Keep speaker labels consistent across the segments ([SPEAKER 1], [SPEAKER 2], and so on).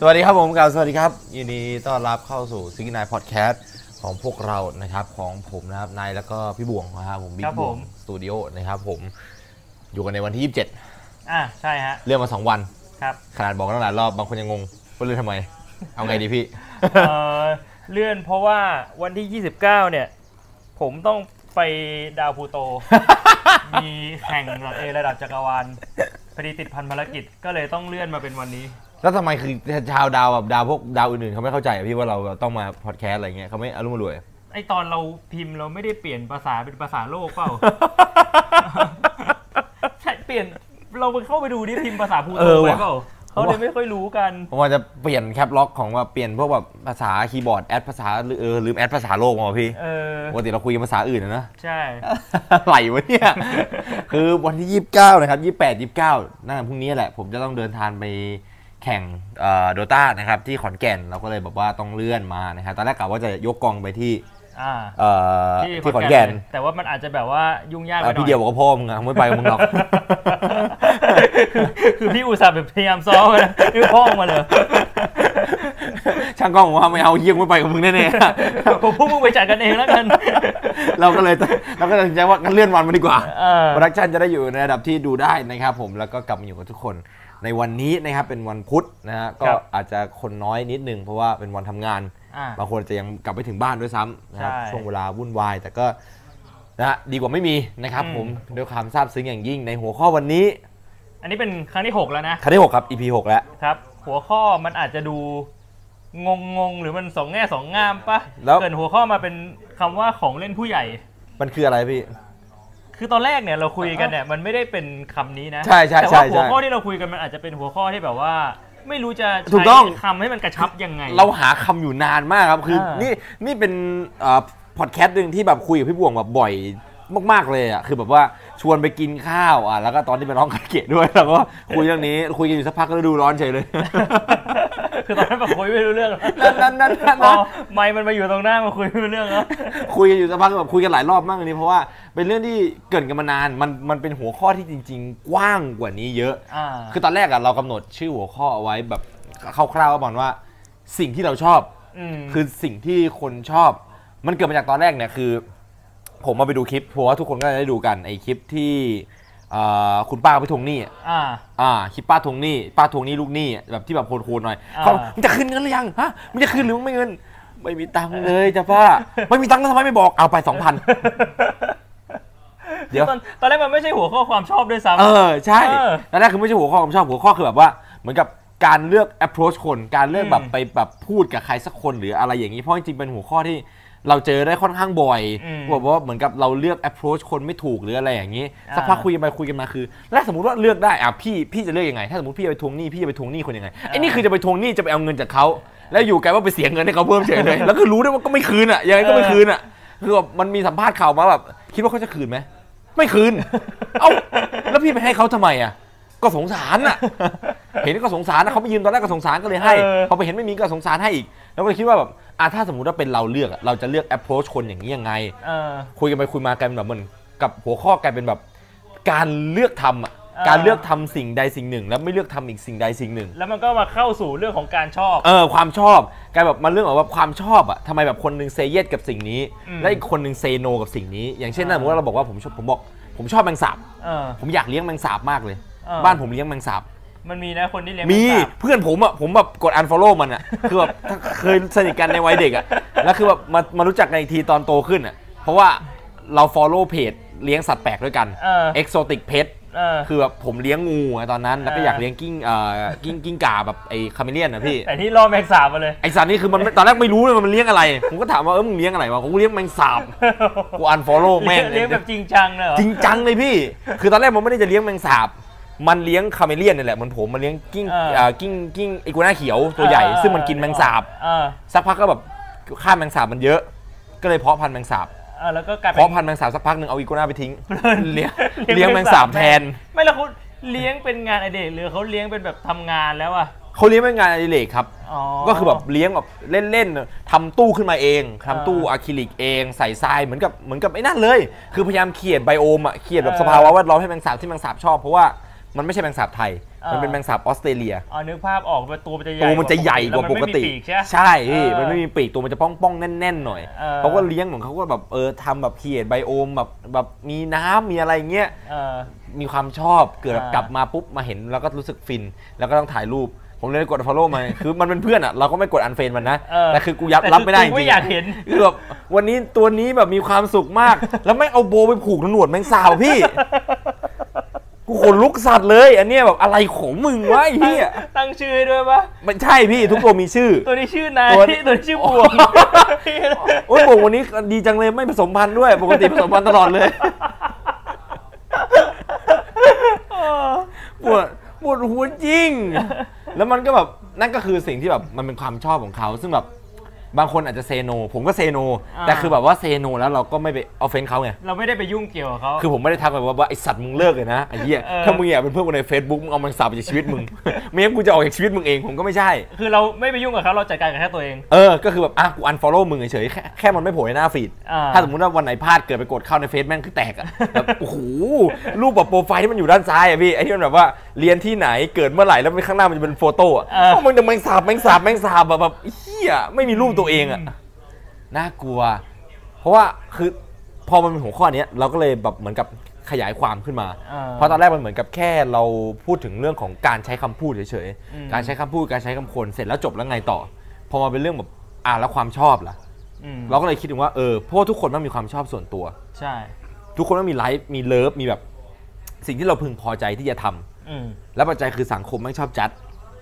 [SPEAKER 1] สวัสดีครับผมกับสวัสดีครับยินดีต้อนรับเข้าสู่ซิงนายพอดแคสต์ของพวกเรานะครับของผมนะครับนายแล้วก็พี่บ่วงนะครับผมบิ๊
[SPEAKER 2] ครั
[SPEAKER 1] ก
[SPEAKER 2] บ
[SPEAKER 1] บ่
[SPEAKER 2] ผ
[SPEAKER 1] วง
[SPEAKER 2] ม
[SPEAKER 1] สตูดิโอนะครับผมอยู่กันในวันที่ 27
[SPEAKER 2] อ่าใช่ฮะ
[SPEAKER 1] เลื่อนมา 2 วัน
[SPEAKER 2] ครับ
[SPEAKER 1] ขนาดบอกตั้งหลายรอบบางคนยังงงว่าเลื่อนทำไม เอาไงดีพี่
[SPEAKER 2] เอ่อเลื่อนเพราะว่าวันที่ 29 เนี่ย ผมต้องไปดาวพ ลูโต มีแข่งระดับเอระดับจักรวาลพอดีติดพันภารกิจก็เลยต้องเลื่อนมาเป็นวันนี้
[SPEAKER 1] แล้วทำไมคือชาวดาวแบบดาวพวกดาวอื่นๆเขาไม่เข้าใจอะพี่ว่าเราแบบต้องมาพอดแคสต์อะไรเงี้ยเขาไม่อารมณ์รวย
[SPEAKER 2] ไอตอนเราพิมพ์เราไม่ได้เปลี่ยนภาษาเป็นภาษาโลก เปล่า ใช่เปลี่ยนเราไปเข้าไปดูดิพิมพ์ภาษาพลู
[SPEAKER 1] เอ
[SPEAKER 2] โต
[SPEAKER 1] อ
[SPEAKER 2] ไป
[SPEAKER 1] ว่ะ
[SPEAKER 2] เปล่าเขาเลยไม่ค่อยรู้กัน
[SPEAKER 1] ผมว่าจะเปลี่ยนแคปล็อกของว่าเปลี่ยนพวกแบบภาษาคีย์บอร์ดแอดภาษาหรือเออลืมแอดภาษาโลกมาว่ะพี่
[SPEAKER 2] เออ
[SPEAKER 1] ปกติเราคุยกันภาษาอื่นนะนะ
[SPEAKER 2] ใช่
[SPEAKER 1] ไหลวะเนี่ย คือวันที่ 29 นะครับ 28 29นั่นแหละพรุ่งนี้แหละ ผมจะต้องเดินทางไปแข่งโดต้านะครับ ที่ขอนแก่นเราก็เลยแบบว่าต้องเลื่อนมานะครับตอนแรกกะว่าจะยกกองไปที่
[SPEAKER 2] อ่า
[SPEAKER 1] เอ่อที่ขอนแก่น
[SPEAKER 2] เลยแต่ว่ามันอาจจะแบบว่ายุ่งยากไปห
[SPEAKER 1] เอ่อ
[SPEAKER 2] น่อ
[SPEAKER 1] พี่
[SPEAKER 2] ย
[SPEAKER 1] เดียวบอกว่าพ่อมึงอะไม่ไปกับมึงหรอก
[SPEAKER 2] คือ คือพี่อุตส่าห์แบบพยายามซ้อมนะนี่พ่อมาเลย
[SPEAKER 1] ช่างกล้องบอกว่าไม่เอาเยี่ยงไม่ไปกับมึงแน่
[SPEAKER 2] ผมพวกมึงไปจัดกันเองแล้วกัน
[SPEAKER 1] ๆ เราก็เลยเราก็เลยตัดสินใจว่างั้นเลื่อนวันมาดีกว่า
[SPEAKER 2] เออ
[SPEAKER 1] โปรดักชันจะได้อยู่ในระดับที่ดูได้นะครับผมแล้วก็กลับมาอยู่กับทุกคน ในวันนี้นะครับเป็นวันพุธนะฮะก็
[SPEAKER 2] ครับ
[SPEAKER 1] อาจจะคนน้อยนิดนึงเพราะว่าเป็นวันทำงาน
[SPEAKER 2] อ่ะ
[SPEAKER 1] บางคนจะยังกลับไม่ถึงบ้านด้วยซ้ำนะครับ
[SPEAKER 2] ใช่
[SPEAKER 1] ช่วงเวลาวุ่นวาย แต่ก็นะฮะดีกว่าไม่มีนะครับ
[SPEAKER 2] อืม
[SPEAKER 1] ผมด้วยความซาบซึ้งอย่างยิ่งในหัวข้อวันนี้
[SPEAKER 2] อันนี้เป็นครั้งที่ 6 แล้วนะ
[SPEAKER 1] ครั้งที่หกครับ EP หกแล้ว
[SPEAKER 2] ครับ หัวข้อมันอาจจะดูงงงงๆหรือมันสองแง่สองงามปะเกิดหัวข้อมาเป็นคำว่าของเล่นผู้ใหญ่
[SPEAKER 1] มันคืออะไรพี่
[SPEAKER 2] คือตอนแรกเนี่ยเราคุยกันเนี่ยมันไม่ได้เป็นคำนี้นะ
[SPEAKER 1] ใช่ใช่
[SPEAKER 2] แต่
[SPEAKER 1] ใช่
[SPEAKER 2] ว่า
[SPEAKER 1] ใช่
[SPEAKER 2] หัวข้อที่เราคุยกันมันอาจจะเป็นหัวข้อที่แบบว่า ไม่รู้จะ
[SPEAKER 1] ถู
[SPEAKER 2] ใช้
[SPEAKER 1] กต้อง
[SPEAKER 2] คำให้มันกระชับยังไง
[SPEAKER 1] เราหาคำอยู่นานมากครับคือ
[SPEAKER 2] เออ
[SPEAKER 1] นี่นี่เป็นพอดแคสต์หนึ่งที่แบบคุยกับพี่บ่วงแบบบ่อยมากๆเลยอ่ะคือแบบว่าชวนไปกินข้าวอ่ะแล้วก็ตอนที่ไปร้องคาราเกะด้วยเราก็คุยเรื่องนี้คุยกันอยู่สักพักก็ฤดูร้อนเฉยเลย
[SPEAKER 2] คือตอนนั้นแบบคุยไม่รู้เรื่อง
[SPEAKER 1] นั่นนั่นนั่น
[SPEAKER 2] พอ
[SPEAKER 1] นั่น
[SPEAKER 2] ไมค์มันมาอยู่ตรงหน้ามาคุยไม่รู้เรื่องแล้ว
[SPEAKER 1] คุยกันอยู่สักพักแบบคุยกันหลายรอบมากเลยนี่เพราะว่าเป็นเรื่องที่เกริดกันมานานมันมันเป็นหัวข้อที่จริง ๆ กว้างกว่านี้เยอะ
[SPEAKER 2] อ่า
[SPEAKER 1] คือตอนแรกอะเรากำหนดชื่อหัวข้อเอาไว้แบบคร่าวๆว่าบอกว่า สิ่งที่เราชอบ
[SPEAKER 2] ม
[SPEAKER 1] คือสิ่งที่คนชอบ มันเกิดมาจากตอนแรกเนี่ยคือ ผมมาไปดูคลิปเพราะว่าทุกคนก็จะได้ดูกันไอ้คลิปที่เอ่อคุณป้าไปทวงหนี้อะ
[SPEAKER 2] อ่า
[SPEAKER 1] อ่าคลิปป้าทวงหนี้ ป้าทวงหนี้ลูกหนี้อะแบบที่แบบโหดๆหน่อย
[SPEAKER 2] อ่า
[SPEAKER 1] เขามันจะคืนเงินหรือยังฮะมันจะคืนหรือไม่เงิน ไม่มีตังค์เลยจ้ะป้า ไม่มีตังค์แล้วทำไมไม่บอกเอาไปสองพัน เดี๋ยว
[SPEAKER 2] ตอนตอนแรกมันไม่ใช่หัวข้อความชอบด้วยซ้
[SPEAKER 1] เออใช่
[SPEAKER 2] เออ
[SPEAKER 1] แล้วนั่นคือไม่ใช่หัวข้อผมชอบหัวข้อคือแบบว่า เหมือนกับการเลือก approach คนการเลือก
[SPEAKER 2] อืม
[SPEAKER 1] แบบไปแบบพูดกับใครสักคนหรืออะไรอย่างนี้เพราะจริงๆเป็นหัวข้อที่เราเจอได้ค่อนข้างบ่อย
[SPEAKER 2] อืม
[SPEAKER 1] บอกว่าเหมือนกับเราเลือก approach คนไม่ถูกหรืออะไรอย่างนี้
[SPEAKER 2] อ่า
[SPEAKER 1] สักพักคุยกันไปคุยกันมาคือ แล้วสมมติว่าเลือกได้อ่ะพี่พี่จะเลือกยังไง ถ้าสมมติพี่จะไปทวงหนี้พี่จะไปทวงหนี้คนยังไงไอ้นี่คือจะไปทวงหนี้จะไปเอาเงินจากเขาแล้วอยู่แกว่าไปเสียเงินให้เขาเพิ่มเฉยเลย แล้วก็รู้ด้วยว่าก็ไม่คืนอ่ะยังไงก็ไม่คืนอ่ะคือแบบมันมีสัมภาษณ์ข่าวมาแบบคิดว่าเขาจะคืนไหมไม่คืน เอ้าแล้วพี่ไปให้เขาทำไมอ่ะ ก็สงสารน่ะ เห็นก็สงสารนะเขาไปยืมตอนแรกก็สงสารก็เลยให้
[SPEAKER 2] เออ
[SPEAKER 1] พอไปเห็นไม่มีก็สงสารให้อีก แล้วก็เลยคิดว่าแบบอ่ะถ้าสมมติว่าเป็นเราเลือกอะเราจะเลือก approach คนอย่างนี้ยังไง
[SPEAKER 2] ำเออ
[SPEAKER 1] คุยกันไปคุยมากันแบบเหมือนกับหัวข้อกลายเป็นแบบ การเลือกทำอะ
[SPEAKER 2] เออ
[SPEAKER 1] การเลือกทำสิ่งใดสิ่งหนึ่ง แล้วไม่เลือกทำอีกสิ่งใดสิ่งหนึ่ง
[SPEAKER 2] แล้วมันก็มาเข้าสู่เรื่องของการชอบ
[SPEAKER 1] เออความชอบกลายแบบมันเรื่องของว่าความชอบอะทำไมแบบคนหนึ่งเซเยสกับสิ่งนี้
[SPEAKER 2] อืม
[SPEAKER 1] และอีกคนหนึ่งเซโนกับสิ่งนี้ อย่างเช่นถ้า
[SPEAKER 2] อ่า
[SPEAKER 1] สมมติว่าเราบอกว่าผมชอบผมบอก ผมชอบแมงสาบ
[SPEAKER 2] เออ
[SPEAKER 1] ผมอยากเลี้ยงแมงสาบมากเลย
[SPEAKER 2] เออ
[SPEAKER 1] บ้านผมเลี้ยงแมงสาบ
[SPEAKER 2] มันมีนะคนที่เลี้ยง
[SPEAKER 1] มี
[SPEAKER 2] แงสาบ
[SPEAKER 1] เพื่อนผมอ่ะผมแบบกด unfollow มันอ่ะ คือแบบถ้าเคยสนิทกันในวัยเด็กอ่ะแล้วคือแบบมามารู้จักในอีกทีตอนโตขึ้นอ่ะเพราะว่าเรา follow เพจเลี้ยงสัตว์แปลกด้วยกัน
[SPEAKER 2] เออ
[SPEAKER 1] exotic pet
[SPEAKER 2] เออ
[SPEAKER 1] คือแบบผมเลี้ยงงูไงตอนนั้น แล้วก็
[SPEAKER 2] เออ
[SPEAKER 1] อ
[SPEAKER 2] อ
[SPEAKER 1] ยากเลี้ยงกิ้งเอ่อกิ้งกิ้งก่าแบบไอ้คาเมเลียนนะพี่
[SPEAKER 2] แต่ที่รอแมงสาบมาเลย
[SPEAKER 1] ไอสัตว์นี่คือมันไม่ตอนแรกไม่รู้เลยว่ามันเลี้ยงอะไร ผมก็ถามว่าเออมึงเลี้ยงอะไรวะกูเลี้ยงแมงสาบกู unfollow แม่ง
[SPEAKER 2] เลี้ยงเลี้ยงแบบจริงจังเลยเหรอ
[SPEAKER 1] จริงจังเลยพี่ คือตอนแรกมันไม่ได้จะเลี้ยงแมงสาบ มันเลี้ยงคาเมเลียนนี่แหละเหมือนผมมันเลี้ยงกิ้ง
[SPEAKER 2] เออ
[SPEAKER 1] เอ่อกิ้งกิ้งไอกัวน่าเขียวตัวใหญ่
[SPEAKER 2] เออ
[SPEAKER 1] ซึ่งมันกินแมงสาบ
[SPEAKER 2] เออ
[SPEAKER 1] สักพักก็แบบฆ่าแมงสาบมันเยอะ ก็เลยเพาะพันธุ์แมงสาบ
[SPEAKER 2] เออแล้วก็กลายเป็
[SPEAKER 1] เพาะ
[SPEAKER 2] น
[SPEAKER 1] พันธุ์แมงสาบสักพักหนึ่งเอาอีกัวน่าไปทิ้ง เลี้ยง
[SPEAKER 2] เลี้
[SPEAKER 1] เลี้ย
[SPEAKER 2] ย
[SPEAKER 1] ง
[SPEAKER 2] ง
[SPEAKER 1] แมง
[SPEAKER 2] แมง
[SPEAKER 1] สา
[SPEAKER 2] สา
[SPEAKER 1] บ
[SPEAKER 2] แทน
[SPEAKER 1] แทน
[SPEAKER 2] ไม่แล้วเขาเลี้ยงเป็นงานอดิเรกหรือเขาเลี้ยงเป็นแบบทำงานแล้วอ่ะ
[SPEAKER 1] เขาเลี้ยงเป็นงานอดิเรกครับ
[SPEAKER 2] อ๋อ
[SPEAKER 1] ก็คือแบบเลี้ยงแบบเล่นๆทำตู้ขึ้นมาเองทำตู้อะคริลิกเอง ใส่ทรายเหมือนกับเหมือนกับไอ้นั่นเลย คือพยายามเขียนไบโอมอะเขียนแบบ
[SPEAKER 2] เออ
[SPEAKER 1] สภาวะแวดล้อมให้แมงสาบที่แมงสาบชอบเพราะว่ามันไม่ใช่แมงสาบไทย
[SPEAKER 2] เออ
[SPEAKER 1] มันเป็นแมงสาบออสเตรเลีย
[SPEAKER 2] เอานึกภาพออกว่าตัวมันจะให
[SPEAKER 1] ตั
[SPEAKER 2] ญ่
[SPEAKER 1] วมันจะใหญ่กว่าปกติ
[SPEAKER 2] แล้วมันไม่มีปีใช่ไหม
[SPEAKER 1] ใช่พี่
[SPEAKER 2] เออ
[SPEAKER 1] มันไม่มีปีกตัวมันจะป้องป้องๆแน่นๆหน่อย
[SPEAKER 2] เออ
[SPEAKER 1] เขาก็เลี้ยงของเขาก็แบบเออทำแบบเขียดไบโอมแบบแบบมีน้ำมีอะไรเงี้ย
[SPEAKER 2] เออ
[SPEAKER 1] มีความชอบเกิด
[SPEAKER 2] อ่าก
[SPEAKER 1] ลับมาปุ๊บมาเห็นแล้วก็รู้สึกฟิน แล้วก็ต้องถ่ายรูป ผมเลยกด follow มา คือมันเป็นเพื่อนอ่ะเราก็ไม่กดอันเฟนมันนะ
[SPEAKER 2] เออ
[SPEAKER 1] แต่คือกูยับรับไม่ได้จ
[SPEAKER 2] แต่คือกู
[SPEAKER 1] ริง
[SPEAKER 2] อยากเห็น
[SPEAKER 1] คือแบบวันนี้ตัวนี้แบบมีความสุขมาก แล้วไม่เอาโบไปผูกหนวดแมงสาวพี่ กูขนลุกสัตว์เลย อันเนี้ยแบบอะไรของมึงวะไอ้เหี้ย
[SPEAKER 2] ตั้งชื่อให้ด้วยปะ
[SPEAKER 1] มันใช่พี่ทุกตัวมีชื่อ
[SPEAKER 2] ตัวนี้ชื่อนาย
[SPEAKER 1] ตัว
[SPEAKER 2] ตัวนี้ชื่อบวง
[SPEAKER 1] โอ้ยบอกวันนี้ดีจังเลยไม่ผสมพันธุ์ด้วย ปกติผสมพันธุ์ตลอดเลยปวดปวดหัวจริง แล้วมันก็แบบนั่นก็คือสิ่งที่แบบมันเป็นความชอบของเขา ซึ่งแบบบางคนอาจจะเซโน ผมก็เซโน แต่คือแบบว่าเซโนแล้วเราก็ไม่ไปออฟเฟนเขาไง
[SPEAKER 2] เราไม่ได้ไปยุ่งเกี่ยวกับเขา
[SPEAKER 1] คือผมไม่ได้ทักไปว่าว่าไอสัตว์มึงเลิกเลยนะไอ้เหี้ย
[SPEAKER 2] เออ
[SPEAKER 1] ถ้ามึงอยากเป็นเพื่อนกูใน Facebook มึงเอามันสาบไปจากชีวิตมึง ไม่งั้นกูจะออกจากชีวิตมึงเองผมก็ไม่ใช่
[SPEAKER 2] คือเราไม่ไปยุ่งกับเขาเราจัดการกับแค่ตัวเอง
[SPEAKER 1] เออ ก็คือแบบอ่ะกูอันฟอลโล่มึงเฉยๆแค่แค่มันไม่โผล่ในหน้าฟีด
[SPEAKER 2] อ่า
[SPEAKER 1] ถ้าสมมติว่าวันไหนพลาดเกิดไปกดเข้าในเฟซแม่งคือแตกอะ แบบโอ้โห รูปแบบโปรไฟล์ที่มันอยู่ด้านซ้ายอะพี่ไอ้ที่มันแบบว่าเรียนที่ไหนเกิดเมื่อไหร่แล้วข้างหน้ามันจะเป็นโฟโต้อะ
[SPEAKER 2] เออ
[SPEAKER 1] เพราะมันจะแมงสาบแมงสาบแมงสาบแบบแบบเฮียไม่มีรูปตัวเองอะน่ากลัว เพราะว่าคือพอมันเป็นหัวข้อเนี้ยเราก็เลยแบบเหมือนกับขยายความขึ้นมา
[SPEAKER 2] เออ
[SPEAKER 1] เพราะตอนแรกมันเหมือนกับแค่เราพูดถึงเรื่องของการใช้คำพูดเฉย
[SPEAKER 2] อืม
[SPEAKER 1] ๆ การใช้คำพูดการใช้คำคนเสร็จแล้วจบแล้วไงต่อ พอมาเป็นเรื่องแบบอ่าแล้วความชอบล่ะ
[SPEAKER 2] อืม
[SPEAKER 1] เราก็เลยคิดถึงว่าเออเพราะว่าทุกคนมันมีความชอบส่วนตัว
[SPEAKER 2] ใช่
[SPEAKER 1] ทุกคนมันมีไลฟ์มีเลิฟมีแบบ สิ่งที่เราพึงพอใจที่จะทำ
[SPEAKER 2] อืม
[SPEAKER 1] และปัจจัยคือสังคมไม่ชอบจัด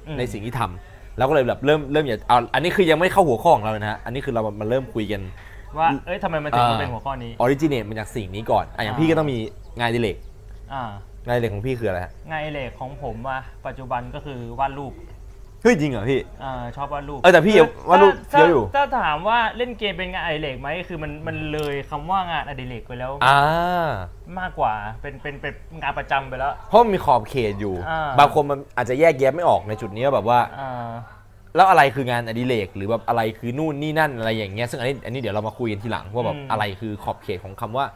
[SPEAKER 2] อืม
[SPEAKER 1] ในสิ่งที่ทำเราก็เลยแบบเริ่มเริ่มอย่าเอาอันนี้คือยังไม่เข้าหัวข้อของเราเลยนะฮะอันนี้คือเรามาเริ่มคุยกัน
[SPEAKER 2] ว่าเอ้ยทำไมมันถึงมา
[SPEAKER 1] อ่า
[SPEAKER 2] เป็นหัวข้อนี้
[SPEAKER 1] ออริจิเนตมาจากสิ่งนี้ก่อนอ่ะอย่าง
[SPEAKER 2] อ่า
[SPEAKER 1] พี่ก็ต้องมีงานอดิเรก
[SPEAKER 2] อ่าง
[SPEAKER 1] านอดิเรกของพี่คืออะไรฮะ
[SPEAKER 2] งานอดิเล็กของผมว่าปัจจุบันก็คือวาดรูป
[SPEAKER 1] เฮ้ยจริงเหรอพี่
[SPEAKER 2] เอ่อชอบวาดรูป
[SPEAKER 1] เออแต่พี่
[SPEAKER 2] คือ
[SPEAKER 1] วาดรูป
[SPEAKER 2] ถ้
[SPEAKER 1] เยอะอยู่
[SPEAKER 2] ถ้าถ้าถามว่าเล่นเกมเป็นงานอดิเล็กไหมคือมันมันเลยคำว่างานอดิเล็กไปแล้ว
[SPEAKER 1] อ่าม
[SPEAKER 2] ากกว่าเป็นเป็นเป็นงานประจำไปแล้ว
[SPEAKER 1] เพราะมันมีขอบเขตอยู่
[SPEAKER 2] อ่า
[SPEAKER 1] บางคนมันอาจจะแยกแยะไม่ออกในจุดนี้ว่าแบบว่า
[SPEAKER 2] อ่า
[SPEAKER 1] แล้วอะไรคืองานอดิเรกหรือแบบอะไรคือนู่นนี่นั่นอะไรอย่างเงี้ยซึ่งอันนี้อันนี้เดี๋ยวเรามาคุยกันทีหลังว่าแบบ
[SPEAKER 2] อืม
[SPEAKER 1] อะไรคือขอบเขตของคำว่า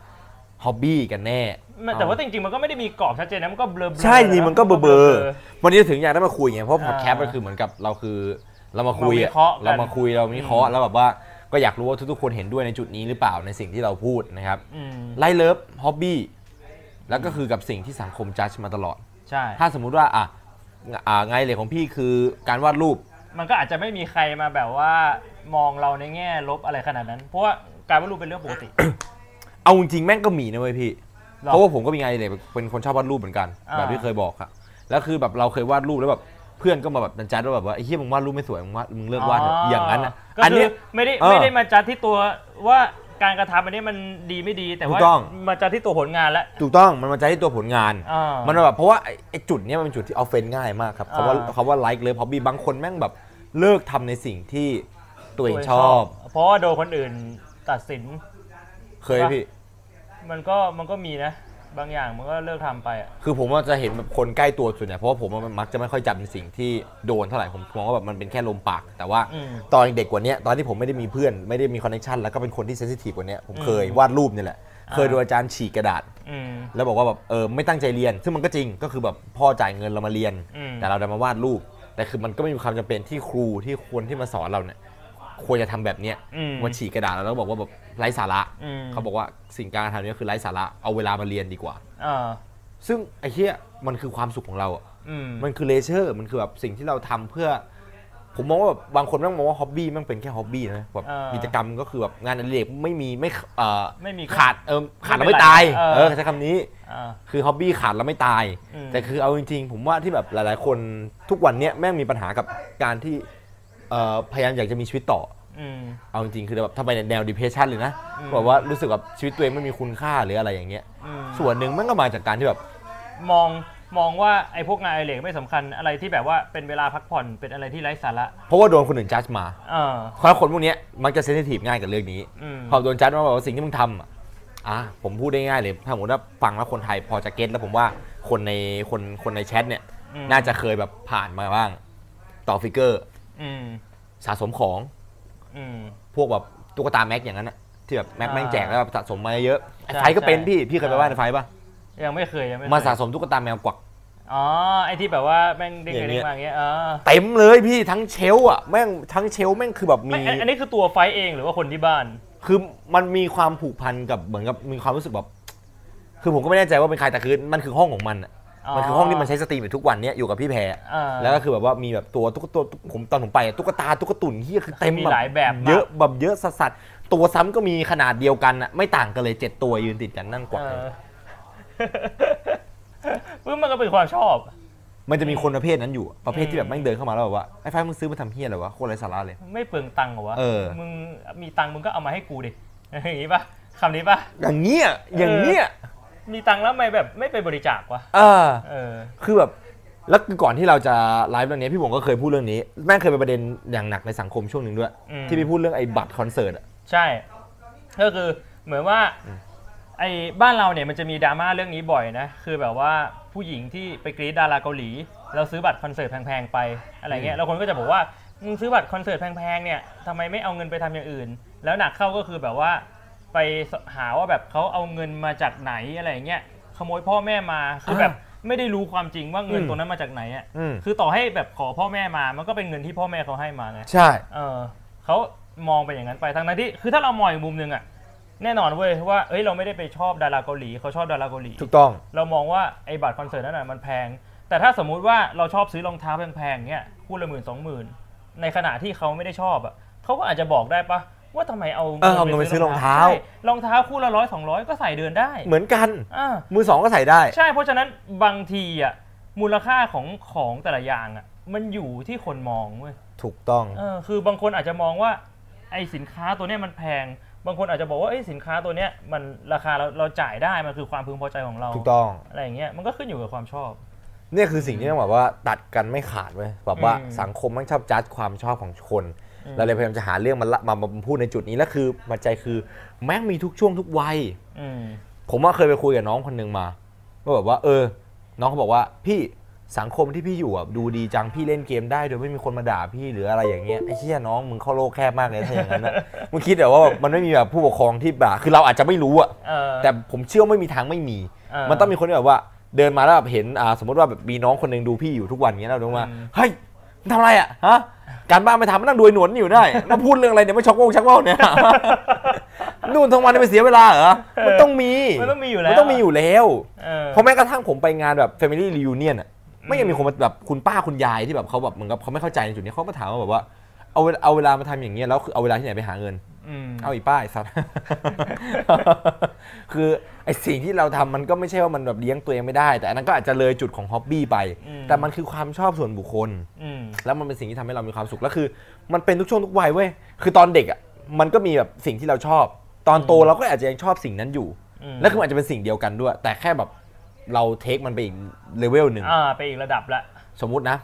[SPEAKER 1] ฮ็อบบี้กันแน่
[SPEAKER 2] มันแต่ว่าจริงๆ มันก็ไม่ได้มีกรอบชัดเจนนะ มันก็เบลอๆ
[SPEAKER 1] ใช่จริงๆมันก็เบอร์เบลอร์
[SPEAKER 2] บล
[SPEAKER 1] วันนี้ถึงอยากได้มาคุยไงเพราะพอดแคสต์
[SPEAKER 2] อ่ามั
[SPEAKER 1] มันคือเหมือนกับเราคือเรามาคุยอะ
[SPEAKER 2] เราวิเคราะห์กัน
[SPEAKER 1] เรามาคุยเราวิเคราะห์แล้วแบบว่าก็อยากรู้ว่าทุกๆคนเห็นด้วยในจุดนี้หรือเปล่าในสิ่งที่เราพูดนะครับ
[SPEAKER 2] อืม
[SPEAKER 1] ไล่เลิฟฮ็อบบี้แล้วก็คือกับสิ่งที่สังคมจัดมาตลอด
[SPEAKER 2] ใช่
[SPEAKER 1] ถ้าสมมุติว่าอ่ะอ่างานอดิเรกของพี่คือการวาดรูป
[SPEAKER 2] มันก็อาจจะไม่มีใครมาแบบว่ามองเราในแง่ลบอะไรขนาดนั้น เพราะว่าการวาดรูปเป็นเรื่องปกติ
[SPEAKER 1] เอาจริงๆแม่งก็มีนะเว้ยพี่
[SPEAKER 2] หรอ
[SPEAKER 1] เพราะว่าผมก็มีไงานอดิเลยเป็นคนชอบวาดรูปเหมือนกัน
[SPEAKER 2] อ่า
[SPEAKER 1] แบบที่เคยบอกอะแล้วคือแบบเราเคยวาดรูปแล้วแบบเพื่อนก็มาแบบจัดว่าแบบว่าไอ้เฮียมึงวาดรูปไม่สวยมึงวาดมึ งเลิกวาดเถอะอย่างนั้นอะ
[SPEAKER 2] ก็
[SPEAKER 1] อัน
[SPEAKER 2] คื
[SPEAKER 1] เนี้
[SPEAKER 2] อย ไม่ได้
[SPEAKER 1] เออ
[SPEAKER 2] ไม่ได้มาจัดที่ตัวว่าการกระทำอันนี้มันดีไม่ดีแต่ว่า
[SPEAKER 1] ถูกต้อง
[SPEAKER 2] มาจัดที่ตัวผลงานแล้ว
[SPEAKER 1] ถูกต้องมันมาจัดที่ตัวผลงาน
[SPEAKER 2] อ่า
[SPEAKER 1] มันแบบเพราะว่าไอ้ไอ้จุดเนี้ยมันเป็นจุดที่เอาเฟนง่ายมากครับ
[SPEAKER 2] อ่า
[SPEAKER 1] เขาว่าเขาว่าไลค์เลยพอบีบางคนแม่งแบบเลิกทำในสิ่งที่ตัวเองชอบ
[SPEAKER 2] เพราะว่าโดนคนอื่นตัดสิน
[SPEAKER 1] เคยพี่
[SPEAKER 2] มันก็มันก็มีนะ บางอย่างมันก็เลิกทำไปอะ
[SPEAKER 1] คือผมว่าจะเห็นแบบคนใกล้ตัวส่วนใหญ่เพราะว่าผมอะมันมักจะไม่ค่อยจำในสิ่งที่โดนเท่าไหร่ผมมองว่าแบบมันเป็นแค่ลมปาก แต่ว่า
[SPEAKER 2] อืม
[SPEAKER 1] ตอนเด็กกว่าเนี้ยตอนที่ผมไม่ได้มีเพื่อนไม่ได้มีคอนเนคชันแล้วก็เป็นคนที่เซนซิทีฟกว่าเนี้ยผมเคย
[SPEAKER 2] อืม
[SPEAKER 1] วาดรูปเนี่ยแหละ เคยโดนอาจารย์ฉีกกระดาษ
[SPEAKER 2] อืม
[SPEAKER 1] แล้วบอกว่าแบบเออไม่ตั้งใจเรียน ซึ่งมันก็จริงก็คือแบบพ่อจ่ายเงินเรามาเรียน
[SPEAKER 2] อืม
[SPEAKER 1] แต่เราได้มาวาดรูป แต่คือมันก็ไม่มีความจำเป็นที่ครูที่ควรที่มาสอนเราเนี่ยควรจะทำแบบเนี้ย
[SPEAKER 2] อืม
[SPEAKER 1] มาฉีกกระดาษแล้วก็บอกว่าแบบไร้สาระ
[SPEAKER 2] อืม
[SPEAKER 1] เขาบอกว่าสิ่งการทำเนี้คือไร้สาระเอาเวลามาเรียนดีกว่า
[SPEAKER 2] อ่า
[SPEAKER 1] ซึ่งไอ้เหี้ยมันคือความสุขของเราอะ
[SPEAKER 2] อืม
[SPEAKER 1] มันคือเลเชอร์ มันคือแบบสิ่งที่เราทำเพื่อ ผมมองว่าแบบบางคนแม่งมองว่าฮ็อบบี้แม่งเป็นแค่ฮ็อบบี้นะแบบ
[SPEAKER 2] เออ
[SPEAKER 1] กิจกรรมก็คือแบบงานอดิเรกไม่มีไม่เอ่อ
[SPEAKER 2] ไม่มี
[SPEAKER 1] ขาดเออขาดเราไม่
[SPEAKER 2] ไม่เป็นไร
[SPEAKER 1] ตาย
[SPEAKER 2] เออ
[SPEAKER 1] เออใช้คำนี้
[SPEAKER 2] อ่า
[SPEAKER 1] คือฮ็อบบี้ขาดเราไม่ตาย
[SPEAKER 2] อืม
[SPEAKER 1] แต่คือเอาจริงๆ ผมว่าที่แบบหลายๆ คนทุกวันเนี้ยแม่งมีปัญหากับการที่เอ่อพยายามอยากจะมีชีวิตต่อ
[SPEAKER 2] อืม
[SPEAKER 1] เอาจริงๆคือแบบถ้าไปในแนว depression เลยนะ
[SPEAKER 2] อืม
[SPEAKER 1] แบบว่ารู้สึกแบบชีวิตตัวเองไม่มีคุณค่าหรืออะไรอย่างเงี้ย
[SPEAKER 2] อืม
[SPEAKER 1] ส่วนหนึ่งแม่งก็มาจากการที่แบบ
[SPEAKER 2] มองมองว่าไอ้พวกงานอดิเรกไม่สำคัญอะไรที่แบบว่าเป็นเวลาพักผ่อนเป็นอะไรที่ไร้สาระ
[SPEAKER 1] เพราะว่าโดนคนอื่นจัดมา
[SPEAKER 2] เออ
[SPEAKER 1] เพราะคนพวกเนี้ยมักจะเซนซิทีฟง่ายกับเรื่องนี้
[SPEAKER 2] อืม
[SPEAKER 1] พอโดนจัดว่าแบบว่าสิ่งที่มึงทำอะอ่ะผมพูดได้ง่ายเลย ถ้าผมติว่าฟังแล้วคนไทยพอจะเก็ตแล้วผมว่าคนในคนคนในแชทเนี่ย
[SPEAKER 2] อืม
[SPEAKER 1] น่าจะเคยแบบผ่านมาบ้าง ต่อฟิกเกอร์
[SPEAKER 2] อืม
[SPEAKER 1] สะสมของ
[SPEAKER 2] อืม
[SPEAKER 1] พวกแบบตุ๊กตาแม็กอย่างนั้นอะที่แบบแม็ก
[SPEAKER 2] อ่า
[SPEAKER 1] แม่งแจกแล้วแบบสะสมมาเยอะไอ้
[SPEAKER 2] ใช่
[SPEAKER 1] ไฟก็เป็น
[SPEAKER 2] ใช่
[SPEAKER 1] พี่พี่เคยไปบ้านไอ้ไฟปะ
[SPEAKER 2] ยังไม่เคยยังไม่เคย
[SPEAKER 1] มาสะสมตุ๊กตาแมวกวัก
[SPEAKER 2] อ๋อไอที่แบบว่าแม่งเด้งไป
[SPEAKER 1] อย่างเงี้ย
[SPEAKER 2] เด้งมาอย่างเงี้ยเออ
[SPEAKER 1] เต็มเลยพี่ทั้งเชลฟ์อ่ะแม่งทั้งเชลฟ์แม่งคือแบบมี
[SPEAKER 2] ไม่อันอันนี้คือตัวไฟท์เองหรือว่าคนที่บ้าน
[SPEAKER 1] คือมันมีความผูกพันกับเหมือนกับมีความรู้สึกแบบ คือผมก็ไม่แน่ใจว่าเป็นใครแต่คือมันคือห้องของมันอะ
[SPEAKER 2] อ๋อ
[SPEAKER 1] มันคือห้องที่มันใช้สตรีมอยู่ทุกวันเนี้ยอยู่กับพี่แพร
[SPEAKER 2] อ่า
[SPEAKER 1] แล้วก็คือแบบว่ามีแบบตัวตุ๊กตัวตุ๊กผมตอนผมไปอะตุ๊กตาตุ๊กตุ่นเฮียคือเต็ม
[SPEAKER 2] มีหลายแบบมาก
[SPEAKER 1] เยอะแบบเยอะสัสสัสๆตัวซ้ำก็มีขนาดเดียวกันอะไม่ต่างกันเลยเจ็ดตัวยืนติดกันนั่งกวัก
[SPEAKER 2] เอ
[SPEAKER 1] เลย
[SPEAKER 2] อ เพิ่งมันก็เป็นความชอบ
[SPEAKER 1] มันจะมีคนประเภทนั้นอยู่อะประเภทที่แบบแม่งเดินเข้ามาแล้วแบบว่าไอ้ไฟมึงซื้อมาทำเฮียอะไรวะโคตรไร้สาระเลย
[SPEAKER 2] ไม่เปลืองตังค์เหรอวะ
[SPEAKER 1] เออ
[SPEAKER 2] มึงมีตังค์มึงก็เอามาให้กูดิ อย่างงี้ปะคำนี้ปะ
[SPEAKER 1] อย่างเงี้ยอย่างเงี้ย
[SPEAKER 2] มีตังค์แล้วทำไม่แบบไม่ไปบริจาควะ
[SPEAKER 1] เออ
[SPEAKER 2] เออ
[SPEAKER 1] คือแบบแล้วคือก่อนที่เราจะไลฟ์เรื่องนี้พี่หวงก็เคยพูดเรื่องนี้ แม่งเคยเป็นประเด็นอย่างหนักในสังคมช่วงหนึ่งด้วย
[SPEAKER 2] อืม
[SPEAKER 1] ที่พี่พูดเรื่องไอ้บัตรคอนเสิร์ตอะ
[SPEAKER 2] ใช่ ก็คือเหมือนว่าไอ้บ้านเราเนี่ยมันจะมีดราม่าเรื่องนี้บ่อยนะ คือแบบว่าผู้หญิงที่ไปกรีดดาราเกาหลี เราซื้อบัตรคอนเสิร์ตแพงๆไปอะไร
[SPEAKER 1] อื
[SPEAKER 2] เงี้
[SPEAKER 1] ม
[SPEAKER 2] ยแล้วคนก็จะบอกว่ามึงซื้อบัตรคอนเสิร์ตแพงๆเนี่ยทำไมไม่เอาเงินไปทำอย่างอื่น แล้วหนักเข้าก็คือแบบว่าไปหาว่าแบบเขาเอาเงินมาจากไหนอะไรเงี้ยขโมยพ่อแม่มาคือแบบไม่ได้รู้ความจริงว่าเงินตรงนั้นมาจากไหนอ่ะ
[SPEAKER 1] อืม
[SPEAKER 2] คือต่อให้แบบขอพ่อแม่มามันก็เป็นเงินที่พ่อแม่เขาให้มาไง
[SPEAKER 1] ใช่
[SPEAKER 2] เออเขามองไปอย่างนั้นไปทั้งนั้นที่คือถ้าเรามองอีกมุมหนึ่งอะแน่นอนเว้ยว่าเอ้ยเราไม่ได้ไปชอบดาราเกาหลีเขาชอบดาราเกาหลี
[SPEAKER 1] ถูกต้อง
[SPEAKER 2] เรามองว่าไอ้บัตรคอนเสิร์ตนั่นน่ะมันแพง แต่ถ้าสมมุติว่าเราชอบซื้อรองเท้าแพงๆเนี่ยคู่ละหมื่นสองหมื่นในขณะที่เขาไม่ได้ชอบอะเขาก็อาจจะบอกได้ปะว่าทำไมเอา
[SPEAKER 1] เออเอาเงินไปซื้อรองเท้า
[SPEAKER 2] ใช่รองเท้าคู่ละร้อยสองร้อยก็ใส่เดินได้
[SPEAKER 1] เหมือนกัน
[SPEAKER 2] อ่า
[SPEAKER 1] มือสองก็ใส่ได้
[SPEAKER 2] ใช่เพราะฉะนั้นบางทีอ่ะมูลค่าของของแต่ละอย่างอ่ะมันอยู่ที่คนมองเว้ย
[SPEAKER 1] ถูกต้อง
[SPEAKER 2] เออคือบางคนอาจจะมองว่าไอสินค้าตัวเนี้ยมันแพง บางคนอาจจะบอกว่าไอยสินค้าตัวเนี้ยมันราคาเราเราจ่ายได้มันคือความพึงพอใจของเรา
[SPEAKER 1] ถูกต้อง
[SPEAKER 2] อะไรอย่างเงี้ยมันก็ขึ้นอยู่กับความชอบ
[SPEAKER 1] เนี่ยคือสิ่งที่ต้องแบบว่าตัดกันไม่ขาดเว้ยแบบว่า
[SPEAKER 2] อืม
[SPEAKER 1] สังคมแมันชอบจัดความชอบของคน
[SPEAKER 2] อืม
[SPEAKER 1] เราเลยพยายามจะหาเรื่องมาละมามาพูดในจุดนี้แล้วคือปัจจัยคือแม่งมีทุกช่วงทุกวัย
[SPEAKER 2] อืม
[SPEAKER 1] ผมว่าเคยไปคุยกับน้องคนหนึ่งมาว่าแบบว่า เออ น้องเขาบอกว่าพี่สังคมที่พี่อยู่อ่ะดูดีจังพี่เล่นเกมได้โดยไม่มีคนมาด่าพี่หรืออะไรอย่างเงี้ยไอ้เชี่ยน้องมึงเข้าโลกแคบมากเลยถ้าอย่างนั้นนะ มึงคิดแต่ว่าแบบมันไม่มีแบบผู้ปกครองที่ด่าคือเราอาจจะไม่รู้อ่ะ
[SPEAKER 2] เออ
[SPEAKER 1] แต่ผมเชื่อว่าไม่มีทางไม่มี
[SPEAKER 2] เออ
[SPEAKER 1] มันต้องมีคนที่แบบว่า เดินมาแล้วแบบเห็นอ่าสมมติว่าแบบมีน้องคนหนึ่งดูพี่อยู่ทุกวันเงี้ยแล้วเราดูว่า
[SPEAKER 2] อืม
[SPEAKER 1] เฮ้ยมึงทำอะไรอ่ะฮะการบ้านไม่ทำมานั่งดูไอ้หนวดนี่อยู่ได้มาพูดเรื่องอะไรเนี่ยไม่ช็อกโง่ชักว่าวเนี่ย นู่นทั้งวันเนี่ยไปเสียเวลาเหรอมันต้องมี
[SPEAKER 2] มันต้องมีอยู่แล้ว
[SPEAKER 1] มันต้องมีอยู่แล้ว
[SPEAKER 2] เออ
[SPEAKER 1] เพราะแม้กระทั่งผมไปงานแบบ Family Reunion อ่ะไม่ยังมีคนมาแบบคุณป้าคุณยายที่แบบเขาแบบเหมือนกับเขาไม่เข้าใจในจุดนี้เขามาถามว่าแบบว่าเอาเวลาเอาเวลามาทำอย่างเงี้ยแล้วคือเอาเวลาที่ไหนไปหาเงิน
[SPEAKER 2] อืม
[SPEAKER 1] เอาอีป้าไอ้สัตว์ คือไอสิ่งที่เราทำมันก็ไม่ใช่ว่ามันแบบเลี้ยงตัวเองไม่ได้ แต่อันนั้นก็อาจจะเลยจุดของฮ็อบบี้ไป
[SPEAKER 2] อืม
[SPEAKER 1] แต่มันคือความชอบส่วนบุคคล
[SPEAKER 2] อืม
[SPEAKER 1] แล้วมันเป็นสิ่งที่ทำให้เรามีความสุขแล้วคือ มันเป็นทุกช่วงทุกวัยเว้ยคือตอนเด็กอ่ะมันก็มีแบบสิ่งที่เราชอบ ตอนโตเราก็อาจจะยังชอบสิ่งนั้นอยู่
[SPEAKER 2] อืม
[SPEAKER 1] และคือมันอาจจะเป็นสิ่งเดียวกันด้วย แต่แค่แบบเราเทคมันไปอีกเลเวลหนึ่ง
[SPEAKER 2] อ่าไปอีกระดับละ
[SPEAKER 1] สมมุตินะ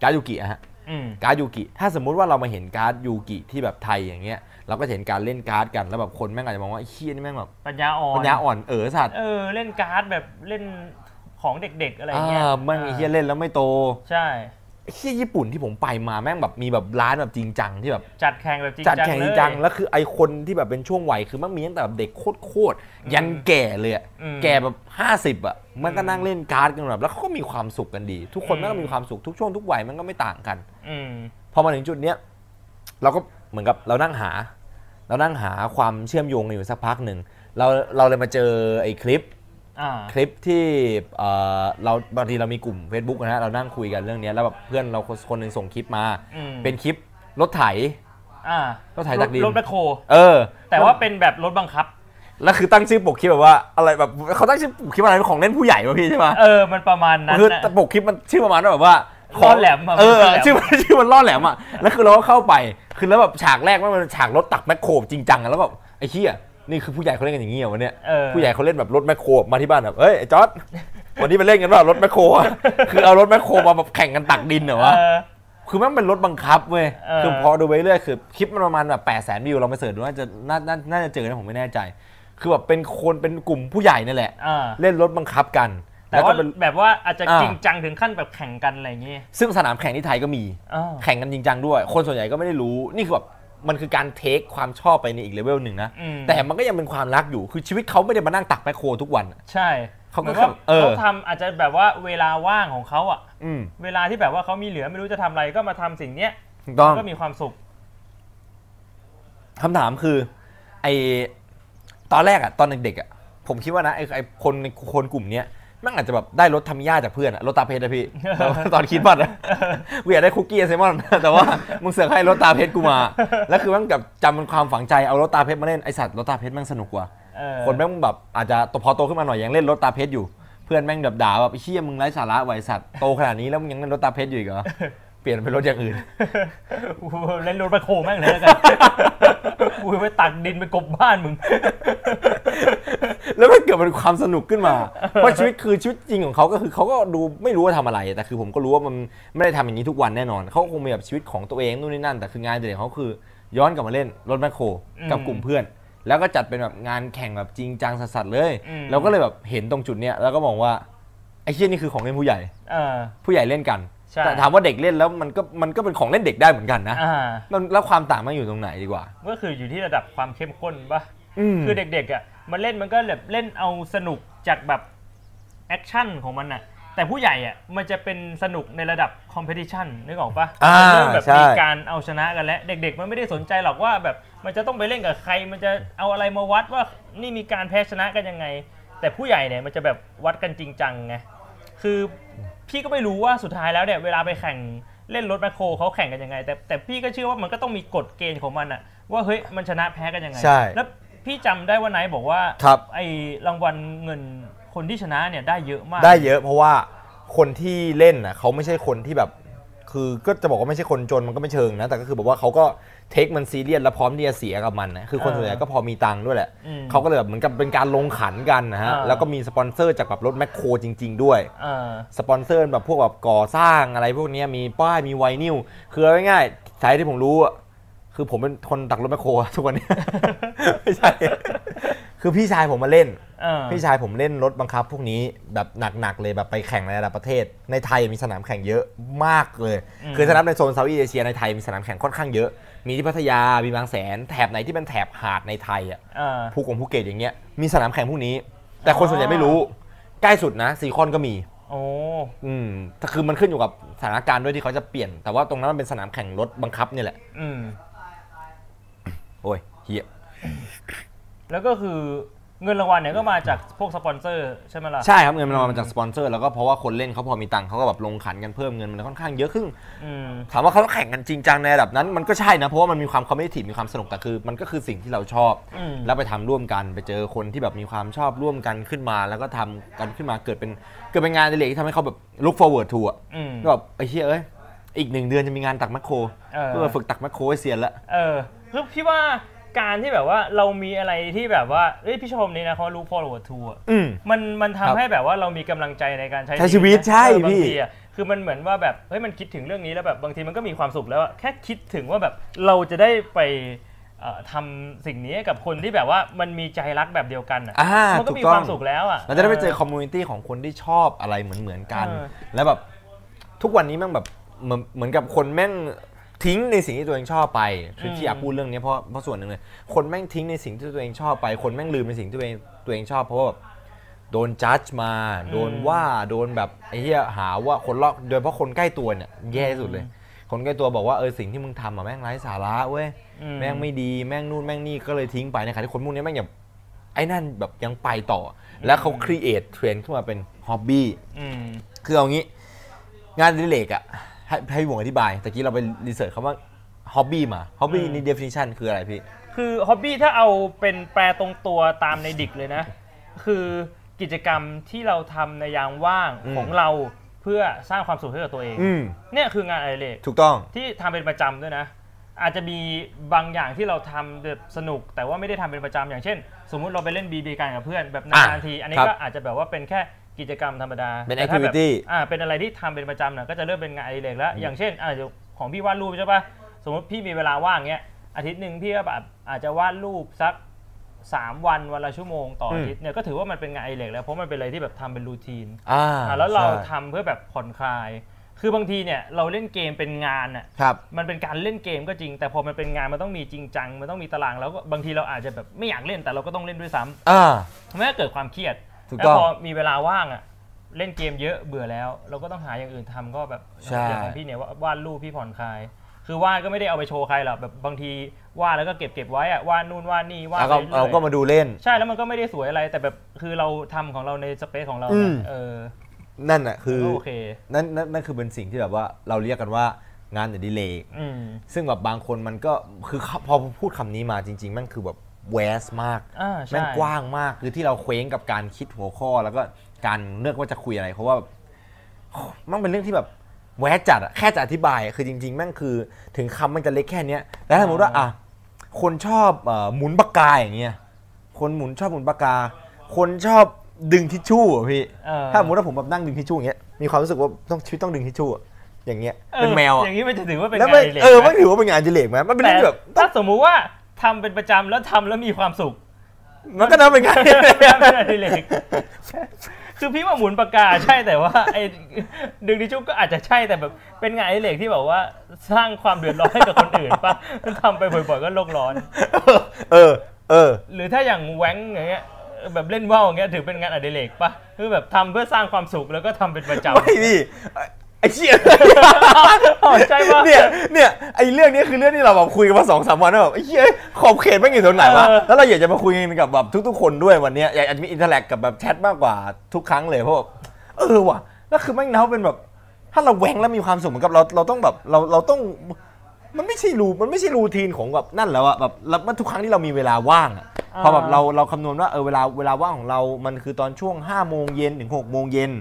[SPEAKER 1] การ์ดยูกิอะฮะ
[SPEAKER 2] อืม
[SPEAKER 1] การ์ดยูกิถ้าสมมุติว่าเรามาเห็นการ์ดยูกิที่แบบไทยอย่างเงี้ยเราก็จะเห็นการเล่นการ์ดกันแล้วแบบคนแม่งอาจจะมองว่าไอ้เฮียนี่แม่งแบบ
[SPEAKER 2] ปัญญาอ่อน
[SPEAKER 1] ปัญญาอ่อนเออสัตว์
[SPEAKER 2] เออเล่นการ์ดแบบเล่นของเด็กๆอะไร
[SPEAKER 1] อ่
[SPEAKER 2] เงี้ย
[SPEAKER 1] าแม่งไอ้เฮียเล่นแล้วไม่โต
[SPEAKER 2] ใช่
[SPEAKER 1] ไอ้เฮียญี่ปุ่นที่ผมไปมาแม่งแบบมีแบบร้านแบบจริงจังที่แบบ
[SPEAKER 2] จัดแข่งแบบจริง
[SPEAKER 1] จัด
[SPEAKER 2] จัง
[SPEAKER 1] แข่งจ
[SPEAKER 2] เล
[SPEAKER 1] ริ
[SPEAKER 2] ย
[SPEAKER 1] งจังแล้วคือไอคนที่แบบเป็นช่วงวัยคือแม่งมีตั้งแต่แบบเด็กโคตรๆยันแก่เลยอะ
[SPEAKER 2] อืม
[SPEAKER 1] แก่แบบ 50อ่ะแมันก็นั่งเล่นการ์ดกันแบบแล้วเขาก็มีความสุขกันดี ทุกคนแม่งก็มีความสุขทุกช่วงทุกวัยมันก็ไม่ต่างกัน
[SPEAKER 2] อืม
[SPEAKER 1] พอมาถึงจุดเนี้ยเราก็เหมือนกับเรานั่งหา เรานั่งหาความเชื่อมโยงกันอยู่สักพักหนึ่งเราเราเลยมาเจอไอ้คลิป
[SPEAKER 2] อ่า
[SPEAKER 1] คลิปที่เอ่อเราบางทีเรามีกลุ่ม Facebook นะฮะเรานั่งคุยกันเรื่องเนี้ยแล้วแบบเพื่อนเราคนคนหนึ่งส่งคลิปมา
[SPEAKER 2] อืม
[SPEAKER 1] เป็นคลิปรถไถ
[SPEAKER 2] อ่า
[SPEAKER 1] ก็ถ่ายจากดิน
[SPEAKER 2] รถแบคโค
[SPEAKER 1] เออ
[SPEAKER 2] แต่ว่าเป็นแบบรถบังคับ
[SPEAKER 1] แล้วคือตั้งชื่อปกคลิปแบบว่าอะไรแบบเขาตั้งชื่อปกคลิปอะไรของเล่นผู้ใหญ่ป่ะพี่ใช่ปะ
[SPEAKER 2] เออ มันประมาณนั้น
[SPEAKER 1] คือ
[SPEAKER 2] น่ะ
[SPEAKER 1] ปกคลิปมันชื่อประมาณว่าแบบว่าขง
[SPEAKER 2] ล่อแหลมอะ
[SPEAKER 1] เออ
[SPEAKER 2] มันล่อแหลม
[SPEAKER 1] ชื่อมัน ชื่อมันล่อแหลมอ่ะแล้วคือเราก็เข้าไปคือแล้วแบบฉากแรกมันเป็นฉากรถตักแมคโครจริงจังอะแล้วแบบไอ้เหี้ยนี่คือผู้ใหญ่เขาเล่นกันอย่างเงี้ยวันเนี้ย
[SPEAKER 2] เออ
[SPEAKER 1] ผู้ใหญ่เขาเล่นแบบรถแมคโครมาที่บ้านแบบเฮ้ยไอ้จอร์ด วันนี้ไปเล่นกันว่ารถแมคโครอะ คือเอารถแมคโครมาแบบแข่งกันตักดินเหรอวะ
[SPEAKER 2] เออ
[SPEAKER 1] คือมันเป็นรถบังคับเว้ย
[SPEAKER 2] เออ
[SPEAKER 1] คือพอดูไปเรื่อยคือคลิปมันประมาณแบบ8 0 0 0 0วิวเราไปเสิร์ชดูน่าจะน่าน่าน่าจะเจอนะผมไม่แน่ใจ คือแบบเป็นคนเป็นกลุ่มผู้ใหญ่นั่นแหละ
[SPEAKER 2] อ่า
[SPEAKER 1] เล่นรถบังคับกัน
[SPEAKER 2] แต่ว่า
[SPEAKER 1] ก็เป็น
[SPEAKER 2] แบบว่าอาจจะ
[SPEAKER 1] อ่า
[SPEAKER 2] จริงจังถึงขั้นแบบแข่งกันอะไรอย่างเงี้ย
[SPEAKER 1] ซึ่งสนามแข่งที่ไทยก็มี
[SPEAKER 2] อ้าว
[SPEAKER 1] แข่งกันจริงจังด้วย คนส่วนใหญ่ก็ไม่ได้รู้ นี่คือแบบมันคือการเทคความชอบไปในอีกเลเวลหนึ่งนะ
[SPEAKER 2] อืม
[SPEAKER 1] แต่มันก็ยังเป็นความรักอยู่ คือชีวิตเขาไม่ได้มานั่งตักแมคโครทุกวันอะ
[SPEAKER 2] ใช่
[SPEAKER 1] เขา
[SPEAKER 2] เหมื
[SPEAKER 1] ก็
[SPEAKER 2] อน
[SPEAKER 1] แบ
[SPEAKER 2] ว่า
[SPEAKER 1] บเออ
[SPEAKER 2] เขาทำอาจจะแบบว่าเวลาว่างของเขาอะ
[SPEAKER 1] อืม
[SPEAKER 2] เวลาที่แบบว่าเขามีเหลือไม่รู้จะทำอะไรก็มาทำสิ่งเนี้ย
[SPEAKER 1] ถูกต้อง
[SPEAKER 2] ก็มีความสุข
[SPEAKER 1] คำถามคือไอตอนแรกอะตอนเด็กๆอะผมคิดว่านะไอไอคนในคนกลุ่มเนี้ยแมันอาจจะแบบได้รถทำหญ้าจากเพื่อนอะรถตาเพชรอะพี่ แต่ว่าตอนคิดบัตรอะ กูอยากได้คุกกี้ไอเซมอน แต่ว่ามึงเสือกให้รถตาเพชรกูมา แล้วคือแมันกับจำเป็นความฝังใจเอารถตาเพชรมาเล่นไอสัตว์รถตาเพชรแม่งสนุกกว่า
[SPEAKER 2] เออ
[SPEAKER 1] คนแม่งแบบอาจจะพอโตขึ้นมาหน่อยยังเล่นรถตาเพชรอยู่ เพื่อนแม่งแบบด่าแบบเชี่ยมึงไร้สาระไวะไอ้สัตว์โตขนาดนี้แล้วมึงยังเล่นรถตาเพชรอยู่อีกเหรอ เปลี่ยนเป็นรถอย่างอื่น
[SPEAKER 2] กูเล่นรถไปโคแม่งเลยแล้วกัน กูไปตักดินไปกลบบ้านมึง
[SPEAKER 1] แล้วมันเกิดเป็นความสนุกขึ้นมา เพราะชีวิตคือชีวิตจริงของเขาก็คือเขาก็ดูไม่รู้ว่าทำอะไร แต่คือผมก็รู้ว่ามันไม่ได้ทำอย่างนี้ทุกวันแน่นอน เขาคงมีแบบชีวิตของตัวเองนู่นนี่นั่น แต่คืองานเด็กเขาคือ ย้อนกลับมาเล่นรถแมคโครกับกลุ่มเพื่อน แล้วก็จัดเป็นแบบงานแข่งแบบจริงจังสัสๆเลย
[SPEAKER 2] อืม
[SPEAKER 1] เราก็เลยแบบเห็นตรงจุดเนี้ยแล้วก็มองว่าไอ้เชี่ยนี่คือของเล่นผู้ใหญ่
[SPEAKER 2] เออ
[SPEAKER 1] ผู้ใหญ่เล่นกัน
[SPEAKER 2] ใช่
[SPEAKER 1] แต่ถามว่าเด็กเล่นแล้วมันก็มันก็เป็นของเล่นเด็กได้เหมือนกันนะ
[SPEAKER 2] อ่า
[SPEAKER 1] มันแล้วความต่างมันอยู่ตรงไหนดีกว่า
[SPEAKER 2] ก็คืออยู่ที่ระดับความเข้มข้นปะ
[SPEAKER 1] อืม
[SPEAKER 2] คือเด็กๆอ่ะมันเล่นมันก็แบบเล่นเอาสนุกจากแบบแอคชั่นของมันอ่ะแต่ผู้ใหญ่อ่ะมันจะเป็นสนุกในระดับคอมเพติชันนึกออกปะ
[SPEAKER 1] อ่า
[SPEAKER 2] เริ่มแบบ
[SPEAKER 1] ใช่
[SPEAKER 2] มีการเอาชนะกันแล้ว เด็กๆ มันไม่ได้สนใจหรอกว่าแบบมันจะต้องไปเล่นกับใคร มันจะเอาอะไรมาวัดว่านี่มีการแพ้ชนะกันยังไง แต่ผู้ใหญ่เนี่ยมันจะแบบวัดกันจริงจังไงคือพี่ก็ไม่รู้ว่าสุดท้ายแล้วเนี่ยเวลาไปแข่งเล่นรถแมคโครเขาแข่งกันยังไง แต่แต่พี่ก็เชื่อว่ามันก็ต้องมีกฎเกณฑ์ของมันอะว่าเฮ้ยมันชนะแพ้กันยังไง
[SPEAKER 1] ใช่
[SPEAKER 2] แล้วพี่จำได้ว่าไนท์บอกว่า
[SPEAKER 1] ครับ
[SPEAKER 2] ไอรางวัลเงินคนที่ชนะเนี่ยได้เยอะมาก
[SPEAKER 1] ได้เยอะเพราะว่าคนที่เล่นน่ะเขาไม่ใช่คนที่แบบ คือก็จะบอกว่าไม่ใช่คนจนมันก็ไม่เชิงนะ แต่ก็คือแบบว่าเขาก็เทคมันซีเรียสและพร้อมที่จะเสียกับมันนะคือคน
[SPEAKER 2] เออ
[SPEAKER 1] ส่วนใหญ่ก็พอมีตังค์ด้วยแหละ
[SPEAKER 2] อืม
[SPEAKER 1] เขาก็เลยแบบเหมือนกับเป็นการลงขันกันนะฮะ
[SPEAKER 2] เออ
[SPEAKER 1] แล้วก็มีสปอนเซอร์จากแบบรถแมคโครจริง ๆ ด้วย
[SPEAKER 2] เออ
[SPEAKER 1] สปอนเซอร์แบบพวกแบบก่อสร้างอะไรพวกเนี้ยมีป้ายมีไวนิลคือเอาง่ายๆสายที่ผมรู้อะคือผมเป็นคนตักรถแมคโครอะทุกวันเนี้ ย ไม่ใช่ คือพี่ชายผมมาเล่น
[SPEAKER 2] เออ
[SPEAKER 1] พี่ชายผมเล่นรถบังคับพวกนี้แบบหนัก ๆ เลยแบบไปแข่งในระดับประเทศ ในไทยมีสนามแข่งเยอะมากเลย
[SPEAKER 2] อืม
[SPEAKER 1] คือถ้านับในโซนเซาท์อีสเอเชียในไทยมีสนามแข่งค่อนข้างเยอะ มีที่พัทยา มีบางแสน แถบไหนที่เป็นแถบหาดในไทยอ่ะ
[SPEAKER 2] เออ
[SPEAKER 1] ภูกงภูเก็ตอย่างเงี้ยมีสนามแข่งพวกนี้ แต่คนส่วนใหญ่ไม่รู้ ใกล้สุดนะซีคอนก็มี
[SPEAKER 2] โอ้
[SPEAKER 1] อืมแต่คือมันขึ้นอยู่กับสถานการณ์ด้วยที่เขาจะเปลี่ยน แต่ว่าตรงนั้นมันเป็นสนามแข่งรถบังคับเนี่ยแหละ
[SPEAKER 2] อืม
[SPEAKER 1] โอ้ยเฮีย
[SPEAKER 2] แล้วก็คือเงินรางวัลเนี่ยก็มาจากพวกสปอนเซอร์ใช่ไหมล่ะ
[SPEAKER 1] ใช่ครับเงินมันมาจากสปอนเซอร์แล้วก็เพราะว่าคนเล่นเขาพอมีตังค์เขาก็แบบลงขันกันเพิ่มเงินมันค่อนข้างเยอะขึ้น
[SPEAKER 2] อืม
[SPEAKER 1] ถามว่าเขาต้องแข่งกันจริงจังในระดับนั้นมันก็ใช่นะ เพราะว่ามันมีความคอมเมดี้มีความสนุกแต่คือ มันก็คือสิ่งที่เราชอบ
[SPEAKER 2] อืม
[SPEAKER 1] แล้วไปทำร่วมกันไปเจอคนที่แบบมีความชอบร่วมกันขึ้นมา แล้วก็ทำกันขึ้นมาเกิดเป็นเกิดเป็นงานอดิเรกที่ทำให้เขาแบบ look forward to อ่ะ
[SPEAKER 2] อืม
[SPEAKER 1] ก็แบบไอ้เหี้ยเอ้ยอีกหนึ่งเดือนจะมีงานตักแมคโคร
[SPEAKER 2] เออ
[SPEAKER 1] เพื่อฝึกตักแมคโครให้เซียนละ
[SPEAKER 2] เออคือพี่ว่าการที่แบบว่าเรามีอะไรที่แบบว่าเอ้ยพี่ชมนี่นะเขารู้พอลวทัวร์
[SPEAKER 1] อืม
[SPEAKER 2] มันมัน
[SPEAKER 1] ครับ
[SPEAKER 2] ทำให้แบบว่าเรามีกำลังใจในการใช้
[SPEAKER 1] ใช้ชีวิต
[SPEAKER 2] นะ
[SPEAKER 1] ใช่
[SPEAKER 2] เออบาง
[SPEAKER 1] พี่
[SPEAKER 2] ทีอะคือมันเหมือนว่าแบบเฮ้ยมันคิดถึงเรื่องนี้แล้วแบบบางทีมันก็มีความสุขแล้วอะแค่คิดถึงว่าแบบเราจะได้ไปเอ่อทำสิ่งนี้กับคนที่แบบว่ามันมีใจรักแบบเดียวกันอะ
[SPEAKER 1] อ่า
[SPEAKER 2] มันก็
[SPEAKER 1] ถู
[SPEAKER 2] มี
[SPEAKER 1] กต้อง
[SPEAKER 2] ความสุขแล้วอ่ะ
[SPEAKER 1] เราจะได้ไปเจอคอมมูนิตี้ของคนที่ชอบอะไรเหมือนเหมือนๆกัน
[SPEAKER 2] เออ
[SPEAKER 1] แล้วแบบทุกวันนี้แม่งแบบเหมือนเหมือนกับคนแม่งทิ้งในสิ่งที่ตัวเองชอบไปคือที่อยากพูดเรื่องนี้เพราะเพราะส่วนหนึ่งเลยคนแม่งทิ้งในสิ่งที่ตัวเองชอบไป คนแม่งลืมในสิ่งที่ตัวเองตัวเองชอบเพราะว่าแบบโดนจัดมา โดนว่าโดนแบบไอ้เหี้ยหาว่าคนรอบโดยเฉพาะคนใกล้ตัวเนี่ยแย่ที่สุดเลย คนใกล้ตัวบอกว่าเออสิ่งที่มึงทำอะแม่งไร้สาระเว้ย
[SPEAKER 2] อืม
[SPEAKER 1] แม่งไม่ดีแม่งนู่นแม่งนี่ก็เลยทิ้งไปนะครับที่คนพวกนี้แม่งอย่างไอ้นั่นแบบยังไปต่อ แล้วเขาครีเอทเทรนขึ้นมาเป็นฮอบบี้
[SPEAKER 2] อืม
[SPEAKER 1] คือเอางี้ งานอดิเลกอะให้ให้พี่หวงอธิบายตะกี้เราไปรีเสิร์ชคำว่าฮอบบี้มาฮอบบี้นี่ definition คืออะไรพี่
[SPEAKER 2] คือฮอบบี้ถ้าเอาเป็นแปลตรงตัวตามในดิกเลยนะ คือกิจกรรมที่เราทำในยามว่าง
[SPEAKER 1] อืม
[SPEAKER 2] ของเราเพื่อสร้างความสุขให้กับตัวเอง
[SPEAKER 1] อืม
[SPEAKER 2] เนี่ยคืองานอดิเรก
[SPEAKER 1] ถูกต้อง
[SPEAKER 2] ที่ทำเป็นประจำด้วยนะ อาจจะมีบางอย่างที่เราทำแบบสนุก แต่ว่าไม่ได้ทำเป็นประจำอย่างเช่น สมมุติเราไปเล่นบีบีกันกับเพื่อนแบบนาน
[SPEAKER 1] อ่ะ
[SPEAKER 2] ๆที อันนี้
[SPEAKER 1] ครับ
[SPEAKER 2] ก็อาจจะแบบว่าเป็นแค่กิจกรรมธรรมดา
[SPEAKER 1] เป็น
[SPEAKER 2] แต่ถ้าแบบ
[SPEAKER 1] activity
[SPEAKER 2] อ่าเป็นอะไรที่ทำเป็นประจำเนี่ยก็จะเริ่มเป็นงานอดิเรกแล้ว อย่างเช่นอ่าเดี๋ยวของพี่วาดรูปใช่ปะสมมติพี่มีเวลาว่างเงี้ยอาทิตย์หนึ่งพี่ก็แบบอาจจะวาดรูปสัก 3 วันวันละชั่วโมงต่ออาทิตย์เนี่ยก็ถือว่ามันเป็นงานอดิเรกแล้วเพราะมันเป็นอะไรที่แบบทำเป็นรูทีน
[SPEAKER 1] อ่า
[SPEAKER 2] อ่ะแล้วเรา
[SPEAKER 1] ใช่
[SPEAKER 2] ทำเพื่อแบบผ่อนคลาย คือบางทีเนี่ยเราเล่นเกมเป็นงานอ่ะ
[SPEAKER 1] ครับ
[SPEAKER 2] มันเป็นการเล่นเกมก็จริง แต่พอมันเป็นงานมันต้องมีจริงจัง มันต้องมีตารางแล้วก็บางทีเราอาจจะแบบไม่อยากเล่นแต่เราก็ต้องเล่นด้วยซ้ำ
[SPEAKER 1] อ่า
[SPEAKER 2] ทำให้เกิดความเครียด
[SPEAKER 1] ถูก
[SPEAKER 2] แล้ว
[SPEAKER 1] ต้อง
[SPEAKER 2] พอมีเวลาว่างอ่ะเล่นเกมเยอะเบื่อแล้ว เราก็ต้องหาอย่างอื่นทำก็แบบ
[SPEAKER 1] ใช่
[SPEAKER 2] อย่างของพี่เนี่ยวาดรูปพี่ผ่อนคลาย คือวาดก็ไม่ได้เอาไปโชว์ใครหรอกแบบบางทีวาดแล้วก็เก็บเก็บไว้อะวาดนู่นวาดนี่วาด
[SPEAKER 1] แล้ว
[SPEAKER 2] ไป
[SPEAKER 1] ก็
[SPEAKER 2] เรื่
[SPEAKER 1] เรา
[SPEAKER 2] อย
[SPEAKER 1] ก็มาดูเล่น
[SPEAKER 2] ใช่แล้วมันก็ไม่ได้สวยอะไร แต่แบบคือเราทำของเราในสเปซของเรา
[SPEAKER 1] อื
[SPEAKER 2] เนี่ย
[SPEAKER 1] ม
[SPEAKER 2] เออ
[SPEAKER 1] นั่นน่ะคือ
[SPEAKER 2] ก็โอเค
[SPEAKER 1] นั่นนั่นนั่นคือเป็นสิ่งที่แบบว่าเราเรียกกันว่างานอดิเรก
[SPEAKER 2] อืม
[SPEAKER 1] ซึ่งแบบบางคนมันก็คือเขาพอพูดคำนี้มาจริงๆแมันคือแบบแวสมาก
[SPEAKER 2] อ่าใช่
[SPEAKER 1] แม่งกว้างมากคือที่เราเคว้งกับการคิดหัวข้อแล้วก็การเลือกว่าจะคุยอะไร เพราะว่าแบบมันเป็นเรื่องที่แบบแวสจัดอะแค่จะอธิบายอะคือจริงๆแม่งคือถึงคำมันจะเล็กแค่เนี้ยแล้วสมมติว่าอ่ะคนชอบเอ่อหมุนปากกาอย่างเงี้ยคนหมุนชอบหมุนปากกา คนชอบดึงทิชชู่อะพี่
[SPEAKER 2] เออ
[SPEAKER 1] ถ้าสมมติว่าผมแบบนั่งดึงทิชชู่อย่างเงี้ย มีความรู้สึกว่าต้องชีวิตต้องดึงทิชชู่อะอย่างเงี้ย
[SPEAKER 2] ออ
[SPEAKER 1] เป็นแมวอะ
[SPEAKER 2] อย่างนี้มันจะถือว่าเป็น
[SPEAKER 1] แล้ว
[SPEAKER 2] งา
[SPEAKER 1] ไม่
[SPEAKER 2] นอดิรก
[SPEAKER 1] เออ
[SPEAKER 2] ไหม
[SPEAKER 1] ไม่ถือว่าเป็นงานอดิเรกไหมมันเป็น
[SPEAKER 2] แต่
[SPEAKER 1] เรื่องแบบ
[SPEAKER 2] ถ้าสมมุติว่าทำเป็นประจำแล้วทำแล้วมีความสุข
[SPEAKER 1] มันก็นับเป็นงานอดิเรก
[SPEAKER 2] ไม่ได้เลยคือพี่ว่าหมุนปากกาใช่แต่ว่าไอ้ดึงดิชชู่ก็อาจจะใช่แต่แบบเป็นงานไอ้เหล็กที่แบบว่าสร้างความเดือดร้อนให้กับคนอื่นป่ะ มันทำไปบ่อยๆก็โลกร้อน
[SPEAKER 1] เออ เออ
[SPEAKER 2] หรือถ้าอย่างแว้งอย่างเงี้ยแบบเล่นว่าวอย่างเงี้ยถือเป็นงานอดิเรกป่ะคือแบบทำเพื่อสร้างความสุขแล้วก็ทำเป็นประจำ
[SPEAKER 1] ไม่พี่ไอ้เชี่ย
[SPEAKER 2] อ๋อใช่ป่ะ
[SPEAKER 1] เนี่ยเนี่ยไอ้เรื่องนี้คือเรื่องที่เราแบบคุยกันมาสองสามวันแล้วแบบไอ้เชี่ยขอบเขตไม่งอยู่ตรงไหนวะ
[SPEAKER 2] เออ
[SPEAKER 1] แล้วเราอยากจะมาคุยกันกับแบบทุก ๆ คนด้วยวันเนี้ยอยากจะมีอินเทอร์แลกกับแบบแชทมากกว่าทุกครั้งเลยเพราะแบบเออว่ะแล้วคือแม่งนับเป็นแบบ ถ้าเราแหวงแล้วมีความสุขเหมือนกับเราเราต้องแบบเราเราต้อง มันไม่ใช่รูมันไม่ใช่รูทีนของแบบนั่นแล้วอะแบบแล้วมันทุกครั้งที่เรามีเวลาว่างอะ
[SPEAKER 2] อ่า
[SPEAKER 1] พอแบบเราเราคำนวณว่าเออเวลาเวลาว่างของเรา มันคือตอนช่วง5้าโมงเย็นถึงหกโมงเย็น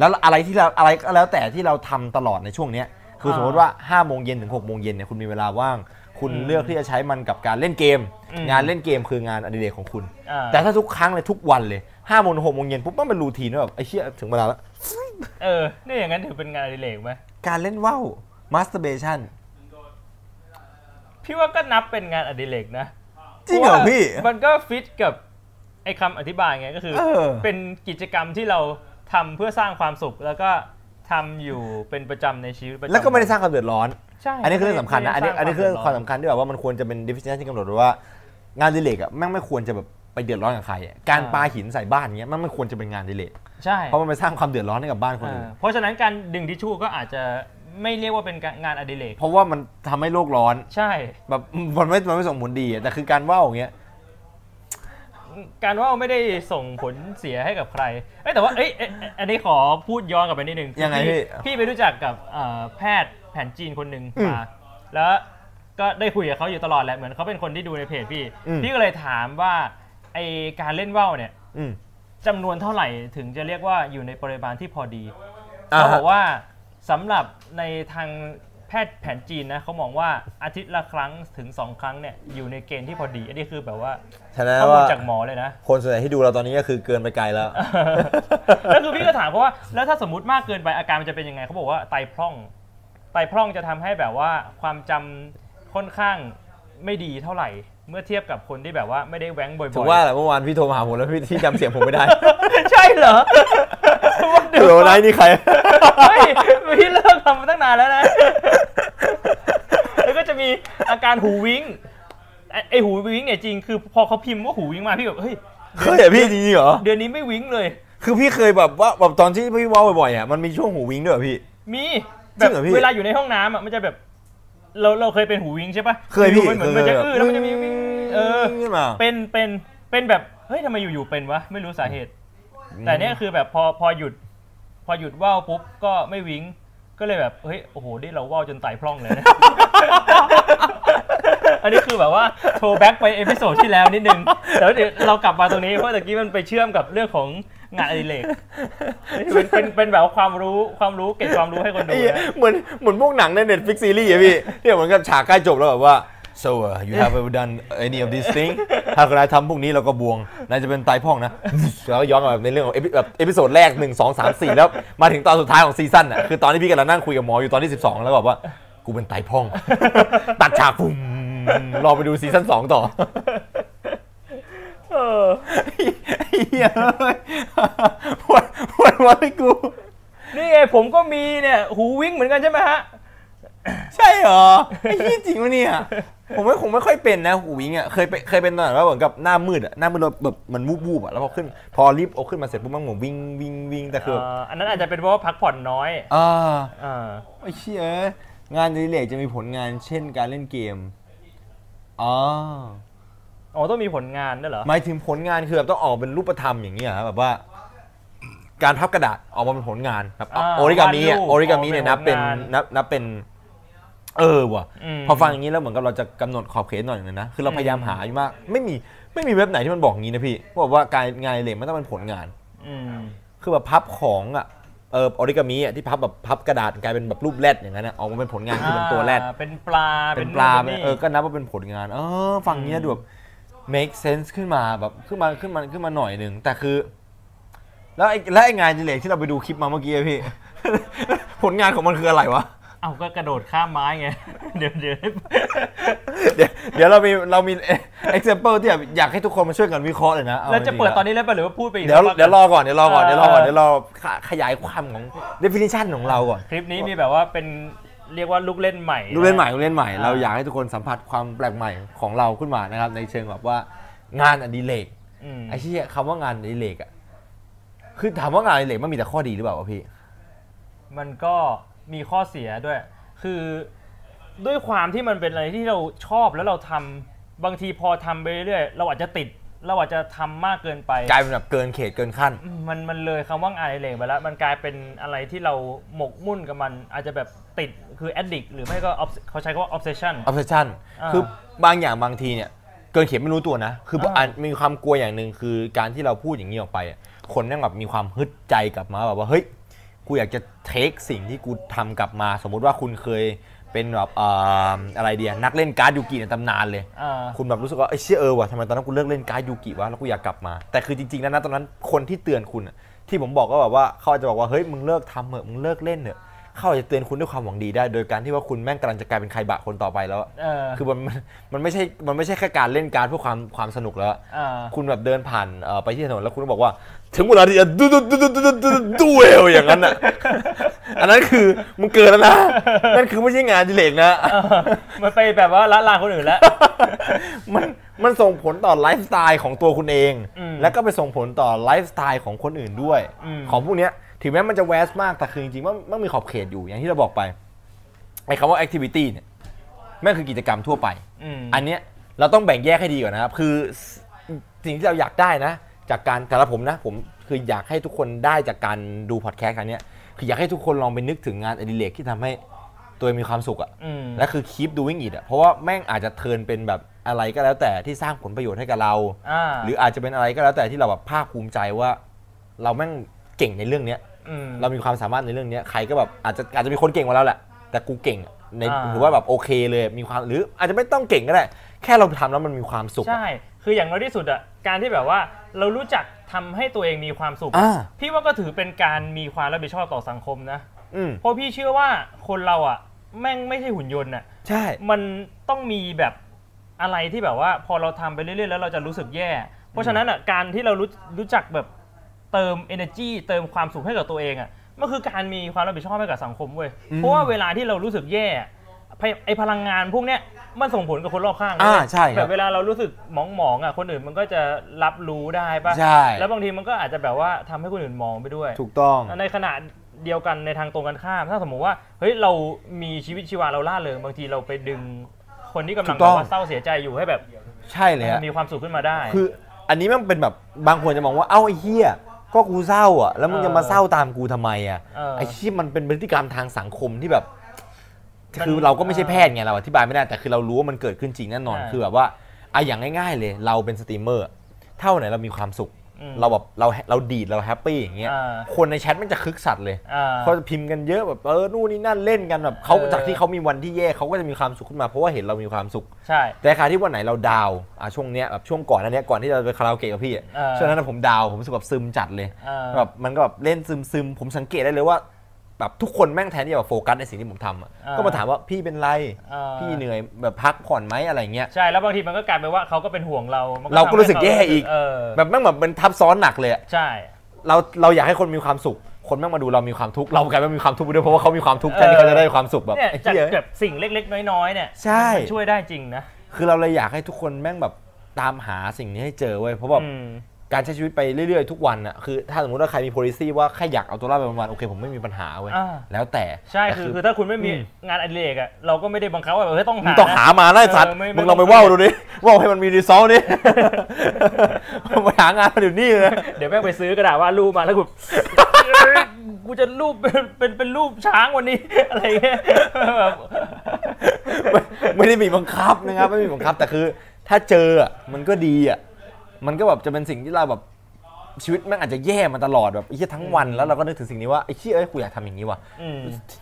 [SPEAKER 1] แล้วอะไรที่เราอะไรก็แล้วแต่ที่เราทำตลอดในช่วงเนี้ยคือสมมติว่า5้าโมงเย็นถึง6กโมงเย็นเนี่ยคุณมีเวลาว่าง คุณเลือกที่จะใช้มันกับการเล่นเกม งานเล่นเกมคืองานอดิเรกของคุณ
[SPEAKER 2] อ่า
[SPEAKER 1] แต่ถ้าทุกครั้งเลยทุกวันเลยห้าโมงหกโมงเย็นปุ๊บมันเป็นรูทีนว่าแบบไอ้เชี่ยถึงเวลาแล้ว
[SPEAKER 2] เออเนี่ยอย่างนั้นถือเป็นงานอดิเรกไหม
[SPEAKER 1] การเล่นว่าว masturbation
[SPEAKER 2] พี่ว่าก็นับเป็นงานอดิเรกนะ
[SPEAKER 1] จริงเหรอ
[SPEAKER 2] พาะว่า
[SPEAKER 1] พี่
[SPEAKER 2] มันก็ฟิตกับไอ้คำอธิบายไงก็คือ
[SPEAKER 1] เออ
[SPEAKER 2] นกิจกรรมที่เราทำเพื่อสร้างความสุข แล้วก็ทำอยู่เป็นประจำในชีวิตประจำ
[SPEAKER 1] แล้วก็ไม่ได้สร้างความเดือดร้อน
[SPEAKER 2] ใช่
[SPEAKER 1] อันนี้คือเรื่องสำคัญนะ อันนี้ อันนี้คือเรื่องความ
[SPEAKER 2] ดืด
[SPEAKER 1] สำคัญที่แบบว่ามันควรจะเป็น definition ที่กำหนดไว้ว่างานอดิเรกอะแม่งไม่ควรจะแบบไปเดือดร้อนกับใครอะการปาหินใส่บ้านเงี้ยแม่งไม่ควรจะเป็นงานอดิเรก
[SPEAKER 2] ใช่
[SPEAKER 1] เพราะมันไปสร้างความเดือดร้อนให้กับบ้านคนอื่น
[SPEAKER 2] เออเพราะฉะนั้นการดึงทิชชู่ก็อาจจะไม่เรียกว่าเป็นงานอดิเรก
[SPEAKER 1] เพราะว่ามันทำให้โลกร้อน
[SPEAKER 2] ใช่
[SPEAKER 1] แบบมันไม่มันไม่ส่งผลดีอะแต่คือการว่าวอย่างเงี้ย
[SPEAKER 2] การว่าวไม่ได้ส่งผลเสียให้กับใครเอ้ยแต่ว่าเอ้ยเอ้ยเอ้ยอันนี้ขอพูดย้อนกลับไปนิดนึง
[SPEAKER 1] ยังไงพี่
[SPEAKER 2] พี่ไปรู้จักกับเอ่อแพทย์แผนจีนคนหนึ่ง
[SPEAKER 1] อืม
[SPEAKER 2] มาแล้วก็ได้คุยกับเขาอยู่ตลอดแหละเหมือนเขาเป็นคนที่ดูในเพจพี่
[SPEAKER 1] อืม
[SPEAKER 2] พี่ก็เลยถามว่าไอการเล่นว่าวเนี่ย
[SPEAKER 1] อืม
[SPEAKER 2] จำนวนเท่าไหร่ถึงจะเรียกว่าอยู่ในปริมาณที่พอดี
[SPEAKER 1] อ่า
[SPEAKER 2] เขาบ
[SPEAKER 1] ฮะ
[SPEAKER 2] อกว่าสำหรับในทางแพทย์แผนจีนนะเขามองว่าอาทิตย์ละครั้งถึงสองครั้งเนี่ยอยู่ในเกณฑ์ที่พอดี อันนี้คือแบบว่า
[SPEAKER 1] ฉะนั้น
[SPEAKER 2] ข้อมูล
[SPEAKER 1] ว่า
[SPEAKER 2] จากหมอเลยนะ
[SPEAKER 1] คนส่วนใหญ่ที่ดูเราตอนนี้ก็คือเกินไปไกลแล้ว
[SPEAKER 2] แล้วคือพี่ก็ถามเขาว่าแล้วถ้าสมมติมากเกินไปอาการมันจะเป็นยังไงเขาบอกว่าไตพร่อง ไตพร่องจะทำให้แบบว่าความจำค่อนข้างไม่ดีเท่าไหร่ เมื่อเทียบกับคนที่แบบว่าไม่ได้แหว้งบ่อยๆ
[SPEAKER 1] ถูกว่าแหละเมื่อวานพี่โทรมาหาผมแล้วพี่ที่จำเสียงผมไม่ได้
[SPEAKER 2] ใช่เหรอว่า
[SPEAKER 1] เดี๋ยวนะนี่ใคร
[SPEAKER 2] เฮ้ยพี่เลิกทำมาตั้งนานแล้วนะแล้วก็จะมีอาการหูวิงไอ้ไอหูวิงเนี่ยจริงคือพอเขาพิมพ์ว่าหูวิงมาพี่แบบเฮ้ย
[SPEAKER 1] เคยเหรอพี่จริงๆเหรอ
[SPEAKER 2] เดือนนี้ไม่วิงเลย
[SPEAKER 1] คือพี่เคยแบบว่าแบบตอนที่พี่ว่าวบ่อยๆอ่ะมันมีช่วงหูวิงด้วยเหรอพี่
[SPEAKER 2] มี
[SPEAKER 1] จริงเหรอพี่
[SPEAKER 2] เวลาอยู่ในห้องน้ำอ่ะมันจะแบบ เราเราเคยเป็นหูวิงใช่ปะ
[SPEAKER 1] เคยพี่
[SPEAKER 2] มันเหมือนมันจะ
[SPEAKER 1] เคย
[SPEAKER 2] อื้อแล้วมันจะมีวิงเออ
[SPEAKER 1] ขึ้นมา
[SPEAKER 2] เป็นเป็นเป็นแบบเฮ้ยทำไมอยู่ๆเป็นวะไม่รู้สาเหตุ แต่เนี่ยคือแบบพอพอหยุด พอหยุดว่าวปุ๊บก็ไม่วิงก็เลยแบบเฮ้ยโอ้โหนี่เราว่าวจนไตพร่องเลย นะ อันนี้คือแบบว่าโทรแบ็กไปเอพิโซดที่แล้วนิดนึงแต่ว่าเดี๋ยวเรากลับมาตรงนี้เพราะตะกี้มันไปเชื่อมกับเรื่องของงานอดิเรกเป็นเป็นเป็นแบบความรู้ความรู้เก็บความรู้ให้คนดู
[SPEAKER 1] ไอ้เหี้ย
[SPEAKER 2] นะ
[SPEAKER 1] เหมือนเหมือนพวกหนังใน Netflix ซีรีส์อะพี่ที่เหมือนกับฉากใกล้จบแล้วแบบว่า so uh, you have ever done any of these thing ถ้าใครทำพวกนี้เราก็บวงนายจะเป็นไตพ่องนะ แล้วย้อนกลับมาแบบในเรื่องของเอพิแบบเอพิโซดแรก 1 2 3 4 แล้วมาถึงตอนสุดท้ายของซีซั่นอ่ะคือตอนที่พี่กำลังนั่งคุยกับหมออยู่ตอนที่ 12 แล้วบอกว่ากูเป็นไตพ่อง ตัดฉากปุ่มรอไปดูซีซั่นสองต่อ
[SPEAKER 2] เออ
[SPEAKER 1] ไอ้เหี้ยเอ้ย ปวดปวดหัวให้กู
[SPEAKER 2] นี่ไงผมก็มีเนี่ย หูวิ่งเหมือนกันใช่ไหมฮะ
[SPEAKER 1] ใช่เหรอไอ้ยี่จริงวะเนี่ยผมไม่คงไม่ค่อยเป็นนะหูวิงอ่ะเคยเป็นเคยเป็นตอนไหนว่าเหมือนกับหน้ามืดอ่ะหน้ามืดแล้วแบบมันวูบวูบๆอ่ะแล้วพอขึ้น พอรีบเอาขึ้นมาเสร็จปุ๊บมันเหมือนวิ่งวิ่งวิ่งแต่คือแบบ
[SPEAKER 2] เอ่ออันนั้นอาจจะเป็นเพราะว่าพักผ่อนน้อย
[SPEAKER 1] อ่า
[SPEAKER 2] เออ
[SPEAKER 1] ไอ้เชี่ยงานอดิเรกจะมีผลงานเช่นการเล่นเกมอ๋อ
[SPEAKER 2] อ๋อต้องมีผลงานด้วยเหรอ
[SPEAKER 1] หมายถึงผลงานคือแบบต้องออกเป็นรูปธรรมอย่างเงี้ยเหรอแบบว่า การพับกระดาษออกมาเป็นผลงานแบบ
[SPEAKER 2] อ่า
[SPEAKER 1] โอริกามิอะ
[SPEAKER 2] วาดรูป
[SPEAKER 1] โอริกามิเนี่ยนับเป็น
[SPEAKER 2] ออกเป็นผลงาน
[SPEAKER 1] นับนับเป็น เออว่ะ
[SPEAKER 2] อืม
[SPEAKER 1] พอฟังอย่างนี้แล้วเหมือนกับเราจะกำหนดขอบเขตหน่อยหนึงนะ คือเรา
[SPEAKER 2] อืม
[SPEAKER 1] พยายามหาอยู่มาก ไม่มีไม่มีเว็บไหนที่มันบอกงี้นะพี่บอกว่าการงานอดิเล็กไม่ต้องเป็นผลงาน
[SPEAKER 2] อืม
[SPEAKER 1] คือแบบพับของอ่ะ เออออริกามิอ่ะที่พับแบบพับกระดาษกลายเป็นแบบรูปแรดอย่างนั้นนะออกมาเป็นผลงานคือเป็นตัวแรด
[SPEAKER 2] อ่าเป็นปลา
[SPEAKER 1] เป็นปลา
[SPEAKER 2] เป็
[SPEAKER 1] เป็น
[SPEAKER 2] น
[SPEAKER 1] เออ ก็นับว่าเป็นผลงาน เออ ฟังอย่างเนี้ยดูแบบ make sense ขึ้นมาแบบขึ้นมาขึ้นมาขึ้นมาหน่อยหนึ่งแต่คือ แล้วไอ้แล้วไอ้งานอดิเล็กที่เราไปดูคลิปมาเมื่อกี้อะพี่ ผลงานของมันคืออะไรวะ
[SPEAKER 2] เอาก็กระโดดข้ามไม้ไง เดี๋ยวเดี๋ยว
[SPEAKER 1] เดี๋ยวเดี๋ยวเรามีเรามี example ที่แบบอยากให้ทุกคนมาช่วยกันวิเคราะห์เลยนะอา
[SPEAKER 2] แล้วจะเปิดตอน
[SPEAKER 1] จริงๆ
[SPEAKER 2] นี้เลยปะหรือว่าพูดไปอีก
[SPEAKER 1] เดี๋ยว
[SPEAKER 2] สักพัก
[SPEAKER 1] เดี๋ยวรอก่อนเดี๋ยวรอก่อนเดี๋ยวรอก่อน
[SPEAKER 2] เออ
[SPEAKER 1] เดี๋ยวรอขยขยายความของ definition ของเราก่อน
[SPEAKER 2] คลิปนี้มีแบบว่าเป็นเรียกว่าลูกเล่นใหม่
[SPEAKER 1] ลูกเล่นใหม่ลูกเล่นใหม่
[SPEAKER 2] อ่า
[SPEAKER 1] เราอยากให้ทุกคนสัมผัสความแปลกใหม่ของเราขึ้นมานะครับ ในเชิงแบบว่างานอดิเรก
[SPEAKER 2] อืม
[SPEAKER 1] ไอ้ที่คำว่างานอดิเรกอ่ะคือถามว่างานอดิเรกมันมีแต่ข้อดีหรือเปล่าวะพี่
[SPEAKER 2] มันก็มีข้อเสียด้วย คือด้วยความที่มันเป็นอะไรที่เราชอบแล้วเราทำบางทีพอทำไปเรื่อยๆเราอาจจะติด เราอาจจะทำมากเกินไป
[SPEAKER 1] กลายเป็นแบบเกินเขตเกินขั้น
[SPEAKER 2] มันมันเลยคำว่างานอดิเรกไปแล้ว มันกลายเป็นอะไรที่เราหมกมุ่นกับมัน อาจจะแบบติดคือ addict หรือไม่ก็ obs- เขาใช้คำว่า obsession
[SPEAKER 1] obsession
[SPEAKER 2] อ่า
[SPEAKER 1] คือบางอย่างบางทีเนี่ยเกินเขียนไม่รู้ตัวนะ คือ
[SPEAKER 2] อ่า
[SPEAKER 1] อ่านมีความกลัวอย่างหนึ่งคือการที่เราพูดอย่างนี้ออกไปอะคนแม่งแบบมีความฮึดใจกลับมาแบบว่าเฮ้ยกูอยากจะเทคสิ่งที่กูทำกลับมา สมมุติว่าคุณเคยเป็นแบบเอ่ออะไรเดียนักเล่นการ์ดยูกิในตำนานเลย
[SPEAKER 2] อ่า
[SPEAKER 1] คุณแบบรู้สึกว่าไอ้ยเชี่ยเออว่ะทำไมตอนนั้นกูเลิกเล่นการ์ดยูกิวะแล้วกูอยากกลับมา แต่คือจริงๆแล้วนะตอนนั้นคนที่เตือนคุณอะที่ผมบอกก็แบบว่าเขาอาจจะบอกว่าเฮ้ยมึงเลิกทำเถอะมึงเลิกเล่นเถอะเขาอาจจะเตือนคุณด้วยความหวังดีได้ โดยการที่ว่าคุณแม่งกำลังจะกลายเป็นใครบะคนต่อไปแล้วอะ
[SPEAKER 2] เออ
[SPEAKER 1] คือมันมันมันไม่ใช่มันไม่ใช่แค่การเล่นการ์ดเพื่อความความสนุกแล้วอะ
[SPEAKER 2] อ่า
[SPEAKER 1] คุณแบบเดินผ่านเอ่อไปที่ถนนแล้วคุณก็บอกว่า ถึงเวลาที่จะดูดูดูดูดูดูดูเอลอย่างนั้นอ่ะ อันนั้นคือมึงเกินแล้วนะนั่นคือไม่ใช่งานอดิเลกนะ
[SPEAKER 2] มันไปแบบว่าละลานคนอื่นแล้ว
[SPEAKER 1] มันมันส่งผลต่อไลฟ์สไตล์ของตัวคุณเอง
[SPEAKER 2] อืม
[SPEAKER 1] แล้วก็ไปส่งผลต่อไลฟ์สไตล์ของคนอื่นด้วย
[SPEAKER 2] อืม
[SPEAKER 1] ของพวกเนี้ยถึงแม้มันจะแวสมาก แต่คือจริงๆมันมันมีขอบเขตอยู่อย่างที่เราบอกไปไอ้คำว่า activity เนี่ยแม่งคือกิจกรรมทั่วไป
[SPEAKER 2] อืม
[SPEAKER 1] อันเนี้ยเราต้องแบ่งแยกให้ดีก่อนนะครับ คือสิ่งที่เราอยากได้นะ จากการแต่ละผมนะ ผมคืออยากให้ทุกคนได้จากการดูพอดแคสต์ครั้งเนี้ยคืออยากให้ทุกคนลองไปนึกถึงงานอดิเรกที่ทำให้ตัวเองมีความสุขอะ
[SPEAKER 2] อืม
[SPEAKER 1] และคือ keep doing it อ่ะ เพราะว่าแม่งอาจจะเทิร์นเป็นแบบอะไรก็แล้วแต่ที่สร้างผลประโยชน์ให้กับเรา
[SPEAKER 2] อ่า
[SPEAKER 1] หรืออาจจะเป็นอะไรก็แล้วแต่ที่เราแบบภาคภูมิใจว่า เราแม่งเก่งในเรื่องเนี้ย
[SPEAKER 2] ม
[SPEAKER 1] เรามีความสามารถในเรื่องเนี้ยใครก็แบบอาจจะอาจจะมีคนเก่งกว่าเราแหละ แต่กูเก่งอะใน
[SPEAKER 2] อ่า
[SPEAKER 1] ถือว่าแบบโอเคเลยมีความหรืออาจจะไม่ต้องเก่งก็ได้ แค่เราทำแล้วมันมีความสุขอะ
[SPEAKER 2] ใช่ คืออย่างน้อยที่สุดอะการที่แบบว่าเรารู้จักทำให้ตัวเองมีความสุข
[SPEAKER 1] อ่า
[SPEAKER 2] พี่ว่าก็ถือเป็นการมีความรับผิดชอบต่อสังคมนะ
[SPEAKER 1] อืม
[SPEAKER 2] เพราะพี่เชื่อว่าคนเราอะแม่งไม่ใช่หุ่นยนต์อะ
[SPEAKER 1] ใช่
[SPEAKER 2] มันต้องมีแบบอะไรที่แบบว่าพอเราทำไปเรื่อยๆ แล้วเราจะรู้สึกแย่ เพราะฉะนั้นอ่ะการที่เรารู้รู้จักแบบเติม energy เติมความสุขให้กับตัวเองอ่ะมันคือการมีความรับผิดชอบให้กับสังคมเว้ยเพราะว่าเวลาที่เรารู้สึกแย่อะไอ้ไอพลังงานพวกเนี้ยมันส่งผลกับคนรอบข้าง
[SPEAKER 1] อ่า
[SPEAKER 2] ด้วย
[SPEAKER 1] ใช่ครับ
[SPEAKER 2] แบบเวลาเรารู้สึกหมองๆอ่ะคนอื่นมันก็จะรับรู้ได้ป่ะ
[SPEAKER 1] ใช่
[SPEAKER 2] แล้วบางทีมันก็อาจจะแบบว่าทำให้คนอื่นมองไปด้วย
[SPEAKER 1] ถูกต้อง
[SPEAKER 2] ในขณะเดียวกันในทางตรงกันข้าม ถ้าสมมติว่าเฮ้ยเรามีชีวิตชีวาเราล่าเริงบางทีเราไปดึงคนที่กำลัง
[SPEAKER 1] ถูกต้อง
[SPEAKER 2] แบบว่าเศร้าเสียใจอยู่ให้แบบ
[SPEAKER 1] ใช่เลยฮะ
[SPEAKER 2] มีความสุขขึ้นมาได้
[SPEAKER 1] คืออันนี้มันเป็นแบบบางคนจะมองว่าเอ้าไอ้เหี้ยก็กูเศร้าอ่ะแล้วมึง
[SPEAKER 2] เออ
[SPEAKER 1] จะมาเศร้าตามกูทำไมอ่ะ
[SPEAKER 2] เออ
[SPEAKER 1] ไอ้ที่มันเป็นพฤติกรรมทางสังคมที่แบบ
[SPEAKER 2] มัน
[SPEAKER 1] คือเราก็ไม่ใช่แพทย์ไงเราอธิบายไม่ได้แต่คือเรารู้ว่ามันเกิดขึ้นจริงแน่นอน
[SPEAKER 2] เออ
[SPEAKER 1] คือแบบว่าไอ้อย่างง่ายๆเลย เราเป็นสตรีมเมอร์เท่าไหนเรามีความสุข
[SPEAKER 2] อืม
[SPEAKER 1] เราแบบเราเราดีดเราแฮปปี้อย่างเงี้ย
[SPEAKER 2] เออ
[SPEAKER 1] คนในแชทมันจะคึกสัตว์เลย
[SPEAKER 2] อ่า
[SPEAKER 1] เขาจะพิมพ์กันเยอะแบบเออนู่นนี่นั่นเล่นกันแบบเขา
[SPEAKER 2] เออ
[SPEAKER 1] จากที่เขามีวันที่แย่เขาก็จะมีความสุขขึ้นมาเพราะว่าเห็นเรามีความสุข
[SPEAKER 2] ใช่
[SPEAKER 1] แต่ขาที่วันไหนเราดาวน์อ่ะช่วงเนี้ยแบบช่วงก่อนหนั้นเนี้ยก่อนที่จะไปคาราโอเกะกับพี่อ่ะช่วงนั้นนะผมดาวน์ผมรู้สึกแบบซึมจัดเลย
[SPEAKER 2] เออ
[SPEAKER 1] แบบมันก็แบบเล่นซึมซึมๆผมสังเกตได้เลยว่าแบบทุกคนแม่งแทนที่จะแบบโฟกัสในสิ่งที่ผมทำอ่ะ
[SPEAKER 2] เออ
[SPEAKER 1] ก็มาถามว่าพี่เป็นไร
[SPEAKER 2] เออ
[SPEAKER 1] พี่เหนื่อยแบบพักผ่อนไหมอะไรเงี้ย
[SPEAKER 2] ใช่แล้วบางทีมันก็กลายเป็นว่าเขาก็เป็นห่วงเรามัน
[SPEAKER 1] เราก็
[SPEAKER 2] ทำให้
[SPEAKER 1] รู้สึกแย่อีก
[SPEAKER 2] เออ
[SPEAKER 1] แบบแม่งแบบเป็นทับซ้อนหนักเลยอะ
[SPEAKER 2] ใช่
[SPEAKER 1] เราเราอยากให้คนมีความสุข คนแม่งมาดูเรามีความทุกข์เรากลายเป็นมีความทุกข์ไปด้วยเพราะว่าเขามีความทุกข์แทนที่เขาจะได้ความสุขแบบ
[SPEAKER 2] เนี่ย
[SPEAKER 1] ไอ้
[SPEAKER 2] จาก
[SPEAKER 1] เหี้ย
[SPEAKER 2] แบบสิ่งเล็กๆ น้อยๆเนี่ย
[SPEAKER 1] ใช่
[SPEAKER 2] มันช่วยได้จริงนะ
[SPEAKER 1] คือเราเลยอยากให้ทุกคนแม่งแบบตามหาสิ่งนี้ให้เจอเว้ยเพราะแบบ
[SPEAKER 2] อืม
[SPEAKER 1] การใช้ชีวิตไปเรื่อยๆทุกวันอะคือถ้าสมมติว่าใครมี policy ว่าแค่อยากเอาตัวรอดไปวันๆโอเคผมไม่มีปัญหาเว้ย
[SPEAKER 2] อ่า
[SPEAKER 1] แล้วแต่
[SPEAKER 2] ใช่
[SPEAKER 1] แต่
[SPEAKER 2] คือคือถ้าคุณไม่มี
[SPEAKER 1] อืม
[SPEAKER 2] งานอดิเรกอ่ะเราก็ไม่ได้บังคับว่าแบบเฮ้ยต้อง
[SPEAKER 1] มึง
[SPEAKER 2] หา
[SPEAKER 1] ต้องหา
[SPEAKER 2] นะ
[SPEAKER 1] มาได้สัตว์
[SPEAKER 2] เออไม่
[SPEAKER 1] มึงลองไป
[SPEAKER 2] ไม่
[SPEAKER 1] ว่าวดูดิว่าว ให้มันมีรีซอสดิ ไปหางานมาอยู่นี่เลย
[SPEAKER 2] เดี๋ยวแม่งไปซื้อกระดาษวาดรูปมาแล้วกู กูจะรูป เป็นเป็นเป็นรูปช้างวันนี้ อะไรเงี้ยแบบ
[SPEAKER 1] ไม่ไม่ได้มีบังคับนะครับไม่มีบังคับแต่คือ ถ้าเจออะมันก็ดีอ่ะมันก็แบบจะเป็นสิ่งที่เราแบบชีวิตแม่งอาจจะแย่มาตลอดแบบไอ้เหี้ยทั้งวันแล้วเราก็นึกถึงสิ่งนี้ว่าไอ้เหี้ยเอ้ยกูอยากทำอย่างนี้ว่ะ
[SPEAKER 2] อืม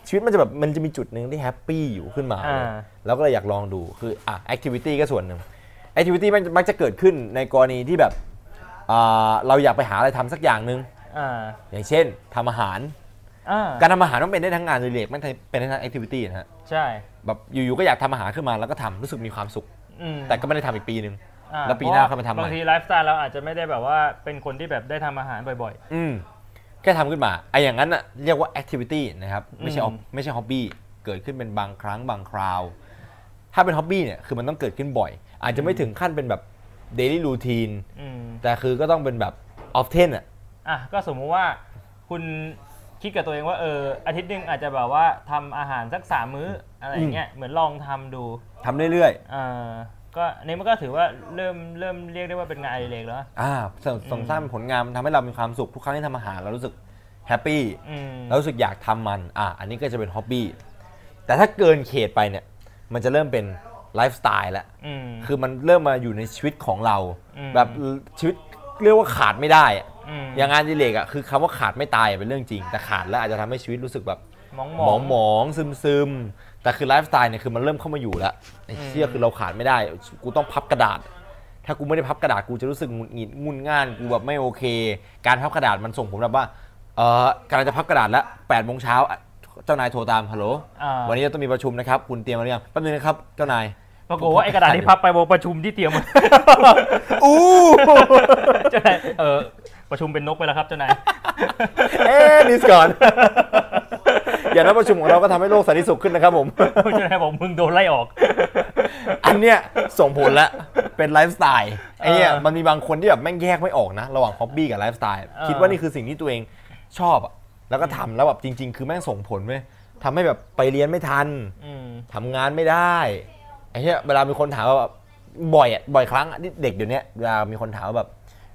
[SPEAKER 1] ชีวิตมันจะแบบมันจะมีจุดหนึ่งที่แฮปปี้อยู่ขึ้นมาเล
[SPEAKER 2] อ่า
[SPEAKER 1] ยแล้วก็เลยอยากลองดูคืออ่ะแอคทิวิตี้ก็ส่วนหนึ่งแอคทิวิตี้มันมักจะเกิดขึ้นในกรณีที่แบบอ่าเราอยากไปหาอะไรทำสักอย่างหนึ่ง
[SPEAKER 2] อ่า
[SPEAKER 1] อย่างเช่นทำอาหาร
[SPEAKER 2] อ่า
[SPEAKER 1] การทำอาหารมันเป็นได้ทั้งงานอดิเรกมันเป็นได้ทั้งแอคทิวิตี้นะฮะ
[SPEAKER 2] ใช่
[SPEAKER 1] แบบอยู่ๆก็อยากทำอาหารขึ้นมาแล้วก็ทำรู้สึกมีความสุข
[SPEAKER 2] อืม
[SPEAKER 1] แต่ก็ไม่ได้ทำอีกปีหนึ่ง
[SPEAKER 2] อ่
[SPEAKER 1] แล้วปีหน้าเข้าไปทำใหม่
[SPEAKER 2] บางทีไลฟ์สไตล์เราอาจจะไม่ได้แบบว่าเป็นคนที่แบบได้ทำอาหารบ่อย
[SPEAKER 1] อืมแค่ทำขึ้นมาไอ้อย่างนั้นน่ะเรียกว่าแอคทิวิตี้นะครับไม่ใช่
[SPEAKER 2] อืม
[SPEAKER 1] ไม่ใช่ฮ็อบบี้เกิดขึ้นเป็นบางครั้งบางคราว ถ้าเป็นฮ็อบบี้เนี่ยคือมันต้องเกิดขึ้นบ่อย อาจจะไม่ถึงขั้นเป็นแบบเดลี่รูทีน
[SPEAKER 2] ๆอืม
[SPEAKER 1] แต่คือก็ต้องเป็นแบบออฟเทนอ่ะ
[SPEAKER 2] อ่ะก็สมมุติว่าคุณคิดกับตัวเองว่าเอออาทิตย์หนึ่งอาจจะแบบว่าทำอาหารสักสามมื้ออะไรอย่างเงี้ยเหมือนลองทำดู
[SPEAKER 1] ทำเรื่อย
[SPEAKER 2] เอ่อก็อันนี้มันก็ถือว่าเริ่มเริ่มเรียกได้ว่าเป็นงานอดิเรกแล้วนะ
[SPEAKER 1] ๆอ่าส่งส่งสร้างเป็นผลงานมันทำให้เรามีความสุขทุกครั้งที่ทำอาหารเรารู้สึกแฮปปี้
[SPEAKER 2] อืม
[SPEAKER 1] เรารู้สึกอยากทำมันอ่าอันนี้ก็จะเป็นฮ็อบบี้แต่ถ้าเกินเขตไปเนี่ยมันจะเริ่มเป็นไลฟ์สไตล์แล้ว
[SPEAKER 2] อืม
[SPEAKER 1] คือมันเริ่มมาอยู่ในชีวิตของเรา
[SPEAKER 2] อืม
[SPEAKER 1] แบบชีวิตเรียกว่าขาดไม่ได้อะ
[SPEAKER 2] อืม
[SPEAKER 1] อย่างงานอดิเรกอะคือคำว่าขาดไม่ตายเป็นเรื่องจริง แต่ขาดแล้วอาจจะทำให้ชีวิตรู้สึกแบบ
[SPEAKER 2] มอง
[SPEAKER 1] หม
[SPEAKER 2] หม
[SPEAKER 1] อ
[SPEAKER 2] อง ง
[SPEAKER 1] หมองซึมซึมแต่คือไลฟ์สไตล์เนี่ยคือมันเริ่มเข้ามาอยู่แล้วไอ้เชี่ย
[SPEAKER 2] อืม
[SPEAKER 1] คือเราขาดไม่ได้ กูต้องพับกระดาษ ถ้ากูไม่ได้พับกระดาษกูจะรู้สึกหงุดหงิดงุนง่านกูแบบไม่โอเค การพับกระดาษมันส่งผมแบบว่าเออกำลังจะพับกระดาษแล้วแปดโมงเช้าอะเจ้านายโทรตามฮัลโหล
[SPEAKER 2] อ่า
[SPEAKER 1] วันนี้เราต้องมีประชุมนะครับคุณเตรียมมาหรือยังแป๊บนึงนะครับเจ้านาย
[SPEAKER 2] ปรากฏว่าไอ้กระดาษที่พับไปบอกประชุมที่เตรียมมา
[SPEAKER 1] อู้
[SPEAKER 2] เจ้านายเออประชุมเป็นนกไปแล้วครับเจ้านาย
[SPEAKER 1] เอ๊ะดิสก่อน อย่างนั้นประชุมของเราก็ทำให้โลกสันติสุขขึ้นนะครับผม
[SPEAKER 2] เจ้านายบอกมึงโดนไล่ออก
[SPEAKER 1] อันเนี้ยส่งผลละเป็นไลฟ์สไตล์ไอ้เนี่ย
[SPEAKER 2] เออ
[SPEAKER 1] มันมีบางคนที่แบบแม่งแยกไม่ออกนะ ระหว่างฮ็อบบี้กับไลฟ์สไตล์
[SPEAKER 2] เออ
[SPEAKER 1] คิดว่านี่คือสิ่งที่ตัวเองชอบอะแล้วก็ทำแล้วแบบจริง ๆ คือแม่งส่งผลเว้ยทำให้แบบไปเรียนไม่ทัน
[SPEAKER 2] อืม
[SPEAKER 1] ทำงานไม่ได้ไอ้เนี่ยเวลามีคนถามว่าแบบบ่อยอะบ่อยครั้งอะที่เด็กเดี๋ยวเนี้ยเวลามีคนถามว่าแบบ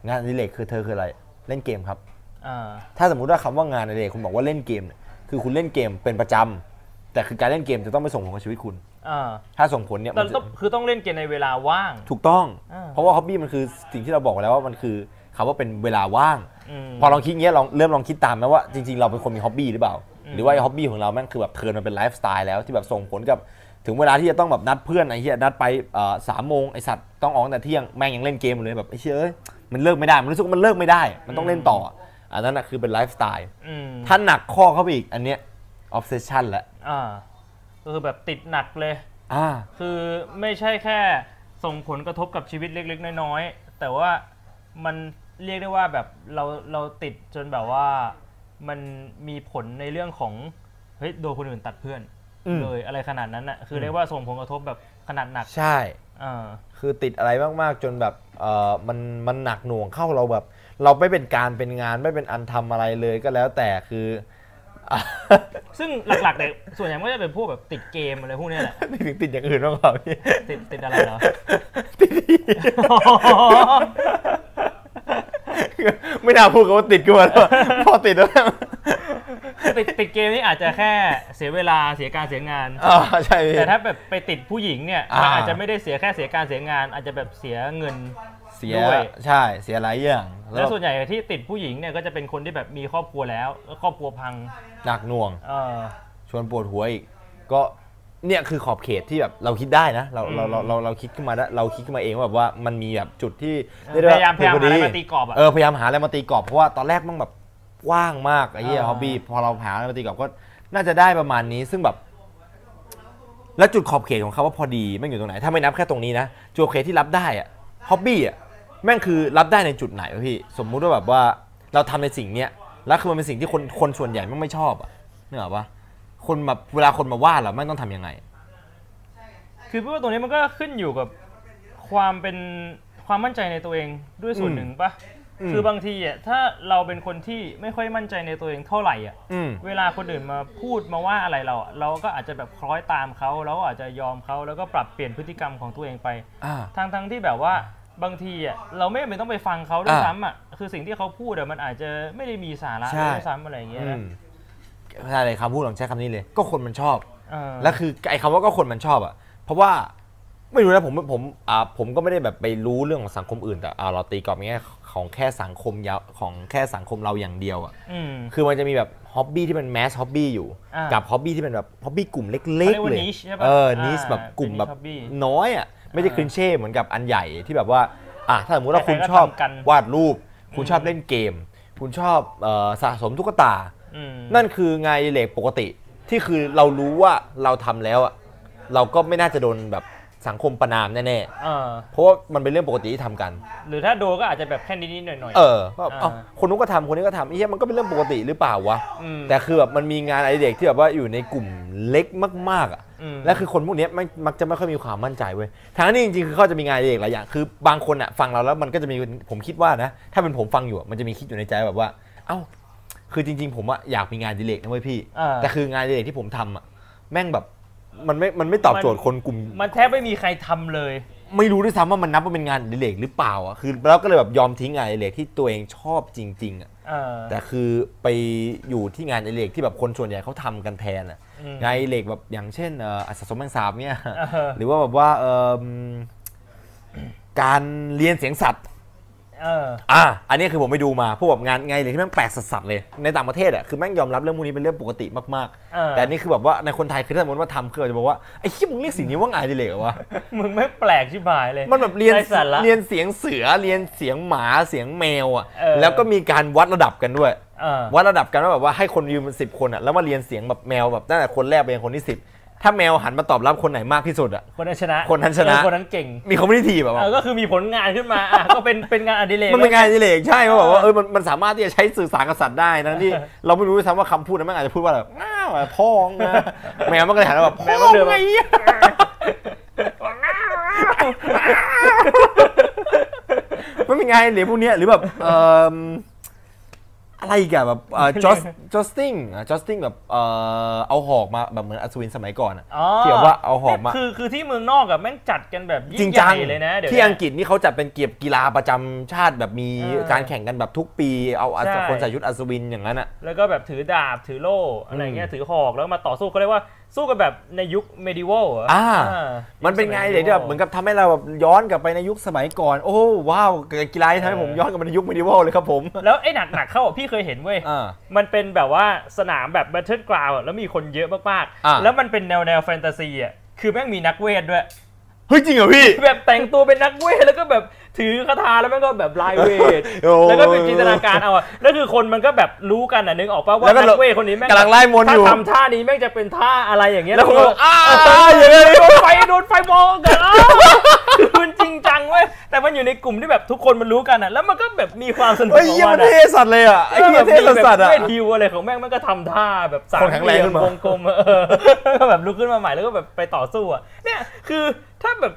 [SPEAKER 1] งานอดิเรกคือเธอคืออะไรเล่นเกมครับ
[SPEAKER 2] อ่า
[SPEAKER 1] ถ้าสมมติว่าคำว่างานอะไรคุณบอกว่าเล่นเกมเนี่ยคือคุณเล่นเกมเป็นประจำแต่คือการเล่นเกมจะต้องไม่ส่งผลกับชีวิตคุณ
[SPEAKER 2] อ่า
[SPEAKER 1] ถ้าส่งผลเนี่ย
[SPEAKER 2] แต่
[SPEAKER 1] มันจะ
[SPEAKER 2] ต้องคือต้องเล่นเกมในเวลาว่าง
[SPEAKER 1] ถูกต้อง
[SPEAKER 2] อ่า
[SPEAKER 1] เพราะว่าฮ็อบบี้มันคือสิ่งที่เราบอกแล้วว่ามันคือคำว่าเป็นเวลาว่าง
[SPEAKER 2] ม
[SPEAKER 1] พอลองคิดอย่างเงี้ยลองเริ่มลองคิดตามนะว่าจริงๆเราเป็นคนมีฮ็อบบี้หรือเปล่า
[SPEAKER 2] อืม
[SPEAKER 1] หรือว่าฮ็อบบี้ของเราแม่งคือแบบเทิร์นมันเป็นไลฟ์สไตล์แล้วที่แบบส่งผลกับถึงเวลาที่จะต้องแบบนัดเพื่อนไอ้เหี้ยนัดไปเอ่อสามโมงไอ้สัตว์ต้องออกตั้งแต่เที่ยงแม่งยังเล่นเกมอยู่เลยแบบไอ้เชี่ยเอ้ยมันเลิกไม่ได้มันรู้สึกว่ามันเลิกไม่ได้ มันต้องเล่นต่ออันนั้นนะคือเป็นไลฟ์สไตล์
[SPEAKER 2] อืม
[SPEAKER 1] ถ้าหนักข้อเข้าไปอีกอันเนี้ย obsession ละ
[SPEAKER 2] อ่าก็คือแบบติดหนักเลย
[SPEAKER 1] อ่า
[SPEAKER 2] คือไม่ใช่แค่ส่งผลกระทบกับชีวิตเล็กๆ น้อยๆ แต่ว่ามันเรียกได้ว่าแบบเราเราติดจนแบบว่ามันมีผลในเรื่องของเฮ้ยโดนคนอื่นตัดเพื่อน
[SPEAKER 1] อืม
[SPEAKER 2] เลยอะไรขนาดนั้นอ่ะคือเรียกว่าส่งผลกระทบแบบขนาดหนัก
[SPEAKER 1] ใช่
[SPEAKER 2] อ่า
[SPEAKER 1] คือติดอะไรมากๆ จนแบบเออมันมันหนักหน่วงเข้าเราแบบ เราไม่เป็นการเป็นงานไม่เป็นอันทำอะไรเลยก็แล้วแต่คือ อ่ะ
[SPEAKER 2] ซึ่งหลักๆเนี่ยส่วนใหญ่มันก็จะเป็นพวกแบบติดเกมอะไรพวกเนี้ยแหละ
[SPEAKER 1] นี่ถึงติดอย่างอื่นบ้างเปล่าพี่
[SPEAKER 2] ติดติดอะไรเหรอ
[SPEAKER 1] ติดอีกไม่น่าพูดกับว่าติดกูแล้ว พอติดแล้ว
[SPEAKER 2] ติดติดเกมนี่อาจจะแค่เสียเวลาเสียการเสียงาน
[SPEAKER 1] อ๋อใช่พี่
[SPEAKER 2] แต่ถ้าแบบไปติดผู้หญิงเนี่ย
[SPEAKER 1] อ่ามั
[SPEAKER 2] มันอาจจะไม่ได้เสียแค่เสียการเสียงาน อาจจะแบบเสียเงิน
[SPEAKER 1] เสีย
[SPEAKER 2] ด้วย
[SPEAKER 1] ใช่เสียหลายอย่างแล้
[SPEAKER 2] แล้ว วส่วนใหญ่ที่ติดผู้หญิงเนี่ยก็จะเป็นคนที่แบบมีครอบครัวแล้วแล้วครอบครัวพัง
[SPEAKER 1] หนักหน่วง
[SPEAKER 2] เออ
[SPEAKER 1] ชวนปวดหัวอีก ก็เนี่ยคือขอบเขตที่แบบเราคิดได้นะ เราเรา
[SPEAKER 2] อืม
[SPEAKER 1] เราเราเราคิดขึ้นมาได้เราคิดขึ้นมาเองว่าแบบว่ามันมีแบบจุดที่
[SPEAKER 2] พยายามพยายามหาอะไรมาตีกรอบอ่ะ
[SPEAKER 1] เออพยายามหาอะไรมาตีกรอบเพราะว่าตอนแรกมันแบบกว้างมากไอ้เหี้ย
[SPEAKER 2] อ่า
[SPEAKER 1] ฮอบบี้พอเราหาอะไรมาตีกรอบก็น่าจะได้ประมาณนี้ซึ่งแบบ แล้วจุดขอบเขตของเขาว่าพอดีแม่งอยู่ตรงไหน ถ้าไม่นับแค่ตรงนี้นะจุดขอบเขตที่รับได้อะฮอบบี้อะแม่งคือรับได้ในจุดไหนวะพี่ สมมุติว่าแบบว่าเราทำในสิ่งเนี้ย แล้วคือมันเป็นสิ่งที่คนคนส่วนใหญ่ไม่ไม่ชอบอะนึกออกปะคนแบบเวลาคนมาว่าเราไม่งต้องทำยังไง
[SPEAKER 2] คือพี่ว่าตรงนี้มันก็ขึ้นอยู่กับความเป็นความมั่นใจในตัวเองด้วยส่วนหนึ่งปะ
[SPEAKER 1] อืม
[SPEAKER 2] คือบางทีอ่ะถ้าเราเป็นคนที่ไม่ค่อยมั่นใจในตัวเองเท่าไหร่อ่ะ
[SPEAKER 1] อืม
[SPEAKER 2] เวลาคนอื่นมาพูดมาว่าอะไรเราอ่ะเราก็อาจจะแบบคล้อยตามเขาเราก็อาจจะยอมเขาแล้วก็ปรับเปลี่ยนพฤติกรรมของตัวเองไป
[SPEAKER 1] อ่า
[SPEAKER 2] ทางทางๆที่แบบว่าบางทีอ่ะเราไม่จำเป็นต้องไปฟังเขาด้วย
[SPEAKER 1] อ่า
[SPEAKER 2] ซ้ำอ่ะคือสิ่งที่เขาพูดอ่ะมันอาจจะไม่ได้มีสาระ
[SPEAKER 3] ใช่
[SPEAKER 2] ด้วยซ้ำอะไรอย่างเงี้ย
[SPEAKER 1] อื
[SPEAKER 2] นะ
[SPEAKER 1] มอะไรคำพูดของใช้คำนี้เลย ก็คนมันชอบ
[SPEAKER 2] เออ
[SPEAKER 1] แล้วคือไอ้คำว่าก็คนมันชอบอ่ะ เพราะว่าไม่รู้นะผมผมอ่าผมก็ไม่ได้แบบไปรู้เรื่องของสังคมอื่นแต่อ่าเราตีกรอบในแง่ของแค่สังคมยาวของแค่สังคมเราอย่างเดียวอ่ะ
[SPEAKER 2] อืม
[SPEAKER 1] คือมันจะมีแบบฮ็อบบี้ที่เป็นแมสฮ็อบบี้อยู่
[SPEAKER 2] อ่ากั
[SPEAKER 1] กับฮ็อบบี้ที่เป็นแบบฮ็อบบี้กลุ่มเล็กๆ
[SPEAKER 2] เขาเรียกว่า
[SPEAKER 1] เลย
[SPEAKER 2] niche ใช่ปะ
[SPEAKER 1] เออ
[SPEAKER 2] อ่า
[SPEAKER 1] นิชแบบกลุ่มแบบ
[SPEAKER 2] เป็น niche hobby
[SPEAKER 1] น้อยอ่ะไม่ใช่คลินเช่เหมือนกับอันใหญ่ที่แบบว่าอ่ะถ้าสมมติว่า
[SPEAKER 2] ใครๆ
[SPEAKER 1] คุณ
[SPEAKER 2] ก็
[SPEAKER 1] ชอบ
[SPEAKER 2] ทำกัน
[SPEAKER 1] วาดรูป คุณชอบเล่นเกม คุณชอบเอ่อสะสมตุ๊กตา
[SPEAKER 2] อืม
[SPEAKER 1] นั่นคืองานอดิเล็กปกติที่คือเรารู้ว่าเราทำแล้วอะเราก็ไม่น่าจะโดนแบบสังคมประนามแน่
[SPEAKER 2] เออ
[SPEAKER 1] ๆ เพราะว่ามันเป็นเรื่องปกติที่ทำกัน
[SPEAKER 2] หรือถ้าโดก็อาจจะแบบแค่นิดๆหน่อยๆ
[SPEAKER 1] เออก็เอ้า
[SPEAKER 2] อ่า
[SPEAKER 1] คนนู้นก็ทำคนนี้ก็ทำไอ้เหี้ยมันก็เป็นเรื่องปกติหรือเปล่าวะ
[SPEAKER 2] ม
[SPEAKER 1] แต่คือแบบมันมีงานอดิเรกที่แบบว่าอยู่ในกลุ่มเล็กมากๆอ่ะ
[SPEAKER 2] อืม
[SPEAKER 1] และคือคนพวกเนี้ยไม่มักจะไม่ค่อยมีความมั่นใจเว้ยทางนี้จริงๆคือเขาจะมีงานอดิเรกหลายอย่าง คือบางคนอ่ะฟังเราแล้วมันก็จะมีผมคิดว่านะ ถ้าเป็นผมฟังอยู่อะมันจะมีคิดอยู่ในใจแบบว่า เอ้า คือจริง ๆ ผมอ่ะอยากมีงานอดิเรกนะเว้ยพี่
[SPEAKER 2] เออ
[SPEAKER 1] แต่คืองานอดิเรกที่ผมทำอ่ะแม่งแบบมันไม่ มันไม่ตอบโจทย์คนกลุ่ม
[SPEAKER 2] มันแทบไม่มีใครทำเลย
[SPEAKER 1] ไม่รู้ด้วยซ้ำว่ามันนับว่าเป็นงานอดิเรกหรือเปล่าอ่ะ คือเราก็เลยแบบยอมทิ้งงานอดิเรกที่ตัวเองชอบจริงๆอ่ะ
[SPEAKER 2] เออ
[SPEAKER 1] แต่คือไปอยู่ที่งานอดิเรกที่แบบคนส่วนใหญ่เขาทำกันแทนอะ
[SPEAKER 2] อืม
[SPEAKER 1] งานอดิเรกแบบอย่างเช่นเอ่ออัศสมแมงสาบเนี่ย
[SPEAKER 2] เออ
[SPEAKER 1] หรือว่าแบบว่าเอิ่มการเรียนเสียงสัตว์
[SPEAKER 2] เออ
[SPEAKER 1] อ่ะอันนี้คือผมไปดูมาพวกแบบงานงานอดิเรกที่แม่งแปลกสัสๆเลยในต่างประเทศอ่ะคือแม่งยอมรับเรื่องพวกนี้เป็นเรื่องปกติมาก
[SPEAKER 2] เอ
[SPEAKER 1] ๆ
[SPEAKER 2] อ
[SPEAKER 1] แต่อันนี่คือแบบว่าในคนไทยคือถ้าสมมติว่าทำคือเราจะบอกว่าไอ้ขี้ยมึงเรียกสิ่งนี้ว่างานอดิเรกเหรอวะ
[SPEAKER 2] มึงไม่แปลกชิบหายเลย
[SPEAKER 1] มันแบบเรียน
[SPEAKER 2] ไร้สาระ
[SPEAKER 1] เรียนเสียงเสือเรียนเสียงหมาเสียงแมวอ่ะ
[SPEAKER 2] เออ
[SPEAKER 1] แล้วก็มีการวัดระดับกันด้วย
[SPEAKER 2] เออ
[SPEAKER 1] วัดระดับกันว่าแบบว่าให้คนยืมเป็นสิบคนอ่ะแล้วมาเรียนเสียงแบบแมวแบบตั้งแต่คนแรกไปยังคนที่สิบถ้าแมวหันมาตอบรับคนไหนมากที่สุดอ่ะ
[SPEAKER 2] คนนั้นชนะ
[SPEAKER 1] คนนั้นชนะ
[SPEAKER 2] เออคนนั้นเก่ง
[SPEAKER 1] มีคอมมินิทีแบบว่า
[SPEAKER 2] เออก็คือมีผลงานขึ้นมาอ่ะ ก็เป็นเป็นงานอดิเรก
[SPEAKER 1] มันเป็นงานอดิเรกใช่เขาบอกว่าเออมันมันสามารถที่จะใช้สื่อสารกับสัตว์ได้นะ ที่ เราไม่รู้ด้วยซ้ำว่าคำพูดนั้นมันอาจจะพูดว่าแบบง้าวอะพ้องนะแมวมันก็เลยหันมาแบบ
[SPEAKER 2] แม
[SPEAKER 1] พ้อ
[SPEAKER 2] วมัน
[SPEAKER 1] ง
[SPEAKER 2] เดินมา
[SPEAKER 1] ไงอะมันเป็นงานอดิเรกพวกเนี้ยหรือแบบเอ่ออะไรอีกับแบบ จอสจอสติงจอสติงแบบเอ่อเอาหอกมาแบบเหมือนอัศวินสมัยก่อนอะ
[SPEAKER 2] อ๋อ
[SPEAKER 1] เกี่ยวว่าเอาหอมมา
[SPEAKER 2] คือคือที่เมืองนอกอะแม่งจัดกันแบบ
[SPEAKER 1] จริ
[SPEAKER 2] ยิ่
[SPEAKER 1] ง
[SPEAKER 2] งให
[SPEAKER 1] จัง
[SPEAKER 2] ญ่เลยนะเดี๋ยว
[SPEAKER 1] ที่
[SPEAKER 2] นะ
[SPEAKER 1] อังกฤษนี่เขาจัดเป็นเกียบกีฬาประจำชาติแบบมี
[SPEAKER 2] เออ
[SPEAKER 1] การแข่งกันแบบทุกปีเอาอัศ
[SPEAKER 2] ใช่
[SPEAKER 1] คนใส่ชุดอัศวินอย่างนั้นอ่ะ
[SPEAKER 2] แล้วก็แบบถือดาบถือโล่อะไรเงี้ยถือหอกแล้วมาต่อสู้เขาเรียกว่าสู้กันแบบในยุค medieval เหร
[SPEAKER 1] อ่า มันเป็น
[SPEAKER 2] ยุคส
[SPEAKER 1] ไง
[SPEAKER 2] ย
[SPEAKER 1] เดี๋ยวแบบเหมือนกับทำให้เราแบบย้อนกลับไปในยุคสมัยก่อน โอ้ว้าวกีฬาที่ทำให้
[SPEAKER 2] เออ
[SPEAKER 1] ผมย้อนกลับไปในยุคมิดิวอลเลยครับผม
[SPEAKER 2] แล้วไอ้หนักหนักๆเข้าอะพี่เคยเห็นเว้ย
[SPEAKER 1] อ่า
[SPEAKER 2] มันเป็นแบบว่าสนามแบบแบทเทิลกราวแล้วมีคนเยอะมาก
[SPEAKER 1] อ่ะ
[SPEAKER 2] ๆ แล้วมันเป็นแนวแนวแฟนตาซีอ่ะ คือแม่งมีนักเวทด้วย
[SPEAKER 1] เฮ้ยจริงเหรอพี่
[SPEAKER 2] แบบแต่งตัวเป็นนักเวทแล้วก็แบบถือคาถาแล้วแม่งก็แบบ ลายเวท
[SPEAKER 1] โอ้
[SPEAKER 2] แล้วก็เป็นจินตนาการเอาอะแล้วคือคนมันก็แบบรู้กันอ่ะนึกออกป่าว่า
[SPEAKER 1] แล้วก็
[SPEAKER 2] นักเวทคนนี้แม่ง
[SPEAKER 1] กำลังไล่มนต์อ
[SPEAKER 2] ถ้า
[SPEAKER 1] ยู่
[SPEAKER 2] ทำท่านี้แม่งจะเป็นท่าอะไรอย่างเงี้ย
[SPEAKER 1] แล้วคนก็บอกอ้า
[SPEAKER 2] เ
[SPEAKER 1] อย่างเงี้ย
[SPEAKER 2] โดนไฟโดนไฟมองกันอ้าคือมันจริงจังเว้ยแต่มันอยู่ในกลุ่มที่แบบทุกคนมันรู้กันอ่ะแล้วมันก็แบบมีความสนุก
[SPEAKER 1] เฮ้ย
[SPEAKER 2] ของ
[SPEAKER 1] เหี้ย
[SPEAKER 2] มั
[SPEAKER 1] มัน น
[SPEAKER 2] อะ
[SPEAKER 1] เท่สัตว์เลยอ่ะไอ้
[SPEAKER 2] ก็
[SPEAKER 1] เหี้
[SPEAKER 2] แบ
[SPEAKER 1] ย
[SPEAKER 2] บ
[SPEAKER 1] เท่
[SPEAKER 2] มีแบบ
[SPEAKER 1] สัตว์อ่ะ
[SPEAKER 2] เวทีอะไรของแม่งมันก็ทำท่าแบบสาม
[SPEAKER 1] คนแข็ง
[SPEAKER 2] เห
[SPEAKER 1] แรง
[SPEAKER 2] ลี่ย
[SPEAKER 1] ขึ้
[SPEAKER 2] ม
[SPEAKER 1] นมา
[SPEAKER 2] วงกลมเออแล้ว ก็แบบลุกขึ้นมาใหม่แล้วก็แบบไปต่อสู้อ่ะเนี่ยคือถ้าแบบ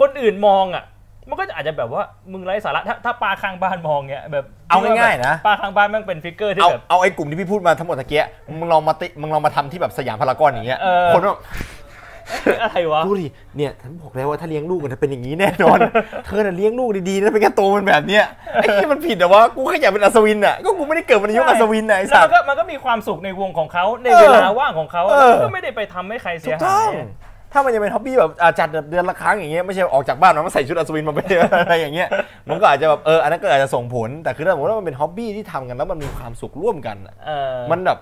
[SPEAKER 2] คนอื่นมองอ่ะ มันก็อาจจะแบบว่ามึงไร้สาระถ้าถ้าปลาข้างบ้านมองเนี่ยแบบ
[SPEAKER 1] เอาง่ายๆนะ
[SPEAKER 2] ปลาข้างบ้านแม่งเป็นฟิกเกอร์ที่
[SPEAKER 1] เอา
[SPEAKER 2] แบบ
[SPEAKER 1] เอาไอ้กลุ่มที่พี่พูดมาทั้งหมดตะเกียะมึงลองมาติมึงลองมาทำที่แบบสยามพารากอนอย่างเงี้ย
[SPEAKER 2] เออ
[SPEAKER 1] คนแบบ
[SPEAKER 2] อะไรวะ
[SPEAKER 1] ดูดิเนี่ยฉันบอกแล้วว่าถ้าเลี้ยงลูกมันจะเป็นอย่างนี้แน่นอน เธอน่ะเลี้ยงลูกดีๆนะเป็นแค่โตมันแบบเนี้ยไอ้ที่มันผิดแต่ว่ากูแค่อยากเป็นอัศวินอ่ะก็กูไม่ได้เกิดมาในยุค
[SPEAKER 2] ใช่
[SPEAKER 1] อัศวินไหนะไอ้
[SPEAKER 2] แล้ว
[SPEAKER 1] สั
[SPEAKER 2] มั
[SPEAKER 1] ตว์
[SPEAKER 2] นก็มันก็มีความสุขในวงของเขาใน
[SPEAKER 1] เออ
[SPEAKER 2] เวลาว่างของเขา
[SPEAKER 1] เออ
[SPEAKER 2] ก็ไม่ได้ไปทำให้ใครเสี
[SPEAKER 1] ถู
[SPEAKER 2] ย
[SPEAKER 1] ก
[SPEAKER 2] หา
[SPEAKER 1] ต้อง
[SPEAKER 2] ย
[SPEAKER 1] ถ้ามันยังเป็นฮ็อบบี้แบบอ่ะจัดแบบเดือนละครั้งอย่างเงี้ยไม่ใช่ออกจากบ้านมาแล้วใส่ชุดอัศวิน มาไป อะไรอย่างเงี้ยมันก็อาจจะแบบเอออันนั้นก็อาจจะส่งผลแต่คือถ้าสมมติว่ามันเป็นฮ็อบบี้ที่ทำกันแล้วมันมีความสุขร่วมกันอะ
[SPEAKER 2] เออ
[SPEAKER 1] มันแบบ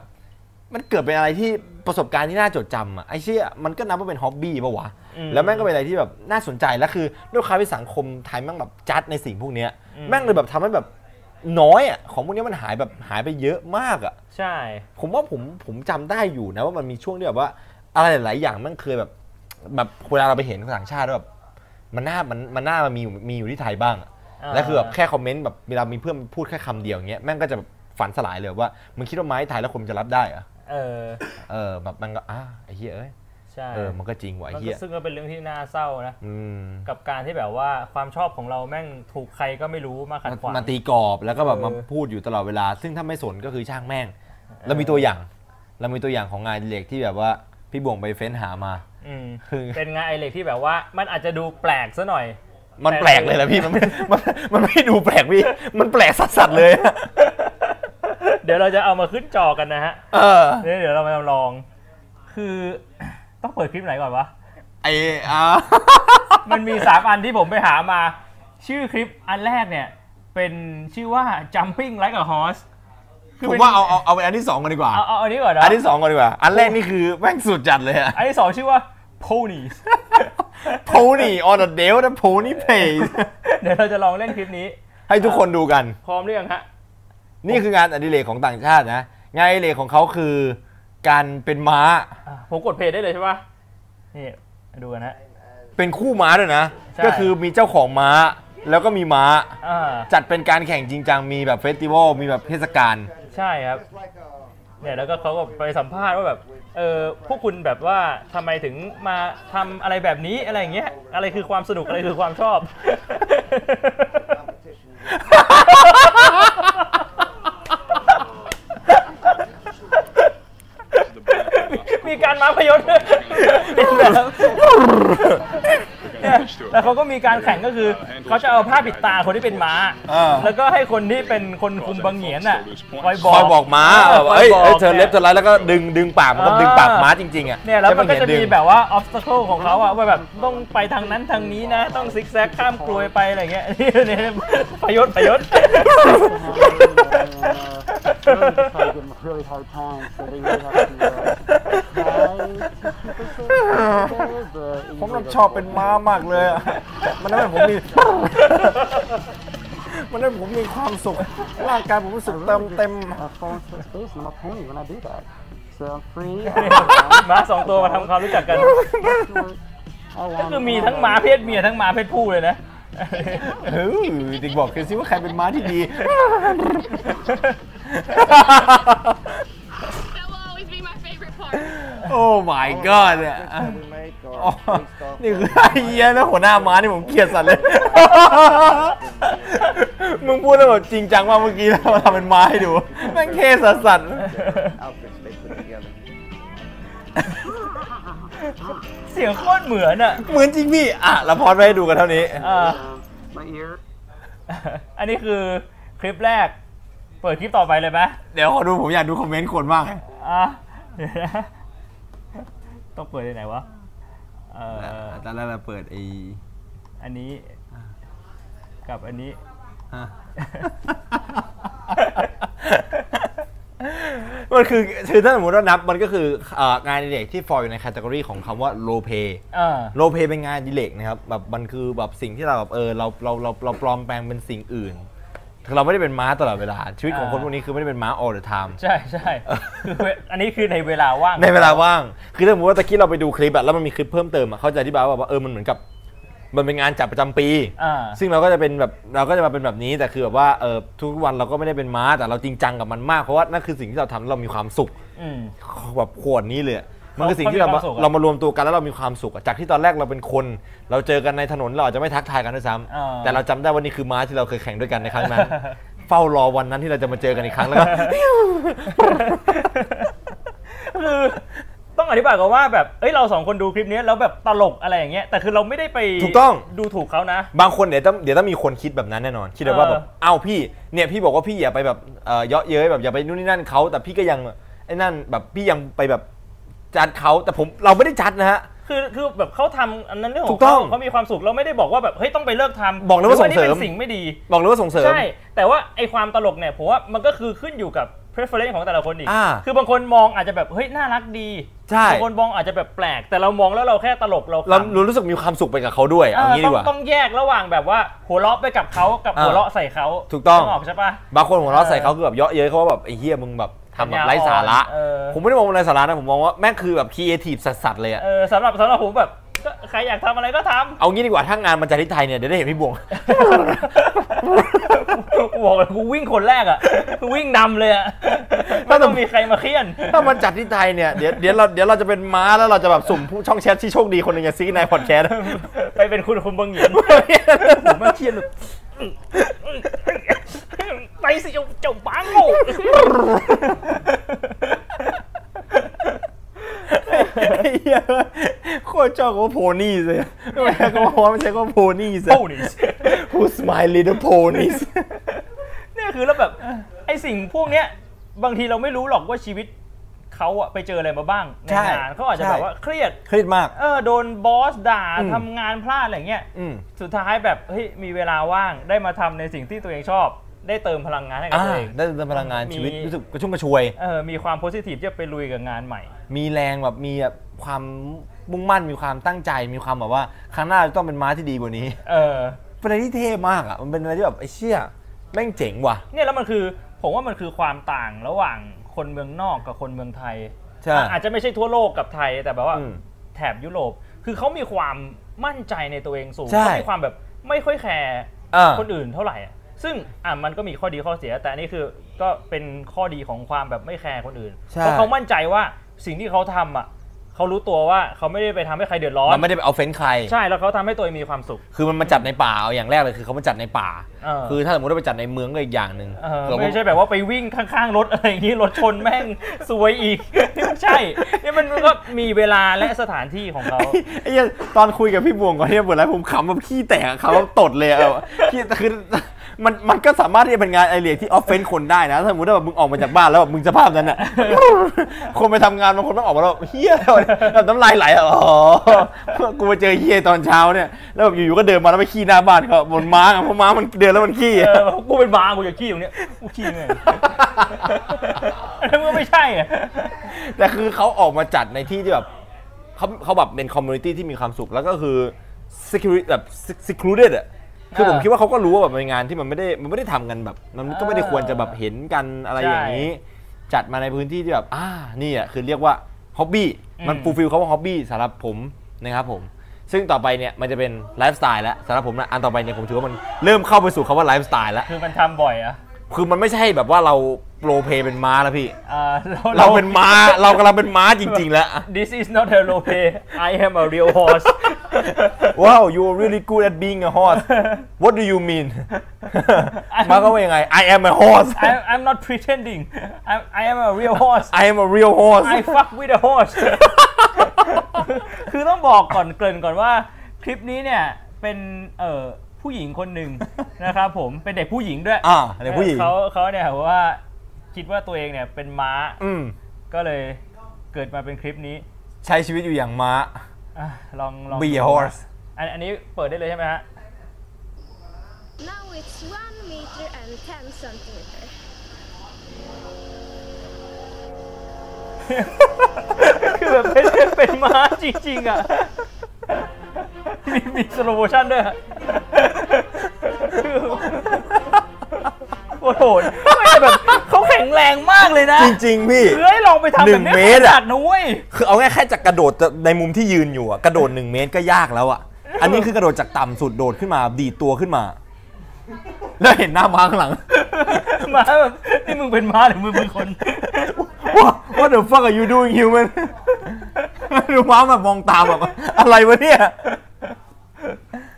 [SPEAKER 1] มันเกิดเป็นอะไรที่ประสบการณ์ที่น่าจดจำอ่ะไอ้เชี่ยมันก็นับว่าเป็นฮ็อบบี้ปะวะ
[SPEAKER 2] อื
[SPEAKER 1] แล้วแม่งก็เป็นอะไรที่แบบน่าสนใจแล้วคือด้วยความที่สังคมไทยแม่งแบบจัดในสิ่งพวกเนี้ย
[SPEAKER 2] อืม
[SPEAKER 1] แม่งเลยแบบทำให้แบบน้อยอ่ะของพวกเนี้ยมันหายแบบหายไปเยอะมากอ่ะ
[SPEAKER 2] ใช่
[SPEAKER 1] ผมว่าผมผมจำได้อยู่นะว่ามันมีช่วงที่แบบว่าอะไรหลายๆอย่างแมันเคยแบบแบบเวลาเราไปเห็นต่างชาติแล้วแบบมันน่ามันมันน่ามันมีอยู่มีอยู่ที่ไทยบ้างอะ
[SPEAKER 2] อ่า
[SPEAKER 1] แล้วคือแบบแค่คอมเมนต์แบบเวลามีเพื่อนพูดแค่คำเดียวอย่างเงี้ยแม่งก็จะแบบ ฝันสลายเลยว่ามึงคิดว่าไม้ตายแล้วคนมันจะรับได้เหรอ
[SPEAKER 2] เออ
[SPEAKER 1] เออแบบมันก็อ่ะไอ้เหี้ยเอ้ย
[SPEAKER 2] ใช่
[SPEAKER 1] เออมันก็จริงว่ะไอ้
[SPEAKER 2] มัน
[SPEAKER 1] เหี้
[SPEAKER 2] ก็
[SPEAKER 1] ย
[SPEAKER 2] ซึ่งก็เป็นเรื่องที่น่าเศร้านะ
[SPEAKER 1] อืม
[SPEAKER 2] กับการที่แบบว่าความชอบของเราแม่งถูกใครก็ไม่รู้มาขัดขวาง
[SPEAKER 1] มาตีกรอบแล้วก็แบบ
[SPEAKER 2] เออ
[SPEAKER 1] มาพูดอยู่ตลอดเวลา ซึ่งถ้าไม่สนก็คือช่างแม่งเรามีตัวอย่าง เรามีตัวอย่างของงานอดิเล็กที่แบบว่าพี่บ่วงไปเฟ้นหามา
[SPEAKER 2] อืม
[SPEAKER 1] คือ
[SPEAKER 2] เป็นงานไอเล็กที่แบบว่ามันอาจจะดูแปลกซะหน่อย
[SPEAKER 1] มันแปลกเลยนะพี่มันไม่มันมันไม่ดูแปลกพี่มันแปลกสัสๆเลยอะ
[SPEAKER 2] เดี๋ยวเราจะเอามาขึ้นจอกันนะฮะ
[SPEAKER 1] เออ
[SPEAKER 2] เดี๋ยวเรามาลอง คือ ต้องเปิดคลิปไหนก่อนวะ
[SPEAKER 1] ไออ่า
[SPEAKER 2] มันมีสามอันที่ผมไปหามา ชื่อคลิปอันแรกเนี่ย เป็นชื่อว่า jumping like a horse คื
[SPEAKER 1] ผม
[SPEAKER 2] ป็น
[SPEAKER 1] ว่าเอาเอาเอาไปอันที่สองก่อนดีกว่า
[SPEAKER 2] เอาเอาอันนี้ก่อนนะ
[SPEAKER 1] อันที่สองก่อนดีกว่า อันแรกนี่คือแม่งสุดจัดเลยอะ
[SPEAKER 2] อันที่สองชื่อว่า pony
[SPEAKER 1] Pony on the Dale นะ Pony Play
[SPEAKER 2] เดี๋ยวเราจะลองเล่นคลิปนี้
[SPEAKER 1] ให้ทุกคนดูกัน
[SPEAKER 2] พร้อมหรือยังฮะ
[SPEAKER 1] นี่คืองานอดิเรกของต่างชาตินะ งานอดิเรกของเขาคือการเป็นม้า
[SPEAKER 2] อ่ะผมกดเพลย์ได้เลยใช่ปะนี่ดูกันนะ
[SPEAKER 1] เป็นคู่ม้าด้วยนะ
[SPEAKER 2] ใช่
[SPEAKER 1] ก็คือมีเจ้าของม้า แล้วก็มีม้า
[SPEAKER 2] อ่า
[SPEAKER 1] จัดเป็นการแข่งจริงจัง มีแบบเฟสติวัล มีแบบเทศกาล
[SPEAKER 2] ใช่ครับ เนี่ยแล้วก็เขาก็ไปสัมภาษณ์ว่าแบบเออพวกคุณแบบว่าทำไมถึงมาทำอะไรแบบนี้อะไรอย่างเงี้ยอะไรคือความสนุกอะไรคือความชอบ มีการมาพยศด้วยเนี่ยแล้วเขาก็มีการแข่งก็คือเขาจะเอาผ้าปิดตาคนที่เป็นม้า
[SPEAKER 1] อ่า
[SPEAKER 2] แล้วก็ให้คนที่เป็นคนคุมบังเหียนอ่ะคอยบ
[SPEAKER 1] ค
[SPEAKER 2] อก
[SPEAKER 1] อยบอกม้าแบบเอ้ย
[SPEAKER 2] คบก
[SPEAKER 1] เอ้ยเธอเล็บเธ
[SPEAKER 2] นี่
[SPEAKER 1] อ
[SPEAKER 2] ย
[SPEAKER 1] ไลท์แล้วก็ดึงดึงปาก มันก็
[SPEAKER 2] อ่า
[SPEAKER 1] ดึงปากม้าจริงๆอะ
[SPEAKER 2] เนี่ยแล้วมันก็
[SPEAKER 1] ใช่
[SPEAKER 2] จะ
[SPEAKER 1] เห็
[SPEAKER 2] มี
[SPEAKER 1] ดึง
[SPEAKER 2] แบบว่าออ t ส c เ e ของเขาอะว่าแบบต้องไปทางนั้นทางนี้นะ ต้องซิกแซกข้ามกลวยไปอะไรเงี้ย นี่เนี่ยพยศพยศ
[SPEAKER 4] really give them a really hard time, so they really have to. Uh,
[SPEAKER 1] ผมน่ะชอบเป็นม้ามากเลยอ่ะ มันทำให้ผมมี มันทำให้ผมมีความสุข ร่างกายผมรู้สึกเติมเต็ม
[SPEAKER 4] I fall into a space and I'm a pony when I do that. So I'm free.
[SPEAKER 2] ม้าสองตัวมาทำความรู้จักกัน ก็คือมีทั้งม้าเพศเมียทั้งม้าเพศผู้เลยนะ
[SPEAKER 1] เฮ้ยติ๊กบอกกันสิว่าใครเป็นม้าที่ ดี
[SPEAKER 5] That will always be my favorite part.
[SPEAKER 1] โอ้ my god เนี่ยอ๋อ นี่คือไอ้เหี้ยนะหัวหน้าม้านี่ผมเกลียดสัตว์เลย มึงพูดแล้วแบบจริงจังว่ากเมื่อกี้แล้วเราทำเป็นม้าให้ดู แม่งเท่สัสสัส
[SPEAKER 6] outfits they put together.
[SPEAKER 2] เสียงโคตรเหมือนอะ
[SPEAKER 1] เหมือนจริงพี่ อ่ะเราพอดไว้ให้ดูกันเท่านี้
[SPEAKER 2] อ่า
[SPEAKER 4] My ear.
[SPEAKER 2] อันนี้คือคลิปแรก เปิดคลิปต่อไปเลยไหม
[SPEAKER 1] เดี๋ยวขอดูผมอยากดูคอมเมนต์คนมาก
[SPEAKER 2] อ่ะ เดี๋ยวนะต้องเปิดที่ไหนวะเอ่อ
[SPEAKER 1] ตอนแรกเราเปิดไอ้
[SPEAKER 2] อันนี้กับอันนี้
[SPEAKER 1] มันคือคือถ้าสมมติว่านับมันก็คือเอ่องานอดิเรกที่ฟออยู่ในแคตตากรีของคำว่าโลเป
[SPEAKER 2] เออ
[SPEAKER 1] โลเปเป็นงานอดิเรกนะครับแบบมันคือแบบสิ่งที่เราแบบเออเราเราเราเราปลอมแปลงเป็นสิ่งอื่นคือเราไม่ได้เป็นม้าตลอดเวลา ชีวิตของ
[SPEAKER 2] อ่า
[SPEAKER 1] คนพวกนี้คือไม่ได้เป็นม้า all the time
[SPEAKER 2] ใช่ใช่คืออันนี้คือในเวลาว่าง
[SPEAKER 1] ในเวลาว่าง คือถ้าสมมติว่าตะกี้เราไปดูคลิปอะแล้วมันมีคลิปเพิ่มเติมอะเขาจะอธิบายว่าแบบว่าเออมันเหมือนกับ มันเป็นงานจัดประจำปี
[SPEAKER 2] อ่า
[SPEAKER 1] ซึ่งเราก็จะเป็นแบบเราก็จะมาเป็นแบบนี้แต่คือแบบว่าเออทุกวันเราก็ไม่ได้เป็นม้าแต่เราจริงจังกับมันมากเพราะว่านั่นคือสิ่งที่เราทำแล้วเรามีความสุข
[SPEAKER 2] อืม
[SPEAKER 1] แบบขวดนี้เลยอะมันคือสิ่งที่เรา
[SPEAKER 2] เขามี
[SPEAKER 1] มา
[SPEAKER 2] ความสุขอะ
[SPEAKER 1] เรามารวมตัวกันแล้วเรามีความสุขอะจากที่ตอนแรกเราเป็นคน เราเจอกันในถนนเราอาจจะไม่ทักทายกันด้วยซ้
[SPEAKER 2] อ่า
[SPEAKER 1] ำแต่เราจำได้ว่านี่คือม้าที่เราเคยแข่งด้วยกันในครั้งนั้น เฝ้ารอวันนั้นที่เราจะมาเจอกันอีกครั้งแล้วก็
[SPEAKER 2] คือต้องอธิบายก่อนว่าแบบเอ้ยเราสองคนดูคลิปนี้แล้วแบบตลกอะไรอย่างเงี้ยแต่คือเราไม่ได้ไป
[SPEAKER 1] ถูกต้อง
[SPEAKER 2] ดูถูกเขานะ
[SPEAKER 1] บางคนเดี๋ยวต้องเดี๋ยวต้องมีคนคิดแบบนั้นแน่นอน คิดเลยว่า
[SPEAKER 2] เอ
[SPEAKER 1] แบ
[SPEAKER 2] อ
[SPEAKER 1] บเอ้าวพี่เนี่ยพี่บอกว่าพี่อย่าไปแบบเอ่อเยาะเย้ยแบบอย่าไปนู่นนี่นั่นเขาแต่พี่ก็ยังไอ้นั่นแบบพี่ยังไปแบบจัดเขาแต่ผมเราไม่ได้จัดนะฮะ
[SPEAKER 2] คือคือแบบเขาทำอันนั้นเรื่องข
[SPEAKER 1] ถู
[SPEAKER 2] อง
[SPEAKER 1] กต้
[SPEAKER 2] เขา
[SPEAKER 1] อง
[SPEAKER 2] เขามีความสุขเราไม่ได้บอกว่าแบบเฮ้ยต้องไปเลิกทำ
[SPEAKER 1] บอกเลยว่า
[SPEAKER 2] หรื
[SPEAKER 1] ส่ง
[SPEAKER 2] นี่
[SPEAKER 1] เสริม
[SPEAKER 2] เป็นสิ่งไม่ดี
[SPEAKER 1] บอกเลยว่าส่งเสริม
[SPEAKER 2] ใช่ แต่ว่าไอความตลกเนี่ยผมว่ามันก็คือขึ้นอยู่กับ preference ของแต่ละคนอีก
[SPEAKER 1] อ่า
[SPEAKER 2] คือบางคนมองอาจจะแบบเฮ้ยน่ารักดี
[SPEAKER 1] ใช่
[SPEAKER 2] บางคนมองอาจจะแบบแปลก แต่เรามองแล้วเราแค่ตลกเรา
[SPEAKER 1] เรา
[SPEAKER 2] ขำ
[SPEAKER 1] เรารู้สึกมีความสุขไปกับเขาด้วย
[SPEAKER 2] เอ
[SPEAKER 1] เอา
[SPEAKER 2] อ
[SPEAKER 1] งี้ดีกว่า
[SPEAKER 2] ต้องต้องแยกระหว่างแบบว่าหัวเราะไปกับเขากับ
[SPEAKER 1] อ่า
[SPEAKER 2] หัวเราะใส่เขา
[SPEAKER 1] ถูกต้อง
[SPEAKER 2] ออกใช่ปะ
[SPEAKER 1] บางคนหัวเราะใส่
[SPEAKER 2] เออ
[SPEAKER 1] เขาคือแบบเยาะเย้ยเขาว่าแบบไอ้เฮียมึงแบบทำแบบไร้สาระ
[SPEAKER 2] เออ
[SPEAKER 1] ผมไม่ได้มองว่าไร้สาระนะผมมองว่าแม่งคือแบบครีเอทีฟสัสๆเลยอะ
[SPEAKER 2] เออสำหรับสำหรับผมแบบ ก็ใครอยากทำอะไรก็ทำ
[SPEAKER 7] เอางี้ดีกว่าถ้างานมันจะที่ไทยเนี่ยเดี๋ยวได้เห็นพี่ บวง
[SPEAKER 2] กูบอกเลยกูวิ่งคนแรกอ่ะกูวิ่งนำเลยอ่ะไม่ต้องมีใครมาเคี่ยน
[SPEAKER 7] ถ้ามันจัดที่ไทยเนี่ยเดี๋ยวเดี๋ยวเราเดี๋ยวเราจะเป็นม้าแล้วเราจะแบบสุ่มผู้ช่องแชทที่โชคดีคนหนึ่งจะซีในพอดแคสต์
[SPEAKER 2] ไปเป็นคุณคุณเบังหยินผมมาเคี่ยนแบบไปสิเจ้าเจ้าบัง โง่
[SPEAKER 7] ไอ้เหี้ยโคตรชอบคำว่าโพนี่เลยไม่ใช่คำว่าฮอสไม่ใช่คำว่าโพนี่สิ
[SPEAKER 2] โอ้นี่
[SPEAKER 7] Who's my little ponies
[SPEAKER 2] เนี่ยคือแล้วแบบไอสิ่งพวกเนี้ยบางทีเราไม่รู้หรอกว่าชีวิตเขาอะไปเจออะไรมาบ้างใน
[SPEAKER 1] ใช่
[SPEAKER 2] งานเขาอาจจะ
[SPEAKER 1] ใช่
[SPEAKER 2] แบบว่าเครียด
[SPEAKER 1] เครียดมาก
[SPEAKER 2] เออโดนบอสด่าทำงานพลาดอะไรเงี้ย
[SPEAKER 1] อืม
[SPEAKER 2] สุดท้ายแบบเฮ้ยมีเวลาว่างได้มาทำในสิ่งที่ตัวเองชอบ ได้เติมพลังงานให้กับ
[SPEAKER 1] อ่า
[SPEAKER 2] ตัวเอง
[SPEAKER 1] ได้เติมพลังงาน
[SPEAKER 2] มี
[SPEAKER 1] ชีวิตรู้สึกกระชุ่มกระชวย
[SPEAKER 2] เออมีความโพสิทีฟจะไปลุยกับงานใหม่
[SPEAKER 1] มีแรงแบบมีแบบความมุ่งมั่นมีความตั้งใจมีความแบบว่าครั้งหน้าจะต้องเป็นม้าที่ดีกว่านี้
[SPEAKER 2] เออ
[SPEAKER 1] เป็นอะไรที่เท่มากอ่ะ มันเป็นอะไรที่แบบไอ้เชี่ยแม่งเจ๋งว่ะ
[SPEAKER 2] เนี่ยแล้วมันคือผมว่ามันคือความต่างระหว่างคนเมืองนอกกับคนเมืองไทย
[SPEAKER 1] ใช่
[SPEAKER 2] อ่ะอาจจะไม่ใช่ทั่วโลกกับไทยแต่แบบว่า
[SPEAKER 1] อืม
[SPEAKER 2] แถบยุโรปคือเขามีความมั่นใจในตัวเองสูง
[SPEAKER 1] ใช่
[SPEAKER 2] เขามีความแบบไม่ค่อยแคร์
[SPEAKER 1] อ่า
[SPEAKER 2] คนอื่นเท่าไหร่อ่ะซึ่งอ่ะมันก็มีข้อดีข้อเสีย แต่อันนี่คือก็เป็นข้อดีของความแบบไม่แคร์คนอื่น
[SPEAKER 1] ใช่
[SPEAKER 2] เพราะเขามั่นใจว่าสิ่งที่เขาทำอ่ะเขารู้ตัวว่าเขาไม่ได้ไปทำให้ใครเดือดร้อน
[SPEAKER 1] มันไม่ได้ไปเอาเฟ้นใคร
[SPEAKER 2] ใช่แล้วเขาทำให้ตัวเองมีความสุข
[SPEAKER 1] คือมันมาจัดในป่าเอาอย่างแรกเลยคือเขามาจัดในป่า
[SPEAKER 2] เออ
[SPEAKER 1] คือถ้าสมมติว่าไปจัดในเมืองก็อีกอย่างหนึ่ง
[SPEAKER 2] เออ
[SPEAKER 1] เราก็
[SPEAKER 2] ไม่ใช่แบบว่าไปวิ่งข้างๆรถอะไรอย่างนี้รถชนแม่งสวยอีก นี่มันใช่นี่มันก็มีเวลาและสถานที่ของเขา
[SPEAKER 7] ไอ้เหี้ยตอนคุยกับพี่บวงก่อนที่จะเปิดไลฟ์ผมขำแบบขี้แตกอะ เขาตดเลยอะแบบขี้คือ มันมันก็สามารถที่จะเป็นงานไอเลียที่ออฟเฟนคนได้นะถ้าสมมติว่าแบบมึงออกมาจากบ้านแล้วแบบมึงสภาพนั้นอ่ะ คนไปทำงานบางคนต้องออกมาแล้วแบบเฮีย แบบน้ำลายไหลอะ อ๋อกูไปเจอเฮียตอนเช้าเนี่ยแล้วแบบอยู่ๆก็เดินมาแล้วไปขี้หน้าบ้านเขาบนม้าอะเพราะม้ามันเดินแล้วมันขี้
[SPEAKER 2] เอ
[SPEAKER 7] อะ
[SPEAKER 2] อกูเป็นบาร์กูจะขี้ตรงเนี้ยกูขี้ไงแล้วมันก็ไม่ใช่อะ
[SPEAKER 1] แต่คือเขาออกมาจัดในที่ที่แบบเขาเขาแบบเป็นคอมมูนิตี้ที่มีความสุขแล้วก็คือ security แบบ secluded อะคือ
[SPEAKER 2] เออ
[SPEAKER 1] ผมคิดว่าเขาก็รู้ว่าแบบเป็นงานที่มันไม่ได้มันไม่ได้ทำกันแบบ มันก็ไม่ได้ควรจะแบบเห็นกันอะไร
[SPEAKER 2] ใช่
[SPEAKER 1] อย่างนี้ จัดมาในพื้นที่ที่แบบอ่านี่อ่ะคือเรียกว่าฮ็อบบี้มัน
[SPEAKER 2] อืม
[SPEAKER 1] ฟูลฟิลเขาว่าฮ็อบบี้สำหรับผมนะครับผม ซึ่งต่อไปเนี่ยมันจะเป็นไลฟ์สไตล์แล้วสำหรับผมนะอันต่อไปเนี่ยผมถือว่ามันเริ่มเข้าไปสู่คำว่าไลฟ์สไตล์แล้ว
[SPEAKER 2] คือมันทำบ่อยอะ
[SPEAKER 1] คือมันไม่ใช่แบบว่าเราโปรเพย์เป็นม้าแล้วพี่
[SPEAKER 2] อ่า
[SPEAKER 1] เราเป็นม้าเรากำลังเป็นม้าจริง ๆ แล้ว
[SPEAKER 2] This is not a role play I am a real horse
[SPEAKER 1] ว้าว you are really good at being a horse what do you mean มาก็ว่ายังไง I am a horse
[SPEAKER 2] I'm I'm not pretending I'm I am a real horse
[SPEAKER 1] I am a real horse
[SPEAKER 2] I fuck with a horse คือต้องบอกก่อนเกริ่นก่อนว่า คลิปนี้เนี่ยเป็นเอ่อผู้หญิงคนหนึ่งนะครับผมเป็นเด็กผู้หญิงด้วย
[SPEAKER 1] อ่าเด็กผู้หญิง
[SPEAKER 2] เขาเขาเนี่ยว่าคิดว่าตัวเองเนี่ยเป็นม้า
[SPEAKER 1] อืม
[SPEAKER 2] ก็เลยเกิดมาเป็นคลิปนี้
[SPEAKER 1] ใช้ชีวิตอยู่อย่างม้า
[SPEAKER 2] อ่ะลองลอง
[SPEAKER 1] be a horse
[SPEAKER 2] อันอันนี้เปิดได้เลยใช่ไหมฮะ
[SPEAKER 8] Now it's 1 meter and 10 centimeter.
[SPEAKER 2] คือแบบเป็นเป็นม้าจริงๆอ่ะ มีมีสโลโมชั่นด้วยอะ โอ้โหไม่แต่แบบเขาแข็งแรงมากเลยนะ
[SPEAKER 1] จริง ๆ พี่
[SPEAKER 2] เฮ้ยลองไปทำแบบ
[SPEAKER 1] หนึ่
[SPEAKER 2] นี้
[SPEAKER 1] งเมต
[SPEAKER 2] ข
[SPEAKER 1] รอะ
[SPEAKER 2] นาดนะเว้ย
[SPEAKER 1] คือเอาง่ายแค่จากกระโดดในมุมที่ยืนอยู่อะกระโดด 1 เมตรก็ยากแล้วอะอันนี้คือกระโดดจากต่ำสุดโดดขึ้นมา ดีดตัวขึ้นมา แล้วเห็นหน้าม้าข้างหลัง
[SPEAKER 2] มาแบบนี่มึงเป็นม้าหรือมึงเป็นคน
[SPEAKER 1] What- What the fuck are you doing human ดูม้าแบบมองตามแบบอะไรวะเนี่ย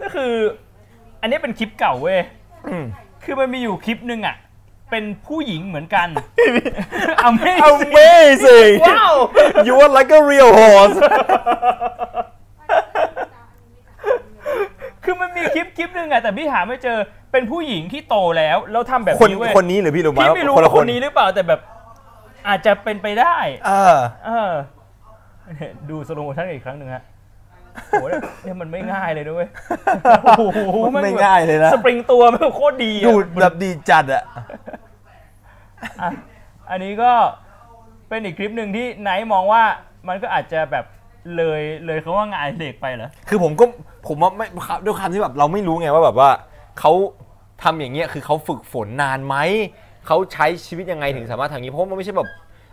[SPEAKER 2] ก็คือ อันนี้เป็นคลิปเก่าเว้ยคือมันมีอยู่คลิปหนึ่งอ่ะ เป็นผู้หญิงเหมือนกันเอาไม่
[SPEAKER 1] Amazing
[SPEAKER 2] ว้าว
[SPEAKER 1] You are like a real horse
[SPEAKER 2] คือมันมีคลิปคลิปหนึ่งอะแต่พี่หาไม่เจอเป็นผู้หญิงที่โตแล้วแล้วทำแบบ
[SPEAKER 1] คน
[SPEAKER 2] นี้เว้ย
[SPEAKER 1] คนนี้หรือพี่รู้ไหม
[SPEAKER 2] พี่ไม่รู้
[SPEAKER 1] คนละ
[SPEAKER 2] ว่า
[SPEAKER 1] ค
[SPEAKER 2] คน นนี้หรือเปล่าแต่แบบ อาจจะเป็นไปได้
[SPEAKER 1] เออ
[SPEAKER 2] เออเนี่ยดูสโลโมชั่นอีกครั้งหนึ่งฮะโอ้โหเนี่ยเนี่ยมันไม่ง่ายเลยด้วย โอ้โห
[SPEAKER 1] มัน ไม่
[SPEAKER 2] แแบบ
[SPEAKER 1] ง่ายเลยนะ
[SPEAKER 2] สปริงตัวมันโคตรดีอะ
[SPEAKER 1] ดูดแบบดีจัดอะ
[SPEAKER 2] อ่ะอันนี้ก็เป็นอีกคลิปหนึ่งที่ไนท์มองว่ามันก็อาจจะแบบเลยเลยเขาว่างานอดิเด็กไปเหรอ
[SPEAKER 1] คือผมก็ผมว่าไม่ครับด้วยความที่แบบเราไม่รู้ไงว่าแบบว่าเขาทำอย่างเงี้ยคือเขาฝึกฝนนานไหมเขาใช้ชีวิตยังไงถึงสามารถทำอย่างนี้เพราะมันไม่ใช่แบบ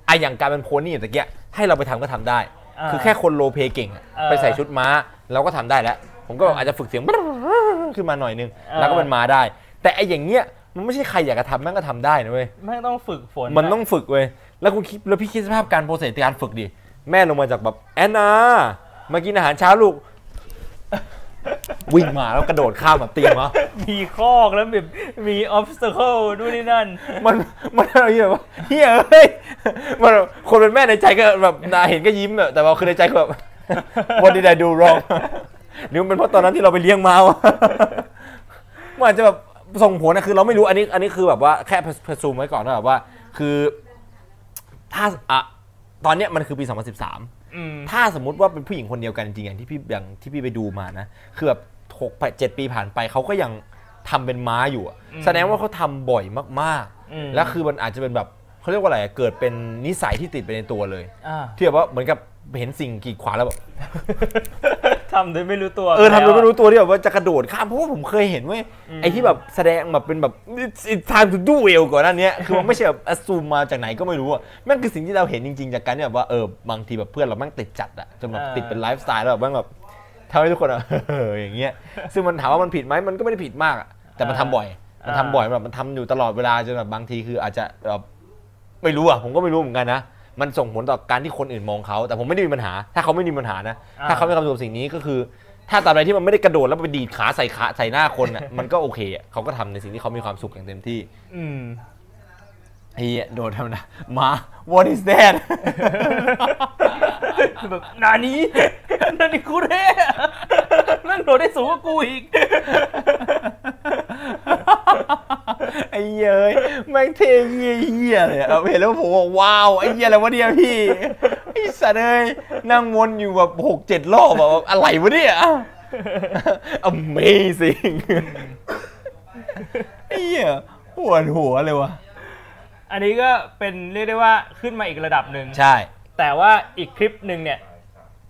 [SPEAKER 1] ไอะอย่างการเป็นโพนี่อย่างตะเกียให้เราไปทำก็ทำได้
[SPEAKER 2] อ่า
[SPEAKER 1] คือแค่คนโรลเพลย์เก่งอะ
[SPEAKER 2] เออ
[SPEAKER 1] ไปใส่ชุดม้าเราก็ทำได้แล้ว ผมก็แบบอาจจะฝึกเสียง ขึ้นมาหน่อยนึง
[SPEAKER 2] เออ
[SPEAKER 1] แล้วก็เป็นม้าได้ แต่ไอ้อย่างเงี้ยมันไม่ใช่ใครอยากจะทำแม่งก็ทำได้นะเว้ย
[SPEAKER 2] แม่งต้องฝึกฝน
[SPEAKER 1] มันต้องฝึกเว้ย แล้วคุณคิดแล้วพี่คิดสภาพการโปรเซสการฝึกดิ แม่ลงมาจากแบบแอนนามากินอาหารเช้าลูก วิ่งมาแล้วกระโดดข้ามแบบเตียงเหรอ
[SPEAKER 2] มีคอกแล้วแบบมีออ s ส a c เ e นู่นนี่นั่น
[SPEAKER 1] มันมันอะไรแบบว่าเฮ้ยเอ้ยมันคนเป็นแม่ในใจก็แบบน่าเห็นก็ยิ้มอะแต่ว่าคือในใจก็แบบ what did I do wrong หรือมันเป็นเพราะตอนนั้นที่เราไปเลี้ยงมาวะ มันอาจจะแบบส่งผลนะคือเราไม่รู้อันนี้อันนี้คือแบบว่าแค่เพซูมไว้ก่อนนะแบบว่า คือถ้าอะตอนเนี้ยมันคือปี 2013
[SPEAKER 2] อืม
[SPEAKER 1] ถ้าสมมติว่าเป็นผู้หญิงคนเดียวกันจริงๆอย่างที่พี่อย่างที่พี่ไปดูมานะ คือแบบหกแปดเจ็ดปีผ่านไปเขาก็ยังทำเป็นม้าอยู่อะ
[SPEAKER 2] อืม
[SPEAKER 1] แสดงว่าเขาทำบ่อยมาก
[SPEAKER 2] อืม
[SPEAKER 1] ๆ แล้วคือมันอาจจะเป็นแบบเขาเรียกว่าอะไรอะเกิดเป็นนิสัยที่ติดไปในตัวเลย
[SPEAKER 2] อ่า
[SPEAKER 1] ที่แบบว่าเหมือนกับเห็นสิ่งกีดขวางแล้วแบบ
[SPEAKER 2] ทำโดยไม่รู้ตัว
[SPEAKER 1] เออทำโดยไม่
[SPEAKER 2] แล้ว
[SPEAKER 1] รู้ตัวที่แบบว่าจะกระโดดข้ามเพราะว่าผมเคยเห็นเว้ยไอ้ที่แบบแสดงแบบเป็นแบบ it's it's time to do well ก่อนหนั้นเนี้ ยคือมันไม่ใช่แบบ assume มาจากไหนก็ไม่รู้อะแม่งคือสิ่งที่เราเห็นจริงๆจากการที่แบบว่าเออบางทีแบบเพื่อนเราแม่งติดจัดอะจนแบบ
[SPEAKER 2] อ่า
[SPEAKER 1] ติดเป็นไลฟ์สไตล์แล้วแบบแม่งแบบทำให้ทุกคนอะ อย่างเงี้ยซึ่งมันถามว่ามันผิดไหมมันก็ไม่ได้ผิดมากอะแต่มันทำบ่อย มันทำบ่อยแบบมันทำอยู่ตลอดเวลาจนแบบบางทีคืออาจจะแบบไม่รู้อ่ะผมก็ไม่รู้เหมือนกันนะ มันส่งผลต่อการที่คนอื่นมองเขาแต่ผมไม่ได้มีปัญหา ถ้าเขาไม่มีปัญหานะ
[SPEAKER 2] อ่า
[SPEAKER 1] ถ้าเขาไม่ทำตัวสิ่งนี้ก็คือ ถ้าตามใดที่มันไม่ได้กระโดดแล้วไปดีดขาใส่ขาใส่หน้าคน อ่ะ มันก็โอเคอ่ะเขาก็ทำในสิ่งที่เขามีความสุขอย่างเต็มที่
[SPEAKER 2] อืม
[SPEAKER 1] เฮียโดดทำนะ มา what is that
[SPEAKER 2] แบบนานี้ นานี้กูเท่นั่นโดดได้สูงกว่ากูอี ก
[SPEAKER 1] ไอ้เย้ยแม่งเท่เหี้ยเหี้ยเลยอะเห็นแล้วผมบอกว้าวไอ้เหี้ยอะไรวะเนี่ยพี่ไอ้สัตว์เอ้ยนั่งวนอยู่แบบหกเจ็ดรอบอะแบบอะไรวะเนี่ย Amazing ไอ้เหี้ยปวดหัวเลยวะ
[SPEAKER 2] อันนี้ก็เป็นเรียกได้ว่าขึ้นมาอีกระดับหนึ่ง
[SPEAKER 1] ใช่
[SPEAKER 2] แต่ว่าอีกคลิปหนึ่งเนี่ย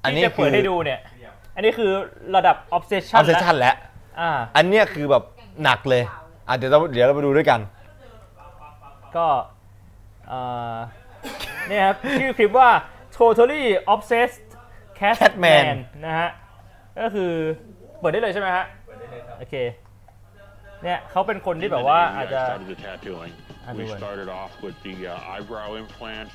[SPEAKER 1] อันนี้
[SPEAKER 2] ที่จะ
[SPEAKER 1] คื
[SPEAKER 2] เปิ
[SPEAKER 1] อ
[SPEAKER 2] ดให้ดูเนี่ย อันนี้คือระดับ
[SPEAKER 1] อ
[SPEAKER 2] obsession
[SPEAKER 1] อฟเซชันแล้ว
[SPEAKER 2] อ่า
[SPEAKER 1] อันเนี้ยคือแบบหนักเลยอ่ะเดี๋ยวเราเดี๋ยวเราไปดูด้วยกัน
[SPEAKER 2] ก็เอ่อเนี่ยครับ ชื่อคลิปว่า totally obsessed
[SPEAKER 1] Catman
[SPEAKER 2] catman นะฮะ ก็คือเปิดได้เลยใช่ไหมฮะ โอเค เนี่ยเขาเป็นคนที่แบบว่าอาจจะ
[SPEAKER 7] I started the tattooing.
[SPEAKER 2] I'll
[SPEAKER 7] We
[SPEAKER 2] do it.
[SPEAKER 7] started off with the uh, eyebrow implants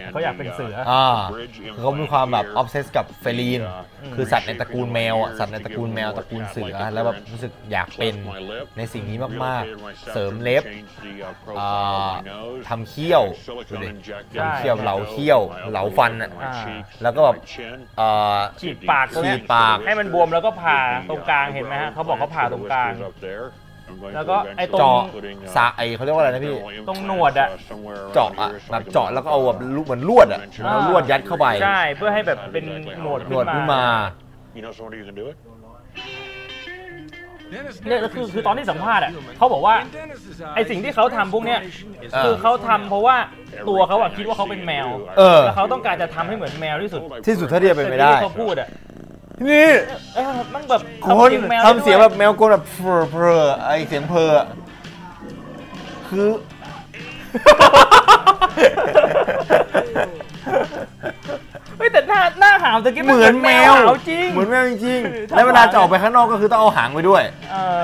[SPEAKER 7] and
[SPEAKER 2] เขาอยากเป็นเสือ
[SPEAKER 7] the,
[SPEAKER 1] อ่า
[SPEAKER 7] uh, bridge
[SPEAKER 1] คือเขามีความแบบ
[SPEAKER 7] implant
[SPEAKER 1] ออฟเซสกับเฟ
[SPEAKER 7] here,
[SPEAKER 1] ลีน
[SPEAKER 7] the, uh,
[SPEAKER 1] คือสัตว์ในตระกูลแมวอ่ะ สัตว์ในตระกูลแมว ตระกูลเสือ แล้วแบบรู้สึกอยากเป็น
[SPEAKER 7] plus my lip,
[SPEAKER 1] ในสิ่งนี้มาก
[SPEAKER 7] relocated
[SPEAKER 1] ๆ
[SPEAKER 7] myself
[SPEAKER 1] เสริม
[SPEAKER 7] to
[SPEAKER 1] เล็บ
[SPEAKER 7] change the, uh, profile of
[SPEAKER 1] uh,
[SPEAKER 7] my nose,
[SPEAKER 1] ทำเขี้ยว
[SPEAKER 7] and silicone
[SPEAKER 1] ดูดิ
[SPEAKER 7] injected
[SPEAKER 2] ใช่
[SPEAKER 7] my
[SPEAKER 1] เขี้ยว
[SPEAKER 7] nose,
[SPEAKER 1] เหลาเขี้ยว
[SPEAKER 7] my
[SPEAKER 1] เหลา
[SPEAKER 7] upper lip,
[SPEAKER 1] ฟันอ่ะ
[SPEAKER 7] my
[SPEAKER 2] อ่า
[SPEAKER 7] cheeks,
[SPEAKER 1] แล้วก็แบบ
[SPEAKER 7] my chin.
[SPEAKER 1] เอ่อ
[SPEAKER 2] ฉีดปากตรงเนี้ย
[SPEAKER 1] ฉีดปาก
[SPEAKER 2] ให้มันบวมแล้วก็ผ่าตรงกลางเห็นไหมฮะเขาบอกเขาผ่าตรงกลาง แล้วก็ไอ้ตรง
[SPEAKER 1] เจาะสาไอเขาเรียกว่าอะไรนะพี่
[SPEAKER 2] ตรงหนวดอะ
[SPEAKER 1] เจาะอ่ะแบบเจาะแล้วก็เอาแบบลูกเหมือนลวดอ่ะเอาลวดยัดเข้าไป
[SPEAKER 2] ใช่ เพื่อให้แบบเป็นหนวด
[SPEAKER 1] หนวดขึ้
[SPEAKER 2] ขึ้
[SPEAKER 1] น
[SPEAKER 2] น
[SPEAKER 1] มา
[SPEAKER 2] มา
[SPEAKER 7] You know somebody who can do it?
[SPEAKER 2] เนี่ยแล้วคือคือตอนที่สัมภาษณ์อ่ะเขาบอกว่าไอสิ่งที่เขาทำพวกเนี้ยคือเขาทำเพราะว่าตัวเขาอะคิดว่าเขาเป็นแมว
[SPEAKER 1] เออ
[SPEAKER 2] แล้วเขาต้องการจะทำให้เหมือนแมวที่สุด
[SPEAKER 1] ที่สุดเท่าที่จะเป็นไปได้
[SPEAKER 2] แต่ที่เขาพูดอ่ะ
[SPEAKER 1] นี่
[SPEAKER 2] เออมันแบบ
[SPEAKER 1] คน
[SPEAKER 2] เสียงแมว
[SPEAKER 1] ทำเสียงแบบแมวกลนแบบเพอเพอไอเสียงเพออะคือ
[SPEAKER 2] เฮ้ยแต่หน้าหน้าหาวตะกี้
[SPEAKER 1] เหมือนแมว
[SPEAKER 2] หาวจริง
[SPEAKER 1] เหมือนแมวจริง
[SPEAKER 2] เออ
[SPEAKER 1] ๆ
[SPEAKER 2] ทำ
[SPEAKER 1] แล้วเวลา
[SPEAKER 2] หวาน
[SPEAKER 1] จะออกไปข้างนอกก็คือต้องเอาหางไปด้วย
[SPEAKER 2] เออ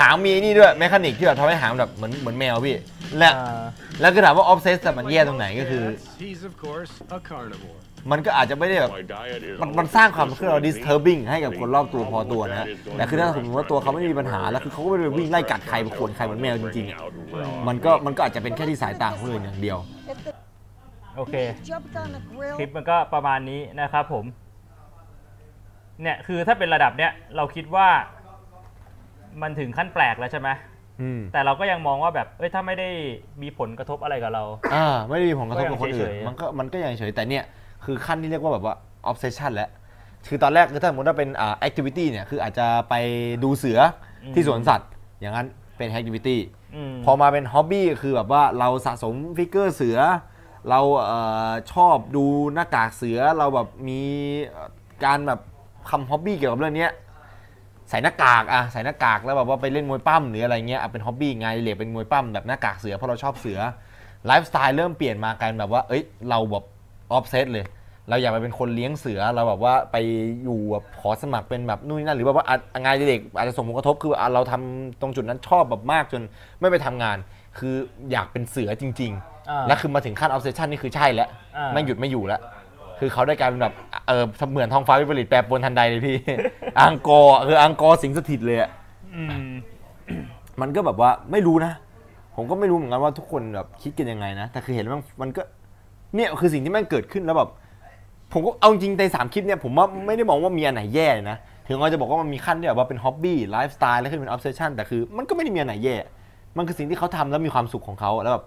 [SPEAKER 1] หางมีนี่ด้วย แมคานิกที่แบบทำให้หางแบบเหมือนเหมือนแมวพี่ และ
[SPEAKER 2] อ่า
[SPEAKER 1] แล้วคือถามว่าออฟเซสแต่มันแย่ตรงไหนก็คือ
[SPEAKER 9] He's of course a carnivore.
[SPEAKER 1] มันก็อาจจะไม่ได้แบบ
[SPEAKER 7] My diet is
[SPEAKER 1] มันมันสร้างความ
[SPEAKER 7] almost
[SPEAKER 1] เครื่องเรา
[SPEAKER 7] completely
[SPEAKER 1] disturbing ให้กับ
[SPEAKER 7] clean.
[SPEAKER 1] คนรอบตัวพอตัวนะฮะ
[SPEAKER 7] All of that is
[SPEAKER 1] แต่คือถ้าสมมติว่าตัวเขาไม่ได้มีปัญหา
[SPEAKER 7] going
[SPEAKER 1] แล้วคือเขาก็ไม่ได้ไปวิ่งไล่กัดใครไปขวนใครเหมือนแมวจริงๆอะมันก็มันก็อาจจะเป็นแค่ที่สายตาของคนอื่นอย่างเดียว
[SPEAKER 8] If the
[SPEAKER 2] โอเค
[SPEAKER 8] jumped on a grill,
[SPEAKER 2] คลิปมันก็ประมาณนี้นะครับผม เนี่ยคือถ้าเป็นระดับเนี้ยเราคิดว่ามันถึงขั้นแปลกแล้วใช่ไหม
[SPEAKER 1] อืม
[SPEAKER 2] แต่เราก็ยังมองว่าแบบ เอ้ย ถ้าไม่ได้มีผลกระทบอะไรกับเรา
[SPEAKER 1] อ่าไม่ได้มีผลกระทบกับคนอื่น
[SPEAKER 2] ก็ยังเฉยๆ
[SPEAKER 1] มันก็มันก็ยังเฉยแต่เนี่ยคือขั้นที่เรียกว่าแบบว่า obsession แล้วคือตอนแรกคือถ้าสมมติว่าเป็นอ่า activity เนี่ยคืออาจจะไปดูเสืออที่สวนสัตว์ อย่างนั้นเป็น activity
[SPEAKER 2] ม
[SPEAKER 1] พอมาเป็นฮ็อบบี้คือแบบว่าเราสะสมฟิกเกอร์เสือ เราเออชอบดูหน้ากากเสือเราแบบมีการแบบทำฮ็อบบี้เกี่ยวกับเรื่องเนี้ยใส่หน้ากากอะใส่หน้ากากแล้วแบบว่าไปเล่นมวยปั้มหรืออะไรเงี้ยอ่ะเป็นฮ็อบบี้ไงเหลียเป็นมวยปั้มแบบหน้ากากเสือเพราะเราชอบเสือ ไลฟ์สไตล์เริ่มเปลี่ยนมากลายเป็นแบบว่า เอ้ย เราแบบออฟเซตเลย เราอยากไปเป็นคนเลี้ยงเสือ เราแบบว่าไปอยู่แบบขอสมัครเป็นแบบนู่นนี่นั่น หรือแบบว่าอ่ะงานอดิเด็กอาจจะส่งผลกระทบคืออ่ะเราทำตรงจุดนั้นชอบแบบมากจนไม่ไปทำงาน คืออยากเป็นเสือจริง
[SPEAKER 2] อ่า
[SPEAKER 1] ๆ แล้วคือมาถึงขั้นออฟเซชันนี่คือใช่แล้ว
[SPEAKER 2] อ่า
[SPEAKER 1] ไม่หยุดไม่อยู่แล้ว คือเขาได้กลายเป็นแบบ เออเหมือนท้องฟ้าวิปริตแปรปรวนทันใดเลยพี่ อังกอร์อ่ะคืออังกอร์สิงสถิตเลยอะ
[SPEAKER 2] อืม
[SPEAKER 1] มันก็แบบว่าไม่รู้นะ ผมก็ไม่รู้เหมือนกันว่าทุกคนแบบคิดกันยังไงนะ แต่คือเห็นแล้วมันมันก็เนี่ยคือสิ่งที่แม่งเกิดขึ้นแล้วแบบผมก็เอาจริงในสามคลิปเนี่ยผมว่าไม่ได้มองว่ามีอันไหนแย่นะ ถึงเราจะบอกว่ามันมีขั้นที่แบบว่าเป็นฮ็อบบี้ไลฟ์สไตล์แล้วขึ้นเป็นออฟเซชันแต่คือมันก็ไม่ได้มีอันไหนแย่ มันคือสิ่งที่เขาทำแล้วมีความสุขของเขาแล้วแบบ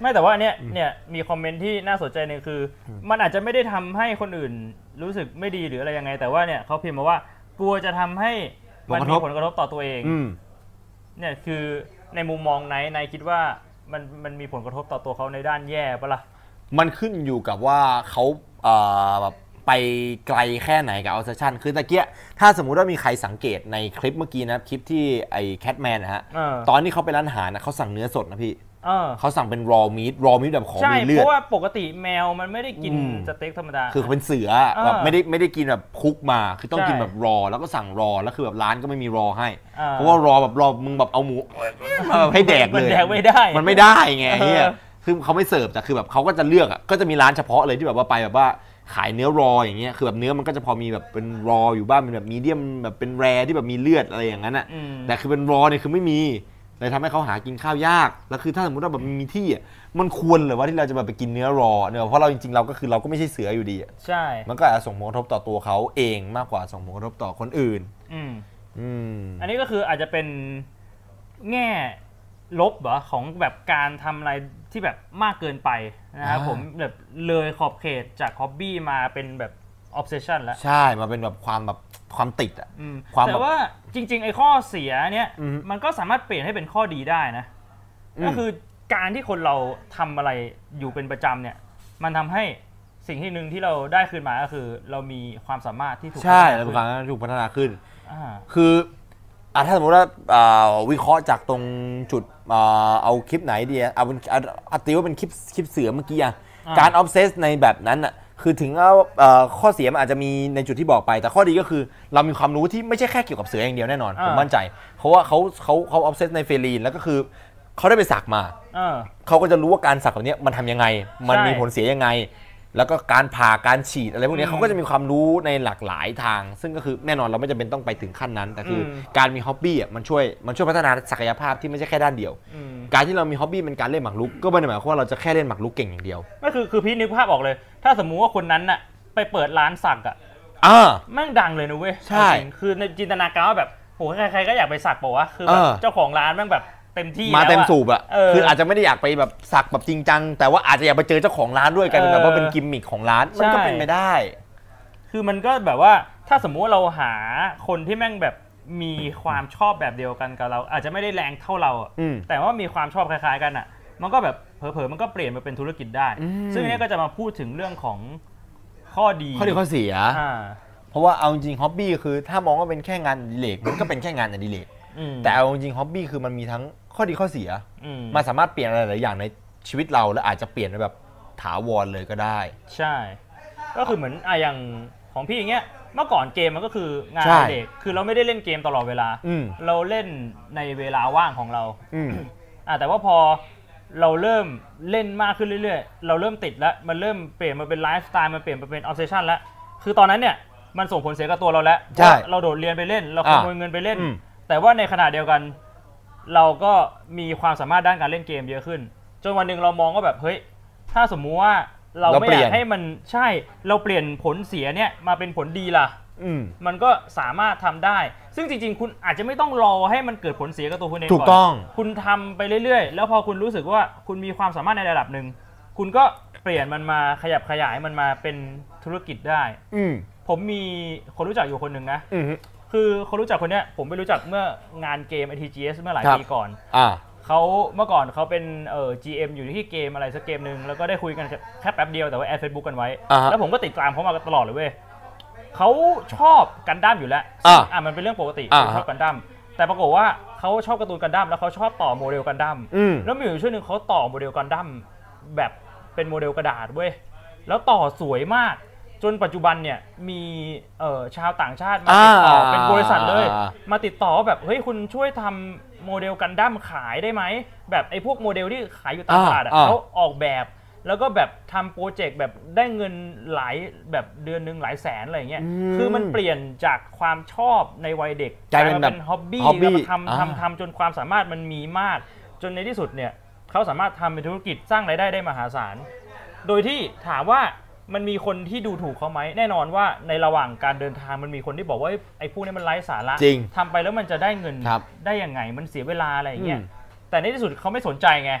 [SPEAKER 2] ไม่แต่ว่าเนี่ยเนี่ยมีคอมเมนต์ที่น่าสนใจหนึ่งคืออมันอาจจะไม่ได้ทำให้คนอื่นรู้สึกไม่ดีหรืออะไรยังไง แต่ว่าเนี่ยเขาพิมพ์มาว่ากลัวจะทำให้มันมี
[SPEAKER 1] ผลกระทบ
[SPEAKER 2] ผลกระทบต่อตัวเอง
[SPEAKER 1] อืม
[SPEAKER 2] เนี่ยคือในมุมมองไหนไหนคิดว่ามันมันมีผลกระทบต่อตัวเขาในด้านแย่ปะล่ะ
[SPEAKER 1] มันขึ้นอยู่กับว่าเขาเอ่อแบบไปไกลแค่ไหนกับเอาเซชันคือตะเกียถ้าสมมุติว่ามีใครสังเกตในคลิปเมื่อกี้นะคลิปที่ไอ้แคทแมนนะฮะ
[SPEAKER 2] เออ
[SPEAKER 1] ตอนที่เขาไปร้านอาหารนะเขาสั่งเนื้อสดนะพี่
[SPEAKER 2] เออ
[SPEAKER 1] เขาสั่งเป็น raw meat raw meat แบบของ
[SPEAKER 2] ใช่
[SPEAKER 1] มีเลื
[SPEAKER 2] เพ
[SPEAKER 1] อด
[SPEAKER 2] ราะว่าปกติแมวมันไม่ได้กิน
[SPEAKER 1] อืม
[SPEAKER 2] สเต็กธรรมดา
[SPEAKER 1] คือเขาเป็นเสือ
[SPEAKER 2] เออ
[SPEAKER 1] แบบไม่ได้ไม่ได้กินแบบคุกมา คือต้อง
[SPEAKER 2] ใช่
[SPEAKER 1] กินแบบ raw แล้วก็สั่ง raw แล้วคือแบบร้านก็ไม่มี raw ให้
[SPEAKER 2] เออ
[SPEAKER 1] เพราะว่า raw แบบ raw มึงแบบเอาหมูมาแบบให้แดก
[SPEAKER 2] มัน
[SPEAKER 1] เลย
[SPEAKER 2] แดกไม่ได้
[SPEAKER 1] มันไม่ได้ไง
[SPEAKER 2] เออ
[SPEAKER 1] เฮียคือเขาไม่เสิร์ฟแต่คือแบบเขาก็จะเลือกอะก็จะมีร้านเฉพาะเลยที่แบบว่าไปแบบว่าขายเนื้อ raw อย่างเงี้ยคือแบบเนื้อมันก็จะพอมีแบบเป็น raw อยู่บ้างเป็นแบบ medium แบบเป็น rare ที่แบบมีเลือดอะไรอย่างนั้นอะ
[SPEAKER 2] อืม
[SPEAKER 1] แต่คือเป็นรอเนี่ยคือไม่มีเลยทำให้เขาหากินข้าวยาก แล้วคือถ้าสมมติว่าแบบมีที่อ่ะมันควรเหรือว่าที่เราจะแบบไปกินเนื้อรอเนี่ยเพราะเราจริงๆเราก็คือเราก็ไม่ใช่เสืออยู่ดีอะ
[SPEAKER 2] ใช่
[SPEAKER 1] มันก็อาจจะส่งผลกระทบต่อตัวเขาเองมากกว่าส่งผลกระทบต่อคนอื่น
[SPEAKER 2] อืม
[SPEAKER 1] อืม
[SPEAKER 2] อันนี้ก็คืออาจจะเป็นแง่ลบเหรอของแบบการทำอะไรที่แบบมากเกินไปนะครับ
[SPEAKER 1] อ่า
[SPEAKER 2] ผมแบบเลยขอบเขตจากฮ็อบบี้มาเป็นแบบออ s เซชันแล้ว
[SPEAKER 1] ใช่มาเป็นแบบความแบบความติดอ่ะ
[SPEAKER 2] อืม
[SPEAKER 1] ความแบบ
[SPEAKER 2] แต่ว่าจริง ๆ ไอ้ข้อเสียเนี่ย
[SPEAKER 1] อือฮึ
[SPEAKER 2] มันก็สามารถเปลี่ยนให้เป็นข้อดีได้นะ
[SPEAKER 1] อืม
[SPEAKER 2] ก็คือการที่คนเราทำอะไรอยู่เป็นประจำเนี่ย มันทำให้สิ่งที่หนึ่งที่เราได้คืนมาก็คือ เรามีความสามารถที่ถูก
[SPEAKER 1] ใช่
[SPEAKER 2] พัฒ
[SPEAKER 1] แล้ว
[SPEAKER 2] นา
[SPEAKER 1] มัน
[SPEAKER 2] ขึ้น
[SPEAKER 1] ก็ถูกพัฒนาขึ้น
[SPEAKER 2] อ่า
[SPEAKER 1] คืออ่ะถ้าสมมติว่าอ่าวิเคราะห์จากตรงจุดอ่าเอาคลิปไหนดีอะเอาเป็นเอาเอาตีว่าเป็นคลิปคลิปเสือเมื่อกี้อะ
[SPEAKER 2] อ่า
[SPEAKER 1] การออฟเซสในแบบนั้นอ่ะคือถึงว่าเอ่อข้อเสียมันอาจจะมีในจุดที่บอกไป แต่ข้อดีก็คือเรามีความรู้ที่ไม่ใช่แค่เกี่ยวกับเสืออย่างเดียวแน่นอน ผมมั่นใจ เพราะว่าเขาเขาเขาออฟเซสในเฟรีนแล้วก็คือเขาได้ไปสักมา
[SPEAKER 2] เออ
[SPEAKER 1] เขาก็จะรู้ว่าการสักแบบเนี้ยมันทำยังไง มันมีผลเสียยังไง แล้วก็การผ่าการฉีดอะไรพวกเนี้ย
[SPEAKER 2] อืม
[SPEAKER 1] เขาก็จะมีความรู้ในหลากหลายทาง ซึ่งก็คือแน่นอนเราไม่จำเป็นต้องไปถึงขั้นนั้น แต่คืออ
[SPEAKER 2] ม
[SPEAKER 1] การมีฮ็อบบี้อ่ะมันช่วยมันช่วยพัฒนาศักยภาพที่ไม่ใช่แค่ด้านเดียว
[SPEAKER 2] อืม
[SPEAKER 1] การที่เรามีฮ็อบบี้เป็นการเล่นหมากรุก ก็ไม่ได้หมายความว่าเราจะแค่เล่นหมากรุกเก่งอย่างเดียว
[SPEAKER 2] ไม่คือคือพี่นึกภาพออกเลย ถ้าสมมุติว่าคนนั้นน่ะไปเปิดร้านสักอะ
[SPEAKER 1] อ่า
[SPEAKER 2] แม่งดังเลยนะเว้ย
[SPEAKER 1] ใช่
[SPEAKER 2] เอาจริงคือในจินตนาการว่าแบบโหใครๆก็อยากไปสักบอกว่าวะคือแบบ
[SPEAKER 1] เออ
[SPEAKER 2] เจ้าของร้านแม่งแบบเต็มที่
[SPEAKER 1] มาเต็ม
[SPEAKER 2] แล้ว
[SPEAKER 1] สูบอ่ะ
[SPEAKER 2] เออ
[SPEAKER 1] คืออาจจะไม่ได้อยากไปแบบสักแบบจริงจังแต่ว่าอาจจะอยากไปเจอเจ้าของร้านด้วยกันเป็นแบบว่าเป็นกิมมิคของร้านมันก็
[SPEAKER 2] ใช่
[SPEAKER 1] เป็นไปได้
[SPEAKER 2] คือมันก็แบบว่าถ้าสมมุติว่าเราหาคนที่แม่งแบบมีความชอบแบบเดียวกันกับเรา อาจจะไม่ได้แรงเท่าเราอะ
[SPEAKER 1] อืม
[SPEAKER 2] แต่ว่ามีความชอบคล้าย ๆ กันอะมันก็แบบเผลอๆมันก็เปลี่ยนมาเป็นธุรกิจได้
[SPEAKER 1] อืม
[SPEAKER 2] ซึ่งอันนี้ก็จะมาพูดถึงเรื่องของข้อดี
[SPEAKER 1] ข้อดีข้อเสีย
[SPEAKER 2] อ่า
[SPEAKER 1] เพราะว่าเอาจริงฮ็อบบี้คือถ้ามองว่าเป็นแค่งานอดิเรกมันก็เป็นแค่งานอดิเรก
[SPEAKER 2] อืม
[SPEAKER 1] แต่เอาจริงๆฮ็อบบี้คือมันมีทั้งข้อดีข้อเสีย
[SPEAKER 2] อืม
[SPEAKER 1] มันสามารถเปลี่ยนอะไรหลายอย่างในชีวิตเรา และอาจจะเปลี่ยนไปแบบถาวรเลยก็ได้
[SPEAKER 2] ใช่ ก็คือเหมือนอะอย่างของพี่อย่างเงี้ยเมื่อก่อนเกมมันก็คืองาน
[SPEAKER 1] ใช่
[SPEAKER 2] อดิเด็กคือเราไม่ได้เล่นเกมตลอดเวลา
[SPEAKER 1] อืม
[SPEAKER 2] เราเล่นในเวลาว่างของเรา
[SPEAKER 1] อืม
[SPEAKER 2] อ่ะแต่ว่าพอเราเริ่มเล่นมากขึ้นเรื่อยๆ เราเริ่มติดแล้ว มันเริ่มเปลี่ยนมาเป็นไลฟ์สไตล์ มันเปลี่ยนมาเป็นออฟเซชันแล้ว คือตอนนั้นเนี่ย มันส่งผลเสียกับตัวเราแล้ว
[SPEAKER 1] ใช่
[SPEAKER 2] ว่าเราโดดเรียนไปเล่น เราข
[SPEAKER 1] อ่า
[SPEAKER 2] โมยเงินไปเล่น
[SPEAKER 1] อืม
[SPEAKER 2] แต่ว่าในขณะเดียวกัน เราก็มีความสามารถด้านการเล่นเกมเยอะขึ้น จนวันหนึ่งเรามองว่าแบบ เฮ้ย ถ้าสมมุติว่าเราไม่อยากให้มันใช่ เราเปลี่ยนผลเสียเนี่ยมาเป็นผลดีล่ะ
[SPEAKER 1] อืม
[SPEAKER 2] มันก็สามารถทำได้ ซึ่งจริง ๆ คุณอาจจะไม่ต้องรอให้มันเกิดผลเสียกับตัวคุณเอง
[SPEAKER 1] ถูก
[SPEAKER 2] น
[SPEAKER 1] ต้อง
[SPEAKER 2] คุณทำไปเรื่อยๆ แล้วพอคุณรู้สึกว่าคุณมีความสามารถในระดับหนึ่ง คุณก็เปลี่ยนมันมาขยับขยายมันมาเป็นธุรกิจได้
[SPEAKER 1] อืม
[SPEAKER 2] ผมมีคนรู้จักอยู่คนหนึ่งนะ
[SPEAKER 1] อืม
[SPEAKER 2] คือคนรู้จักคนเนี้ยผมไปรู้จักเมื่องานเกม ATGS เมื่อหลาย
[SPEAKER 1] ครับ
[SPEAKER 2] ปีก่อน
[SPEAKER 1] อ่า
[SPEAKER 2] เขาเมื่อก่อนเขาเป็นเอ่อ GM อยู่ที่เกมอะไรสักเกมหนึ่งแล้วก็ได้คุยกันแค่แป๊บเดียวแต่ว่าแอดเฟซบุ๊กกันไว้
[SPEAKER 1] อ่าฮะ
[SPEAKER 2] แล้วผมก็ติดตามเขามาตลอดเลยเว้ยเขาชอบกันดั้มอยู่แล้วซึ่ง
[SPEAKER 1] อ่า
[SPEAKER 2] อ่ามันเป็นเรื่องปกติ
[SPEAKER 1] อ่า
[SPEAKER 2] เขาชอบกันดั้ม แต่ปรากฏว่าเขาชอบการ์ตูนกันดั้มแล้วเขาชอบต่อโมเดลกันดั้ม
[SPEAKER 1] อืม
[SPEAKER 2] แล้วมีอยู่ช่วงหนึ่งเขาต่อโมเดลกันดั้มแบบเป็นโมเดลกระดาษเว้ยแล้วต่อสวยมาก จนปัจจุบันเนี่ยมีเอ่อชาวต่างชาติมาติดต่ออา เป็นบริษัทเลย
[SPEAKER 1] อ่า
[SPEAKER 2] มาติดต่อว่าแบบเฮ้ยคุณช่วยทำโมเดลกันดั้มขายได้ไหมแบบไอ้พวกโมเดลที่ขายอยู่ตามตลาดอะ
[SPEAKER 1] อ่าอ่า
[SPEAKER 2] เขาออกแบบ แล้วก็แบบทำโปรเจกต์แบบได้เงินหลายแบบเดือนหนึ่งหลายแสนอะไรอย่างเงี้ยคือมันเปลี่ยนจากความชอบในวัยเด็ก
[SPEAKER 1] กลายเป็น
[SPEAKER 2] ม
[SPEAKER 1] แบบ
[SPEAKER 2] ฮ็อบบี้
[SPEAKER 1] hobby
[SPEAKER 2] แล้วมาทำ
[SPEAKER 1] อ่า
[SPEAKER 2] ทำทำจนความสามารถมันมีมาก จนในที่สุดเนี่ยเขาสามารถทำเป็นธุรกิจสร้างรายได้ได้มหาศาล โดยที่ถามว่ามันมีคนที่ดูถูกเขาไหมแน่นอนว่าในระหว่างการเดินทางมันมีคนที่บอกว่าเอ้ยไอ้พวกนี้มันไร้สาระ
[SPEAKER 1] จริง
[SPEAKER 2] ทำไปแล้วมันจะได้เงิน
[SPEAKER 1] ครับ
[SPEAKER 2] ได้ยังไงมันเสียเวลาอะไรอย่างเงี้ย
[SPEAKER 1] อืม
[SPEAKER 2] แต่ในที่สุดเขาไม่สนใจไง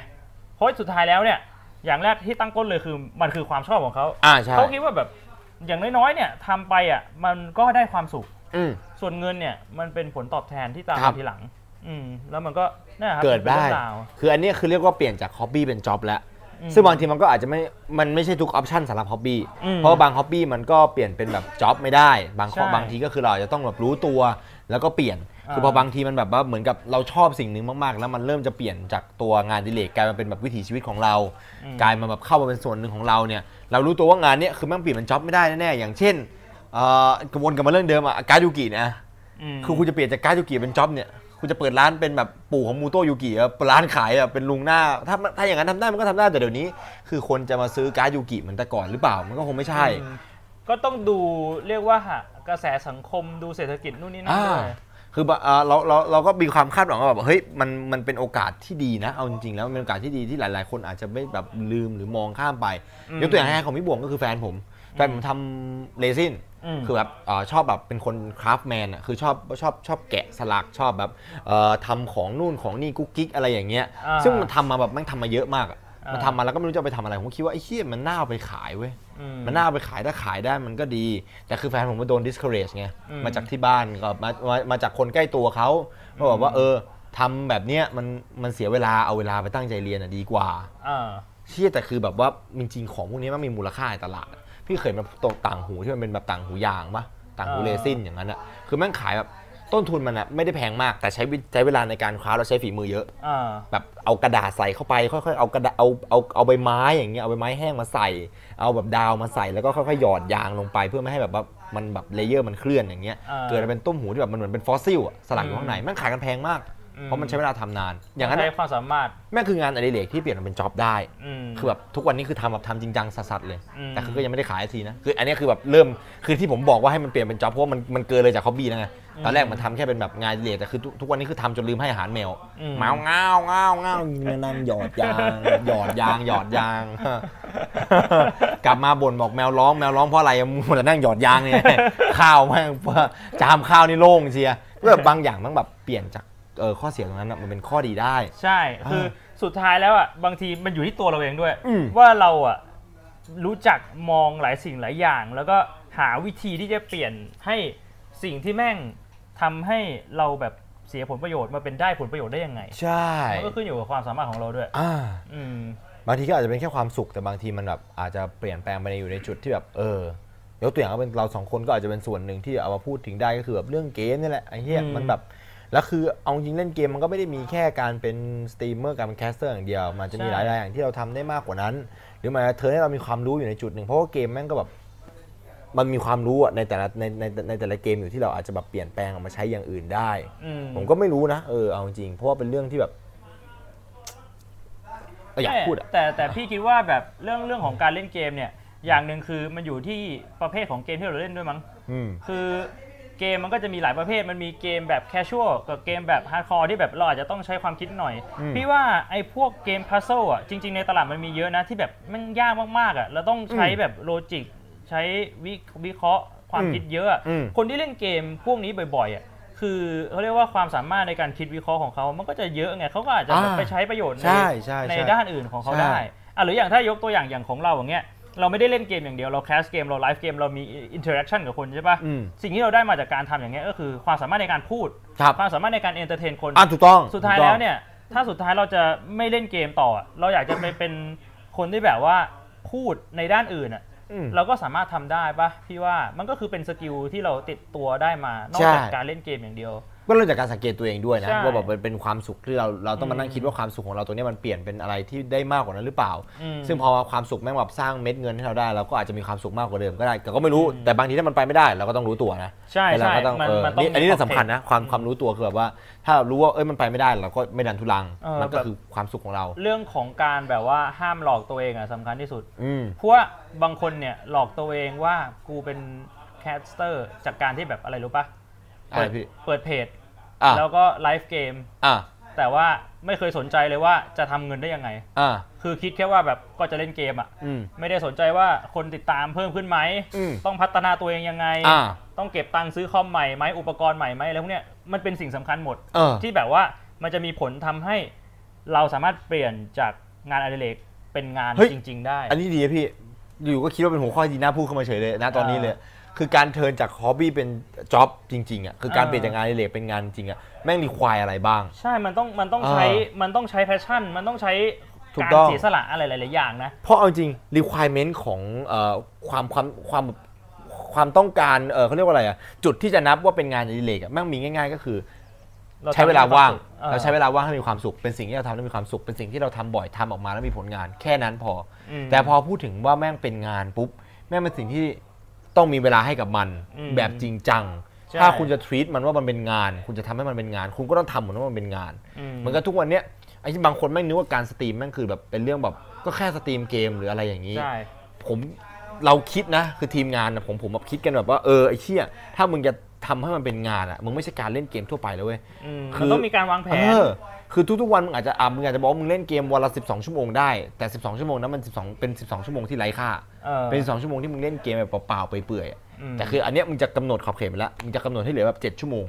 [SPEAKER 2] เพราะสุดท้ายแล้วเนี่ย อย่างแรกที่ตั้งต้นเลยคือมันคือความชอบของเขา
[SPEAKER 1] อ่าใช่
[SPEAKER 2] เขาคิดว่าแบบอย่างน้อยๆเนี่ยทำไปอ่ะมันก็ได้ความสุข
[SPEAKER 1] อืม
[SPEAKER 2] ส่วนเงินเนี่ยมันเป็นผลตอบแทนที่ตาม
[SPEAKER 1] ครับ
[SPEAKER 2] มาทีหลัง อืม แล้วมันก็นั่นแหละครับ
[SPEAKER 1] เกิด
[SPEAKER 2] ป็น
[SPEAKER 1] ได้
[SPEAKER 2] รื่องราว
[SPEAKER 1] คืออันเนี้ยคือเรียกว่าเปลี่ยนจากฮ็อบบี้เป็นจ็อบแล้ว
[SPEAKER 2] อืม
[SPEAKER 1] ซึ่งบางทีมันก็อาจจะไม่ มันไม่ใช่ทุกออปชันสำหรับฮ็อบบี้
[SPEAKER 2] อืม
[SPEAKER 1] เพราะว่าบางฮ็อบบี้มันก็เปลี่ยนเป็นแบบจ็อบไม่ได้ บางข้อ
[SPEAKER 2] ใช่
[SPEAKER 1] บางทีก็คือเราอาจจะต้องแบบรู้ตัว แล้วก็เปลี่ยน
[SPEAKER 2] อ่า
[SPEAKER 1] คือพอบางทีมันแบบว่าเหมือนกับเราชอบสิ่งหนึ่งมากๆ แล้วมันเริ่มจะเปลี่ยนจากตัวงานอดิเลกกลายมาเป็นแบบวิถีชีวิตของเรา กลายมาแบบเข้ามาเป็นส่วนหนึ่งของเราเนี่ย เรารู้ตัวว่างานเนี้ยคือแมันเปลี่ยนเป็นจ็อบไม่ได้แน่ๆ อย่างเช่นเอ่อกระวนกลับมาเรื่องเดิมอะการยูกิเนะ
[SPEAKER 2] ม
[SPEAKER 1] คือคุณจะเปลี่ยนจากการดยูกิเป็นจ็อบเนี่ย คุณจะเปิดร้านเป็นแบบปู่ของมูโตะยูกิอะเปิดร้านขายอะเป็นลุงหน้า ถ้าถ้าอย่างนั้นทำได้มันก็ทำได้แต่เดี๋ยวนี้ คือคนจะมาซื้อการดยูกิเหมือนแต่ก่อนหรือเปล่ามันก็คงไม่ใช่
[SPEAKER 2] อืมก็ต้องดูเรียกว่าหากระแสสังคมดูเศรษฐกิจนู่นนี่นั่น
[SPEAKER 1] อ่า
[SPEAKER 2] ด้วย
[SPEAKER 1] คือแบบเอ่อเราเราเราก็มีความคาดหวังว่าแบบเฮ้ยมันมันเป็นโอกาสที่ดีนะเอาจริงๆแล้วมันเป็นโอกาสที่ดีที่หลายๆ คนอาจจะไม่แบบลืมหรือมองข้ามไป
[SPEAKER 2] อืม
[SPEAKER 1] ยกตัวอย่างง่ายๆของพี่บวงก็คือแฟนผมแฟนผมทำเลซิน
[SPEAKER 2] อืม
[SPEAKER 1] คือแบบเอ่อชอบแบบเป็นคนคราฟแมนอ่ะคือชอบชอบชอบแกะสลักชอบแบบเอ่อทำของนู่นของนี่กุ๊กกิ๊กอะไรอย่างเงี้ย
[SPEAKER 2] อ่า
[SPEAKER 1] ซึ่งมันทำมาแบบมันทำมาเยอะมากอะ
[SPEAKER 2] อ่ามั
[SPEAKER 1] มันทำมาแล้วก็ไม่รู้จะเอาไปทำอะไรผมก็คิดว่าไอ้เชี่ยมันน่าเอาไปขายเว้ย
[SPEAKER 2] อืม
[SPEAKER 1] มันน่าเอาไปขายถ้าขายได้มันก็ดี แต่คือแฟนผมก็โดน discourage ไง
[SPEAKER 2] อืม
[SPEAKER 1] มาจากที่บ้านก็มามามาจากคนใกล้ตัวเขาก็บอกว่าเออทำแบบเนี้ยมันมันเสียเวลาเอาเวลาไปตั้งใจเรียนอ่ะดีกว่า
[SPEAKER 2] อ่า
[SPEAKER 1] เชี่ยแต่คือแบบว่าจริงๆของพวกนี้มันมีมูลค่าในตลาด พี่เคยมาตกต่างหูที่มันเป็นแบบต่างหูยางปะต่างหู
[SPEAKER 2] อ่า
[SPEAKER 1] เรซินอย่างนั้นอะคือแม่งขายแบบต้นทุนมันอะไม่ได้แพงมากแต่ใช้วิใช้เวลาในการคว้าเราใช้ฝีมือเยอะ
[SPEAKER 2] อ่า
[SPEAKER 1] แบบเอากระดาษใส่เข้าไปค่อยๆเอากระดาษเอาเอาเอาใบไม้อย่างเงี้ยเอาใบไม้แห้งมาใส่ เอาแบบดาวมาใส่แล้วก็ค่อยๆหยอดยางลงไปเพื่อไม่ให้แบบว่ามันแบบเลเยอร์มันเคลื่อนอย่างเงี้ย
[SPEAKER 2] อ่า
[SPEAKER 1] เกิดเป็นต้มหูที่แบบมันเหมือนเป็นฟอสซิลอะสลักอ
[SPEAKER 2] อื
[SPEAKER 1] ยู่
[SPEAKER 2] ม
[SPEAKER 1] ข้างในแม่งขายกันแพงมาก
[SPEAKER 2] อืม
[SPEAKER 1] เพราะมันใช้เวลาทำนาน อย่างนั้น
[SPEAKER 2] ใช้
[SPEAKER 1] อะ
[SPEAKER 2] ความสามารถ
[SPEAKER 1] แม่งคืองานอดิเรกที่เปลี่ยนมาเป็นจ็อบได้
[SPEAKER 2] อืม
[SPEAKER 1] คือแบบทุกวันนี้คือทำแบบทำจริงจังสัสๆเลย
[SPEAKER 2] อืม
[SPEAKER 1] แต่คือก็ยังไม่ได้ขายสักทีนะคืออันเนี้ยคือแบบเริ่มคือที่ผมบอกว่าให้มันเปลี่ยนเป็นจ็อบเพราะว่ามันมันเกินเลยจากฮอบบี้นะไงตอนแรกมันทำแค่เป็นแบบงานอดิเรกแต่คือทุกทุกวันนี้คือทำจนลืมให้อาหารแมวแมวง้าวง้าวง้าวมานั่งหยอดยาง หยอดยางหยอดยาง กลับมาบ่นบอกแมวร้องแมวร้องเพราะอะไรมัวแต่นั่งหยอดยางเนี่ย ข้าวแม่งจามข้าวนี่โล่งเชียร์ก็แบบบางอย่างมันแบบเปลี่ยนจากเออข้อเสียตรงนั้นอะมันเป็นข้อดีได้
[SPEAKER 2] ใช่ คือสุดท้ายแล้วอ่ะบางทีมันอยู่ที่ตัวเราเองด้วย
[SPEAKER 1] อืม
[SPEAKER 2] ว่าเราอ่ะรู้จักมองหลายสิ่งหลายอย่าง แล้วก็หาวิธีที่จะเปลี่ยนให้สิ่งที่แม่งทำให้เราแบบเสียผลประโยชน์มาเป็นได้ผลประโยชน์ได้ยังไง
[SPEAKER 1] ใช่
[SPEAKER 2] มันก็ขึ้นอยู่กับความสามารถของเราด้วย
[SPEAKER 1] อ่า
[SPEAKER 2] อืม
[SPEAKER 1] บางทีก็อาจจะเป็นแค่ความสุขแต่บางทีมันแบบอาจจะเปลี่ยนแปลงไปในอยู่ในจุดที่แบบเออยกตัวอย่างก็เป็นเราสองคนก็อาจจะเป็นส่วนหนึ่งที่เอามาพูดถึงได้ก็คือแบบเรื่องเกมนี่แหละไอ้เหี้ย
[SPEAKER 2] อืม
[SPEAKER 1] มันแบบแล้วคือเอาจริงเล่นเกมมันก็ไม่ได้มีแค่การเป็นสตรีมเมอร์การเป็นแคสเตอร์อย่างเดียว มันจะมี
[SPEAKER 2] ใช่
[SPEAKER 1] หลายๆอย่างที่เราทำได้มากกว่านั้น หรือมันจะเธอให้เรามีความรู้อยู่ในจุดหนึ่งเพราะว่าเกมแม่งก็แบบมันมีความรู้อะในแต่ละในในในแต่ละเกมอยู่ที่เราอาจจะแบบเปลี่ยนแปลงออกมาใช้อย่างอื่นได้
[SPEAKER 2] อืม
[SPEAKER 1] ผมก็ไม่รู้นะเออเอาจริงเพราะว่าเป็นเรื่องที่แบบเอออยากพูดอะ
[SPEAKER 2] แต่แต่พี่คิดว่าแบบเรื่องเรื่องของการเล่นเกมเนี่ยอย่างหนึ่งคือมันอยู่ที่ประเภทของเกมที่เราเล่นด้วยมั้ง
[SPEAKER 1] อืม
[SPEAKER 2] คือเกมมันก็จะมีหลายประเภทมันมีเกมแบบแคชชวลกับเกมแบบฮาร์ดคอร์ที่แบบเราอาจจะต้องใช้ความคิดหน่อย
[SPEAKER 1] อืม
[SPEAKER 2] พี่ว่าไอ้พวกเกมพัซ z ซ e อ่ะจริง ๆ ในตลาดมันมีเยอะนะที่แบบมันยากมากๆอ่ะเราต้องใช้แบบโลจิกใช้วิวิเคราะห์ความ
[SPEAKER 1] อืม
[SPEAKER 2] คิดเยอะอะ
[SPEAKER 1] อืม
[SPEAKER 2] คนที่เล่นเกมพวกนี้บ่อยๆอ่ะคือเขาเรียกว่าความสามารถในการคิดวิเคราะห์ของเขามันก็จะเยอะไงเขาก็อาจจะแบบไปใช้ประโยชน์
[SPEAKER 1] ใช่ใช่ใช่
[SPEAKER 2] ในด้านอื่นของเขาได้
[SPEAKER 1] ใช่
[SPEAKER 2] อ่ะหรืออย่างถ้ายกตัวอย่างอย่างของเราอย่างเงี้ย เราไม่ได้เล่นเกมอย่างเดียว เราแคสเกม เราไลฟ์เกม เรามีอินเทอร์แอคชั่นกับคนใช่ปะ
[SPEAKER 1] อืม
[SPEAKER 2] สิ่งที่เราได้มาจากการทำอย่างเงี้ยก็คือความสามารถในการพูด
[SPEAKER 1] ครับ
[SPEAKER 2] ความสามารถในการเอนเตอร์เทนคน
[SPEAKER 1] อ่ะถูกต้อง
[SPEAKER 2] สุดท้าย
[SPEAKER 1] ถูก
[SPEAKER 2] แล้
[SPEAKER 1] ต้
[SPEAKER 2] ว
[SPEAKER 1] อง
[SPEAKER 2] เนี่ย ถ้าสุดท้ายเราจะไม่เล่นเกมต่อ เราอยากจะไปเป็นคนที่แบบว่าพูดในด้านอื่นอ่ะ
[SPEAKER 1] อืม
[SPEAKER 2] เราก็สามารถทำได้ปะพี่ว่ามันก็คือเป็นสกิลที่เราติดตัวได้มา นอกจาก
[SPEAKER 1] ใช่
[SPEAKER 2] การเล่นเกมอย่างเดียว
[SPEAKER 1] ก็เริ่มจากการสังเกตตัวเองด้วยนะ
[SPEAKER 2] ใช่
[SPEAKER 1] ว่าแบบมันเป็นความสุขที่เราเราต้องมานั่ง
[SPEAKER 2] อืม
[SPEAKER 1] คิดว่าความสุขของเราตรงเนี้ยมันเปลี่ยนเป็นอะไรที่ได้มากกว่านั้นหรือเปล่า
[SPEAKER 2] อืม
[SPEAKER 1] ซึ่งพอความสุขแม่งแบบสร้างเม็ดเงินให้เราได้เราก็อาจจะมีความสุขมากกว่าเดิมก็ได้แต่ก็ไม่รู้แต่บางทีถ้ามันไปไม่ได้เราก็ต้องรู้ตัวนะ
[SPEAKER 2] ใช่
[SPEAKER 1] แต่เราก็
[SPEAKER 2] ใช่
[SPEAKER 1] ต้อง
[SPEAKER 2] มัน
[SPEAKER 1] เออ
[SPEAKER 2] มันต้อง
[SPEAKER 1] นี่อันนี้
[SPEAKER 2] มี
[SPEAKER 1] เรื่องสำคัญนะความ
[SPEAKER 2] อืม
[SPEAKER 1] ความรู้ตัวคือแบบว่า ถ้าเรารู้ว่าเอ้ยมันไปไม่ได้เราก็ไม่ดันทุลัง
[SPEAKER 2] เออ
[SPEAKER 1] มันก็
[SPEAKER 2] แบบ
[SPEAKER 1] คือความสุขของเรา
[SPEAKER 2] เรื่องของการแบบว่าห้ามหลอกตัวเองอะสำคัญที่สุด
[SPEAKER 1] อืม
[SPEAKER 2] เพราะว่าบางคนเนี่ยหลอกตัวเองว่ากูเป็นแคสเตอร์จากการที่แบบอะไรรู้ปะ
[SPEAKER 1] อะไร
[SPEAKER 2] เปิด
[SPEAKER 1] พี่
[SPEAKER 2] เปิดเพจ
[SPEAKER 1] อ่ะ
[SPEAKER 2] แล้วก็ไลฟ์เกม
[SPEAKER 1] อ่ะ
[SPEAKER 2] แต่ว่าไม่เคยสนใจเลยว่าจะทำเงินได้ยังไง
[SPEAKER 1] อ่ะ
[SPEAKER 2] คือคิดแค่ว่าแบบก็จะเล่นเกมอ่ะ
[SPEAKER 1] อืม
[SPEAKER 2] ไม่ได้สนใจว่าคนติดตามเพิ่มขึ้นไหม
[SPEAKER 1] อืม
[SPEAKER 2] ต้องพัฒนาตัวเองยังไง
[SPEAKER 1] อ่า
[SPEAKER 2] ต้องเก็บตังค์ซื้อคอมใหม่ไหมอุปกรณ์ใหม่ไหมอะไรพวกเนี้ยมันเป็นสิ่งสำคัญหมด
[SPEAKER 1] เออ
[SPEAKER 2] ที่แบบว่ามันจะมีผลทำให้เราสามารถเปลี่ยนจากงานอดิเรกเป็นงาน
[SPEAKER 1] เฮ้ย
[SPEAKER 2] จริง ๆ ได้
[SPEAKER 1] อันนี้ดีนะพี่ อยู่ก็คิดว่าเป็นหัวข้อที่ดีน่าพูดขึ้นมาเฉยเลยนะตอนนี้เลย
[SPEAKER 2] เอ
[SPEAKER 1] คือการเทิร์นจากฮอบบี้เป็นจ็อบจริงๆอ่ะ คือการ
[SPEAKER 2] เออ
[SPEAKER 1] เปลี่ยนจากงานอดิเรกเป็นงานจริงอ่ะ แม่งรีควายอะไรบ้าง
[SPEAKER 2] ใช่มันต้องมันต้อง
[SPEAKER 1] อ่า
[SPEAKER 2] ใช้มันต้องใช้แพชชั่น มันต้องใช้
[SPEAKER 1] ถูก
[SPEAKER 2] การ
[SPEAKER 1] ต้อง
[SPEAKER 2] เสียสละอะไรหลายๆอย่างนะ
[SPEAKER 1] เพราะเอาจริง requirement ของเอ่อความความความความต้องการเออเขาเรียกว่าอะไรอ่ะ จุดที่จะนับว่าเป็นงานอดิเรกอ่ะแม่งมีง่าย ๆ ก็คือ
[SPEAKER 2] ร
[SPEAKER 1] ใช้เวลาว่าง
[SPEAKER 2] ออ
[SPEAKER 1] เราใช้เวลาว่างให้มีความสุข เป็นสิ่งที่เราทำแล้วมีความสุข เป็นสิ่งที่เราทำบ่อยทำออกมาแล้วมีผลงาน แค่นั้นพออ
[SPEAKER 2] ม
[SPEAKER 1] แต่พอพูดถึงว่าแม่งเป็นงานปุ๊บ แม่งเป็นสิ่งที่ต้องมีเวลาให้กับมัน
[SPEAKER 2] อืม
[SPEAKER 1] แบบจริงจัง
[SPEAKER 2] ใช่
[SPEAKER 1] ถ้าคุณจะ treat มันว่ามันเป็นงาน คุณจะทำให้มันเป็นงาน คุณก็ต้องทำเหมือนว่ามันเป็นงาน
[SPEAKER 2] อืม
[SPEAKER 1] เหมือนกับทุกวันเนี้ยไอ้ที่บางคนแม่งนึกว่าการสตรีมแม่งคือแบบเป็นเรื่องแบบก็แค่สตรีมเกมหรืออะไรอย่างนี้
[SPEAKER 2] ใช่
[SPEAKER 1] ผมเราคิดนะ คือทีมงานนะผมผมแบบคิดกันแบบว่าเออไอ้เชี่ยถ้ามึงจะทำให้มันเป็นงานอะมึงไม่ใช่การเล่นเกมทั่วไปแล้วเว้ย
[SPEAKER 2] อืม
[SPEAKER 1] คื
[SPEAKER 2] มัน
[SPEAKER 1] อ
[SPEAKER 2] ต้องมีการวางแผน
[SPEAKER 1] เออคือทุกๆวันมึงอาจจะอ่ะมึงอาจจะบอกว่ามึงเล่นเกมวันละ 12 ชั่วโมงได้ แต่ 12 ชั่วโมงนั้นมัน 12 เป็น 12 ชั่วโมงที่ไร้ค่า
[SPEAKER 2] เออ
[SPEAKER 1] เป็น 12 ชั่วโมงที่มึงเล่นเกมแบบเปล่าๆไปเปื่อยๆอะ
[SPEAKER 2] อืม
[SPEAKER 1] แต่คืออันเนี้ยมึงจะกำหนดขอบเขตไปแล้วมึงจะกำหนดให้เหลือแบบ 7 ชั่วโมง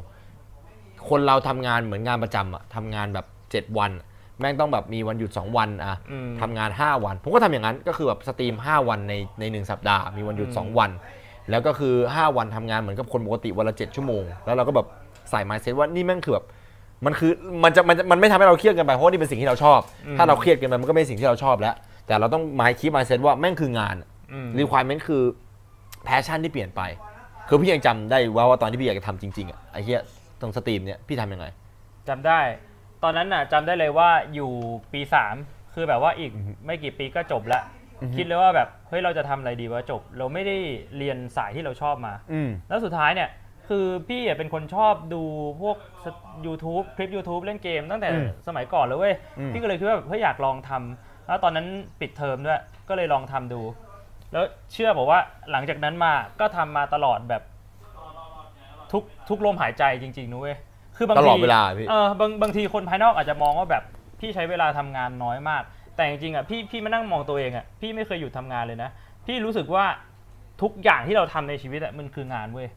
[SPEAKER 1] คนเราทำงานเหมือนงานประจำอะทำงานแบบ 7 วันอะแม่งต้องแบบมีวันหยุด 2 วันอะทำงาน 5 วัน ผมก็ทำอย่างนั้นก็คือแบบสตรีม 5 วันในในหนึ่งสัปดาห์มีวันหยุด 2 วัน แล้วก็คือ 5 วันทำงานเหมือนกับคนปกติวันละ 7 ชั่วโมง แล้วเราก็แบบใส่ไมเซ็ตว่านี่แม่งคือแบบ มันคือมันจะมันจะมันไม่ทำให้เราเครียดเกันไปเพราะว่านี่เป็นสิ่งที่เราชอบ ถ้าเราเครียดเกันไปมันก็ไม่ใช่สิ่งที่เราชอบแล้ว แต่เราต้องหมายคิดมาเซตว่าแม่งคืองานรีคว i r e เมนต์คือแพชชั่นที่เปลี่ยนไป คือพี่ยังจำได้ว่าว่าตอนที่พี่อยากจะทำจริงๆอ่ะไอ้เหี้ยตรงสตรีมเนี่ยพี่ทำยังไง
[SPEAKER 2] จำได้ ตอนนั้นน่ะจำได้เลยว่าอยู่ปีสามคือแบบว่าอีกไม่กี่ปีก็จบละคิดเลยว่าแบบเฮ้ยเราจะทำอะไรดีวะจบ เราไม่ได้เรียนสายที่เราชอบมา
[SPEAKER 1] อืม
[SPEAKER 2] แล้วสุดท้ายเนี่ยคือพี่อ่ะเป็นคนชอบดูพวก YouTube คลิป YouTube เล่นเกมตั้งแต่
[SPEAKER 1] อืม
[SPEAKER 2] สมัยก่อนเลยเว้ย
[SPEAKER 1] อืม
[SPEAKER 2] พี่ก็เลยคิดว่าแบบเฮ้ยอยากลองทำแล้วตอนนั้นปิดเทอมด้วย ก็เลยลองทำดู แล้วเชื่อบอกว่าหลังจากนั้นมาก็ทำมาตลอดแบบทุกทุกลมหายใจจริงๆนะเว้ยคือบาง
[SPEAKER 1] ต
[SPEAKER 2] ที
[SPEAKER 1] ลอดเวลาพี่
[SPEAKER 2] เออบางบางทีคนภายนอกอาจจะมองว่าแบบพี่ใช้เวลาทำงานน้อยมาก แต่จริงๆอ่ะพี่พี่มานั่งมองตัวเองอ่ะพี่ไม่เคยหยุดทำงานเลยนะ พี่รู้สึกว่าทุกอย่างที่เราทำในชีวิตอะมันคืองานเว้ย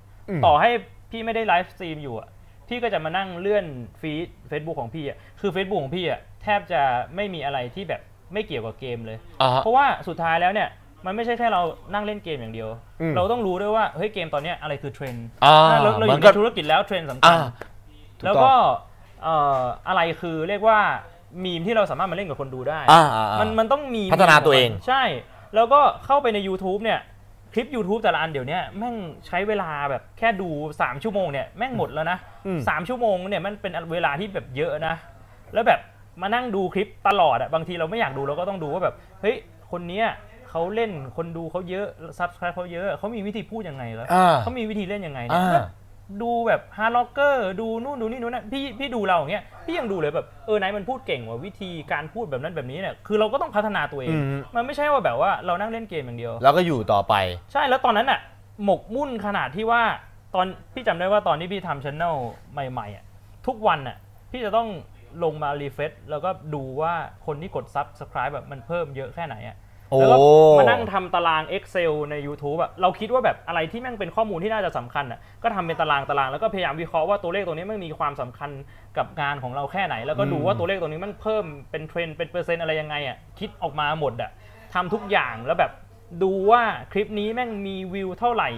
[SPEAKER 2] ต่อให้พี่ไม่ได้ไลฟ์สตรีมอยู่อะพี่ก็จะมานั่งเลื่อนฟีด Facebook ของพี่อะคือ Facebook ของพี่อะแทบจะไม่มีอะไรที่แบบไม่เกี่ยวกับเกมเลย
[SPEAKER 1] อ่าฮะ
[SPEAKER 2] เพราะว่าสุดท้ายแล้วเนี่ย มันไม่ใช่แค่เรานั่งเล่นเกมอย่างเดียว
[SPEAKER 1] อืม
[SPEAKER 2] เราต้องรู้ด้วยว่าเฮ้ยเกมตอนเนี้ยอะไรคือเทรนด์
[SPEAKER 1] อ่า
[SPEAKER 2] ถ้าเราเราอ
[SPEAKER 1] มั
[SPEAKER 2] ยู่
[SPEAKER 1] นก็
[SPEAKER 2] ในธุรกิจแล้วเทรนด์สำคั
[SPEAKER 1] อ่า
[SPEAKER 2] ญ
[SPEAKER 1] ถูกต้อง
[SPEAKER 2] แล้วก็เอ่ออะไรคือเรียกว่ามีมที่เราสามารถมาเล่นกับคนดูได้
[SPEAKER 1] อ่าอ่า
[SPEAKER 2] มั
[SPEAKER 1] มั
[SPEAKER 2] นมันต้องมี
[SPEAKER 1] พัฒนาตัวเอง
[SPEAKER 2] ใช่ แล้วก็เข้าไปใน YouTube เนี่ย คลิป YouTube แต่ละอันเดี๋ยวเนี้ยแม่งใช้เวลาแบบแค่ดู 3 ชั่วโมงเนี่ย แม่งหมดแล้วนะสามชั่วโมงเนี่ยมันเป็นเวลาที่แบบเยอะนะ แล้วแบบมานั่งดูคลิปตลอดอะบางทีเราไม่อยากดูเราก็ต้องดูว่าแบบ เฮ้ย คนเนี้ยเขาเล่นคนดูเขาเยอะซับสไครป์เขาเยอะเขามีวิธีพูดยังไงแล้ว
[SPEAKER 1] อ่า
[SPEAKER 2] เขามีวิธีเล่นยังไงเนี่ย
[SPEAKER 1] อ่า
[SPEAKER 2] ดูแบบฮาร์ดล็อกเกอร์ดูนู่นดูนี่นู่นนะพี่พี่ดูเราอย่างเงี้ยพี่ยังดูเลยแบบเออไนายมันพูดเก่งว่าวิธีการพูดแบบนั้นแบบนี้เนี่ยคือเราก็ต้องพัฒนาตัวเอง
[SPEAKER 1] อืม
[SPEAKER 2] มันไม่ใช่ว่าแบบว่าเรานั่งเล่นเกมอย่างเดียว
[SPEAKER 1] แล้วก็อยู่ต่อไป
[SPEAKER 2] ใช่แล้วตอนนั้นอ่ะหมกมุ่นขนาดที่ว่าตอนพี่จำได้ว่าตอนที่พี่ทำช n น l ใหม่ๆอ่ะทุกวันอ่ะพี่จะต้องลงมารีเฟซแล้วก็ดูว่าคนที่กดซับสไครป์แบบมันเพิ่มเยอะแค่ไหนอ่ะ
[SPEAKER 1] โอ้
[SPEAKER 2] แล้วก็มานั่งทำตาราง Excel ใน YouTube อ่ะเราคิดว่าแบบอะไรที่แม่งเป็นข้อมูลที่น่าจะสำคัญอ่ะก็ทำเป็นตารางตารางแล้วก็พยายามวิเคราะห์ว่าตัวเลขตัวนี้แม่งมีความสำคัญกับงานของเราแค่ไหน แล้วก็ดูว่าตัวเลขตัวนี้แมันเพิ่มเป็นเทรนด์เป็นเปอร์เซ็นต์อะไรยังไงอ่ะคิดออกมาหมดอ่ะ ทำทุกอย่างแล้วแบบดูว่าคลิปนี้แม่งมีวิวเท่าไหร่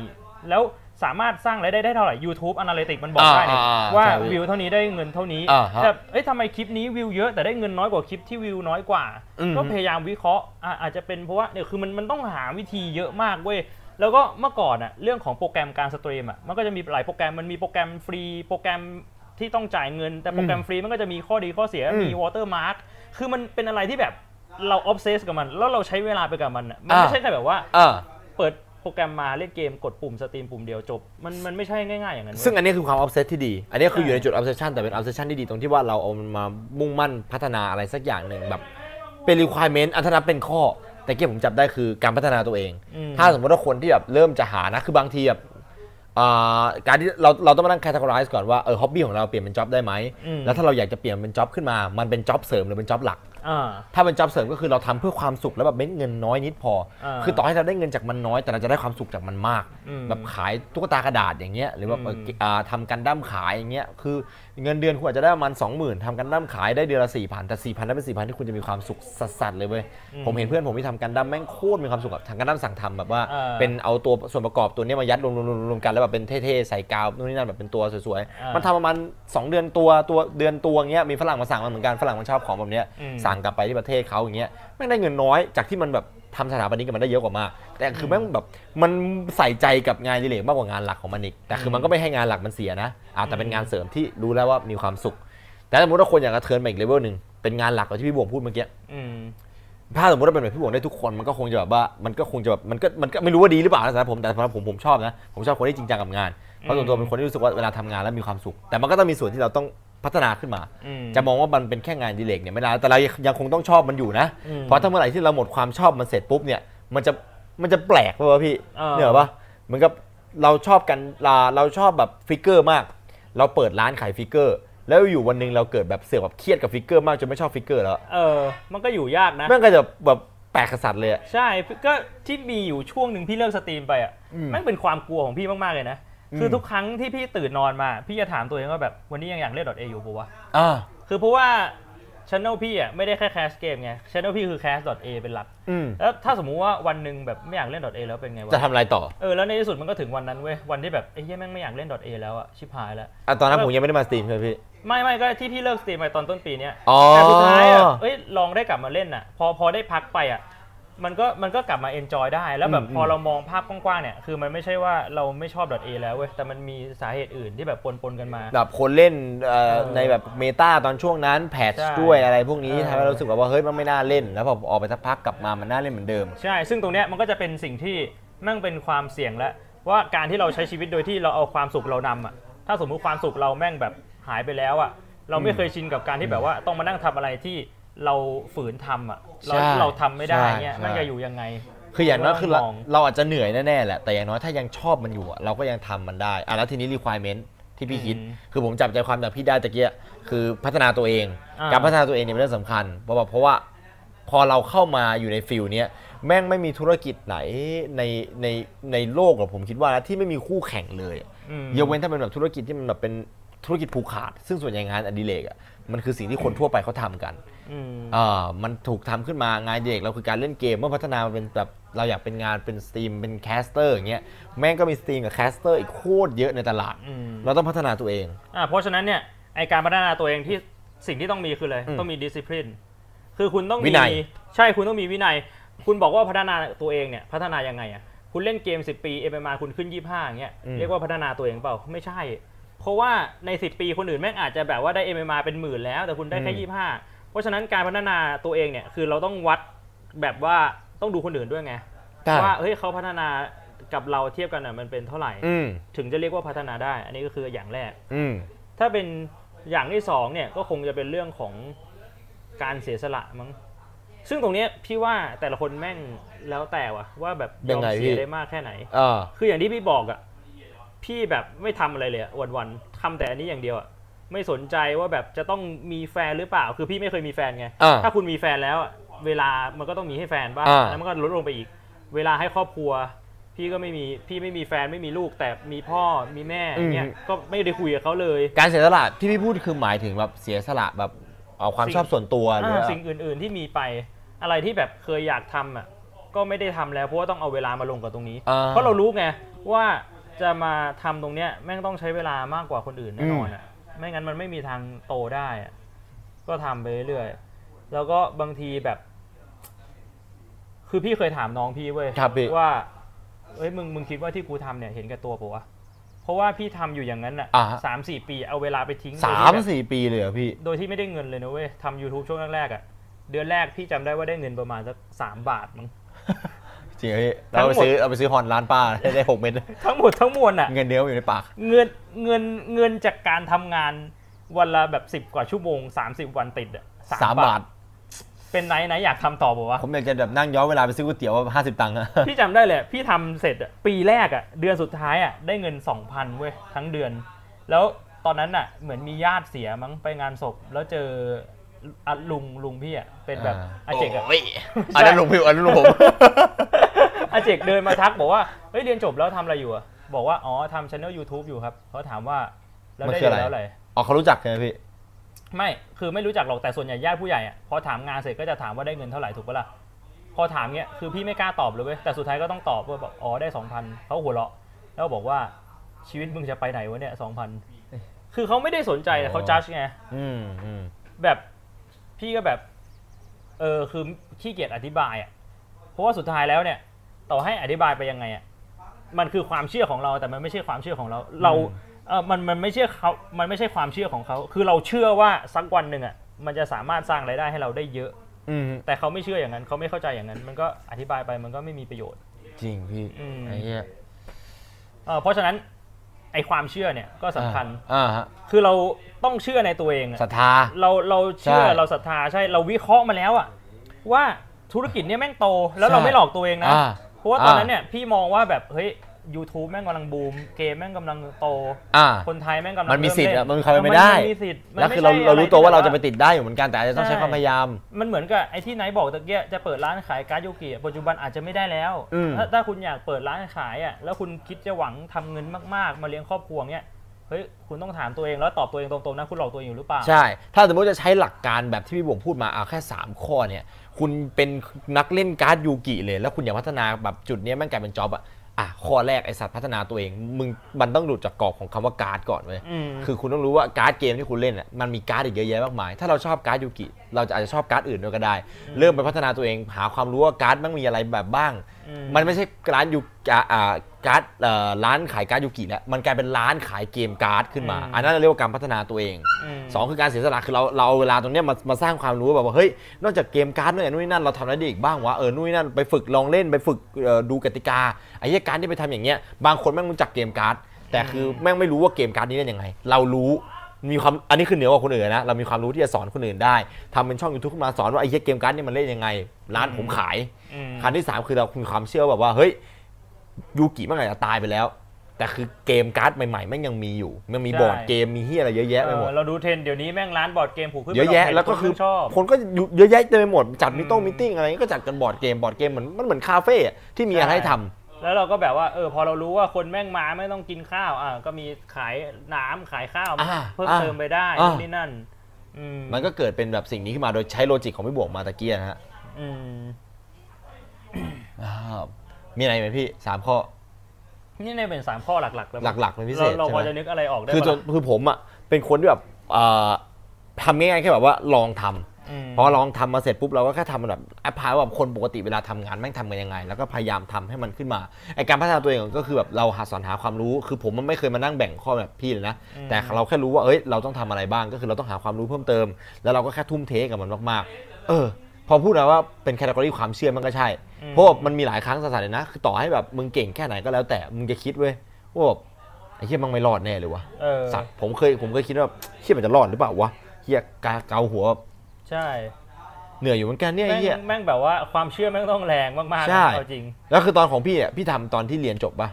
[SPEAKER 2] แล้วสามารถสร้างรายได้ได้เท่าไหร่ YouTube Analytics มันบอก
[SPEAKER 1] อ่า
[SPEAKER 2] ได้เนี่ย
[SPEAKER 1] อ่า
[SPEAKER 2] ว่า
[SPEAKER 1] ใช่
[SPEAKER 2] วิวเท่านี้ได้เงินเท่านี้
[SPEAKER 1] อ่าฮะ
[SPEAKER 2] แต่เอ้ยทำไมคลิปนี้วิวเยอะแต่ได้เงินน้อยกว่าคลิปที่วิวน้อยกว่า
[SPEAKER 1] อืม
[SPEAKER 2] ก็พยายามวิเคราะห์อ่ะอาจจะเป็นเพราะว่าเนี่ยคือมันมันต้องหาวิธีเยอะมากเว้ยแล้วก็เมื่อก่อนอะเรื่องของโปรแกรมการสตรีมอะมันก็จะมีหลายโปรแกรมมันมีโปรแกรมฟรีโปรแกรม ที่ต้องจ่ายเงิน แต่โปรแกรมฟรีมันก็จะมีข้อดีข้อเสียมีวอเตอร์มาร์คคือมันเป็นอะไรที่แบบเราออฟเซสกับมัน แล้วเราใช้เวลาไปกับมันอะมันไม่
[SPEAKER 1] อ่า
[SPEAKER 2] ใช่แค่แบบว่า
[SPEAKER 1] เออ
[SPEAKER 2] เปิดโปรแกรมมาเล่นเกมกดปุ่มสตรีมปุ่มเดียวจบ มันมันไม่ใช่ง่ายๆอย่างนั้นเว้ย
[SPEAKER 1] ซึ่งอันนี้คือความออฟเซตที่ดี อันนี้คืออยู่
[SPEAKER 2] ใช่
[SPEAKER 1] ในจุดออฟเซชันแต่เป็นออฟเซชันที่ดีตรงที่ว่าเราเอามันมามุ่งมั่นพัฒนาอะไรสักอย่างหนึ่งแบบเป็น requirement อันถ้านับเป็นข้อ แต่เกี่ยวผมจับได้คือการพัฒนาตัวเอง ถ้าสมมติว่าคนที่แบบเริ่มจะหานะคือบางทีแบบอ่าการที่เราเราต้องมานั่ง categorize ก่อนว่าเออฮ็อบบี้ของเราเปลี่ยนเป็นจ็อบได้ไหม
[SPEAKER 2] อืม
[SPEAKER 1] แล้วถ้าเราอยากจะเปลี่ยนเป็นจ็อบขึ้นมา มันเป็นจ็อบเสริมหรือเป็นจ็อบหลัก
[SPEAKER 2] อ่า
[SPEAKER 1] ถ้าเป็นจ็อบเสริมก็คือเราทำเพื่อความสุขแล้วแบบเม็ดเงินน้อยนิดพอ
[SPEAKER 2] อ่า
[SPEAKER 1] คือต่อให้เราได้เงินจากมันน้อยแต่เราจะได้ความสุขจากมันมาก
[SPEAKER 2] อืม
[SPEAKER 1] แบบขายตุ๊กตากระดาษอย่างเงี้ยหรือแบบเอ่อ
[SPEAKER 2] อืม
[SPEAKER 1] อ่าทำกันดั้มขายอย่างเงี้ยคือเงินเดือนคุณอาจจะได้ประมาณ20,000ทำกันดั้มขายได้เดือนละสี่พันแต่สี่พันนั้นเป็นสี่พันที่คุณจะมีความสุขสัสๆเลยเว้ยผมเห็นเพื่อนผมที่ทำกันดั้มแม่งโคตรมีความสุขอะทำกันดั้มสั่งทำแบบว่า
[SPEAKER 2] เออ
[SPEAKER 1] เป็นเอาตัวส่วนประกอบตัวเนี้ยมายัดรวมๆๆๆกันแล้วแบบเป็นเท่ๆใส่กาวนู่นนี่นั่นแบบเป็นตัวสวย
[SPEAKER 2] อ่า
[SPEAKER 1] ๆ
[SPEAKER 2] มั
[SPEAKER 1] มันทำประมาณสองเดือนตัวตัวเดือนตัวอย่างเงี้ยมีฝรั่งมาสั่งมันเหมือนกันฝรั่งมันชอบของแบบเนี้ย
[SPEAKER 2] อืม
[SPEAKER 1] สั่งกลับไปที่ประเทศเขาอย่างเงี้ยแม่งได้เงินน้อยจากที่มันแบบทำสถาปนิกกับมันได้เยอะกว่ามาก แต่คือแม่งแบบมันใส่ใจกับงานอดิเลกมากกว่างานหลักของมันอีกแต่คือมันก็ไม่ให้งานหลักมันเสียนะอ่ะแต่เป็นงานเสริมที่รู้แล้วว่ามีความสุข แต่สมมติว่าคนอยากจะเทิร์นไปอีกเลเวลหนึ่งเป็นงานหลักแบบที่พี่บวงพูดเมื่อกี้
[SPEAKER 2] อืม
[SPEAKER 1] ถ้าสมมติว่าเป็นแบบพี่บวงได้ทุกคนมันก็คงจะแบบว่ามันก็คงจะแบบมันก็มันก็ไม่รู้ว่าดีหรือเปล่านะสำหรับผมแต่สำหรับผมผมชอบนะผมชอบคนที่จริงจังกับงานเพราะส่วนตัวเป็นคนที่รู้สึกว่าเวลาทำงานแล้วมีความสุข แต่มันก็ต้องมีส่วนที่เราต้องพัฒนาขึ้นมา
[SPEAKER 2] อืม
[SPEAKER 1] จะมองว่ามันเป็นแค่งานอดีเลกเนี่ยไม่ได้แต่เรายังคงต้องชอบมันอยู่นะ
[SPEAKER 2] อืม
[SPEAKER 1] เพราะถ้าเมื่อไหร่ที่เราหมดความชอบมันเสร็จปุ๊บเนี่ย มันจะมันจะแปลกเลยวะพี่
[SPEAKER 2] เออ
[SPEAKER 1] เนี่ยปะเหมือนกับเราชอบกันเราเราชอบแบบฟิกเกอร์มาก เราเปิดร้านขายฟิกเกอร์ แล้วอยู่วันหนึ่งเราเกิดแบบเสือกแบบเครียดกับฟิกเกอร์มากจนไม่ชอบฟิกเกอร์แล้ว
[SPEAKER 2] เออ มันก็อยู่ยากนะ
[SPEAKER 1] แม่งก็จะแบบแปลกกษัตริย์เลยอะ
[SPEAKER 2] ใช่ก็ที่มีอยู่ช่วงหนึ่งพี่เลิกสตรีมไปอ่ะแม่งเป็นความกลัวของพี่มากๆเลยนะ คือทุกครั้งที่พี่ตื่นนอนมา พี่จะถามตัวเองว่าแบบวันนี้ยังอยากเล่น .a อยู่ปะวะ คือเพราะว่าช anel พี่อ่ะไม่ได้แค่แคสเกมไงช anel พี่คือแคส .a เป็นหลัก
[SPEAKER 1] อืม
[SPEAKER 2] แล้วถ้าสมมุติว่าวันหนึ่งแบบไม่อยากเล่น .a แล้วเป็นไงวะ
[SPEAKER 1] จะทำอะไรต่อ
[SPEAKER 2] เออแล้วในที่สุดมันก็ถึงวันนั้นเว้ยวันที่แบบไอ้เหี้ยแม่งไม่อยากเล่น .a แล้วอะชิบหายแล้ว
[SPEAKER 1] อ่ะตอนนั้น
[SPEAKER 2] เออ
[SPEAKER 1] ผมยังไม่ได้มาสตรีมใช่ไหมพี่
[SPEAKER 2] ไม่ไม่ก็ที่พี่เลิกสตรีมไปตอนต้นปีเนี้ย
[SPEAKER 1] อ๋อ
[SPEAKER 2] แต่สุดท้ายอะเอ้ยลองได้กลับมาเล่นอ่ะ พอพอได้พักไปอ่ะมันก็มันก็กลับมาเอนจอยได้ แล้วแบบพอเรามองภาพกว้างๆเนี่ยคือมันไม่ใช่ว่าเราไม่ชอบ .a แล้วเว้ยแต่มันมีสาเหตุอื่นที่แบบปนๆกันมา
[SPEAKER 1] แบบคนเล่นเอ่อ
[SPEAKER 2] เออ
[SPEAKER 1] ในแบบเมตาตอนช่วงนั้นแพท
[SPEAKER 2] ใช่
[SPEAKER 1] ช์ด้วยอะไรพวกนี้
[SPEAKER 2] เออ
[SPEAKER 1] ทำให้เรารู้สึกว่าเฮ้ยมันไม่น่าเล่น แล้วพอออกไปสักพักกลับมามันน่าเล่นเหมือนเดิม
[SPEAKER 2] ใช่ ซึ่งตรงเนี้ยมันก็จะเป็นสิ่งที่แมั่งเป็นความเสี่ยงแล้วว่าการที่เราใช้ชีวิตโดยที่เราเอาความสุขเรานำอ่ะ ถ้าสมมุติความสุขเราแม่งแบบหายไปแล้วอ่ะ เราไม่เคยชินกับการที่แบบว่าต้องมานั่งทำอะไรที่เราฝืนทำอ่ะ เรา
[SPEAKER 1] ใช่
[SPEAKER 2] เราทำไม่ได้
[SPEAKER 1] ใช่
[SPEAKER 2] เงี้ย
[SPEAKER 1] ใช่
[SPEAKER 2] มันจะอยู่ยังไง
[SPEAKER 1] คืออย่างน้อยคือเรา
[SPEAKER 2] มอง
[SPEAKER 1] เราอาจจะเหนื่อยแน่ๆแหละแต่อย่างน้อยถ้ายังชอบมันอยู่อะเราก็ยังทำมันได้อ่ะแล้วทีนี้ requirement ที่พี่คิด
[SPEAKER 2] อืม
[SPEAKER 1] คือผมจับใจความจากพี่ได้ตะเกียคือพัฒนาตัวเอง
[SPEAKER 2] อ่า
[SPEAKER 1] การพัฒนาตัวเองเนี่ยเป็นเรื่องสำคัญเพราะว่าเพราะว่าพอเราเข้ามาอยู่ในฟิลเนี้ยแม่งไม่มีธุรกิจไหนในในในโลกหรอกผมคิดว่านะที่ไม่มีคู่แข่งเลย
[SPEAKER 2] อืม
[SPEAKER 1] ยกเว้นถ้าเป็นแบบธุรกิจที่มันแบบเป็นธุรกิจผูกขาด ซึ่งส่วนใหญ่งานอดิเรกอ่ะมันคือสิ่งที่คนทั่วไปเขาทำกัน
[SPEAKER 2] อืม
[SPEAKER 1] เอ่อมันถูกทำขึ้นมางานอดิเรกเราคือการเล่นเกมเมื่อพัฒนามาเป็นแบบเราอยากเป็นงานเป็นสตรีมเป็นแคสเตอร์อย่างเงี้ยแม่งก็มีสตรีมกับแคสเตอร์อีกโคตรเยอะในตลาด
[SPEAKER 2] อืม
[SPEAKER 1] เราต้องพัฒนาตัวเอง
[SPEAKER 2] อ่าเพราะฉะนั้นเนี่ยไอการพัฒนาตัวเองที่สิ่งที่ต้องมีคืออะไร
[SPEAKER 1] อืม
[SPEAKER 2] ต้องมีดิสซิ p ลินคือคุณต้อง
[SPEAKER 1] วิ
[SPEAKER 2] มี
[SPEAKER 1] นัย
[SPEAKER 2] ใช่คุณต้องมีวินัย คุณบอกว่าพัฒนาตัวเองเนี่ยพัฒนายังไงอ่ะคุณเล่นเกม 10 ปีเอมาคุณขึ้น 25อย่างเงี้ยเรียกว่าพัฒนาตัวเองเปล่าไม่ใช่ เพราะว่าใน 10 ปีคนอื่นแม่งอาจจะแบบว่าได้เอมาเป็นหมื่นแล้ว แต่คุณได้แค่ 25 เพราะฉะนั้นการพัฒนาตัวเองเนี่ยคือเราต้องวัดแบบว่าต้องดูคนอื่นด้วยไงว่าเฮ้ยเขาพัฒนากับเราเทียบกันอ่ะมันเป็นเท่าไหร่
[SPEAKER 1] อืม
[SPEAKER 2] ถึงจะเรียกว่าพัฒนาได้ อันนี้ก็คืออย่างแรก
[SPEAKER 1] อืม
[SPEAKER 2] ถ้าเป็นอย่างที่สองเนี่ยก็คงจะเป็นเรื่องของการเสียสละมั้ง ซึ่งตรงเนี้ยพี่ว่าแต่ละคนแม่งแล้วแต่ว่ะว่าแบบย
[SPEAKER 1] ยั
[SPEAKER 2] อม
[SPEAKER 1] งไง
[SPEAKER 2] เสีย
[SPEAKER 1] พี่
[SPEAKER 2] ได้มากแค่ไหน
[SPEAKER 1] เออ
[SPEAKER 2] คืออย่างที่พี่บอกอะพี่แบบไม่ทำอะไรเลยวันวันๆทำแต่อันนี้อย่างเดียวอะไม่สนใจว่าแบบจะต้องมีแฟนหรือเปล่า คือพี่ไม่เคยมีแฟนไง
[SPEAKER 1] อ่า
[SPEAKER 2] ถ้าคุณมีแฟนแล้วอะเวลามันก็ต้องมีให้แฟนบ้าง
[SPEAKER 1] อ่า
[SPEAKER 2] แล้วมันก็ลดลงไปอีก เวลาให้ครอบครัว พี่ก็ไม่มีพี่ไม่มีแฟนไม่มีลูก แต่มีพ่อมีแม่อย่างเงี้ยก็ไม่ได้คุยกับเขาเลย
[SPEAKER 1] การเสียสละที่พี่พูดคือหมายถึงแบบเสียสละแบบเอาความ
[SPEAKER 2] สิ่ง
[SPEAKER 1] ชอบส่วนตัวหรือ
[SPEAKER 2] อ่าสิ่งอื่น ๆ ที่มีไปอะไรที่แบบเคยอยากทำอ่ะก็ไม่ได้ทำแล้วเพราะว่าต้องเอาเวลามาลงกับตรงนี้
[SPEAKER 1] อ่า
[SPEAKER 2] เพราะเรารู้ไงว่าจะมาทำตรงเนี้ยแม่งต้องใช้เวลามากกว่าคนอื่นแน่นอนอ่ะไม่งั้นมันไม่มีทางโตได้อ่ะก็ทำไปเรื่อยๆแล้วก็บางทีแบบ คือพี่เคยถามน้องพี่เว้ย
[SPEAKER 1] ครับพี่
[SPEAKER 2] ว่าเอ้ยมึงมึงคิดว่าที่กูทำเนี่ยเห็นแก่ตัวปะวะ เพราะว่าพี่ทำอยู่อย่างนั้นอ่ะ
[SPEAKER 1] อ่าฮะ
[SPEAKER 2] สามสี่ปีเอาเวลาไปทิ้ง
[SPEAKER 1] สาม
[SPEAKER 2] โดยที่แบบ
[SPEAKER 1] สี่ปีเลยเหรอพี่
[SPEAKER 2] โดยที่ไม่ได้เงินเลยนะเว้ยทำ YouTube ช่วงแรกๆอ่ะเดือนแรกพี่จำได้ว่าได้เงินประมาณสักสามบาทมั้ง
[SPEAKER 1] จริงเหรอพี่
[SPEAKER 2] ทั้ง
[SPEAKER 1] เรา
[SPEAKER 2] หม
[SPEAKER 1] ไป
[SPEAKER 2] ด
[SPEAKER 1] ซื้อเราไปซื้อฮอนร้านป้าได้ได้หกเม็ด
[SPEAKER 2] ทั้งหมดทั้งมวลอ่ะ
[SPEAKER 1] เงินเดียวอยู่ในปาก
[SPEAKER 2] เงินเงินเงินจากการทำงานวันละแบบสิบ10 กว่าชั่วโมง 30 วันติดอ่ะ3
[SPEAKER 1] สามบาท
[SPEAKER 2] เป็นไหนไหนอยากทำต่อบอกว่า
[SPEAKER 1] ผมอยากจะแบบนั่งย้อนเวลาไปซื้อก๋วยเตี๋ยวห้าสิบตังค์อะ
[SPEAKER 2] พี่จำได้เลยพี่ทำเสร็จอะปีแรกอะเดือนสุดท้ายอะได้เงิน 2,000เว้ยทั้งเดือน แล้วตอนนั้นอะเหมือนมีญาติเสียมั้งไปงานศพ แล้วเจออะลุงลุงพี่อะเป็นแบบ
[SPEAKER 1] อ่า
[SPEAKER 2] อาเจกอะ
[SPEAKER 1] อันนั้นลงพิวอันนั้นลงผม
[SPEAKER 2] อาเจกเดินมาทักบอกว่าเฮ้ยเรียนจบแล้วทำอะไรอยู่อะบอกว่าอ๋อทำช anel YouTube อยู่ครับเขาถามว่าแล้วได้เดือนแล้วอะไร
[SPEAKER 1] อ๋อเขารู้จักใช่ไหมพี่
[SPEAKER 2] ไม่ คือไม่รู้จักหรอก แต่ส่วนใหญ่ญาติผู้ใหญ่อะพอถามงานเสร็จก็จะถามว่าได้เงินเท่าไหร่ถูกปะล่ะ พอถามเงี้ย คือพี่ไม่กล้าตอบเลยเว้ย แต่สุดท้ายก็ต้องตอบว่าแบบอ๋อได้สองพันเขาหัวเราะ แล้วบอกว่าชีวิตมึงจะไปไหนวะเนี่ยสองพัน คือเขาไม่ได้สนใจแต่เขาจ้าไง
[SPEAKER 1] อืมอืม
[SPEAKER 2] แบบพี่ก็แบบ เออคือขี้เกียจอธิบายอ่ะ เพราะว่าสุดท้ายแล้วเนี่ย ต่อให้อธิบายไปยังไงอ่ะมันคือความเชื่อของเราแต่มันไม่ใช่ความเชื่อของเรา เราเออมันมันไม่เชื่อเขามันไม่ใช่ความเชื่อของเขา คือเราเชื่อว่าสักวันหนึ่งอ่ะมันจะสามารถสร้างรายได้ให้เราได้เยอะ
[SPEAKER 1] อืม
[SPEAKER 2] แต่เขาไม่เชื่ออย่างนั้นเขาไม่เข้าใจอย่างนั้น มันก็อธิบายไปมันก็ไม่มีประโยชน์
[SPEAKER 1] จริงพี่
[SPEAKER 2] อืม
[SPEAKER 1] ไอ้เหี้ย
[SPEAKER 2] เออเพราะฉะนั้นไอความเชื่อเนี่ยก็สำคัญ
[SPEAKER 1] อ่าฮะ
[SPEAKER 2] คือเราต้องเชื่อในตัวเองอะ
[SPEAKER 1] ศรัทธา
[SPEAKER 2] เราเราเชื่อ
[SPEAKER 1] ใช่
[SPEAKER 2] เราศรัทธาใช่เราวิเคราะห์มาแล้วอะว่าธุรกิจเนี่ยแม่งโตแล้วเรา
[SPEAKER 1] ใช่
[SPEAKER 2] ไม่หลอกตัวเองนะ
[SPEAKER 1] อ่า
[SPEAKER 2] เพราะว่าตอน
[SPEAKER 1] อ่า
[SPEAKER 2] นั้นเนี่ยพี่มองว่าแบบเฮ้ย YouTube แม่งกำลังบูม เกมแม่งกำลังโต
[SPEAKER 1] อ่า
[SPEAKER 2] คนไทยแม่งกำลัง
[SPEAKER 1] มันมีสิทธิ์อะมัน
[SPEAKER 2] เริ่
[SPEAKER 1] มีความเป็นไปได้
[SPEAKER 2] มันมีสิทธิ์มัน
[SPEAKER 1] แล้ว
[SPEAKER 2] ไม่
[SPEAKER 1] คือ
[SPEAKER 2] ใช่
[SPEAKER 1] เราเรารู้ตัวว่าเราจะไป
[SPEAKER 2] อรที่แบบ
[SPEAKER 1] ติดได้อยู่เหมือนกันแต่อาจจะต้อง
[SPEAKER 2] ใช่
[SPEAKER 1] ใช้ความพยายาม
[SPEAKER 2] มันเหมือนกับไอ้ที่ไหนบอกตะเกียจะเปิดร้านขายการ์ดโยเกิปัจจุบันอาจจะไม่ได้แล้ว
[SPEAKER 1] อืม
[SPEAKER 2] ถ้าถ้าคุณอยากเปิดร้านขายอะแล้วคุณคิดจะหวังทำเงินมากๆ มาเลี้ยงครอบครัวเนี่ยเฮ้ยคุณต้องถามตัวเองแล้วตอบตัวเองตรงๆนะคุณหลอกตัวเองอยู่หรือเปล่า
[SPEAKER 1] ใช่ ถ้าสมมติจะใช้หลักการแบบที่พี่บวงพูดมาเอาแค่ 3 ข้อเนี่ย คุณเป็นนักเล่นการ์ดยูกิเลย แล้วคุณอยากพัฒนาแบบจุดเนี้ยแม่งกลายเป็นจ็อบอะอ่ะ ข้อแรกไอสัตว์พัฒนาตัวเอง มึงมันต้องหลุดจากกรอบของคำว่าการ์ดก่อนเว้ย
[SPEAKER 2] อืม
[SPEAKER 1] คือคุณต้องรู้ว่าการ์ดเกมที่คุณเล่นอะมันมีการ์ดอีกเยอะแยะมากมาย ถ้าเราชอบการ์ดยูกิ เราจะอาจจะชอบการ์ดอื่นด้วยก็ได้ เริ่มไปพัฒนาตัวเอง หาความรู้ว่าการ์ดมันมีอะไรแบบบ้าง มันไม่ใช่ร้านยูอ่าอ่าการ์ดเอ่อร้านขายการ์ดยูกิแล้ว มันกลายเป็นร้านขายเกมการ์ดขึ้นมา
[SPEAKER 2] อืม
[SPEAKER 1] อันนั้นเราเรียกว่าการพัฒนาตัวเอง
[SPEAKER 2] อืม
[SPEAKER 1] สองคือการเสียสละคือเราเราเอาเวลาตรงเนี้ยมามาสร้างความรู้แบบว่าเฮ้ยนอกจากเกมการ์ดเนี่ยนู่นนี่นั่นเราทำอะไรได้อีกบ้างวะเออนู่นนี่นั่นไปฝึกลองเล่นไปฝึกเอ่อดูกติกาไอ้เหี้ยการที่ไปทำอย่างเงี้ยบางคนแม่งรู้จักเกมการ์ดแต่คือแม่งไม่รู้ว่าเกมการ์ดนี้เล่นยังไง เรารู้มีความอันนี้คือเหนือกว่าคนอื่นนะเรามีความรู้ที่จะสอนคนอื่นได้ทำเป็นช่องยูทูบขึ้นมาสอนว่าไอ้เหี้ยเกมการ์ดเนี่ยมันเล่นยังไง ร้านผมขาย
[SPEAKER 2] อืม
[SPEAKER 1] ขั้นที่สามคือเรามีความเชื่อแบบว่าเฮ้ยยูกิมันอาจจะตายไปแล้ว แต่คือเกมการ์ดใหม่ๆแม่งยังมีอยู่มันมีบอร์ดเกมมีเฮียอะไรเยอะแยะไปหมด
[SPEAKER 2] เออเราดูเทรนด์เดี๋ยวนี้แม่งร้านบอร์ดเกมผูกขึ้น
[SPEAKER 1] เยอะแยะ
[SPEAKER 2] ป็น
[SPEAKER 1] แล้วก็คือ
[SPEAKER 2] เทรนด์นชอบ
[SPEAKER 1] คนก็อยู่เยอะแยะเต็มไปหมดจัดมิต
[SPEAKER 2] อืม
[SPEAKER 1] มิติ้งอะไรก็จัดกันบอร์ดเกมบอร์ดเกมเหมือนมันเหมือนคาเฟ่อะที่มีอะไร
[SPEAKER 2] ใช่
[SPEAKER 1] ให้ทำ
[SPEAKER 2] แล้วเราก็แบบว่าเออพอเรารู้ว่าคนแม่งมาไม่ต้องกินข้าวอ่ะก็มีขายน้ำขายข้าว
[SPEAKER 1] อ่า
[SPEAKER 2] เพิ่ม
[SPEAKER 1] อ่า
[SPEAKER 2] เติมไปได้
[SPEAKER 1] อ่า
[SPEAKER 2] นู่นนี่นั่น อืม
[SPEAKER 1] มันก็เกิดเป็นแบบสิ่งนี้ขึ้นมาโดยใช้โลจิกของพี่บวกมาตะเกียนะฮะ
[SPEAKER 2] อืม
[SPEAKER 1] อ้าวมีอะไรไหมพี่สามข้อ
[SPEAKER 2] นี่เนี่ยเป็นสามข้อหลักๆแล้วมั้ง
[SPEAKER 1] หลักๆเป็นพิเศษ
[SPEAKER 2] ราเรา
[SPEAKER 1] ใช่ไหม
[SPEAKER 2] พอจะนึกอะไรออกได้
[SPEAKER 1] คือจ
[SPEAKER 2] บ้าน งล่ะ
[SPEAKER 1] คือผมอ่ะเป็นคนที่แบบเอ่อทำง่ายๆแค่แบบว่าลองทำ
[SPEAKER 2] อืม
[SPEAKER 1] พอลองทำมาเสร็จปุ๊บเราก็แค่ทำมันแบบแอพพลายแบบคนปกติเวลาทำงานแม่งทำกันยังไง แล้วก็พยายามทำให้มันขึ้นมาไอการพัฒนาตัวเองก็คือแบบเราหาสอนหาความรู้ คือผมมันไม่เคยมานั่งแบ่งข้อแบบพี่เลยนะ
[SPEAKER 2] อืม
[SPEAKER 1] แต่เราแค่รู้ว่าเอ้ยเราต้องทำอะไรบ้างก็คือเราต้องหาความรู้เพิ่มเติม แล้วเราก็แค่ทุ่มเทกับมันมากๆ เออ พอพูดนะว่าเป็นแคตตากรีความเชื่อมันก็ใช่เพราะว่ามันมีหลายครั้งสถานเลยนะ คือต่อให้แบบมึงเก่งแค่ไหนก็แล้วแต่มึงจะคิดเว้ยว่าแบบไอ้เหี้ยมันไม่รอดแน่เลยวะ
[SPEAKER 2] เออ
[SPEAKER 1] สัตว์ผมเคยผมเคยคิดว่าเหี้ยมันจะรอดหรือเปล่าวะเหี้ยกาเกาหัว
[SPEAKER 2] ใช่
[SPEAKER 1] เหนื่อยอยู่เหมือนกันเนี่ยไอ้
[SPEAKER 2] แม่ง
[SPEAKER 1] เหี้ย
[SPEAKER 2] แม่งแบบว่าความเชื่อแม่งต้องแรงมากๆ
[SPEAKER 1] ใช่
[SPEAKER 2] นะเอาจริง
[SPEAKER 1] แล้วคือตอนของพี่เนี่ยพี่ทำตอนที่เรียนจบป่ะ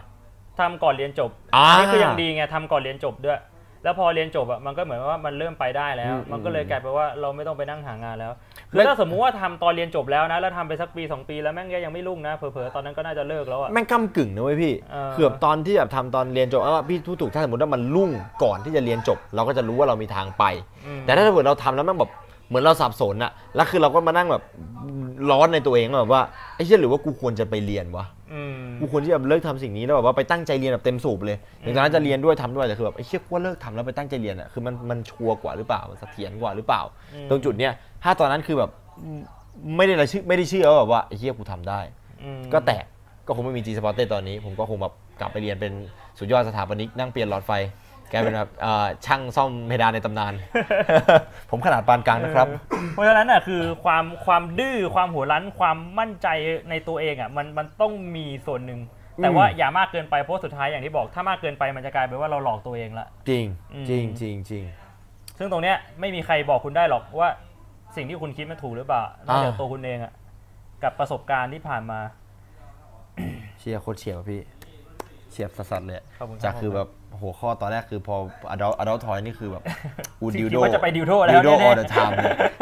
[SPEAKER 2] ทำก่อนเรียนจบ
[SPEAKER 1] อ่า
[SPEAKER 2] นี่คือยังดีไงทำก่อนเรียนจบด้วย แล้วพอเรียนจบอ่ะมันก็เหมือนว่ามันเริ่มไปได้แล้ว
[SPEAKER 1] อืม
[SPEAKER 2] มันก็เลยกลายเป็นว่าเราไม่ต้องไปนั่งหางานแล้ว คื
[SPEAKER 1] แล้
[SPEAKER 2] อ
[SPEAKER 1] ว
[SPEAKER 2] ถ้าสมมุติว่าทำตอนเรียนจบแล้วนะ แล้วทำไปสักปีสองปีแล้วแม่งยังไม่รุ่งนะเผลอๆตอนนั้นก็น่าจะเลิกแล้วอ่ะ
[SPEAKER 1] แม่งกำกึ่งนะเว้ยพี่
[SPEAKER 2] เออ
[SPEAKER 1] คือแบบตอนที่แบบทำตอนเรียนจบเออพี่พูดถูกถ้าสมมติว่ามันรุ่งก่อนที่จะเรียนจบ เราก็จะรู้ว่าเรามีทางไป
[SPEAKER 2] อืม
[SPEAKER 1] แต่ถ้าสมมติเราทำแล้วแม่งแบบเหมือนเราสับสนอะแล้วคือเราก็มานั่งแบบร้อนในตัวเองว่าแบบว่าไอ้เหี้ยหรือว่ากูควรจะไปเรียนวะ
[SPEAKER 2] อืม
[SPEAKER 1] กูควรที่จะเลิกทำสิ่งนี้แล้วแบบว่าไปตั้งใจเรียนแบบเต็มสูบเลยอย่างตอนนั้นจะเรียนด้วยทำด้วยแต่คือแบบไอ้เชี่ยกูว่าเลิกทำแล้วไปตั้งใจเรียนอะคือมันมันชัวร์กว่าหรือเปล่ามันเสถียรกว่าหรือเปล่า ตรงจุดเนี้ยถ้าตอนนั้นคือแบบไม่ได้ระชื่อไม่ได้เชื่อว่าแบบว่าไอ้เหี้ยกูทำได้
[SPEAKER 2] อืม
[SPEAKER 1] ก็แตกก็คงไม่มี G Sport ตอนนี้ ผมก็คงแบบ กลับไปเรียนเป็นสุดยอดสถาปนิกนั่งเปลี่ยนหลอดไฟ แกเป็นแบบ เอ่อช่างซ่อมเพดานในตำนาน ผมขนาดปานกลางนะครับ
[SPEAKER 2] เออเพราะฉะนั้นน่ะคือความความดื้อความหัวรั้นความมั่นใจในตัวเองอ่ะมันมันต้องมีส่วนหนึ่ง แต่ว่าอย่ามากเกินไปเพราะสุดท้ายอย่างที่บอกถ้ามากเกินไปมันจะกลายเป็นว่าเราหลอกตัวเองละ
[SPEAKER 1] จริง
[SPEAKER 2] อืม
[SPEAKER 1] จริงจริงจริง
[SPEAKER 2] ซึ่งตรงเนี้ยไม่มีใครบอกคุณได้หรอกว่าสิ่งที่คุณคิดมันถูกหรือเปล่านอกจาก
[SPEAKER 1] อ่า
[SPEAKER 2] ตัวคุณเองอ่ะกับประสบการณ์ที่ผ่าน มา
[SPEAKER 1] เชียโคตรเฉียบอะพี่เฉียบสัสๆเลย
[SPEAKER 2] ขอบคุณครับ
[SPEAKER 1] จากคือแบบหัวข้อตอนแรกคือพออดัลอดัลทอยนี่คือ แบบอู
[SPEAKER 2] คิด
[SPEAKER 1] ดิวโด
[SPEAKER 2] ว่าจะไป dildo แล้ว
[SPEAKER 1] ดิวโด
[SPEAKER 2] แน่
[SPEAKER 1] อ
[SPEAKER 2] ๆ
[SPEAKER 1] อเดอร์ไทม์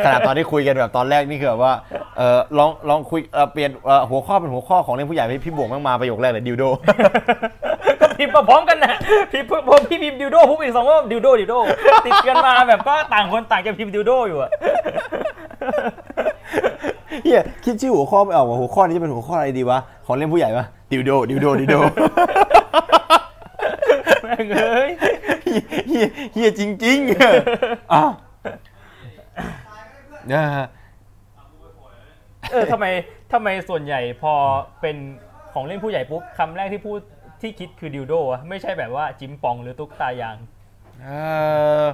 [SPEAKER 1] ขนาดตอนที่คุยกันแบบตอนแรกนี่คือแบบว่าเออลองลองคุยเอ่อเปลี่ยนเอ่อหัวข้อเป็นหัวข้อของเล่นผู้ใหญ่พี่พี่บวกแม่งมาประโยคแรกเลยดิวโด
[SPEAKER 2] ก็พิมพ์มาพร้อมกันนะ พิมพ์พอพี่พิมพ์ดิวโดผมอีกสองว่าดิวโดดิวโดติดกันมาแบบก็ต่างคนต่างจะพิมพ์ดิวโดอยู่อ่ะ
[SPEAKER 1] เฮียคิดชื่อหัวข้อไม่ออกว่าหัวข้อนี้จะเป็นหัวข้ออะไรดีวะของเล่นผู้ใหญ่ปะดิวโดดิวโดดิวโด
[SPEAKER 2] แม่งเอ้ย
[SPEAKER 1] เฮียเฮียเฮียจริงๆ เอออ่ะเออ
[SPEAKER 2] เออทำไมทำไมส่วนใหญ่พอเป็นของเล่นผู้ใหญ่ปุ๊บคำแรกที่พูดที่คิดคือดิวโดอะไม่ใช่แบบว่าจิมปองหรือตุ๊กตายาง
[SPEAKER 1] เออ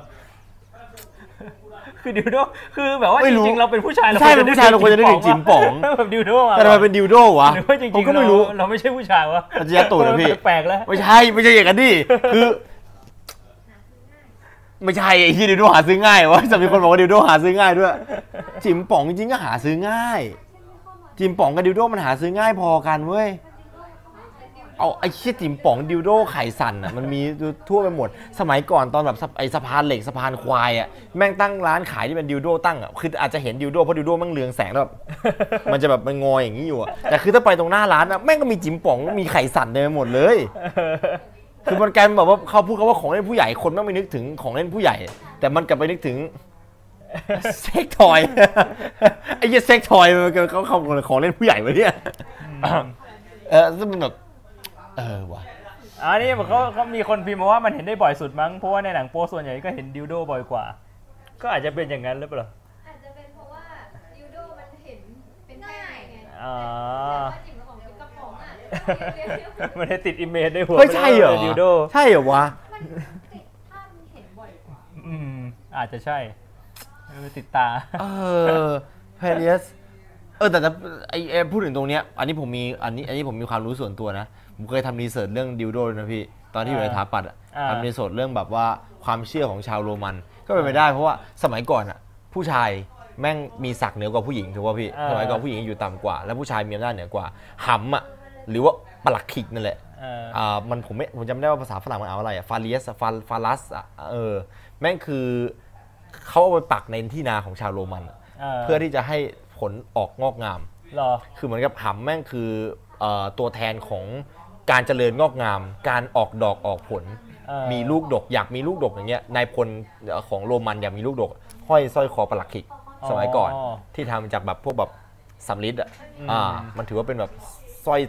[SPEAKER 2] คือดิวโดคือแบบว่า
[SPEAKER 1] ไม่
[SPEAKER 2] จ
[SPEAKER 1] รู้
[SPEAKER 2] ริงๆเราเป็นผู้ชาย
[SPEAKER 1] ใช่เป็นผู้ชายเราควรจะนึกถึงจิ๋มป๋อง
[SPEAKER 2] แบบดิวโด
[SPEAKER 1] แต่ทำไมเป็นดิวโดวะ
[SPEAKER 2] หรือว่าจริงๆ
[SPEAKER 1] ผมก็ไม่รู้
[SPEAKER 2] เาเราไม่ใช่ผู้ชายวะ
[SPEAKER 1] อาจจะยัดตูดเหรอพี่
[SPEAKER 2] แปลกๆแล้ว
[SPEAKER 1] ไม่ใช่ไม่ใช่อย่างนั้นดิคือ ไม่ใช่ไอ้ที่ดิวโดหาซื้อง่ายวะจะมีคนบอกว่าดิวโดหาซื้อง่ายด้วย จิมป๋องจริงๆก็หาซื้อง่าย จิมป๋องกับดิวโดมันหาซื้อง่ายพอกันเว้ยเอาไอ้เชี่ยจิมป๋องดิวโดไข่สันอ่ะมันมีทั่วไปหมด สมัยก่อนตอนแบบสะไอ้สะพานเหล็กสะพานควายอ่ะแม่งตั้งร้านขายที่เป็นดิวโดตั้งอ่ะคืออาจจะเห็นดิวโดเพราะดิวโดแม่งเรืองแสงแล้วแบบ มันจะแบบมันงอยอย่างนี้อยู่อะแต่คือถ้าไปตรงหน้าร้านอะแม่งก็มีจิ๋มป๋องมีไข่สันเต็มไปหมดเลย คือมันกลายเป็นแบบว่าเขาพูดกันว่าของเล่นผู้ใหญ่คนแม่งไม่นึกถึงของเล่นผู้ใหญ่ แต่มันกลับไปนึกถึง เซ็กทอย ไอ้เหี้ยเซ็กทอยมันเขาเขาของเล่นผู้ใหญ่วะเนี่ยเออซึ่งมันแบบเออว่ะ
[SPEAKER 2] อันนี้มันก็ก็มีคนพิมพ์มาว่ามันเห็นได้บ่อยสุดมั้งเพราะว่าในหนังโป๊ส่วนใหญ่ก็เห็นดิวโดบ่อยกว่า ก็อาจจะเป็นอย่างนั้นหรือเปล่า
[SPEAKER 10] อาจจะเป็นเพราะว่าดิวโดมันเห็นเป็นง่ายไง
[SPEAKER 2] อ๋อ
[SPEAKER 10] แต่ว่าจิ๋มของกระป๋องอ่ะเรียกๆ
[SPEAKER 2] มันได้ติดอิมเมจในหัว
[SPEAKER 1] เฮ้ยใช่เหรอ
[SPEAKER 2] ป็นดิวโด
[SPEAKER 1] ใช่เหรอวะ
[SPEAKER 10] มันติดภาพมันเห็นบ่อยกว่า
[SPEAKER 2] อืมอาจจะใช่เออติดตา
[SPEAKER 1] เออเพลสเออแต่แต่ไอ้ไอ้พูดถึงตรงเนี้ยอันนี้ผมมีอันนี้อันนี้ผมมีความรู้ส่วนตัวนะ ผมเคยทำรีเสิร์ชเรื่องดิวโดด้วยนะพี่ ตอนที่อยู่ใน
[SPEAKER 2] อ่า
[SPEAKER 1] ถาปัดอะ
[SPEAKER 2] อ่า
[SPEAKER 1] ทำรีเสิร์ชเรื่องแบบว่าความเชื่อของชาวโรมัน ก็เป็นไปได้เพราะว่าสมัยก่อนอะผู้ชายแม่งมีศักดิ์เหนือกว่าผู้หญิงถูกป่ะพี่ สมัยก่อนผู้หญิงอยู่ต่ำกว่า แล้วผู้ชายมีอำนาจเหนือกว่าหำอะหรือว่าปลักขิกนั่นแหละ
[SPEAKER 2] เออ
[SPEAKER 1] อ่ามันผมไม่ผมจำไม่ได้ว่าภาษาฝรั่งมันเอาอะไรอะฟาเลียสฟาฟาลัสอะเออแม่งคือเขาเอาไปปักในที่นาของชาวโรมันอะ
[SPEAKER 2] เออ
[SPEAKER 1] เพื่อที่จะให้ผลออกงอกงาม
[SPEAKER 2] หรอ
[SPEAKER 1] คือเหมือนกับหำแม่งคือเอ่อตัวแทนของการเจริญงอกงาม การออกดอกออกผล
[SPEAKER 2] เออ
[SPEAKER 1] มีลูกดกอยากมีลูกดกอย่างเงี้ยนายพลเอ่อของโรมันอยากมีลูกดก ห้อยสร้อยคอปลักขิกสมัยก่อนที่ทำจากแบบพวกแบบสำลิดอ่ะอ่ามันถือว่าเป็นแบบสร้อย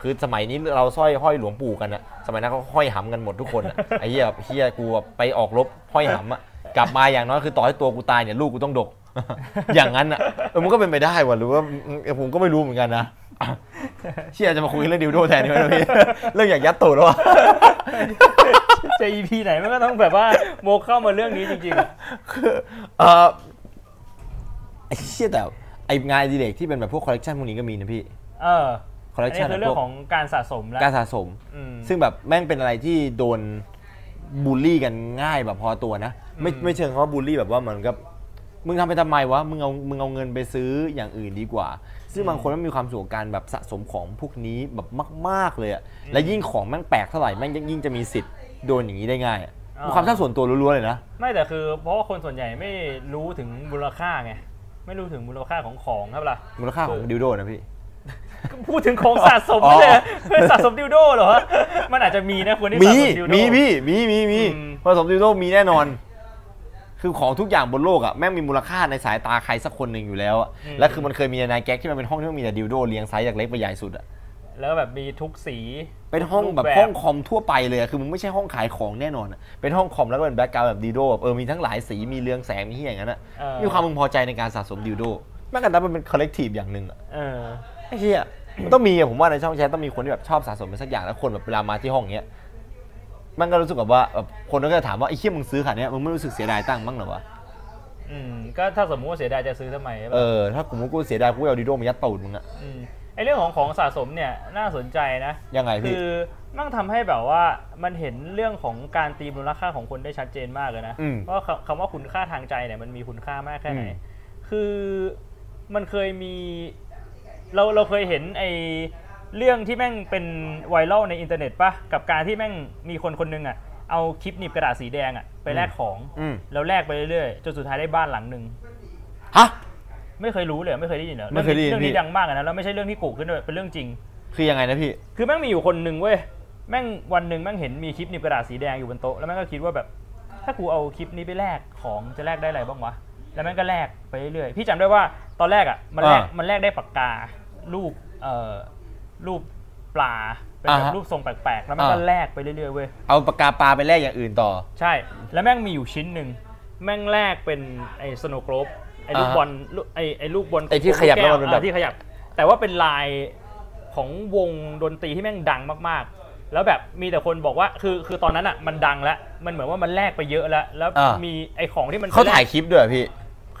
[SPEAKER 1] คือสมัยนี้เราสร้อยห้อยหลวงปู่กันอะสมัยนั้นเขาห้อยหำกันหมดทุกคน อะ ไอ้เหี้ยแบบเหี้ยกูแบบไปออกรบห้อยหำอะกลับมาอย่างน้อยคือต่อให้ตัวกูตายเนี่ยลูกกูต้องดก อย่างนั้นอะเออมันก็เป็นไปได้ว่ะหรือว่าเออผมก็ไม่รู้เหมือนกันนะ เชี่ยจะมาคุยเรื่องดิวโดแทนดีไหมนะพี่ เรื่องอยากยัดตูดแล้วอะ
[SPEAKER 2] จะ EP ไหนมันก็ต้องแบบว่าโมเข้ามาเรื่องนี้จริงๆอะ
[SPEAKER 1] คือเออไอ้เชี่ยแต่ไองานอดีเรกที่เป็นแบบพวกคอลเลกชันพวกนี้ก็มีนะพี่
[SPEAKER 2] เอออันนี้
[SPEAKER 1] collection
[SPEAKER 2] คือเรื่องของการสะสมแล้ว
[SPEAKER 1] การสะสม
[SPEAKER 2] อืม
[SPEAKER 1] ซึ่งแบบแม่งเป็นอะไรที่โดนบูลลี่กันง่ายแบบพอตัวนะ ไม่
[SPEAKER 2] อืม
[SPEAKER 1] ไม่เชิงคำว่าบูลลี่แบบว่าเหมือนกับ มึงทำไปทำไมวะ มึงเอามึงเอาเงินไปซื้ออย่างอื่นดีกว่า ซึ่งบางคนมันมีความสุขกับการแบบสะสมของพวกนี้แบบมาก ๆเลยอะและยิ่งของแม่งแปลกเท่าไหร่แม่งยิ่งจะมีสิทธิ์โดนอย่างนี้ได้ง่ายอะความชอบส่วนตัวล้วนๆเลยนะ
[SPEAKER 2] ไม่แต่คือเพราะว่าคนส่วนใหญ่ไม่รู้ถึงมูลค่าไง ไม่รู้ถึงมูลค่าของของครับล่ะ
[SPEAKER 1] มูลค่าของดิวโดนะพี่
[SPEAKER 2] พูดถึงของสะสม
[SPEAKER 1] อ๋อ
[SPEAKER 2] เลย ไม่สะสมดิวโดเหรอ มันอาจจะมีนะคนที่สะ
[SPEAKER 1] มี
[SPEAKER 2] สมดิวโด
[SPEAKER 1] มีพี่มีมีมี
[SPEAKER 2] อืม
[SPEAKER 1] ผสมดิวโดมีแน่นอน คือของทุกอย่างบนโลกอะแม่งมีมูลค่าในสายตาใครสักคนหนึ่งอยู่แล้วอะและคือมันเคยมีในนายแก๊กที่มันเป็นห้องที่มันมีแต่ดิวโดเรียงไซส์จากเล็กไปใหญ่สุดอะ
[SPEAKER 2] แล้วแบบมีทุกสี
[SPEAKER 1] เป็นห้องแบบ
[SPEAKER 2] รูปแบบ
[SPEAKER 1] ห้องคอมทั่วไปเลยอะคือมึงไม่ใช่ห้องขายของแน่นอนอะเป็นห้องคอมแล้วก็เป็นแบ็กกราวด์แบบดิวโดแบบเออมีทั้งหลายสีมีเรืองแสงมีที่อย่างนั้นอะ
[SPEAKER 2] เออ
[SPEAKER 1] มีความพึงพอใจในการสะสมดิวโดแม่งกันนับมันเป็นคอลเลกทีฟอย่างหนึ่งอะ
[SPEAKER 2] เออ
[SPEAKER 1] ไอ้เหี้ย มันต้องมีอะผมว่าในช่องแชทต้องมีคนที่แบบชอบสะสมเป็นสักอย่างแล้วคนแบบเวลามาที่ห้องเนี้ยมันก็รู้สึกแบบว่าแบบคนก็จะถามว่าไอ้เชี่ยมึงซื้อขนาดเนี้ยมึงไม่รู้สึกเสียดายตังค์บ้างเหรอวะ
[SPEAKER 2] อืมก็ถ้าสมมุติว่าเสียดายจะซื้อทำไมใช่
[SPEAKER 1] เอ
[SPEAKER 2] ปะ
[SPEAKER 1] อถ้ากูกูเสียดายกูเอาดิโดมายัดตูดมึงอะ
[SPEAKER 2] มไอเรื่องของของสะสมเนี่ยน่าสนใจนะ
[SPEAKER 1] ยังไง
[SPEAKER 2] คื
[SPEAKER 1] พี่
[SPEAKER 2] อมันทำให้แบบว่ามันเห็นเรื่องของการตีมูลค่าของคนได้ชัดเจนมากเลยนะ
[SPEAKER 1] อืม
[SPEAKER 2] ว่าคำคำว่าคุณค่าทางใจเนี่ยมันมีคุณค่ามากแค่ไหน
[SPEAKER 1] อืม
[SPEAKER 2] คือมันเคยมีเราเราเคยเห็นไอเรื่องที่แม่งเป็นไวรัลในอินเทอร์เน็ตปะกับการที่แม่งมีคนคนหนึงอ่ะเอาคลิปหนีบกระดาษสีแดงอ่ะไปแลกของ
[SPEAKER 1] อืม
[SPEAKER 2] แล้วแลกไปเรื่อยๆจนสุดท้ายได้บ้านหลังหนึ่ง
[SPEAKER 1] ฮะ
[SPEAKER 2] ไม่เคยรู้เลยไม่เคยได้ยินเหรอ
[SPEAKER 1] ไม่เคยได้ยิน
[SPEAKER 2] เรื่อง
[SPEAKER 1] พี่
[SPEAKER 2] นี้ดังมากอะนะแล้วไม่ใช่เรื่องที่กูขึ้นด้วยเป็นเรื่องจริง
[SPEAKER 1] คือยังไงนะพี่
[SPEAKER 2] คือแม่งมีอยู่คนหนึ่งเว้ยแม่งวันหนึ่งแม่งเห็นมีคลิปหนิบกระดาษสีแดงอยู่บนโต๊ะแล้วแม่งก็คิดว่าแบบ ถ้ากูเอาคลิปนี้ไปแลกของจะแลกได้อะไรบ้างวะแล้วแม่งก็แลกไปเรื่อยๆพี่จำได้ว่าตอนแรกอ่ะมันแลก
[SPEAKER 1] อ่ามั
[SPEAKER 2] มันแลกได้ปากการูปเอ่อรูปปลาเป็นแบ
[SPEAKER 1] อ่า
[SPEAKER 2] บ
[SPEAKER 1] ฮะ
[SPEAKER 2] รูปทรงแปลกๆแล้วแม่งก็
[SPEAKER 1] อ่า
[SPEAKER 2] แลกไปเรื่อยๆเว้ย
[SPEAKER 1] เอาปากกาปลาไปแลกอย่างอื่นต่อ
[SPEAKER 2] ใช่ แล้วแม่งมีอยู่ชิ้นหนึ่งแม่งแลกเป็นไอ้สโนว์โกลบไอ้ลูก
[SPEAKER 1] อ่าฮะ
[SPEAKER 2] บอลลูกไอ้ไอ้ลูกบอล
[SPEAKER 1] ไอ้ที่ขยับแล้วมันเป็นแบบ
[SPEAKER 2] อ่าที่ขยับ แต่ว่าเป็นลาย ของวงดนตรีที่แม่งดังมากๆ แล้วแบบมีแต่คนบอกว่าคือคือตอนนั้นอ่ะมันดังแล้ว มันเหมือนว่ามันแลกไปเยอะแล้ว แล้ว
[SPEAKER 1] อ่ามี
[SPEAKER 2] มีไอของที่มัน
[SPEAKER 1] เขาถ่าย
[SPEAKER 2] แลก
[SPEAKER 1] คลิปด้วยเหรอพี่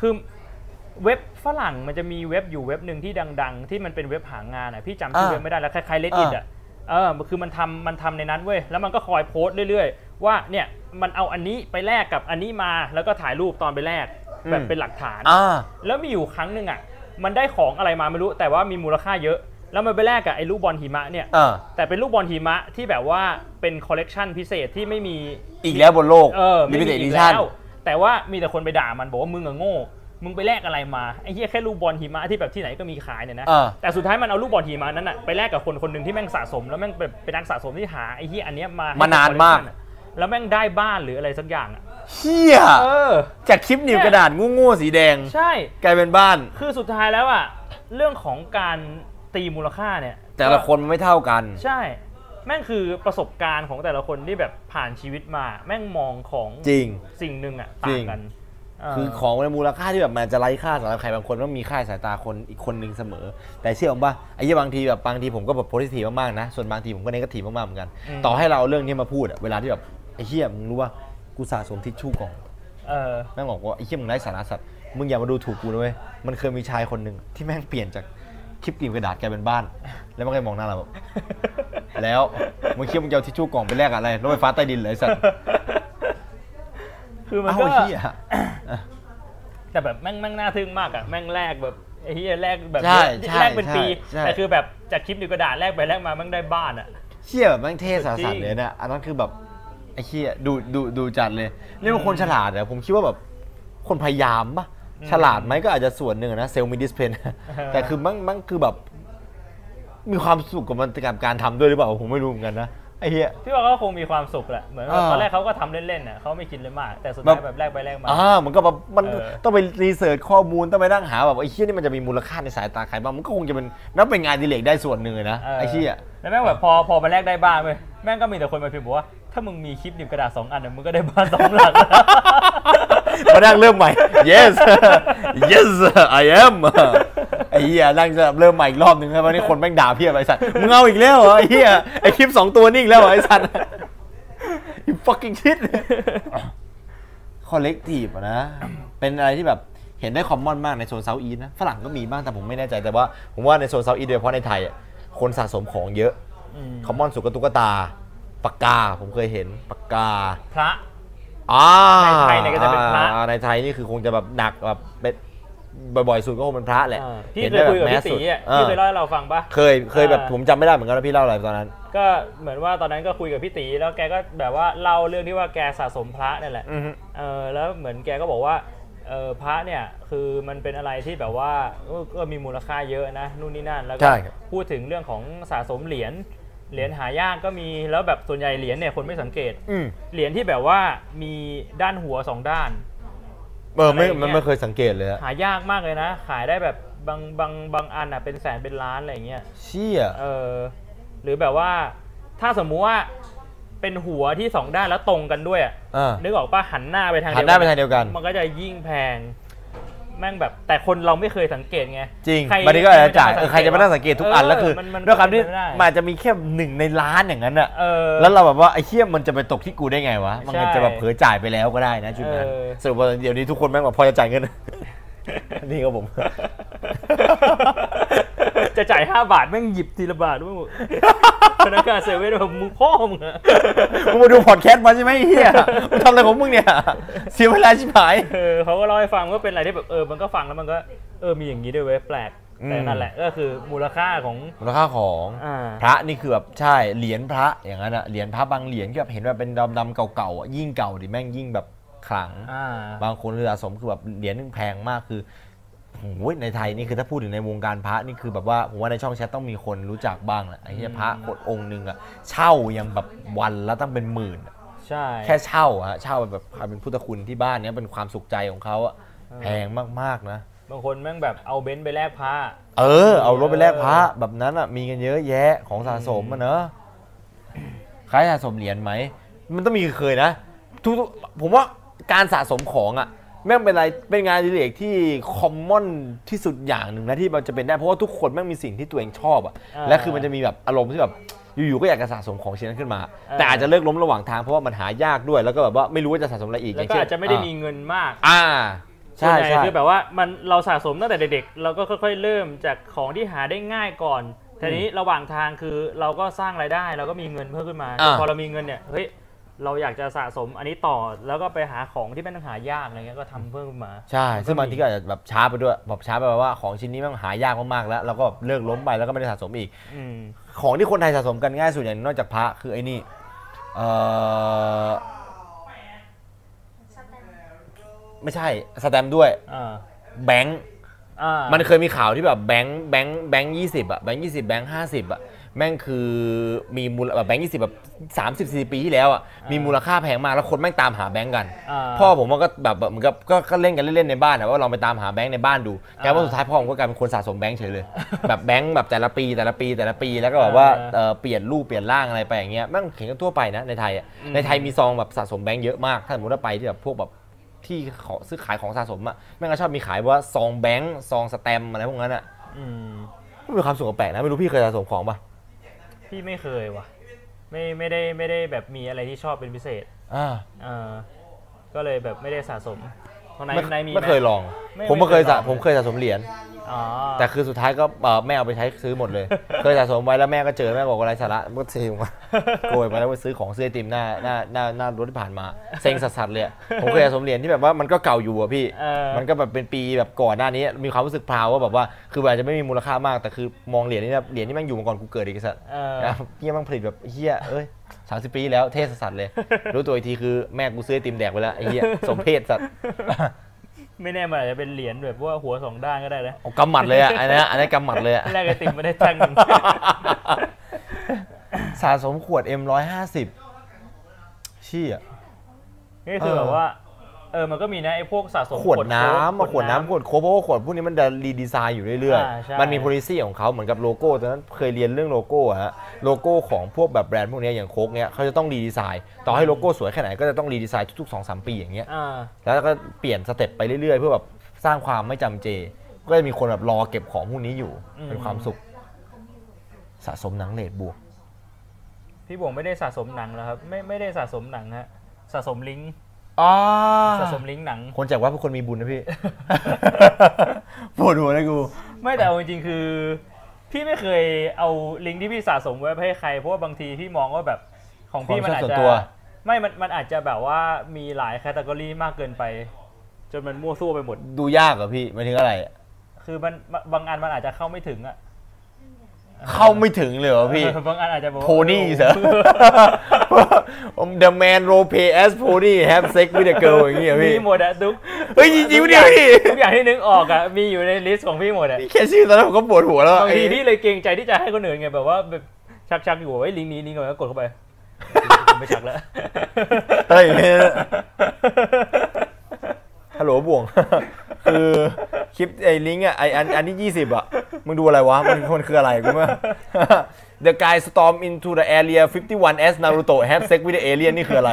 [SPEAKER 2] คือเว็บฝรั่งมันจะมีเว็บอยู่เว็บหนึ่งที่ดัง ๆ ที่มันเป็นเว็บหางานอ่ะพี่จำชื่อ
[SPEAKER 1] อ่า
[SPEAKER 2] เว็บไม่ได้แล้วคล้ายๆเลดอิน
[SPEAKER 1] อ่า
[SPEAKER 2] อ่ะเออคือมันทำมันทำในนั้นเว้ยแล้วมันก็คอยโพสต์เรื่อยๆ ว่าเนี่ยมันเอาอันนี้ไปแลกกับอันนี้มาแล้วก็ถ่ายรูปตอนไปแลกแบบเป็นหลักฐาน
[SPEAKER 1] อ่า
[SPEAKER 2] แล้วมีอยู่ครั้งหนึ่งอ่ะ มันได้ของอะไรมาไม่รู้ แต่ว่ามีมูลค่าเยอะ แล้วมันไปแลกกับไอ้ลูกบอลหิมะเนี่ย
[SPEAKER 1] เออ
[SPEAKER 2] แต่เป็นลูกบอลหิมะที่แบบว่าเป็นคอลเลกชันพิเศษที่ไม่มี
[SPEAKER 1] อีกแล้วบนโลก
[SPEAKER 2] เออไม่มี
[SPEAKER 1] เป็นเอ
[SPEAKER 2] อี
[SPEAKER 1] ดิ
[SPEAKER 2] ก
[SPEAKER 1] ชั่น
[SPEAKER 2] แล้วแต่ว่ามีแต่คนไปด่ามันบอกว่ามึงอะโง่ มึงไปแลกอะไรมา ไอ้เหี้ยแค่ลูกบอลหิมะที่แบบที่ไหนก็มีขายเนี่ยนะ
[SPEAKER 1] เออ
[SPEAKER 2] แต่สุดท้ายมันเอาลูกบอลหิมะนั้นอะไปแลกกับคนคนหนึ่งที่แม่งสะสม แล้วแม่งเป็นเป็นนักสะสมที่หาไอ้เหี้ยอันเนี้ยมาให้
[SPEAKER 1] มานานมาก
[SPEAKER 2] เป็ collection อะแล้วแม่งได้บ้านหรืออะไรสักอย่างอะ
[SPEAKER 1] เชี่ย
[SPEAKER 2] เออ
[SPEAKER 1] จากคลิปหนิวกระดาษงูงูสีแดง
[SPEAKER 2] ใช่
[SPEAKER 1] กลายเป็นบ้าน
[SPEAKER 2] คือสุดท้ายแล้วอะเรื่องของการตีมูลค่าเนี่ย
[SPEAKER 1] แต่ละคนมันไม่เท่ากัน
[SPEAKER 2] ใช่แม่งคือประสบการณ์ของแต่ละคนที่แบบผ่านชีวิตมา แม่งมองของ
[SPEAKER 1] จริง
[SPEAKER 2] สิ่งหนึ่งอะ
[SPEAKER 1] จริ
[SPEAKER 2] ต่าง
[SPEAKER 1] ง
[SPEAKER 2] กันเ
[SPEAKER 1] คือของมันมูลค่าที่แบบมันจะไร้ค่าสำหรับใครบางคนต้องมีค่าสายตาคนอีกคนหนึ่งเสมอ แต่เชื่อผมว่าไอ้เหี้ยบางทีแบบบางทีผมก็แบบโพสิทีฟมากๆนะ ส่วนบางทีผมก็เนกาทีฟมากๆเหมือนกัน
[SPEAKER 2] อืม
[SPEAKER 1] ต่อให้เราเอาเรื่องนี้มาพูดอะเวลาที่แบบไอ้เหี้ยมึงรู้ว่ากูสะสมทิชชู่กล่อง
[SPEAKER 2] เออ
[SPEAKER 1] แม่งบอกว่าไอ้เหี้ยมึงไร้สาระสัตว์มึงอย่ามาดูถูกกูนะเว้ยมันเคยมีชายคนหนึ่งที่แม่งเปลี่ยนจากคลิปกลิ่นกระดาษกลายเป็นบ้าน แล้วมันก็มองหน้าเราแบบ แล้วมึงคิดว่ามึงจะเอาทิชชู่กล่องไปแลกอะไรรถไฟฟ้าใต้ดินเลยสัตว์
[SPEAKER 2] คือมัน
[SPEAKER 1] เอ้า
[SPEAKER 2] ก็
[SPEAKER 1] ไอ้เหี้ย
[SPEAKER 2] แต่แบบแม่งแม่งน่าทึ่งมากอะแม่งแลกแบบไอ้เหี้ยแลกแบบ
[SPEAKER 1] ใช่ใช่
[SPEAKER 2] แลกเป็นปี
[SPEAKER 1] ใช่ใช่
[SPEAKER 2] แต่คือแบบจากคลิปดูกระดาษแลกไปแลกมาแม่งได้บ้านอะ
[SPEAKER 1] เชี่ยแบบแม่งเท่สา
[SPEAKER 2] จริ
[SPEAKER 1] สั
[SPEAKER 2] ง
[SPEAKER 1] สเลยนะอันนั้นคือแบบไอ้เชี่ยดูดูดูจัดเลยเรียกว่าคนฉลาดเหรอผมคิดว่าแบบคนพยายามปะฉลาดไหมก็อาจจะส่วนหนึ่งนะเซลล์มีดิสเพน แต่คือมั่งมั่งคือแบบ มีความสุขกับมันกับการทำด้วยหรือเปล่าผมไม่รู้เหมือนกันนะไอ้เหี้ย
[SPEAKER 2] พี่ว่าเขาคงมีความสุขแหละเหมือนว่า
[SPEAKER 1] อ่า
[SPEAKER 2] ตอนแรกเขาก็ทำเล่นๆน่ะเขาไม่คิดเลยมาก แต่สุดท้าย
[SPEAKER 1] แบบ
[SPEAKER 2] แบบแลกไปแลกมา
[SPEAKER 1] อ่ามันก็แบบมัน
[SPEAKER 2] เออ
[SPEAKER 1] ต้องไปรีเสิร์ชข้อมูลต้องไปนั่งหาแบบไอ้เชี่ยนี่มันจะมีมูลค่าในสายตาใครบ้างมันก็คงจะเป็นนับเป็นงานอดีเลกได้ส่วนหนึ่งเลยนะ
[SPEAKER 2] เออ
[SPEAKER 1] ไอ้เชี่ย
[SPEAKER 2] แล้วแม่งแบบพอพอมาแลกได้บ้านเว้ยแม่งก็มีแต่คนมาพิมพ์บอกว่า ถ้ามึงมีคลิปดิบกระดาษสองอันน่ะมึงก็ได้บ้านสองหลังแล้ว
[SPEAKER 1] มานั่งเริ่มใหม่ yes yes I am ไอ้เหี้ยนั่งจะเริ่มใหม่อีกรอบหนึ่งครับวันนี้คนแม่งด่าเพียบไอ้สัตว์มึงเอาอีกแล้วเหรอไอ้เหี้ยไอ้คลิปสองตัวนี่อีกแล้วเหรอไอ้สัตว์ you fucking shit collective อะนะ เป็นอะไรที่แบบเห็นได้คอมมอนมากในโซนเซาท์อีสนะฝรั่งก็มีบ้างแต่ผมไม่แน่ใจแต่ว่า ผมว่าในโซนเซาท์อีสโดยเฉพาะในไทยอะคนสะสมของเยอะ
[SPEAKER 2] อืม
[SPEAKER 1] คอมมอนสุดก็ตุ๊กตาปากกาผมเคยเห็นปากกา
[SPEAKER 2] พระ
[SPEAKER 1] อ่า
[SPEAKER 2] ในไทยเนี่ยก็จะเป็นพระ
[SPEAKER 1] อ่าในไทยนี่คือคงจะแบบหนักแบบเป็นบ่อยๆสุดก็คงเป็นพระแหละ
[SPEAKER 2] พี่
[SPEAKER 1] ห็น
[SPEAKER 2] เค
[SPEAKER 1] ได้
[SPEAKER 2] ย
[SPEAKER 1] แ
[SPEAKER 2] คุยกับพี่
[SPEAKER 1] แมสสุ
[SPEAKER 2] ตี
[SPEAKER 1] ด
[SPEAKER 2] อ่ะ
[SPEAKER 1] เออ
[SPEAKER 2] พี่เคยเล่าให้เราฟังปะ
[SPEAKER 1] เคยเคยแบบ
[SPEAKER 2] อ่า
[SPEAKER 1] ผมจำไม่ได้เหมือนกันว่าพี่เล่าอะไรตอนนั้น
[SPEAKER 2] ก็เหมือนว่าตอนนั้นก็คุยกับพี่ตีแล้วแกก็แบบว่าเล่าเรื่องที่ว่าแกสะสมพระนั่นแหละ
[SPEAKER 1] อือฮึ
[SPEAKER 2] เออแล้วเหมือนแกก็บอกว่าเออพระเนี่ยคือมันเป็นอะไรที่แบบว่าก็ก็มีมูลค่าเยอะนะนู่นนี่นั่นแล้วก็
[SPEAKER 1] ใช่ครับ
[SPEAKER 2] พูดถึงเรื่องของสะสมเหรียญเหรียญหายากก็มีแล้วแบบส่วนใหญ่เหรียญเนี่ยคนไม่สังเกต
[SPEAKER 1] อืม
[SPEAKER 2] เหรียญที่แบบว่ามีด้านหัวสองด้าน
[SPEAKER 1] เออไม่
[SPEAKER 2] อะไรอย่างเงี้
[SPEAKER 1] มัน
[SPEAKER 2] ย
[SPEAKER 1] ไม่เคยสังเกตเลยอะ
[SPEAKER 2] หายากมากเลยนะ ขายได้แบบบางบางบางอันอ่ะเป็นแสนเป็นล้านอะไรอย่างเงี้ย
[SPEAKER 1] เชี่ย
[SPEAKER 2] เออหรือแบบว่าถ้าสมมุติว่าเป็นหัวที่สองด้านแล้วตรงกันด้วยอะ
[SPEAKER 1] อ่า
[SPEAKER 2] นึกออกปะหันหน้าไปทาง
[SPEAKER 1] หันหน้าไปทางเดียวกัน
[SPEAKER 2] มันก็จะยิ่งแพง แม่งแบบแต่คนเราไม่เคยสังเกตไง
[SPEAKER 1] จริง
[SPEAKER 2] ใคร
[SPEAKER 1] บันนี้ก็อาจจะจ่าย
[SPEAKER 2] ม
[SPEAKER 1] เออใครจะมานั่งสังเกตทุกอันแล้วคือ
[SPEAKER 2] เมัน
[SPEAKER 1] ด้วยความที่
[SPEAKER 2] เป็ไปไได้
[SPEAKER 1] มันอาจจะมีแค่หนึ่งในล้านอย่างนั้นอะ
[SPEAKER 2] เออ
[SPEAKER 1] แล้วเราแบบว่าไอ้เหี้ยมันจะไปตกที่กูได้ไงวะ มัน
[SPEAKER 2] ใช่
[SPEAKER 1] อาจจะแบบเผลอจ่ายไปแล้วก็ได้นะชุดนั้น
[SPEAKER 2] เออ
[SPEAKER 1] สรุปว่าเดี๋ยวนี้ทุกคนแม่งแบบพอจะจ่ายเงิน นี่ ครับผม
[SPEAKER 2] จะจ่าย 5 บาทแม่งหยิบทีละบาทด้วย พนักงานเซเว่นแบบมึงพ่อมึงอะ
[SPEAKER 1] มึงมาดูพอดแคสต์มาใช่ไหมไอ้เฮียมึงทำอะไรของมึงเนี่ย เสียเวลาชิบหาย
[SPEAKER 2] เออเขาก็เล่าให้ฟังว่าเป็นอะไรที่แบบเออมันก็ฟังแล้วมันก็เออมีอย่างนี้ด้วยเว้ยแปลกแต่นั่นแหละก็คือมูลค่าของ
[SPEAKER 1] มูลค่าของ
[SPEAKER 2] อ่า
[SPEAKER 1] พระนี่คือแบบใช่เหรียญพระอย่างนั้นอะเหรียญพระบางเหรียญที่แบบเห็นแบบเป็นดำๆเก่าๆอะยิ่งเก่าดิแม่งยิ่งแบบขลัง
[SPEAKER 2] อ่า
[SPEAKER 1] บางคนคือสะสมคือแบบเหรียญนึงแพงมากคือโอ้ยในไทยนี่คือถ้าพูดถึงในวงการพระนี่คือแบบว่าผมว่าในช่องแชทต้องมีคนรู้จักบ้างแหละไอ้เหี้ยพระกดองค์หนึ่งอะเช่ายังแบบวันละตั้งเป็นหมื่นอะ
[SPEAKER 2] ใช่
[SPEAKER 1] แค่เช่าอะฮะเช่าแบบความเป็นพุทธคุณที่บ้านเนี้ยเป็นความสุขใจของเขาอะแพงมากๆนะ
[SPEAKER 2] บางคนแม่งแบบเอาเบนซ์ไปแลกผ้า
[SPEAKER 1] เออ เอารถไปแลกพระแบบนั้นอะมีกันเยอะแยะของสะสมอะเนอะใครสะสมเหรียญไหม มันต้องมีเคยนะ ทุกๆผมว่าการสะสมของอะแม่งเป็นอะไรเป็นงานอดิเรกที่คอมมอนที่สุดอย่างหนึ่งนะที่มันจะเป็นได้เพราะว่าทุกคนแม่งมีสิ่งที่ตัวเองชอบอะ
[SPEAKER 2] อ่า
[SPEAKER 1] และคือมันจะมีแบบอารมณ์ที่แบบอยู่ๆก็อยากจะสะสมของชิ้นนั้นขึ้นมา
[SPEAKER 2] ออ
[SPEAKER 1] แต่อาจจะเลิกล้มระหว่างทางเพราะว่ามันหายากด้วยแล้วก็แบบว่าไม่รู้ว่าจะสะสมอะไรอีก
[SPEAKER 2] แล้ว
[SPEAKER 1] ย่
[SPEAKER 2] ก็
[SPEAKER 1] งเช่น
[SPEAKER 2] อาจจะไม่ได้
[SPEAKER 1] อ่
[SPEAKER 2] มีเงินมาก
[SPEAKER 1] อ่า
[SPEAKER 2] ส่วน
[SPEAKER 1] ใช่
[SPEAKER 2] หญ่
[SPEAKER 1] ใช่
[SPEAKER 2] คือแบบว่ามันเราสะสมตั้งแต่เด็กๆ เราก็ค่อยๆ เริ่มจากของที่หาได้ง่ายก่อนทีนี้ระหว่างทางคือเราก็สร้างรายได้เราก็มีเงินเพิ่มขึ้นมา
[SPEAKER 7] อ่า
[SPEAKER 2] พอเรามีเงินเนี่ยเฮ้ยเราอยากจะสะสมอันนี้ต่อแล้วก็ไปหาของที่เป็นหายากอะไรเงี้ยก็ทำเพิ่มขึ้นมา
[SPEAKER 1] ใช่ ซึ่งบางทีก็อาจจะแบบช้าไปด้วยแบบช้าไปแบบว่าของชิ้นนี้มันหายากมากๆแล้วเราก็แบบเลิกล้มไปแล้วก็ไม่ได้สะสมอีก
[SPEAKER 2] อืม
[SPEAKER 1] ของที่คนไทยสะสมกันง่ายสุดอย่างนอกจากพระคือไอ้นี่เออไม่ใช่สแตมป์ด้วย
[SPEAKER 2] อ่า
[SPEAKER 1] แบงค์
[SPEAKER 2] อ่ามั
[SPEAKER 1] มันเคยมีข่าวที่แบบแบงค์แบงค์แบงค์ยี่สิบอะแบงค์ยี่สิบแบงค์ห้าสิบอะแม่งคือมีมูลแบบแบงค์ยี่สิบแบบสามสิบสี่ปีที่แล้วอะมีมูลค่าแพงมากแล้วคนแม่งตามหาแบงค์กัน
[SPEAKER 2] า
[SPEAKER 1] พ่อผมมันก็แบบแบบเหมือนกับก็ก็เล่นกันเล่นๆในบ้านนะว่าเราไปตามหาแบงค์ในบ้านดูกลายว่าสุดท้ายพ่อผมก็กลายเป็นคนสะสมแบงค์เฉ ยเลย แบบแบงค์แบบแต่ละปีแต่ละปีแต่ละปีแล้วก็แบบว่า
[SPEAKER 2] อ่า
[SPEAKER 1] เอ่อเปลี่ยนรูปเปลี่ยนร่างอะไรไปอย่างเงี้ยแม่งเห็นกันทั่วไปนะในไทยอ่ะในไทยมีซองแบบสะสมแบงค์เยอะมากถ้าสมมติว่าไปที่แบบพวกแบบที่ขอซื้อขายของสะสมอ่ะแม่งก็ชอบมีขายว่าซองแบงค์ซองสแตมป์อะไรพวกนั้นอ่ะ
[SPEAKER 2] อืม
[SPEAKER 1] มันมีความสุขแปลกนะไม่รู้พี่เคยสะสมของปะ
[SPEAKER 2] พี่ไม่เคยว่ะ ไม่ไม่ได้ไม่ได้แบบมีอะไรที่ชอบเป็นพิเศษ
[SPEAKER 1] อ่า
[SPEAKER 2] เออก็เลยแบบไม่ได้สะสมของไหน
[SPEAKER 1] ไม่
[SPEAKER 2] ไหนมีห
[SPEAKER 1] ไม่เคยลอง
[SPEAKER 2] ไม่
[SPEAKER 1] ผมก็เคยสะ
[SPEAKER 2] ไม่เคยลอง
[SPEAKER 1] ผมเคยสะสมเหรียญ
[SPEAKER 2] อ๋อ
[SPEAKER 1] แต่คือสุดท้ายก็เอ่อแม่เอาไปใช้ซื้อหมดเลย เคยสะสมไว้แล้วแม่ก็เจอแม่บอกว่าไรสาระมันก็เทลงมา โกยไปแล้วไปซื้อของซื้อไอติมหน้าหน้าหน้าหน้ารถที่ผ่าน มาเซ็งสัสๆเลยอะผมเคยสะสมเหรียญที่แบบว่ามันก็เก่าอยู่อะพี่
[SPEAKER 2] เออ
[SPEAKER 1] มันก็แบบเป็นปีแบบก่อนหน้านี้มีความรู้สึกพราวว่าแบบว่าคือมันอาจจะไม่มีมูลค่ามากแต่คือมองเหรียญนี่นะเหรียญนี่แม่งอยู่มาก่อนกูเกิดอีกไอ้สัตว์
[SPEAKER 2] เออ
[SPEAKER 1] นะเฮียแมันผลิตแบบเฮียเอ้ยสามสิบปีแล้วเทสัสๆเลย รู้ตัวอีกทีคือแม่กูซื้อไอติมแดกไปแล้วไอ้เฮียสมเพศสัต ว์
[SPEAKER 2] ไม่แน่มันอาจจะเป็นเหรียญแบบว่าหัวสองด้านก็ได้นะ
[SPEAKER 1] เอากำหมัดเลยอะอันนี้อันนี้กำหมัดเลยอะ
[SPEAKER 2] แรกไอติมไม่ได้ตั้ง หนึ่ง
[SPEAKER 1] สะสมขวด M150 เชี่ย
[SPEAKER 2] นี่คือ
[SPEAKER 1] เออ
[SPEAKER 2] แบบว่า เออมันก็มีนะไอพวกสะสม
[SPEAKER 1] ขวดน้ำ
[SPEAKER 2] โค้
[SPEAKER 1] อะ
[SPEAKER 2] ก
[SPEAKER 1] ขวดน้ำขวดโค้กเพราะว่าขวดพวกนี้มันจะรีดีไซน์อยู่เรื่อย
[SPEAKER 2] อ่าใช่
[SPEAKER 1] ๆ มันมี policy ของเขาเหมือนกับโลโก้ตอนนั้นเคยเรียนเรื่องโลโก้อะฮะโลโก้ของพวกแบบแบรนด์พวกเนี้ยอย่างโค้กเนี้ยเขาจะต้องรีดีไซน์ต่อให้โลโก้สวยแค่ไหนก็จะต้องรีดีไซน์ทุกๆ2อสปีอย่างเงี้ย
[SPEAKER 2] อ่า
[SPEAKER 1] แล้วก็เปลี่ยนสเต็ปไปเรื่อยๆ เพื่อแบบสร้างความไม่จำเจ ก็จะมีคนแบบรอเก็บของพวกนี้อยู่เป็นความสุข สะสมหนังเลดบวก
[SPEAKER 2] พี่บวงไม่ได้สะสมหนังแล้วครับ ไม่ไม่ได้สะสมหนังฮะสะสมลิงก์สะสมลิงก์หนัง
[SPEAKER 1] คนแจกว่าเป็นคนมีบุญนะพี่ ปวดหัวเลยกู
[SPEAKER 2] ไม่แต่เอาจริงๆคือ พี่ไม่เคยเอาลิงก์ที่พี่สะสมไว้ไปให้ใคร เพราะว่าบางทีพี่มองว่าแบบของพี่มันอาจ
[SPEAKER 1] ความชอบส่วน
[SPEAKER 2] จะ
[SPEAKER 1] ตัว
[SPEAKER 2] ไม่มันมันอาจจะแบบว่ามีหลายแคตตากรีมากเกินไป จนมันมั่วซั่วไปหมด
[SPEAKER 1] ดูยากเหรอพี่หมายถึงอะไร
[SPEAKER 2] คือมันบางอันมันอาจจะเข้าไม่ถึงอะ
[SPEAKER 1] เข้าไม่ถึงเลยเหรอพี่
[SPEAKER 2] เอ อบางอันอาจจะบอกว่า
[SPEAKER 1] โพนี่เหรอ The man role play as pony have sex with a girl อย่างเงี้ยพี่
[SPEAKER 2] มีหมดอะทุก
[SPEAKER 1] เฮ้ยจริงๆเนี่ยพี่
[SPEAKER 2] ทุกอย่างที่นึกออกอะมีอยู่ในลิสต์ของพี่หมดอะ
[SPEAKER 1] แค่ชื่อตอนนั้นผมก็ปวดหัวแล้ว
[SPEAKER 2] บาง
[SPEAKER 1] ไอ้
[SPEAKER 2] ทีพี่เลยเกรงใจที่จะให้คนอื่นไงแบบว่าแบบชักชักอยู่ไอ้ยลิงก์นี้ลิงก์อะไรก็กดเข้าไป ไม่ชักแล้ว
[SPEAKER 1] เต้ยเนี่ยฮัลโหลบ่วง คือคลิปไอ้ลิงก์อ่ะไอ้อันอันที่20 อ่ะ มึงดูอะไรวะ มันคนคืออะไรกูว่า The guy storm into the area 51 as Naruto have sex with the alien นี่คืออะไร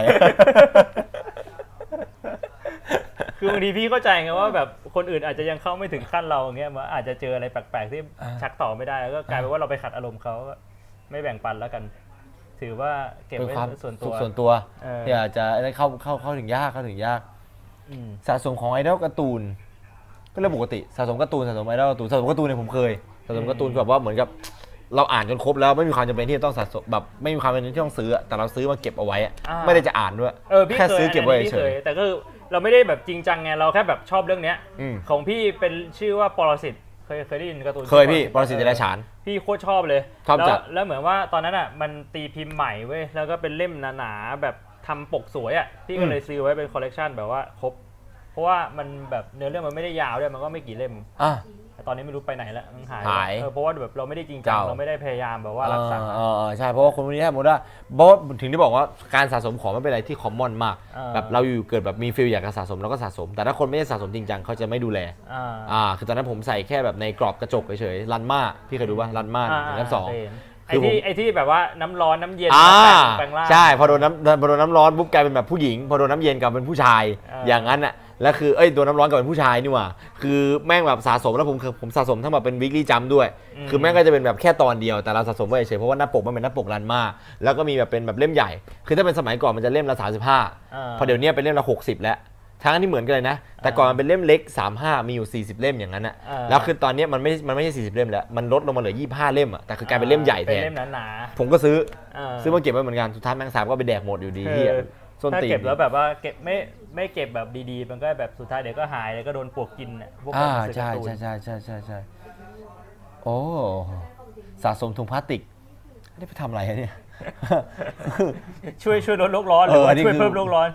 [SPEAKER 2] คือบางทีพี่เข้าใจไงว่าแบบคนอื่นอาจจะยังเข้าไม่ถึงขั้นเราอย่างเงี้ยมาอาจจะเจออะไรแปลกๆที่ชักต่อไม่ได้แล้วก็กลายเป็นว่าเราไปขัดอารมณ์เขาก็ไม่แบ่งปันแล้วกัน ถือว่าเก็บ
[SPEAKER 1] เป็น
[SPEAKER 2] ไว้
[SPEAKER 1] ความ
[SPEAKER 2] ส่วน
[SPEAKER 1] สุ
[SPEAKER 2] ตั
[SPEAKER 1] ข
[SPEAKER 2] ว
[SPEAKER 1] ส่วนตัว
[SPEAKER 2] เออ
[SPEAKER 1] ที่อาจจะเข้าเข้าเข้าถึงยากเข้าถึงยาก
[SPEAKER 2] อืม
[SPEAKER 1] สะสมของไอดอลการ์ตูน ก็เรื่องปกติสะสมการ์ตูนสะสมไอดอลการ์ตูนสะสมการ์ตูนเนี่ยผมเคยสะสมการ์ตูนแบบว่าเหมือนกับ เราอ่านจนครบแล้วไม่มีความจำเป็นที่จะต้องสะสมแบบไม่มีความจำเป็นที่ต้องซื้ออะแต่เราซื้อมาเก็บเอาไว้อะ
[SPEAKER 2] อ่า
[SPEAKER 1] ไม่ได้จะอ่านด้วย
[SPEAKER 2] เออพี่
[SPEAKER 1] แค่
[SPEAKER 2] เคย
[SPEAKER 1] ซื้อเก็บไว้
[SPEAKER 2] นนี้
[SPEAKER 1] เฉ
[SPEAKER 2] พี่
[SPEAKER 1] ย
[SPEAKER 2] แต่ก็คือเราไม่ได้แบบจริงจังไงเราแค่แบบชอบเรื่องเนี้ย
[SPEAKER 1] อืม
[SPEAKER 2] ของพี่เป็นชื่อว่าปรสิตเคยเคยได้ยินการ์ตูน
[SPEAKER 1] เคยพี่ปรสิตเดรัจฉาน
[SPEAKER 2] พี่โคตรชอบเลย
[SPEAKER 1] ชอบ
[SPEAKER 2] แล้ว
[SPEAKER 1] จัด
[SPEAKER 2] แล้วเหมือนว่าตอนนั้นอ่ะมันตีพิมพ์ใหม่เว้ยแล้วก็เป็นเล่มหนาๆแบบทำปกสวยอ่ะพี่ก็เลยซื้อไว้เป็นคอลเลกชันแบบว่าครบ เพราะว่ามันแบบเนื้อเรื่องมันไม่ได้ยาวด้วยมันก็ไม่กี่เล่ม
[SPEAKER 1] อ่ะ
[SPEAKER 2] แต่ตอนนี้ไม่รู้ไปไหนละมันหาย
[SPEAKER 1] หาย
[SPEAKER 2] เออเพราะว่าแบบเราไม่ได้จริงจัง
[SPEAKER 1] เก่า
[SPEAKER 2] เราไม่ได้พยายามแบบว่ารักษา
[SPEAKER 1] เออเออใช่เพราะว่าคนพวกนี้ถ้าสมมติว่าเพราะว่าถึงได้บอกว่าการสะสมของมันเป็นอะไรที่คอมมอนมาก
[SPEAKER 2] เออ
[SPEAKER 1] แบบเราอยู่เกิดแบบมีฟิลอยากจะสะสมเราก็สะสม แต่ถ้าคนไม่ได้สะสมจริงจังเขาจะไม่ดูแล
[SPEAKER 2] อ่า
[SPEAKER 1] อ่า คือตอนนั้นผมใส่แค่แบบในกรอบกระจกเฉยๆรันมาพี่เคยดูป่ะรันมาหนึ่งกับสอง
[SPEAKER 2] าา
[SPEAKER 1] คือผ
[SPEAKER 2] ไอ้
[SPEAKER 1] ม
[SPEAKER 2] ที่ไอ้ที่แบบว่าน้ำร้อนน้ำเย็น
[SPEAKER 1] อ่า
[SPEAKER 2] แปลงร่าง
[SPEAKER 1] ใช่พอโดนน้ำพอโดนน้ำร้อนปุ๊บกลายเป็นแบบผู้หญิง พอโดนน้ำเย็นกลายเป็นผู้ชาย
[SPEAKER 2] เออ
[SPEAKER 1] อ
[SPEAKER 2] อ
[SPEAKER 1] ย่างนั้นอ่ะแล้วคือเอ้ยโดนน้ำร้อนกลายเป็นผู้ชายนี่หว่าคือแม่งแบบสะสมแล้วผมคือผมสะสมทั้งแบบเป็นวิกฤตจำด้วย คือแม่งก็จะเป็นแบบแค่ตอนเดียวแต่เราสะสมไว้เฉยๆเพราะว่าหน้าปกมันเป็นหน้าปกรันมาแล้วก็มีแบบเป็นแบบเล่มใหญ่ คือถ้าเป็นสมัยก่อนมันจะเล่มละ35
[SPEAKER 2] อ่า
[SPEAKER 1] พอเดี๋ยวเนี้ยเป็นเล่มละ 60 แล้ว ทั้งที่เหมือนกันเลยนะ แต่ก่อนมันเป็นเล่มเล็ก 35 มีอยู่ 40 เล่มอย่างนั้นอะ
[SPEAKER 2] อ่า
[SPEAKER 1] แล้วคือตอนเนี้ยมันไม่ มันไม่ใช่ 40 เล่มแล้ว มันลดลงมาเหลือ 25 เล่มอะแต่คือกลายเป็นเล่มใหญ่แท
[SPEAKER 2] เป็น
[SPEAKER 1] น
[SPEAKER 2] เล่มหนา
[SPEAKER 1] ผมก็ซื้อ
[SPEAKER 2] ๆเออ
[SPEAKER 1] ซื้อมาเก็บไว้เหมือนกัน สุดท้ายแมงสาบก็ไปแดกหมดอยู่ดี
[SPEAKER 2] เออ
[SPEAKER 1] เฮียส้น
[SPEAKER 2] ถ้า
[SPEAKER 1] ตีน
[SPEAKER 2] เก็บแล้วแบบว่าเก็บไม่ไม่เก็บแบบดีๆ มันก็แบบสุดท้ายเดี๋ยวก็หายแล้วก็โดนปลวกกินน่ะพวก
[SPEAKER 1] อ่า
[SPEAKER 2] หนังสือ
[SPEAKER 1] ใช่
[SPEAKER 2] การ์ตูน
[SPEAKER 1] ใช่ใช่ใช่ใช่ใช่โอ้สะสมถุงพลาสติกได้ไปทำอะไรอะเนี่ย
[SPEAKER 2] ช่วยช่วยลดโลกร้อนหรือว่าช่วย
[SPEAKER 1] คื
[SPEAKER 2] เพิ่มโลกร้อน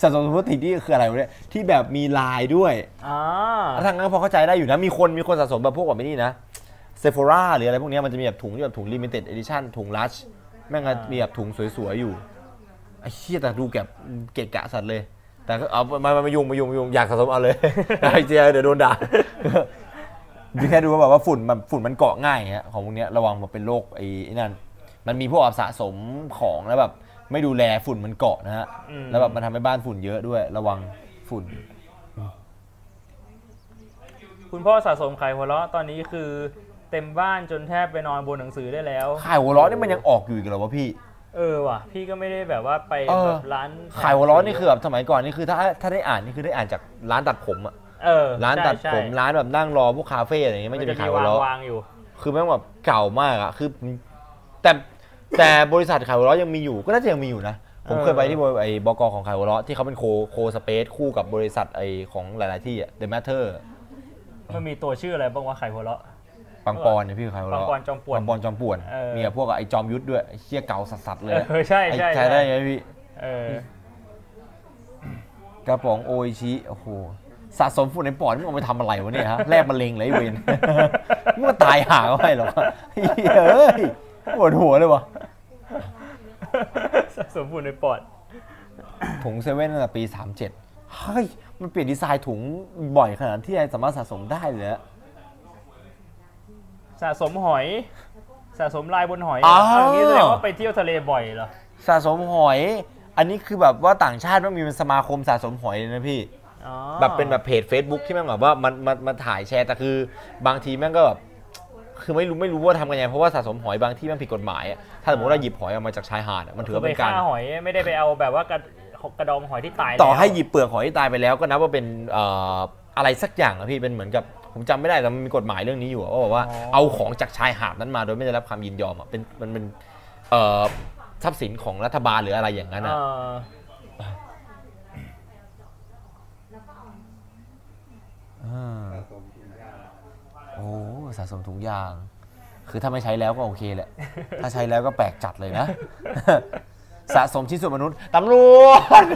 [SPEAKER 1] สะสมถุงพลาสติกที่คืออะไรวะเนี่ยที่แบบมีลายด้วย
[SPEAKER 2] อ่า
[SPEAKER 1] อ่ะทางนั้นก็พอเข้าใจได้อยู่นะ มีคนมีคนสะสมแบบพวกแบบนี้นะเซฟ h o ราหรืออะไรพวกเนี้ยมันจะมีแบบถุงที่แบบถุงลิมิเต็ดเอดิชั่นถุงลัชแม่งก็มีแบบถุงสวยๆอยู่ไอ้เชี่ยแต่ดูแบบเกะกะสัตว์เลย แต่ก็เอามามามายุ่งมายุ่งมายุ่งอยากสะสมเอาเลย ไอ้เจียเดี๋ยวโดนด่าดูแค่ดูว่าแบบว่าฝุ่นมันฝุ่นมันเกาะง่ายฮะของพวกเนี้ยระวังมันเป็นโรคไอ้ไอ้นั่นมันมีพวกแบบสะสมของแล้วแบบไม่ดูแลฝุ่นมันเกาะนะฮะแล้วแบบมันทำให้บ้านฝุ่นเยอะด้วย ระวังฝุ่น
[SPEAKER 2] คุณพ่อสะสมไข่หัวเราะตอนนี้คือเต็มบ้านจนแทบไปนอนบนหนังสือได้แล้ว
[SPEAKER 1] ขายหัวเร้อนนี่มันยังออกอยู่อีกเหรอวะพี่
[SPEAKER 2] เออว่ะ พี่ก็ไม่ได้แบบว่าไป
[SPEAKER 1] เออ
[SPEAKER 2] แบบร้าน
[SPEAKER 1] ขายหัวเร้อนนี่คือแบบสมัยก่อนนี่คือถ้าถ้าได้อ่านนี่คือได้อ่านจากร้านตัดผมอะ
[SPEAKER 2] เออ
[SPEAKER 1] ร้านตัด
[SPEAKER 2] ใช่
[SPEAKER 1] ผ
[SPEAKER 2] ใช่
[SPEAKER 1] มร้านแบบนั่งรอพวกคาเฟ่อะไรอย่างเงี้ยไม่จะมีขายหัวเร้อน
[SPEAKER 2] วางๆอยู่
[SPEAKER 1] คือแม่งแบบเก่ามากอะคือแต่แต่บริษัทขายหัวเร้อนยังมีอยู่ก็น่าจะยังมีอยู่นะ ผมเคยไปที่บริไอ้บกของขายหัวเร้อนที่เขาเป็นโคโคสเปซคู่กับบริษัทไอ้ของหลาย ๆ ที่อะ The Matter
[SPEAKER 2] มันมีตัวชื่ออะไรบ้างว่าไข่หัวเราะ
[SPEAKER 1] ปังปอนเนี่ยพี่ขายหัวเร้อน
[SPEAKER 2] ปังปอนจอมป่วน
[SPEAKER 1] ปังปอนจอมป่วน
[SPEAKER 2] เออ
[SPEAKER 1] มีกับพวกไอ้จอมยุทธด้วยไอ้เชี่ยเก่าสัสๆเลยอะ
[SPEAKER 2] เออใช่ใช่
[SPEAKER 1] ไอ้
[SPEAKER 2] ใช่
[SPEAKER 1] ใช้ได้ไงพี่
[SPEAKER 2] เออ
[SPEAKER 1] กระป๋องโออิชิโอ้โหสะสมฝุ่นในปอดมึงเอาไปทำอะไรวะเนี่ยฮะแลบมะเร็งเลยไอ้เวน มึงมาตายหาก็ไม่หรอกวะเฮ้ยปวดหัวเลยวะ
[SPEAKER 2] สะสมฝุ่นในปอด
[SPEAKER 1] ถุงเซเว่นตั้งแต่ปี 37 เฮ้ย มันเปลี่ยนดีไซน์ถุงบ่อยขนาดที่ไอสามารถสะสมได้เลยอะ
[SPEAKER 2] สะสมหอย สะสมลายบนหอย
[SPEAKER 1] าว
[SPEAKER 2] นนี้แสดงว่าไปเที่ยวทะเลบ่อยเหรอ
[SPEAKER 1] สะสมหอย อันนี้คือแบบว่าต่างชาติมันมีเป็นสมาคมสะสมหอยเลยนะพี่
[SPEAKER 2] อ๋อ
[SPEAKER 1] แบบเป็นแบบเพจ Facebook ที่แม่งแบบว่ามันมันมันถ่ายแชร์แต่คือบางทีแม่งก็แบบคือไม่รู้ไม่รู้ว่าทำกันยังไงเพราะว่าสะสมหอยบางที่แม่งผิดกฎหมายอะถ้าสมมติเราหยิบหอยออกมาจากชายหาดอะมันถือ
[SPEAKER 2] คือ
[SPEAKER 1] ว่า
[SPEAKER 2] ไป
[SPEAKER 1] เป็นกา
[SPEAKER 2] ฆ่าร หอยไม่ได้ไปเอาแบบว่ากระกระดองหอยที่ตายแล้ว
[SPEAKER 1] ต่อให้หยิบเปลือกหอยที่ตายไปแล้วก็นับว่าเป็นเอ่ออะไรสักอย่างอะพี่เป็นเหมือนกับผมจำไม่ได้แต่มันมีกฎหมายเรื่องนี้อยู่อะว่าแบบว่าเอาของจากชายหาดนั้นมาโดยไม่ได้รับความยินยอมอะเป็นมันเป็นเอ่อทรัพย์สินของรัฐบาลหรืออะไรอย่างนั้น
[SPEAKER 2] เอ
[SPEAKER 1] อะ
[SPEAKER 2] อ
[SPEAKER 1] โอ้สะสมถุงยาง คือถ้าไม่ใช้แล้วก็โอเคแหละ ถ้าใช้แล้วก็แปลกจัดเลยนะ สะสมชิ้นส่วนมนุษย์ตำรวจ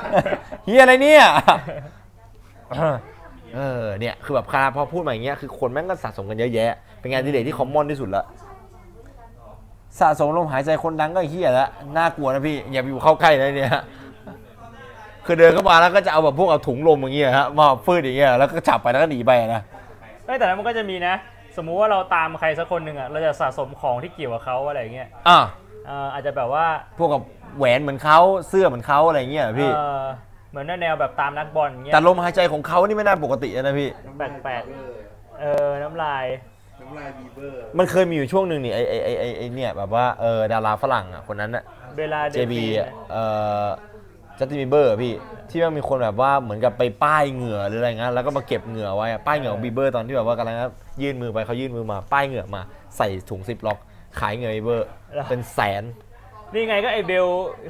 [SPEAKER 1] เฮียอะไรเนี่ย เออเนี่ยคือแบบคาพอพูดมาอย่างเงี้ยคือคนแม่งก็สะสมกันเยอะแยะ เป็นงานอดีเลยที่คอมมอนที่สุดละสะสมลมหายใจคนดังก็เฮียละน่ากลัวนะพี่ อย่าไปอยู่เข้าใกล้นะเนี่ยคือเดินเข้ามาแล้วก็จะเอาแบบพวกเอาถุงลมอย่างเงี้ยฮะมาฟืดอย่างเงี้ยแล้วก็จับไปแล้วก็หนีไปนะ
[SPEAKER 2] เอ้ยแต่นั้นมันก็จะมีนะ สมมุติว่าเราตามใครสักคนหนึ่งอ่ะ เราจะสะสมของที่เกี่ยวกับเขาอะไรอย่างเงี้ย
[SPEAKER 1] อ่ะ
[SPEAKER 2] เอ่ออาจจะแบบว่า
[SPEAKER 1] พวกกับแหวนเหมือนเขาเสื้อเหมือนเขาอะไรเงี้ยเหรอพี่
[SPEAKER 2] เอ่อ มือนแนวแบบตามนักบอลเงี้ย
[SPEAKER 1] แต่ลมหายใจของเขานี่ไม่น่าปกตินะพี่
[SPEAKER 2] แปลกๆเออน้ำลาย
[SPEAKER 1] มันเคยมีอยู่ช่วงหนึ่งนี่ไอไอไอไอ้ไอเนี่ยแบบว่าเออดาราฝรั่งอ่ะคนนั้นอ่ะ
[SPEAKER 2] เวลาเด
[SPEAKER 1] เจบี
[SPEAKER 2] ฟิน
[SPEAKER 1] อะเอ่อจัสตินบีเบอร์อะพี่ ที่มันมีคนแบบว่าเหมือนกับไปป้ายเหงื่อหรืออะไรเงี้ยแล้วก็มาเก็บเหงื่อไว้อะป้ายเหงื่อของบีเบอร์ตอนที่แบบว่ากำลังยื่นมือไปเขายื่นมือมาป้ายเหงื่อมา ใส่ถุงซิปล็อก ขายเหงื่อบีเบอร์เป็นแสน
[SPEAKER 2] นี่ไงก็ไอเบล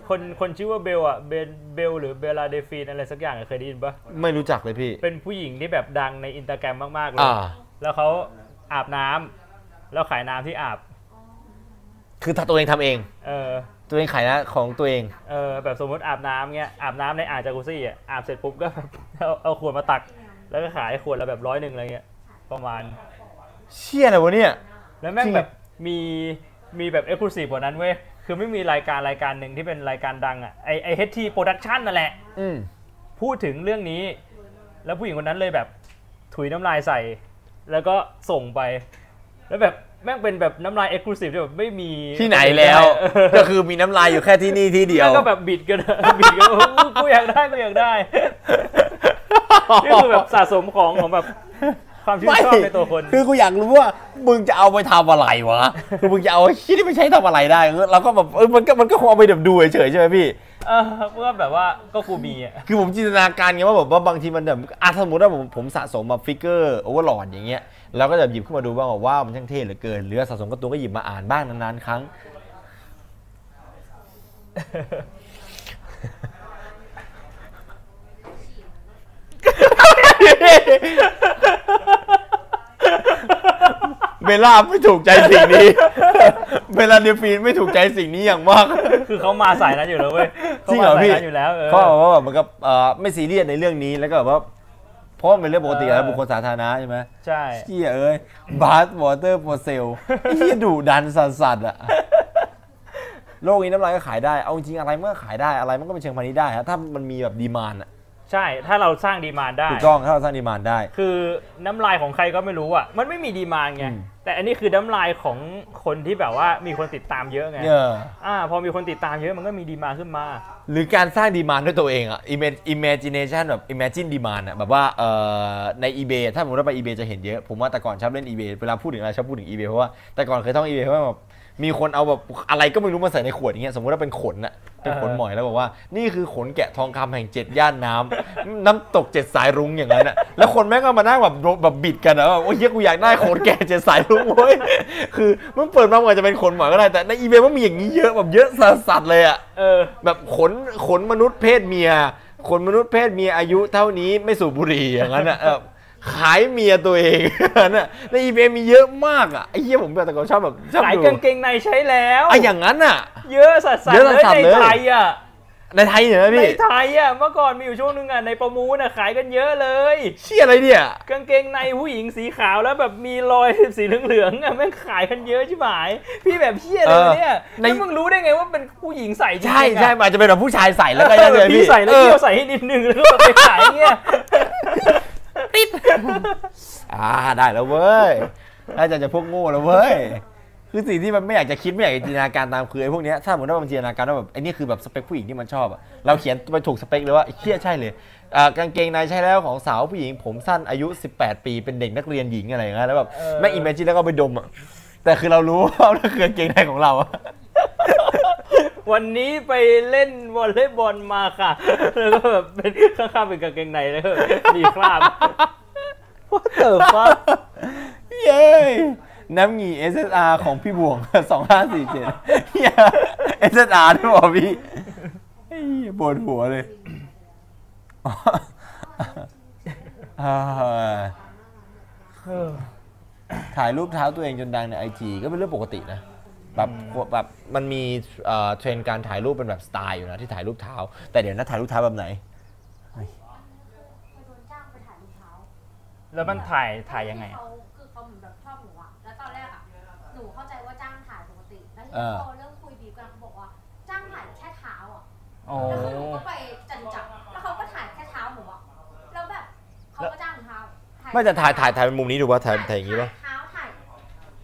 [SPEAKER 2] คนคนชื่อว่าเบลอะเบลเบลหรือเบลลาเดฟินอะไรสักอย่างอะเคยได้ยินปะ
[SPEAKER 1] ไม่รู้จักเลยพี่
[SPEAKER 2] เป็นผู้หญิงที่แบบดังในอินสตาแกรมมากๆเลย
[SPEAKER 1] อ่า
[SPEAKER 2] แล้วเขาอาบน้ำแล้วขายน้ำที่อาบ
[SPEAKER 1] คือถ้าตัวเองทำเอง
[SPEAKER 2] เออ
[SPEAKER 1] ตัวเองขายนะของตัวเอง
[SPEAKER 2] เออแบบสมมติอาบน้ำเงี้ยอาบน้ำในอ่างจากุซี่อ่ะอาบเสร็จปุ๊บก็แบบ เอาเอาขวดมาตัก แล้วก็ขายขวดละแบบร้อยหนึ่งอะไรเงี้ยประมาณ
[SPEAKER 1] เชี่ยอะไรวะเนี่ย
[SPEAKER 2] แล้วแม่ง
[SPEAKER 1] จริง
[SPEAKER 2] แบบมีมีแบบเอ็กซ์คลูซีฟกว่านั้นเว้ยคือไม่มีรายการรายการหนึ่งที่เป็นรายการดังอ่ะไอไอเฮทีโปรดักชันนั่นแหละ
[SPEAKER 1] อืม
[SPEAKER 2] พูดถึงเรื่องนี้ แล้วผู้หญิงคนนั้นเลยแบบถุยน้ำลายใส่ แล้วก็ส่งไป แล้วแบบแม่งเป็นแบบน้ำลายเอ็กซ์คลูซีฟที่แบบไม่มี
[SPEAKER 1] ที่ไหนแล้ว
[SPEAKER 2] เออ
[SPEAKER 1] ก็คือมีน้ำลายอยู่แค่ที่นี่ที่เดียว
[SPEAKER 2] แล้วก็แบบบิดกัน บิดกันว่ากูอยากได้กูอยากได้ นี่คือแบบสะสมของของ แบบความชื่นชอบในตัวคน
[SPEAKER 1] คือกูอยากรู้ว่ามึงจะเอาไปทำอะไรวะ คือมึงจะเอาไอ้ชิ้นที่ไม่ใช้ทำอะไรได้เออเราก็แบบเออมันก็มันก็คงเอาไปแบบดูเฉยๆใช่ไหมพี่
[SPEAKER 2] เออเพื่อแบบว่าก็กูมีอ่ะ
[SPEAKER 1] คือผมจินตนาการไงว่าแบบว่าบางทีมันแบบอ่ะสมมติว่าผมผมสะสมมาฟิกเกอร์โอเวอร์ลอดอย่างเงี้ยแล้วก็จะหยิบขึ้นมาดูบ้างว่าว้าวมันช่างเท่เหลือเกินหรือว่าสะสมการ์ตูนก็หยิบมาอ่านบ้างนานๆครั้ง เบลล่าไม่ถูกใจสิ่งนี้ เบลลาเดฟีนไม่ถูกใจสิ่งนี้อย่างมาก
[SPEAKER 2] คือเขามาสายนั้นอยู่แล้วเว้ย
[SPEAKER 1] จริงเหรอพี่
[SPEAKER 2] ขามาสายนั้นอยู่แล้วเออ
[SPEAKER 1] เขาบอกว่าแบบเหมือนกับเอ่อไม่ซีเรียสในเรื่องนี้แล้วก็แบบว่าเพราะว่ามันเป็นเรื่องปกติ
[SPEAKER 2] เออ
[SPEAKER 1] แล้วบุคคลสาธารณะใช่ไหม
[SPEAKER 2] ใช่
[SPEAKER 1] เชี่ยเอ้ยบาสวอเตอร์โปรเซลเชี่ยดุดันสัสสัส ๆอะโลกนี้น้ำลายก็ขายได้ เอาจริงๆอะไรมันก็ขายได้อะไรมันก็เป็นเชิงพาณิชย์ได้ฮะถ้ามันมีแบบดีมานอะ
[SPEAKER 2] ใช่ถ้าเราสร้างดีมานด์ได้
[SPEAKER 1] ถูกต้องถ้าเราสร้างดีมานได้
[SPEAKER 2] คือน้ำลายของใครก็ไม่รู้อ่ะ มันไม่มีดีมานด์ไง แต่อันนี้คือน้ำลายของคนที่แบบว่ามีคนติดตามเยอะไง
[SPEAKER 1] เออ
[SPEAKER 2] อ่าพอมีคนติดตามเยอะมันก็มีดีมานด์ขึ้นมา
[SPEAKER 1] หรือการสร้างดีมานด้วยตัวเองอะ Ima- imagination แบบ imagine demand อะแบบว่าเอ่อใน eBay ถ้าผมมติว่าไป eBay จะเห็นเยอะ ผมว่าแต่ก่อนชอบเล่น eBay เวลาพูดถึงอะไรชอบพูดถึง eBay เพราะว่าแต่ก่อนเคยท่อง eBay เพราะว่าแบบมีคนเอาแบบอะไรก็ไม่รู้มาใส่ในขวดอย่างเงี้ยสมมติว่าเป็นขนอะเป็นขน
[SPEAKER 2] เออ
[SPEAKER 1] หมอยแล้วบอกว่า นี่คือขนแกะทองคำแห่งเจ็ดย่านน้ำ น้ำตกเจ็ดสายรุ้งอย่างนั้นอะแล้วคนแม่งก็มานั่งแบบโดแบบบิดกันอะว่าโอ้ยเหี้ยกูอยากได้ขนแกะเจ็ดสายรุ้งเว้ยคือมันเปิดมาเหมือนจะเป็นขนหมอยก็ได้แต่ใน eBay มันมีอย่างนี้เยอะแบบเยอะสัสๆเลยอะ
[SPEAKER 2] เออ
[SPEAKER 1] แบบขนขนมนุษย์เพศเมีย ขนมนุษย์เพศเมียอายุเท่านี้ไม่สูบบุหรี่อย่างนั้นอ่ะเออขายเมียตัวเอง นั่นน่ะในอีเบมีเยอะมากอ่ะไอ้เหี้ยผมแบบแต่ก่อนชอบแบบชอบ
[SPEAKER 2] ขาย
[SPEAKER 1] ดู
[SPEAKER 2] กางเกงในใช้แล้ว
[SPEAKER 1] ไอ้อย่างนั้นอ่ะ
[SPEAKER 2] เยอะสัสๆ
[SPEAKER 1] เยอะ
[SPEAKER 2] เลย
[SPEAKER 1] สัสๆ
[SPEAKER 2] ใน
[SPEAKER 1] เลย
[SPEAKER 2] ไทยอ่ะ
[SPEAKER 1] ในไทยเนี่ยนะ
[SPEAKER 2] ใน
[SPEAKER 1] พี่
[SPEAKER 2] ไทยอ่ะเมื่อก่อนมีอยู่ช่วงหนึงอ่ะในประมูลอ่ะขายกันเยอะเลย
[SPEAKER 1] เชี่ยอะไรเนี่ย
[SPEAKER 2] กางเกงในผู้หญิงสีขาวแล้วแบบมีรอย สีเหลืองๆอ่ะแม่งขายกันเยอะใช่ไหมพี่แบบเฮี้ยอะไรวะเนี่ยแล้วมึงรู้ได้ไงว่าเป็นผู้หญิงใส่จริงๆ
[SPEAKER 1] ใช่
[SPEAKER 2] อะ
[SPEAKER 1] ใช่มันอาจจะเป็นแบบผู้ชายใส่แล้วก็
[SPEAKER 2] เอ
[SPEAKER 1] ได้เล
[SPEAKER 2] อย พี่
[SPEAKER 1] พี่
[SPEAKER 2] ใส่แล้ว
[SPEAKER 1] เออ
[SPEAKER 2] พี่เอาใส่ให้นิดนึงแล้วก็ไปขายเงี้ย
[SPEAKER 1] อ่าได้แล้วเว้ยน่าจะจะพวกโง่แล้วเว้ยคือสิ่งที่มันไม่อยากจะคิดไม่อยากจะจินตนาการตามคือไอ้พวกเนี้ยถ้าสมมติว่ามันจินตนาการว่าแบบไอ้นี่คือแบบสเปคผู้หญิงที่มันชอบอะเราเขียนไปถูกสเปคเลยว่าไอ้เชี่ยใช่เลย อ่ากางเกงในใช่แล้วของสาวผู้หญิงผมสั้นอายุ 18 ปีเป็นเด็กนักเรียนหญิงอะไรอย่างเงี้ยแล้วแบบแม่อิมเมจินแล้วก็เอาไปดมอ่ะแต่คือเรารู้ว่า นั่นคือกางเกงในของเราอะ
[SPEAKER 2] วันนี้ไปเล่นวอลเลย์บอลมาค่ะ แล้วก็แบบเป็นข้างๆเป็นกางเกงในแล้วก็มีคราบว่าเติบปะ
[SPEAKER 1] เย้น้ำหงี SSR ของพี่บวง 2547เหี้ย SSR ด้วยเหรอพี่เฮ้ยปวดหัวเลย อ่าถ่ายรูปเท้าตัวเองจนดังในไอจีก็เป็นเรื่องปกตินะ แบบแบบมันมีเอ่อเทรนด์การถ่ายรูปเป็นแบบสไตล์อยู่นะที่ถ่ายรูปเท้า แต่เดี๋ยวนะถ่ายรูปเท้าแบบไหน
[SPEAKER 10] โดนจ้างไปถ่ายรองเท้า
[SPEAKER 2] แล้วมันถ่ายถ่ายยังไงอะ
[SPEAKER 10] เขาคือเขาเหมือนแบบชอบหนูอะแล้วตอนแรกอะหนูเข้าใจว่าจ้างถ่ายปกติ แล้วที
[SPEAKER 1] เอ
[SPEAKER 10] นี้
[SPEAKER 1] อ
[SPEAKER 10] พอเริ่มคุยดีกันเขาบอกว่าจ้างถ่ายแค่เท้าอะ
[SPEAKER 2] อ๋อ
[SPEAKER 10] แล้วคือหนูก็ไปจัดจับแล้วเขาก็ถ่ายแค่เท้าหนูอะแล้วแบบเขาก็จ้างหนูเท้า
[SPEAKER 1] ไม่จะถ่ายถ่ายถ่ายเป็นมุมนี้ดูว่าถ่ายถ่ายอย่างนี้
[SPEAKER 10] นี้
[SPEAKER 1] ป่ะ
[SPEAKER 10] เท้าถ่าย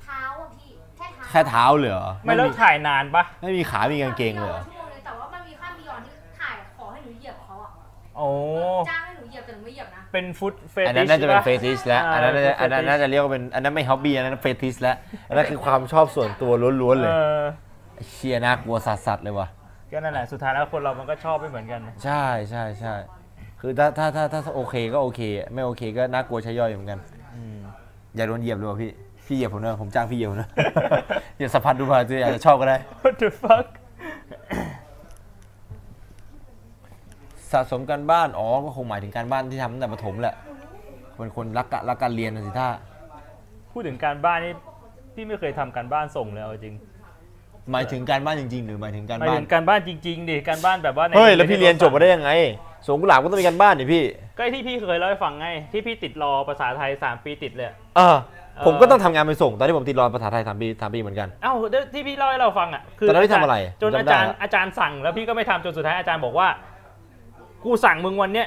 [SPEAKER 10] เท้าอะพี่แค่เท้า
[SPEAKER 1] แค่เท้าเลยเหรอ
[SPEAKER 2] ไม่แล้วถ่ายนานปะ
[SPEAKER 1] ไม่มีขา มีกางเกงเลยเหรอ
[SPEAKER 10] ชั่วโมงเลยแต่ว่ามันมีค่ามีออนที่ถ่ายขอให้หนูเหยียบเขาอะ
[SPEAKER 2] อ๋อ อ๋อ
[SPEAKER 10] จ้างให้หนูเหยียบแต่หนูไม่เหยียบนะ
[SPEAKER 2] เป็นฟุตเฟ
[SPEAKER 1] อัน
[SPEAKER 2] ติ
[SPEAKER 1] นั้น
[SPEAKER 2] ช
[SPEAKER 1] น่าจะเป็น
[SPEAKER 2] ป
[SPEAKER 1] เฟติชแล้วอันนั้นน่าจะ
[SPEAKER 2] อ่า
[SPEAKER 1] อันนั้นน่าจะเรียกว่าเป็นอันนั้นไม่ฮ็อบบี้อันนั้นเฟติชแล้วอันนั้นคือความชอบส่วนตัวล้วนๆเล
[SPEAKER 2] เอย อ
[SPEAKER 1] เชียน่ากลัวสัสๆเลยว่ะ
[SPEAKER 2] ก็นั่นแหละสุดท้ายแล้วคนเรามันก็ชอบไม่เหมือนกันนะ
[SPEAKER 1] ใช่ใช่ใช่คือถ้าถ้าถ้าถ้าโอเคก็โอเค ไม่โอเคก็น่ากลัวใช้ย่อยเหมือนกันอย่าโดนเหยียบเลยว่ะพี่พี่เหยียบผมเนอะผมจ้างพี่เหยียบนะ อย่าสัมผัสดูผ่านสิอาจจะชอบก็ได้
[SPEAKER 2] ว t the fuck
[SPEAKER 1] สะสมการบ้าน อ๋อ ก็คงหมายถึงการบ้านที่ทำตั้งแต่ประถมแหละ เป็นคนรักกะรักการเรียนนะสิท่า
[SPEAKER 2] พูดถึงการบ้านนี่พี่ไม่เคยทำการบ้านส่งเลยเอาจริง
[SPEAKER 1] หมายถึงการบ้านจริง ๆ หรือหมายถึงการ
[SPEAKER 2] หมาย
[SPEAKER 1] บ้าน
[SPEAKER 2] ถึงการบ้านจริงๆดิการบ้านแบบว่าใน
[SPEAKER 1] เฮ้ย แล้วพี่เรียนจบมาได้ยังไง สวนกุหลาบก็ต้องมีการบ้านดิพี่
[SPEAKER 2] ก็ไอ้ที่พี่เคยเล่าให้ฟังไง ที่พี่ติดรอภาษาไทย 3 ปีติดเลยอะ
[SPEAKER 1] เออ
[SPEAKER 2] เออ
[SPEAKER 1] ผมก็ต้องทำงานไปส่ง ตอนที่ผมติดรอภาษาไทยสามปีสามปีเหมือนกัน
[SPEAKER 2] เอ้าเดี๋ยวที่พี่เล่าให้เราฟังอ่ะ
[SPEAKER 1] ตอนนั้นพี่ทำอะไร
[SPEAKER 2] จน
[SPEAKER 1] จำได้
[SPEAKER 2] อาจารย์
[SPEAKER 1] อะ
[SPEAKER 2] อาจารย์สั่งแล้วพี่ก็ไม่ทำจนสุดท้ายอาจารย์บอกว่า กูสั่งมึงวันเนี้ย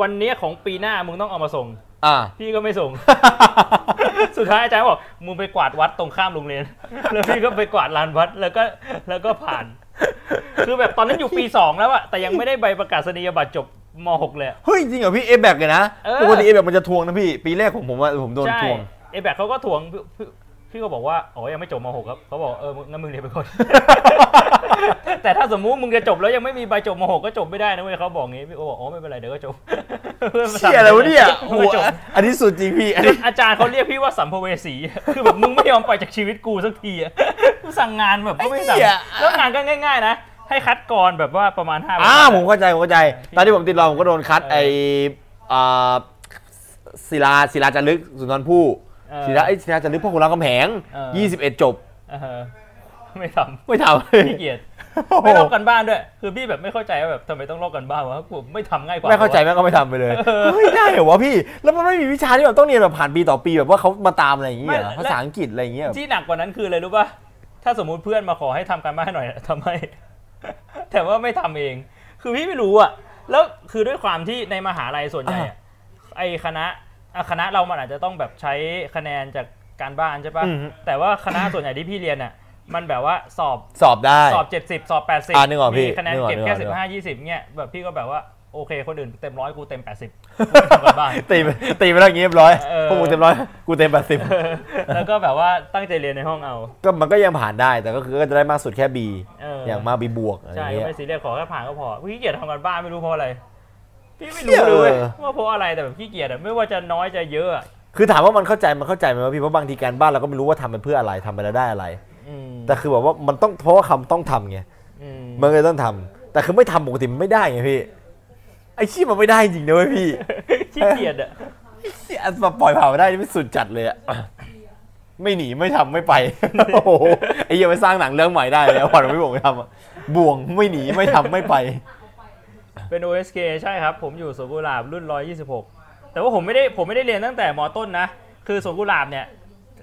[SPEAKER 2] วันเนี้ยของปีหน้ามึงต้องเอามาส่ง
[SPEAKER 1] อ่า
[SPEAKER 2] พี่ก็ไม่ส่ง สุดท้ายอาจารย์บอกมึงไปกวาดวัดตรงข้ามโรงเรียน แล้วพี่ก็ไปกวาดลานวัดแล้วก็แล้วก็ผ่าน คือแบบตอนนั้นอยู่ปี 2 แล้วอะแต่ยังไม่ได้ใบประกาศนียบัตรจบม .6 เลยอะ
[SPEAKER 1] เฮ้ย จริงเหรอพี่เอแบกเลยนะ
[SPEAKER 2] เออ
[SPEAKER 1] ปกติเอแบกมันจะทวงนะพี่ ปีแรกของผมว่าผมโดน
[SPEAKER 2] ใช่
[SPEAKER 1] ทวง
[SPEAKER 2] ไอแบกเขาก็ทวงพี่พี่พี่ก็บอกว่าอ๋อยังไม่จบม .6 ครับเขาบอกเออมึงงั้นมึงเรียนไปก่อน แต่ถ้าสมมุติมึงจะจบแล้วยังไม่มีใบจบม .6 ก็จบไม่ได้นะเว้ยเขาบอกงี้พี่ก็บอกอ๋อไม่เป็นไรเดี๋ยวก็จบ
[SPEAKER 1] เชี่ยอะไรวะเนี่ย
[SPEAKER 2] เพื่
[SPEAKER 1] โอ้
[SPEAKER 2] อ
[SPEAKER 1] โห
[SPEAKER 2] มาจบ
[SPEAKER 1] อันนี้สุดจริงพี่ อันนี้
[SPEAKER 2] อาจารย์เขาเรียกพี่ว่าสัมภเวสี คือแบบมึงไม่ยอมปล่อยจากชีวิตกูสักทีอะกูสั่งงานแบบก็ไม่สั่ง
[SPEAKER 1] ไอ้เหี้ย
[SPEAKER 2] แล้วงานก็ง่าย ๆ นะ ให้คัดกรแบบว่าประมาณห้า
[SPEAKER 1] อ่า
[SPEAKER 2] บรรทัด
[SPEAKER 1] ผมเข้าใจผมเข้าใจ ตอนที่ผมติดรอผมก็โดนคัด
[SPEAKER 2] เออ
[SPEAKER 1] ไออ่าศิลาศิลาจารึกสุนทรภู่
[SPEAKER 2] เออ
[SPEAKER 1] ศิลาไอยศิลาจารึกพ่อขุนรามคำแหง
[SPEAKER 2] เออ
[SPEAKER 1] 21 จบ
[SPEAKER 2] เออไม่ท
[SPEAKER 1] ไม่ทำ
[SPEAKER 2] ำขี้เกียจไม่ลอกกันบ้านด้วย คือพี่แบบไม่เข้าใจว่าแบบทำไมต้องลอกกันบ้านวะกูไม่ทำง่ายกว่า
[SPEAKER 1] ไม่เข้าใจ
[SPEAKER 2] วะ
[SPEAKER 1] แม่งก็ไม่ทำไปเลย
[SPEAKER 2] เออ
[SPEAKER 1] เฮ้ยได้เหรอวะพี่ แล้วมันไม่มีวิชาที่แบบต้องเรียนแบบผ่านปีต่อปีแบบว่าเขามาตามอะไรอย่างเงี้ยเหรอภาษาอังกฤษอะไรอย่างเงี้ยเหรอ
[SPEAKER 2] ที่หนักกว่านั้นคืออะไรรู้ป่ะถ้าสมมุติเพื่อนมาขอให้ทำการบ้านหน่อย ทำให้ แต่ว่าไม่ทำเอง คือพี่ไม่รู้อ่ะ แล้วคือด้วยความที่ในมหาลัยส่วนใหญ่อะไอคณะอะคณะเรามันอาจจะต้องแบบใช้คะแนนจากการบ้านใช่ป่ะ แต่ว่าคณะส่ วนใหญ่ที่พี่เรียนอ่ะ มันแบบว่าสอบ
[SPEAKER 1] สอบได้
[SPEAKER 2] สอบ 70 สอบ 80
[SPEAKER 1] อ่ะนึกออกพี่
[SPEAKER 2] มีคะแนน
[SPEAKER 1] นึกออก
[SPEAKER 2] เก็บแค่
[SPEAKER 1] นึกออก
[SPEAKER 2] 15 20เนี่ยแบบพี่ก็แบบว่าโอเคคนอื่นเต็มร้อยกูเต็ม 80ไม่ ทำกันบ้าน
[SPEAKER 1] ตีไปตีไปแล้วอย่างเงี้ยเรียบร้อย
[SPEAKER 2] เออ
[SPEAKER 1] พวกมึงเต็มร้อยกูเต็มแปดสิบ
[SPEAKER 2] เออแล้วก็แบบว่าตั้งใจเรียนในห้องเอา
[SPEAKER 1] ก็มันก็ยังผ่านได้แต่ก็คือก็จะได้มากสุดแค่ B
[SPEAKER 2] เอออ
[SPEAKER 1] อย่างมาก B บวกอะไรอ
[SPEAKER 2] ใช่
[SPEAKER 1] ย่าง
[SPEAKER 2] ก็
[SPEAKER 1] เงี้ย
[SPEAKER 2] ไม่ซีเรียสขอแค่ผ่านก็พอพี่ขี้เกียจทำกันบ้านไม่รู้เพราะอะไร พี่ไม่
[SPEAKER 1] เหี้ย
[SPEAKER 2] รู้เลยเว้ย
[SPEAKER 1] เออ
[SPEAKER 2] ว่าเพราะอะไรแต่แบบขี้เกียจอะไม่ว่าจะน้อยจะเยอะอะ
[SPEAKER 1] คือถามว่ามันเข้าใจมันเข้าใจไหมวะพี่เพราะบางทีการบ้านเราก็ไม่รู้ว่าทำไปเพื่ออะไรทำไปแล้วได้อะไร
[SPEAKER 2] อืม
[SPEAKER 1] แต่คือแบบว่ามันต้องเพราะว่าคำต้องทำไง
[SPEAKER 2] อืม
[SPEAKER 1] มันก็เลยต้องทำแต่คือไม่ทำปกติมันไม่ได้ไงพี่ไอ้ชี้มันไม่ได้จริงนะเว้ยพี่
[SPEAKER 2] ขี้เกียจอะ
[SPEAKER 1] เชี่ยมาปล่อยผ่านไม่ได้นี่มันสุดจัดเลยอะไม่หนีไม่ทำไม่ไปโอ้โหไอ้เหี้ยังไปสร้างหนังเรื่องใหม่ได้เลยวันไม่บอกไม่ทำอะบ่วงไม่หนีไม่ทำไม่ไป
[SPEAKER 2] เป็น OSK ใช่ครับ ผมอยู่สวนกุหลาบรุ่น 126 แต่ว่าผมไม่ได้ผมไม่ได้เรียนตั้งแต่มต้นนะ คือสวนกุหลาบเนี่ย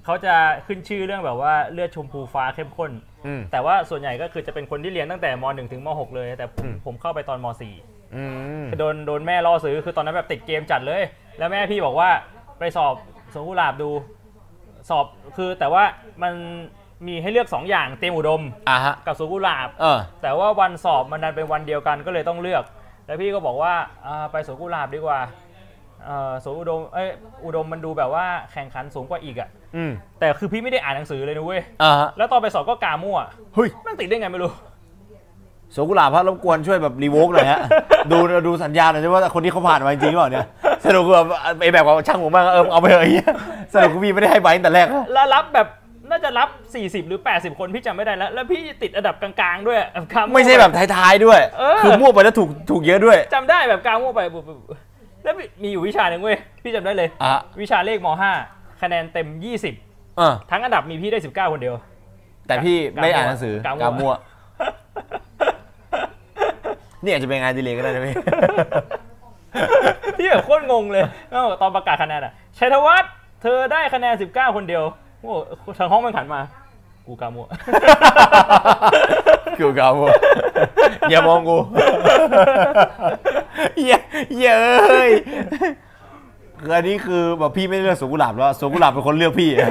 [SPEAKER 2] เขาจะขึ้นชื่อเรื่องแบบว่าเลือดชมพูฟ้าเข้มข้น
[SPEAKER 1] อืม
[SPEAKER 2] แต่ว่าส่วนใหญ่ก็คือจะเป็นคนที่เรียนตั้งแต่ม .1 ถึงม .6 เลย แต่ผมผมเข้าไปตอนม .4
[SPEAKER 1] อืม
[SPEAKER 2] โดนโดนแม่ล่อซื้อคือตอนนั้นแบบติดเกมจัดเลย แล้วแม่พี่บอกว่าไปสอบสวนกุหลาบดู สอบคือแต่ว่ามันมีให้เลือก 2 อย่างเตรียมอุดม
[SPEAKER 1] อ่ะฮะ
[SPEAKER 2] กับสวนกุหลาบ
[SPEAKER 1] เออ
[SPEAKER 2] แต่ว่าวันสอบมันดันเป็นวันเดียวกันก็เลยต้องเลือก แล้วพี่ก็บอกว่าอ่าไปสวนกุหลาบดีกว่าเอ่อสวนอุดมเอ้ยอุดมมันดูแบบว่าแข่งขันสูงกว่าอีกอะ
[SPEAKER 1] อืม
[SPEAKER 2] แต่คือพี่ไม่ได้อ่านหนังสือเลยนะเว้ย
[SPEAKER 1] อ่ะฮะ
[SPEAKER 2] แล้วตอนไปสอบก็กามั่ว
[SPEAKER 1] เฮ้ย
[SPEAKER 2] แมันติดได้ไงไม่รู้
[SPEAKER 1] สวนกุหลาบพระรบกวนช่วยแบบรีโวกหน่อยฮะ ดูดูสัญญาณหน่อยใช่ว่าคนที่เขาผ่านมาจริงหรือเปล่าเนี่ยสรุปคือแบบไอ้แบบว่าช่างผมบ้างเออเอาไปเถอะไอ้เหี้ยสรุปคือพี่ไม่ได้ให้ใบตั้งแต่แรกอะ
[SPEAKER 2] แล้วรับแบบน่าจะรับ 40 หรือ 80 คนพี่จำไม่ได้แล้ว แล้วพี่ติดอันดับกลางๆ ด้วยกาโ
[SPEAKER 1] ไม่ใช่แบบท้ายๆด้วย
[SPEAKER 2] เออ
[SPEAKER 1] คือมั่วไปแล้วถูกถูกเยอะด้วย
[SPEAKER 2] จำได้แบบกลางมั่วไปปุ๊บปุ๊บปุ๊บแล้วมีอยู่วิชาหนึ่งเว้ย พี่จำได้เลย
[SPEAKER 1] อ่ะ
[SPEAKER 2] วิชาเลขม .5 คะแนนเต็ม 20
[SPEAKER 1] เออ
[SPEAKER 2] ทั้งอันดับมีพี่ได้ 19 คนเดียว
[SPEAKER 1] แต่พี่ไม่อ่านหนังสือ
[SPEAKER 2] าก
[SPEAKER 1] กา มั่
[SPEAKER 2] มั่ว
[SPEAKER 1] วนี่อาจจะเป็นงานอดีเลยก็ได้ นะพี่
[SPEAKER 2] พี่แบบโคตรงงเลยแล้วตอนประกาศคะแนนอ่ะชัยธวัฒน์เธอได้คะแนน 19 คนเดียวโอ้โหทางห้องมันขันมา กูกามั่ว
[SPEAKER 1] กูกามั่วอย่ามองกูเหี้ยเย้ยคืออันนี้คือแบบพี่ไม่ได้เลือกสวนกุหลาบแล้วสวนกุหลาบเป็นคนเลือกพี่อะ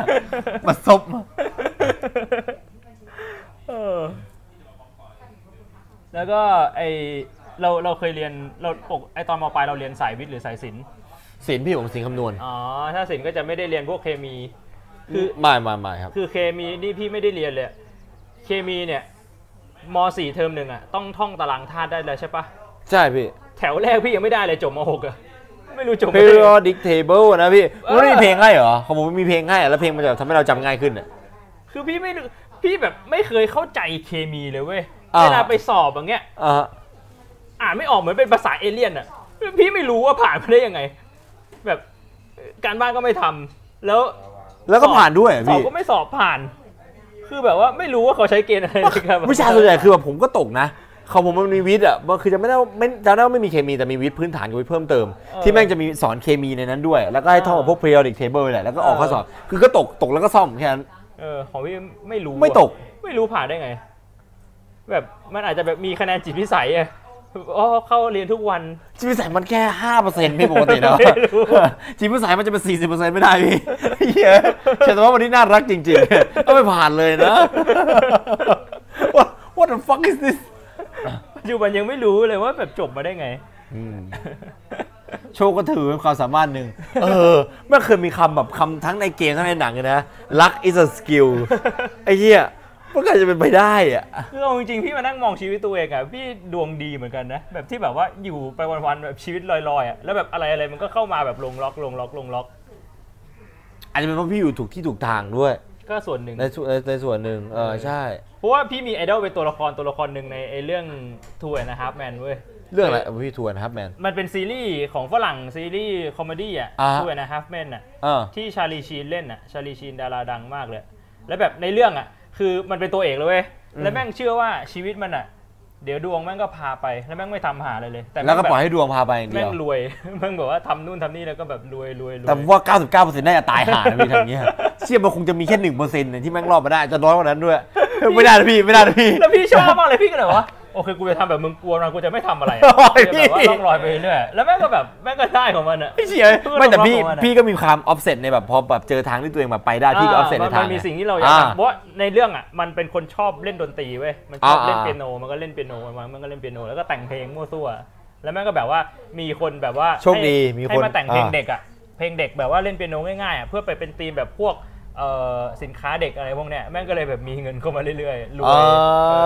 [SPEAKER 1] มาซบ
[SPEAKER 2] เออแล้วก็ไอ เราเราเคยเรียนเราปกไอตอนมปลายเราเรียนสายวิทย์หรือสายศิลป์
[SPEAKER 1] ศิลป์พี่ผมศิลป์คำนวณ
[SPEAKER 2] อ๋อถ้าศิลป์ก็จะไม่ได้เรียนพวกเคมี คือ
[SPEAKER 1] ไม่ไม่ไม่ครับ
[SPEAKER 2] คือเคมีนี่พี่ไม่ได้เรียนเลยเคมีเนี่ยม .4 เทอมหนึ่งอ่ะต้องท่องตารางธาตุได้แล้วใช่ปะ
[SPEAKER 1] ใช่พี่
[SPEAKER 2] แถวแรกพี่ยังไม่ได้เลยจบม .6 อ่ะไม่รู้จบไป
[SPEAKER 1] periodic table นะพี่
[SPEAKER 2] เออ
[SPEAKER 1] มันไม่มีเพลงให้เหรอของผมมันมีเพลงให้อะแล้วเพลงมันจะทำให้เราจำง่ายขึ้นอะ
[SPEAKER 2] คือพี่ไม่รู้พี่แบบไม่เคยเข้าใจเคมีเลยเว้ย
[SPEAKER 1] อ่า
[SPEAKER 2] เวลาไปสอบอย่างเงี้ย
[SPEAKER 1] อ่าฮะ
[SPEAKER 2] อ่านไม่ออกเหมือนเป็นภาษาเอเลี่ยนอ่ะ พี่ไม่รู้ว่าผ่านมาได้ยังไง แบบเอ่อการบ้านก็ไม่ทำแล้ว
[SPEAKER 1] แล้วก็ผ่านด้วยอะ
[SPEAKER 2] สอบ
[SPEAKER 1] พี่
[SPEAKER 2] ก็ไม่สอบผ่าน คือแบบว่าไม่รู้ว่าเขาใช้เกณฑ์อะไรในการ
[SPEAKER 1] วิชาส่วนใหญ่คือแบบผมก็ตกนะของผมมันมีวิทย์อ่ะมันคือจะไม่ได้ว่าไม่จะได้ว่าไม่มีเคมีแต่มีวิทย์พื้นฐานกับวิทย์เพิ่มเติม ที่แม่งจะมีสอนเคมีในนั้นด้วย แล้วก็ให้ท่องกับพวก periodic table แหละแล้วก็ออกข้อสอบคือก็ตกตกแล้วก็ซ่อมแค่นั้น
[SPEAKER 2] เออของพี่ไม่รู้อะ
[SPEAKER 1] ไม่ตก
[SPEAKER 2] ไม่รู้ผ่านได้ไง แบบมันอาจจะแบบมีคะแนนจิตวิสัยอ่ะอ๋อเข้าเรียนทุกวัน
[SPEAKER 1] จิตวิสัยมันแค่ห้าเปอร์เซ็นต์พี่ปกติแล้ว
[SPEAKER 2] ไม่รู้
[SPEAKER 1] จิตวิสัยมันจะเป็นสี่สิบเปอร์เซ็นต์ไม่ได้พี่เหี้ยแต่ว่าวันนี้น่ารักจริงๆก็ไม่ผ่านเลยนะ What- What the fuck is this
[SPEAKER 2] ปัจจุบันยังไม่รู้เลยว่าแบบจบมาได้ไง
[SPEAKER 1] โชว์ก็ถือเป็นความสามารถหนึ่ง เออไม่เคยมีคำแบบคำทั้งในเกมทั้งในหนังเลยนะ luck is a skill ไอ้เหี้ยมันก็อาจจะเป็นไปได้อะ
[SPEAKER 2] คือเอาจริงๆพี่มานั่งมองชีวิตตัวเองอะพี่ดวงดีเหมือนกันนะแบบที่แบบว่าอยู่ไปวันๆแบบชีวิตลอยๆอะแล้วแบบอะไรอะไรๆมันก็เข้ามาแบบลงล็อกลงล็อกลงล็อก
[SPEAKER 1] อาจจะเป็นเพราะพี่อยู่ถูกที่ถูกทางด้วย
[SPEAKER 2] ก็ส่วนหนึ่ง
[SPEAKER 1] ในส่วนในส่วนหนึ่งเออใช่
[SPEAKER 2] เพราะว่าพี่มีไอดอลเป็นตัวละครตัวละครหนึ่งในไอเรื่องทัวร์นะครับแมนเว้ย
[SPEAKER 1] เรื่องอะไรพี่ทวนครับแมน
[SPEAKER 2] มันเป็นซีรีส์ของฝรั่งซีรีส์คอมเมดี้อะ
[SPEAKER 1] อ่า
[SPEAKER 2] ทัวร์นะครับแมนอะ
[SPEAKER 1] เออ
[SPEAKER 2] ที่ชาลีชีนเล่นอะชาลีชีนดาราดังมากเลย แล้วแบบในเรื่องอะคือมันเป็นตัวเอกเลยเว้ยแล้วแม่งเชื่อว่าชีวิตมันอะเดี๋ยวดวงแม่งก็พาไปแล้วแม่งไม่ทำหาอะไรเลยต่ม่ง
[SPEAKER 1] แล้วก็
[SPEAKER 2] บบ
[SPEAKER 1] ปล่อยให้ดวงพาไปอย่างเดี
[SPEAKER 2] แม่
[SPEAKER 1] ยว
[SPEAKER 2] งรวย แม่งแบบว่าทำนู่นทำนี่แล้วก็แบบรวยรวยรวย
[SPEAKER 1] แต่ผมว่า 99%น่าจะตายห่านะพี่ทำเงี้ย เชื่อมันคงจะมีแค่ 1%นะที่แม่งรอดมาได้อาจจะน้อยกว่านั้นด้วย ไม่ได้นะพี่ ไม่ได้นะพี่
[SPEAKER 2] แล้วพี่ชอบมากเลยพี่ก็เลยว่าโอเคกูจะทำแบบมึงกลัวนะกูจะไม่ทำอะไรอะ
[SPEAKER 1] โอ้ย
[SPEAKER 2] จะแบบว่า
[SPEAKER 1] พี่
[SPEAKER 2] ต้องลอยไปเรื่อยแล้วแม่งก็แบบแม่งก็ได้ของมันอะ
[SPEAKER 1] ไม่เชื่อไม่แต่พี่
[SPEAKER 2] ของนอะ
[SPEAKER 1] พี่ก็มีความออฟเซ็ตในแบบพอแบบเจอทางที่ตัวเองแบบไปได้พี่ก็ออฟเซ็ตใน
[SPEAKER 2] า
[SPEAKER 1] ทาง
[SPEAKER 2] มันมี
[SPEAKER 1] ไ
[SPEAKER 2] สิ่งที่เราอยากทำ
[SPEAKER 1] อ่า
[SPEAKER 2] เพราะว่าในเรื่องอ่ะมันเป็นคนชอบเล่นดนตรีเว้ยมันชอบ
[SPEAKER 1] อ่า
[SPEAKER 2] เล่นเปียโนมันก็เล่นเปียโนมันมันก็เล่นเปียโนแล้วก็แต่งเพลงมั่วซั่วแล้วแม่งก็แบบว่ามีคนแบบว่า
[SPEAKER 1] โชคดี
[SPEAKER 2] ให้
[SPEAKER 1] มีคน
[SPEAKER 2] ให้มาแต่งเพลง
[SPEAKER 1] อ่า
[SPEAKER 2] เด็กอ่ะเพลงเด็กแบบว่าเล่นเปียโนง่ายๆอะเพื่อไปเป็นธีมแบบพวกเอ่อสินค้าเด็กอะไรพวกเนี้ยแม่งก็เลยแบบมีเงินเข้ามาเรื่อยๆรวย
[SPEAKER 1] อ่า
[SPEAKER 2] เอ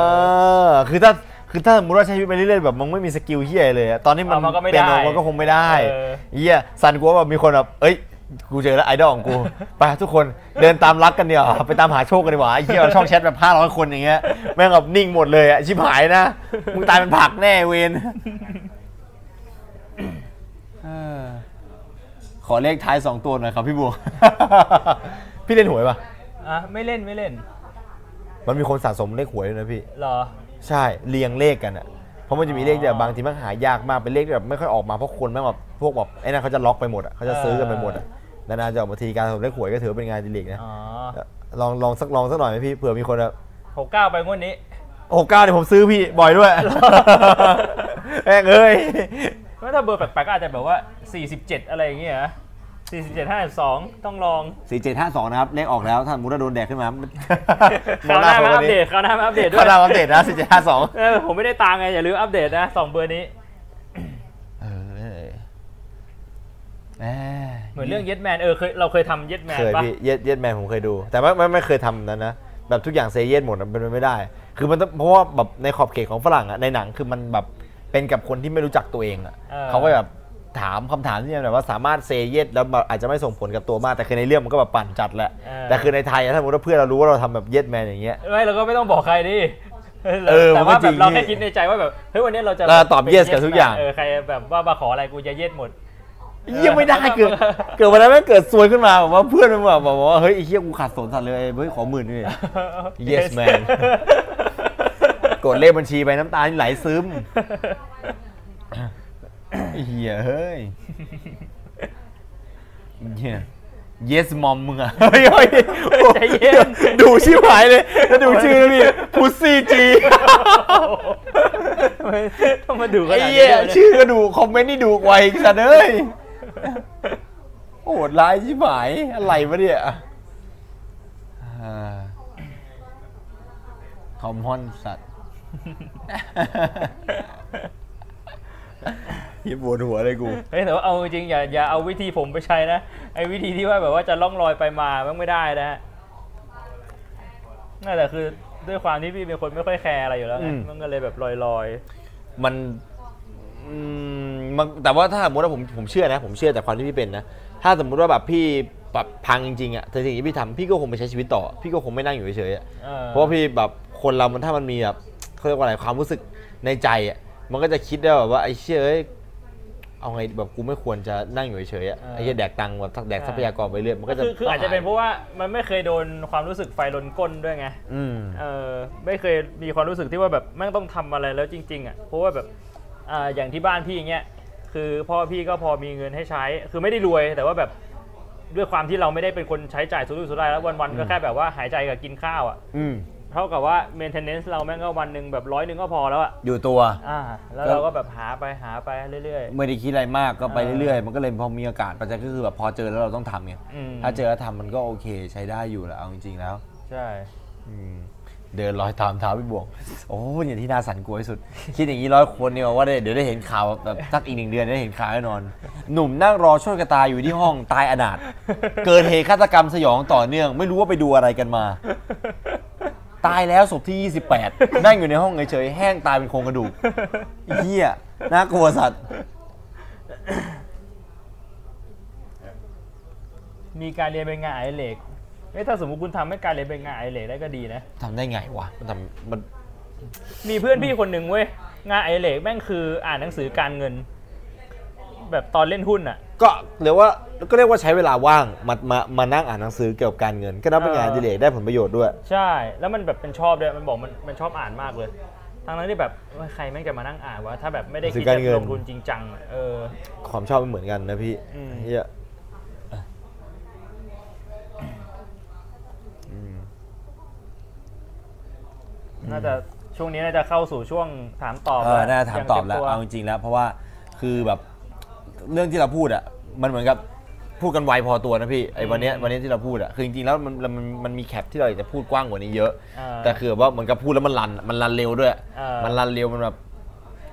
[SPEAKER 2] อ
[SPEAKER 1] คือถ้าคือถ้าสมมติว่าใช้ชีวิตไปเรื่อยๆแบบมึงไม่มีสกิลเฮียเลยอะตอนนี้มัน
[SPEAKER 2] เอามันก็ไม่
[SPEAKER 1] เปียโน
[SPEAKER 2] ได้
[SPEAKER 1] มันก็คงไม่ได้
[SPEAKER 2] เออ
[SPEAKER 1] เฮียสันกูว่าแบบมีคนแบบเอ้ยกูเจอแล้วไอดอลของกู ไปทุกคนเดินตามรักกันเดียวาไปตามหาโชคกันดีกว่าไอ้เฮียช่องแชทแบบ500คนอย่างเงี้ยแม่งแบบนิ่งหมดเลยอะชิบหายนะมึงตายเป็นผักแน่เวนเออขอเลขท้ายสองตัวหน่อยครับพี่บัว พี่เล่นหวยปะ
[SPEAKER 2] อ่ะไม่เล่นไม่เล่น
[SPEAKER 1] มันมีคนสะสมเลขหวยด้วยนะพี่
[SPEAKER 2] เหรอ
[SPEAKER 1] ใช่เรียงเลขกันอะเพราะมันจะมีเลขที่แบบบางทีมันหายากมากเป็นเลขที่แบบไม่ค่อยออกมาเพราะคนแม่งแบบพวกแบบไอ้นั่นเขาจะล็อกไปหมดอะเขาจะซื้อกันไปหมดอะนานๆจะออกมาทีการสมเลขหวยก็ถือว่าเป็นงานอดิเรกนะ
[SPEAKER 2] อ๋อ
[SPEAKER 1] ลองลองสักลองสักหน่อยไหมพี่เผื่อมีคนแบบ
[SPEAKER 2] หกเก้าไปงวดนี้
[SPEAKER 1] โอ้เก้าเดี๋ยวผมซื้อพี่บ่อยด้วย แม่งเอ้ย
[SPEAKER 2] แล้วถ้าเบอร์แปลกๆก็อาจจะแบบว่า 47 อะไรอย่างเงี้ยนะ47 52 ต้องลอง
[SPEAKER 1] สี่เจ็ดห้าสองนะครับเลขออกแล้วถ้าสมมุติว่าโดนแดกขึ้นมา
[SPEAKER 2] คราวหน้ามาอัปเดตคราวหน้ามาอัปเดตด้ว
[SPEAKER 1] ข้าวย หน้ามาอัปเดตนะสี่เจ็ดห้าสอง
[SPEAKER 2] เออผมไม่ได้ตามไง อย่าลืมอัปเดตนะสองเบอร์นี้ เหมือนเรื่องเย็ดแมนเออเคยเราเคยทำเย็ดแมน
[SPEAKER 1] เคย
[SPEAKER 2] ปะ
[SPEAKER 1] พี่เย็ดเย็ดแมนผมเคยดู แต่ว่าไม่ไม่เคยทำนั้นนะ แบบทุกอย่างเซเยสหมดอะเป็นไปไม่ได้ คือมันต้องเพราะว่าแบบในขอบเขตของฝรั่งอะในหนังคือมันแบบเป็นกับคนที่ไม่รู้จักตัวเองอะ
[SPEAKER 2] ออ
[SPEAKER 1] เขาก็แบบถามคำถามที่แบบว่าสามารถเซเยสแล้วแบบอาจจะไม่ส่งผลกับตัวมากแต่คือในเรื่องมันก็แบบปั่นจัดแหละ
[SPEAKER 2] เออ
[SPEAKER 1] แต่คือในไทยอะถ้าสมมติว่าเพื่อนเรารู้ว่าเราทำแบบเย็ดแมนอย่างเงี้ย
[SPEAKER 2] ไม่เราก็ไม่ต้องบอกใครดิ
[SPEAKER 1] เออ
[SPEAKER 2] แต่ว่า
[SPEAKER 1] มันก็
[SPEAKER 2] แบบ
[SPEAKER 1] จริง
[SPEAKER 2] เราแค่คิดในใจว่าแบบเฮ้ยวันนี้เราจะ
[SPEAKER 1] เราตอบ
[SPEAKER 2] ป็น
[SPEAKER 1] yes กับ
[SPEAKER 2] yes
[SPEAKER 1] ทุกอย่าง
[SPEAKER 2] เออใครแบบว่ามาขออะไรกูจะเย็ดหมด
[SPEAKER 1] เยี่ยไม่ได้เกิดเกิดวันนั้นแม่งเกิดซวยขึ้นมาแบบว่าเพื่อนมันแบบบอกว่าเฮ้ยไอ้เหี้ยกูขาดสนสัตว์เลยเฮ้ยขอหมื่นหนึง ดิ Yes man กดเลขบัญชีไปน้ำตาไหลซึ ม ไอ้เหี้ยเฮ้ย เหี้ย yes mom มึงอะเฮ้ยเฮ้ย
[SPEAKER 2] ใจเย็น
[SPEAKER 1] ดูชื่อหายเลย แล้วดูชื่อแล้วพี่พุซซี่จี
[SPEAKER 2] ทำไมต้องมาดูข
[SPEAKER 1] ไอ้
[SPEAKER 2] นาด
[SPEAKER 1] เหี้
[SPEAKER 2] นี้
[SPEAKER 1] ย
[SPEAKER 2] ด้วย
[SPEAKER 1] ชื่อก็ดู คอมเมนต์นี่ดูไวสัตว์เอ้ยโหดร้ายชิบหาย อะไรวะเนี่ยอ่าคอมฮอนสัตว์ ยิบปวดหัวเลยกู
[SPEAKER 2] เฮ้ยแต่ว่าเอาจริงๆอย่าอย่าเอาวิธีผมไปใช้นะไอ้วิธีที่ว่าแบบว่าจะล่องลอยไปมามันไม่ได้นะฮะนั่นแหละคือด้วยความที่พี่เป็นคนไม่ค่อยแคร์อะไรอยู่แล้วไง
[SPEAKER 1] อืม
[SPEAKER 2] มันก็เลยแบบลอย
[SPEAKER 1] มันอืมมันแต่ว่าถ้าสมมติว่าผมผมเชื่อนะ ผมเชื่อแต่ความที่พี่เป็นนะ ถ้าสมมติว่าแบบพี่แบบพังจริงๆอ่ะแต่สิ่งที่พี่ทำพี่ก็คงไปใช้ชีวิตต่อ พี่ก็คงไม่นั่งอยู่เฉยๆอะ
[SPEAKER 2] ๆออ
[SPEAKER 1] เพราะว่าพี่แบบคนเรามันถ้ามันมีแบบเขาเรียกว่าอะไรความรู้สึกในใจอ่ะมันก็จะคิดได้แบบว่าไอ้เชื่อเอ้ยเอาไงแบบกูไม่ควรจะนั่งอยู่เฉยๆอะไอ้เหี้ยแดกตังค์แบบแดกทรัพยากรไปเรื่อยมันก็จะ
[SPEAKER 2] คือคืออาจจะเป็นเพราะว่ามันไม่เคยโดนความรู้สึกไฟลนก้นด้วยไง
[SPEAKER 1] อืม
[SPEAKER 2] เออไม่เคยมีความรู้สึกที่ว่าแบบแม่งต้องทำอะไรแล้วจริง ๆอ่ะเพราะว่าแบบอ่าอย่างที่บ้านพี่อย่างเงี้ยคือพ่อพี่ก็พอมีเงินให้ใช้ คือไม่ได้รวยแต่ว่าแบบด้วยความที่เราไม่ได้เป็นคนใช้จ่ายสุรุ่ยสุร่ายแล้ววันๆก็แค่แบบว่าหายใจกับกินข้าวอ่ะ
[SPEAKER 1] อืม
[SPEAKER 2] เท่ากับว่า maintenance เราแม่งก็วันหนึ่งแบบร้อยหนึ่งก็พอแล้วอ่ะ
[SPEAKER 1] อยู่ตัว
[SPEAKER 2] อ่า แล้วเราก็แบบหาไปหาไปเรื่อย
[SPEAKER 1] ไม่ได้คิดอะไรมากก็ไป
[SPEAKER 2] เออ
[SPEAKER 1] เรื่อยๆ มันก็เลยพอมีอากาศปัจจัยก็คือแบบพอเจอแล้วเราต้องทำไง
[SPEAKER 2] อืม
[SPEAKER 1] ถ้าเจอแล้วทำมันก็โอเคใช้ได้อยู่แหละเอาจริงๆแล้ว
[SPEAKER 2] ๆใช่
[SPEAKER 1] อืมเดินรอยตามเท้าพี่บวงโอ้ยอย่างที่น่าสันกลัวที่สุด คิดอย่างนี้ร้อยคนเนี่ยว่าได้เดี๋ยวได้เห็นข่าวแบบสักอีกหนึ่งเดือนได้เห็นข่าวแน่นอน หนุ่มนั่งรอโช่วยกระตายอยู่ที่ห้องตายอนาถเกิดเหตุฆาตกรรมสยองต่อเนื่อง ไม่รู้ว่าไปดูอะไรกันมา ตายแล้วศพที่ 28 นั่งอยู่ในห้องเฉยๆแห้งตายเป็นโครงกระดูกเหี้ยน่ากลัวสัตว์
[SPEAKER 2] มีการเรียนเป็นงานอดิเรกเอ้ยถ้าสมมติคุณทำให้การเรียนเป็นงานอดิเรกได้ก็ดีนะ
[SPEAKER 1] ทำได้ไงวะ มันทำมัน
[SPEAKER 2] มีเพื่อนพี่คนหนึ่งเว้ยงานไอดิเลกแม่งคืออ่านหนังสือการเงิน แบบตอนเล่นหุ้นอ่ะ
[SPEAKER 1] ก็เรียกว่าก็เรียกว่าใช้เวลาว่างมามามานั่งอ่านหนังสือเกี่ยวกับการเงิน ก็นับเป็นงานอดิเลกได้ผลประโยชน์ด้วย
[SPEAKER 2] ใช่แล้วมันแบบเป็นชอบด้วยมันบอกมันมันชอบอ่านมากเลยทั้งนั้นที่แบบเอ้ยใครแม่งจะมานั่งอ่านวะถ้าแบบไม่ได้
[SPEAKER 1] หนังสื
[SPEAKER 2] คิด
[SPEAKER 1] อการเงิน
[SPEAKER 2] จะลงทุนจริงจังอะเออ
[SPEAKER 1] ความชอบไม่เหมือนกันนะพี่
[SPEAKER 2] อืม
[SPEAKER 1] เฮีย
[SPEAKER 2] น่าจะช่วงนี้น่าจะเข้าสู่ช่วงถามตอบ
[SPEAKER 1] เออน่าถามตอบ
[SPEAKER 2] ย่ง
[SPEAKER 1] แล้
[SPEAKER 2] เจ็
[SPEAKER 1] ว
[SPEAKER 2] ตั
[SPEAKER 1] เอาจริงๆแล้ว เพราะว่าคือแบบเรื่องที่เราพูดอ่ะ มันเหมือนกับพูดกันไวพอตัวนะพี่ ไอ้วันเนี้ยวันเนี้ยที่เราพูดอ่ะ คือจริงๆแล้วมันมันมันมีแคปที่เราอยากจะพูดกว้างกว่านี้เยอะ
[SPEAKER 2] เออ
[SPEAKER 1] แต่คือแบบว่าเหมือนกับพูดแล้วมันรัน มันรันเร็วด้วย
[SPEAKER 2] เออ
[SPEAKER 1] มันรันเร็ว มันแบบ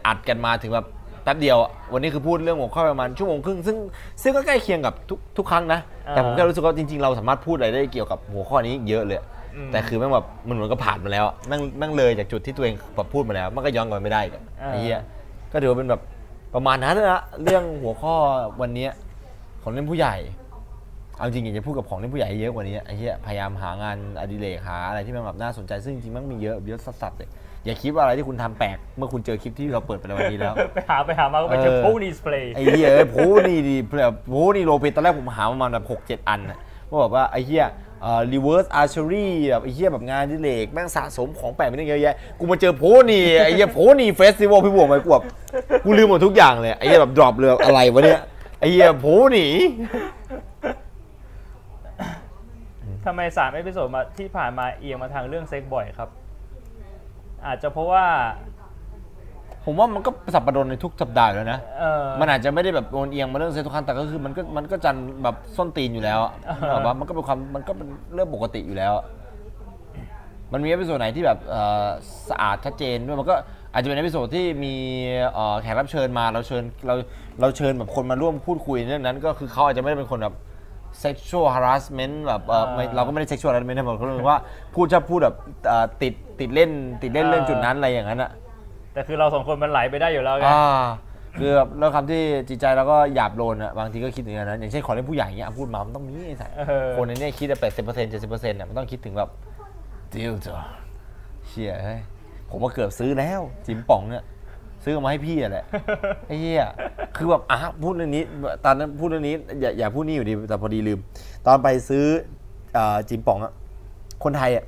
[SPEAKER 1] อัดกันมาถึงแบบแป๊บเดียวอะวันนี้คือพูดเรื่องหัวข้อประมาณชั่วโมงครึ่ง ซึ่งซึ่งก็ใกล้เคียงกับทุกทุกครั้งนะ แต่ผมแค่รู้สึกว่าจริง ๆ เราสามารถพูดอะไรได้เกี่ยวกับหัวข้อนี้เยอะเลย
[SPEAKER 2] อืม
[SPEAKER 1] แต่คือแม่งแบบมันเหมือนกับผ่านมาแล้วอะแม่งแม่งเลยจากจุดที่ตัวเองแบบพูดมาแล้ว มันก็ย้อนกลับไปไม่ได้อีกอะ
[SPEAKER 2] เออ
[SPEAKER 1] ไอ้เหี้ยก็ถือว่าเป็นแบบประมาณนั้นนะเรื่องหัวข้อวันเนี้ยของเล่นผู้ใหญ่ เอาจริงอยากจะพูดกับของเล่นผู้ใหญ่เยอะกว่านี้ไอ้เหี้ยพยายามหางานอดิเรกหาอะไรที่มันแบบน่าสนใจซึ่งจริงๆมันมีเยอะเยอะสัสๆเลยอย่าคิดว่าอะไรที่คุณทำแปลกเมื่อคุณเจอคลิปที่เราเปิดไปในวันนี้แล้ว
[SPEAKER 2] ไปหาไปหามาก็ไปเจอ
[SPEAKER 1] เออ
[SPEAKER 2] โพูนีสเพลย์
[SPEAKER 1] ไอ้เหี้ยเอ้ยโพนี่ดีแบบโพนี่โลเปตตอนแรกผมหาประมาณแบบหกเจ็ดอันน่ะว่าแบบว่าไอ้เหี้ยเอ่อรีเวิร์สอาร์เชอรี่แบบไอ้เหี้ยแบบงานอดิเลกแม่งสะสมของแปลกไปตั้งเยอะแยะกูมาเจอโพนี่ไอ้เหี้ยโพนี่เฟสติวัลพี่บวงไปกูแบบกูลืมหมดทุกอย่างเลยไอ้เหี้ยแบบดรอปเลยแบบอะไรวะเนี่ยไอ้เหี้ยโพนี่
[SPEAKER 2] ทำไมสามเอพิโซดมาที่ผ่านมาเอียงมาทางเรื่องเซ็กบ่อยครับ อาจจะเพราะว่า
[SPEAKER 1] ผมว่ามันก็สับประดนในทุกสัปดาห์อยู่แล้วนะ
[SPEAKER 2] เออ
[SPEAKER 1] มันอาจจะไม่ได้แบบโอนเอียงมาเรื่องเซ็กทุกครั้งแต่ก็คือมันก็มันก็จันแบบส้นตีนอยู่แล้วอะ
[SPEAKER 2] อ่า
[SPEAKER 1] นึ
[SPEAKER 2] ฮะ
[SPEAKER 1] กออกปะมันก็เป็นความมันก็เป็นเรื่องปกติอยู่แล้วอะมันมีเอพิโซดไหนที่แบบเอ่อสะอาดชัดเจนด้วยมันก็อาจจะเป็นเอพิโซดที่มีเอ่อแขกรับเชิญมาเราเชิญเราเราเชิญแบบคนมาร่วมพูดคุยเรื่องนั้น ก็คือเขาอาจจะไม่ได้เป็นคนแบบ sexual harassment แบบเอ่อไม่เราก็ไม่ได้ sexual harassment นะผมเขาเรียกว่าพูดชอบพูดแบบเอ่อติดติดเล่นติดเล่นเรื่องจุดนั้นอะไรอย่างนั้นอะ
[SPEAKER 2] แต่คือเราสองคนมันไหลไปได้อยู่แล้วไง
[SPEAKER 1] อ่าคือแบบแล้วคำที่จิตใจเราก็หยาบโลนอะบางทีก็คิดถึงอย่างนั้นอย่างเช่นของเล่นผู้ใหญ่เงี้ยอ่ะพูดมามันต้องมีไอ้สัตว์
[SPEAKER 2] เออ
[SPEAKER 1] คนในเนี้คิดแต่แปดสิบเปอร์เซ็นต์เจ็ดสิบเปอร์เซ็นต์่ะมันต้องคิดถึงแบบดิวจ้ะเชี่ยเฮ้ยผมมาเกือบซื้อแล้วจิมป๋องเนี่ยซื้อมาให้พี่อะแหละไอ้เหี้ยคือแบบอ่ะพูดเรื่องนี้ตอนนั้นพูดเรื่องนี้อย่าอย่าพูดนี่อยู่ดีแต่พอดีลืม ตอนไปซื้อเอ่อจิมป๋องอะคนไทยอะ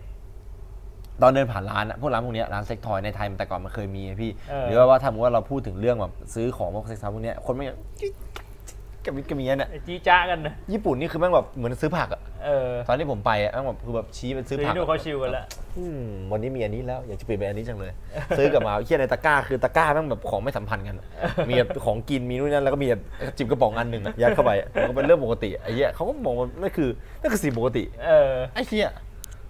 [SPEAKER 1] ตอนเดินผ่านร้านอะพวกร้านพวกเนี้ยร้านเซ็กทอยในไทยมันแต่ก่อนมันเคยมีไงพี่
[SPEAKER 2] เออ
[SPEAKER 1] หรือว่าว่าถ้าสมมติว่าเราพูดถึงเรื่องแบบซื้อของพวกเซ็กทอยพวกเนี้ยคนไม่งกับมิดกับเมียเนี่ย
[SPEAKER 2] ไอ้จี้จ้ากันนะ
[SPEAKER 1] ญี่ปุ่นนี่คือแม่งแบบเหมือนซื้อผักอะ
[SPEAKER 2] เออ
[SPEAKER 1] ตอนที่ผมไปอะแม่งแบบคือแบบชี้ไปซื้
[SPEAKER 2] คือ อ
[SPEAKER 1] ผัก
[SPEAKER 2] ที่ดูนเขาชิวกันแล้ว
[SPEAKER 1] อืมวันนี้มีอันนี้แล้วอยากจะเปลี่ยนไปอันนี้จังเลย ซื้อกลับมาเฮียในตะกร้าคือตะกร้าแม่งแบบของไม่สัมพันธ์กันอะมีแบบของกินมีนู่นนั่นแล้วก็มีแบบจิบกระป๋องอันหนึ่งอะยัดเข้าไปอะมันก็เป็นเรื่องปกติไอ้เหี้ยเขาก็มองว่านั่นคือนั่นคือสิ่งปกติ
[SPEAKER 2] เออ
[SPEAKER 1] ไอ้เชี่ย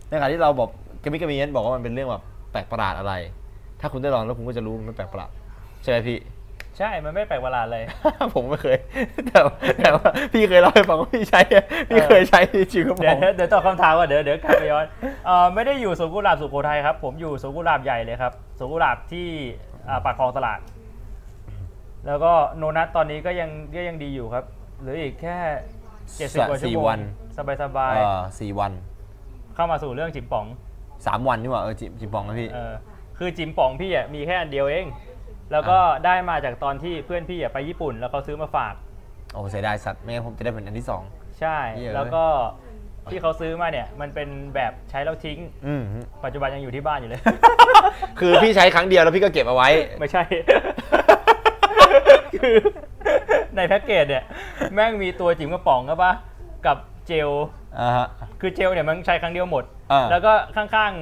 [SPEAKER 1] ในขณะที่เราบอกกระมิดกระเมียนบอกว่ามันเป็นเรื่องแบบแปลกประหลาดอะไร ถ้าคุณได้ลองแล้วคุณก็จะรู้มันไม่แปลกประหลาดใช่ไหมพี่
[SPEAKER 2] ใช่ มันไม่แปลกประหลาดเลย
[SPEAKER 1] ผมไม่เคย แต่ว่าแต่ว่าพี่เคยเล่าให้ฟังว่าพี่ใช้อะพี่เคยใช้จริงครับผ
[SPEAKER 2] เดี๋ยว
[SPEAKER 1] ม
[SPEAKER 2] เดี๋ยวเดี๋ยวตอบคำถามก่อนเดี๋ยวเดี๋ยวกลับไปย้อนเอ่อไม่ได้อยู่สวนกุหลาบสุโขทัยครับ ผมอยู่สวนกุหลาบใหญ่เลยครับสวนกุหลาบที่อ่าปากคลองตลาด แล้วก็โนนัทตอนนี้ก็ยังก็ยังดีอยู่ครับเหลืออีกแค่เจ็ดสิบกว่าชั่ว
[SPEAKER 1] สี่
[SPEAKER 2] โมง
[SPEAKER 1] วัน
[SPEAKER 2] สบายสบาย
[SPEAKER 1] เอ่อสี่วัน
[SPEAKER 2] ๆเข้ามาสู่เรื่องจิมป๋อง
[SPEAKER 1] สามวันนี่หว่าเออจิจิบปองนะพี่
[SPEAKER 2] เออคือจิมป๋องพี่อ่ะมีแค่อันเดียวเอง แล้วก็ได้มาจากตอนที่เพื่อนพี่อ่ะไปญี่ปุ่น แล้วเขาซื้อมาฝาก
[SPEAKER 1] โอ้เสียดายสัตว์ไม่งั้นผมจะได้เป็นอันที่สอง
[SPEAKER 2] ใช่
[SPEAKER 1] เหี้ย
[SPEAKER 2] แล้วก็ที่เขาซื้อมาเนี่ย มันเป็นแบบใช้แล้วทิ้ง
[SPEAKER 1] อืม
[SPEAKER 2] ปัจจุบันยังอยู่ที่บ้านอยู่เลย
[SPEAKER 1] คือพี่ใช้ครั้งเดียวแล้วพี่ก็เก็บเอาไว้
[SPEAKER 2] ไม่ ใช่ คือในแพ็กเกจเนี่ย แม่งมีตัวจิ๋มกระป๋องก็ปะกับเจล
[SPEAKER 1] อ่าฮะ
[SPEAKER 2] คือเจลเนี่ยมันใช้ครั้งเดียวหมด
[SPEAKER 1] อ่า
[SPEAKER 2] แล้วก็ข้าง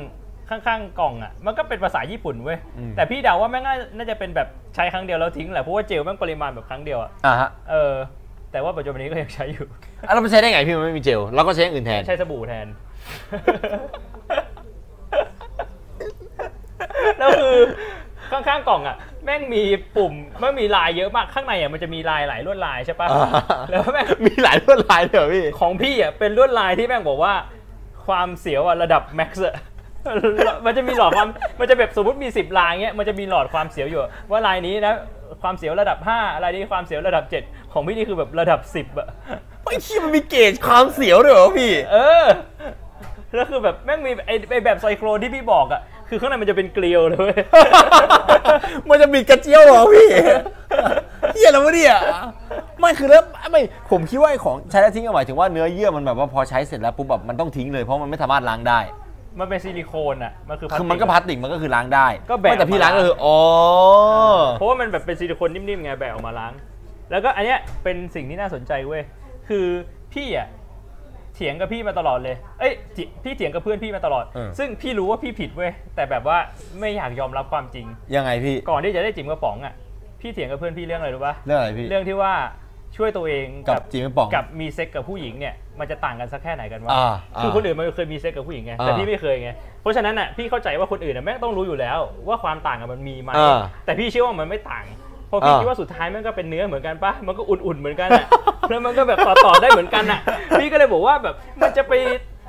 [SPEAKER 2] ๆ ข้างๆ กล่องอ่ะ มันก็เป็นภาษาญี่ปุ่นเว้ย
[SPEAKER 1] อืม
[SPEAKER 2] แต่พี่เดาว่าแม่งน่าน่าจะเป็นแบบใช้ครั้งเดียวแล้วทิ้งแหละ เพราะว่าเจลแม่งปริมาณแบบครั้งเดียวอ่ะ
[SPEAKER 1] อ่าฮะ
[SPEAKER 2] เออ แต่ว่าปัจจุบันนี้ก็ยังใช้อยู่
[SPEAKER 1] อ่ะแล้วมันใช้ได้ไงพี่มันไม่มีเจลเราก็ใช้อย่างอื่นแทน
[SPEAKER 2] ใช้สบู่แทน แล้วคือข้างๆกล่องอ่ะ แม่งมีปุ่มแม่งมีลายเยอะมากข้างในอ่ะมันจะมีลายหลายลวดลายใช่ปะ
[SPEAKER 1] อ่า
[SPEAKER 2] แล้วแม่ง
[SPEAKER 1] มีหลายลวดลายเลยเหรอพี่
[SPEAKER 2] ของพี่อ่ะเป็นลวดลายที่แม่งบอกว่า ความเสียวอ่ะระดับแม็กซ์อ่ะ มันจะมีหลอดความมันจะแบบสมมติมี10ลายเงี้ยมันจะมีหลอดความเสียวอยู่อะว่าลายนี้นะความเสียวระดับ5ลายนี้ความเสียวระดับ 7 ของพี่นี่คือแบบระดับ 10อ่ะ
[SPEAKER 1] ไอ้เหี้ยมันมีเกจความเสียวด้วยเหรอพี่
[SPEAKER 2] เออ แล้วคือแบบแม่งมีไอ้ไอ้แบบไซโครนที่พี่บอกอะคือข้างในมันจะเป็นเกลียวเลยเว้ย
[SPEAKER 1] มันจะบิดกระเจียวเหรอพี่ เหี้ยแล้ววะเนี่ยไม่คือแล้วไม่ผมคิดว่าไอ้ของใช้แล้วทิ้งเอาหมายถึงว่าเนื้อเยื่อมันแบบว่าพอใช้เสร็จแล้วปุ๊บแบบมันต้องทิ้งเลยเพราะมันไม่สามารถล้างได้
[SPEAKER 2] มันเป็นซิลิโคนอะมันคือพลาส
[SPEAKER 1] คื
[SPEAKER 2] ติ
[SPEAKER 1] อก มันก็พลาสติกมันก็คือล้างได้
[SPEAKER 2] ก็แบะ
[SPEAKER 1] ไม่แต่พี่
[SPEAKER 2] ออกมา
[SPEAKER 1] ล้างก็คืออ๋อ
[SPEAKER 2] เพราะว่ามันแบบเป็นซิลิโคนนิ่มๆไงแบบออกมาล้าง แล้วก็อันเนี้ยเป็นสิ่งที่น่าสนใจเว้ย คือพี่อะเถียงกับพี่มาตลอดเลย เอ้ยจิพี่เถียงกับเพื่อนพี่มาตลอด ซึ่งพี่รู้ว่าพี่ผิดเว้ย แต่แบบว่าไม่อยากยอมรับความจริง
[SPEAKER 1] ยังไงพี่
[SPEAKER 2] ก่อนที่จะได้จิ๋มกระป๋องอะพี่เถียงกับเพื่อนพี่เรื่องอะไรรู้ปะ
[SPEAKER 1] เรื่องอะไรพี่
[SPEAKER 2] เรื่องที่ว่าช่วยตัวเอง
[SPEAKER 1] กับจีบไม่ป่อง
[SPEAKER 2] กับมีเซ็กกับผู้หญิงเนี่ยมันจะต่างกันสักแค่ไหนกันวะ
[SPEAKER 1] อ่าอ่า
[SPEAKER 2] คือคนอื่นมันเคยมีเซ็กกับผู้หญิงไง
[SPEAKER 1] อ่า
[SPEAKER 2] แต่พี่ไม่เคยไงเพราะฉะนั้นอ่ะพี่เข้าใจว่าคนอื่นน่ะแม่งต้องรู้อยู่แล้ว ว่าความต่างกันมันมีไหม
[SPEAKER 1] อ่า
[SPEAKER 2] แต่พี่เชื่อว่ามันไม่ต่างเพราะพี่
[SPEAKER 1] อ่า
[SPEAKER 2] คิดว่าสุดท้ายมันก็เป็นเนื้อเหมือนกันปะมันก็อุ่นๆเหมือนกัน อ่ะ แล้วมันก็แบบต่อต่อได้เหมือนกันอ่ะ พี่ก็เลยบอกว่าแบบมันจะไป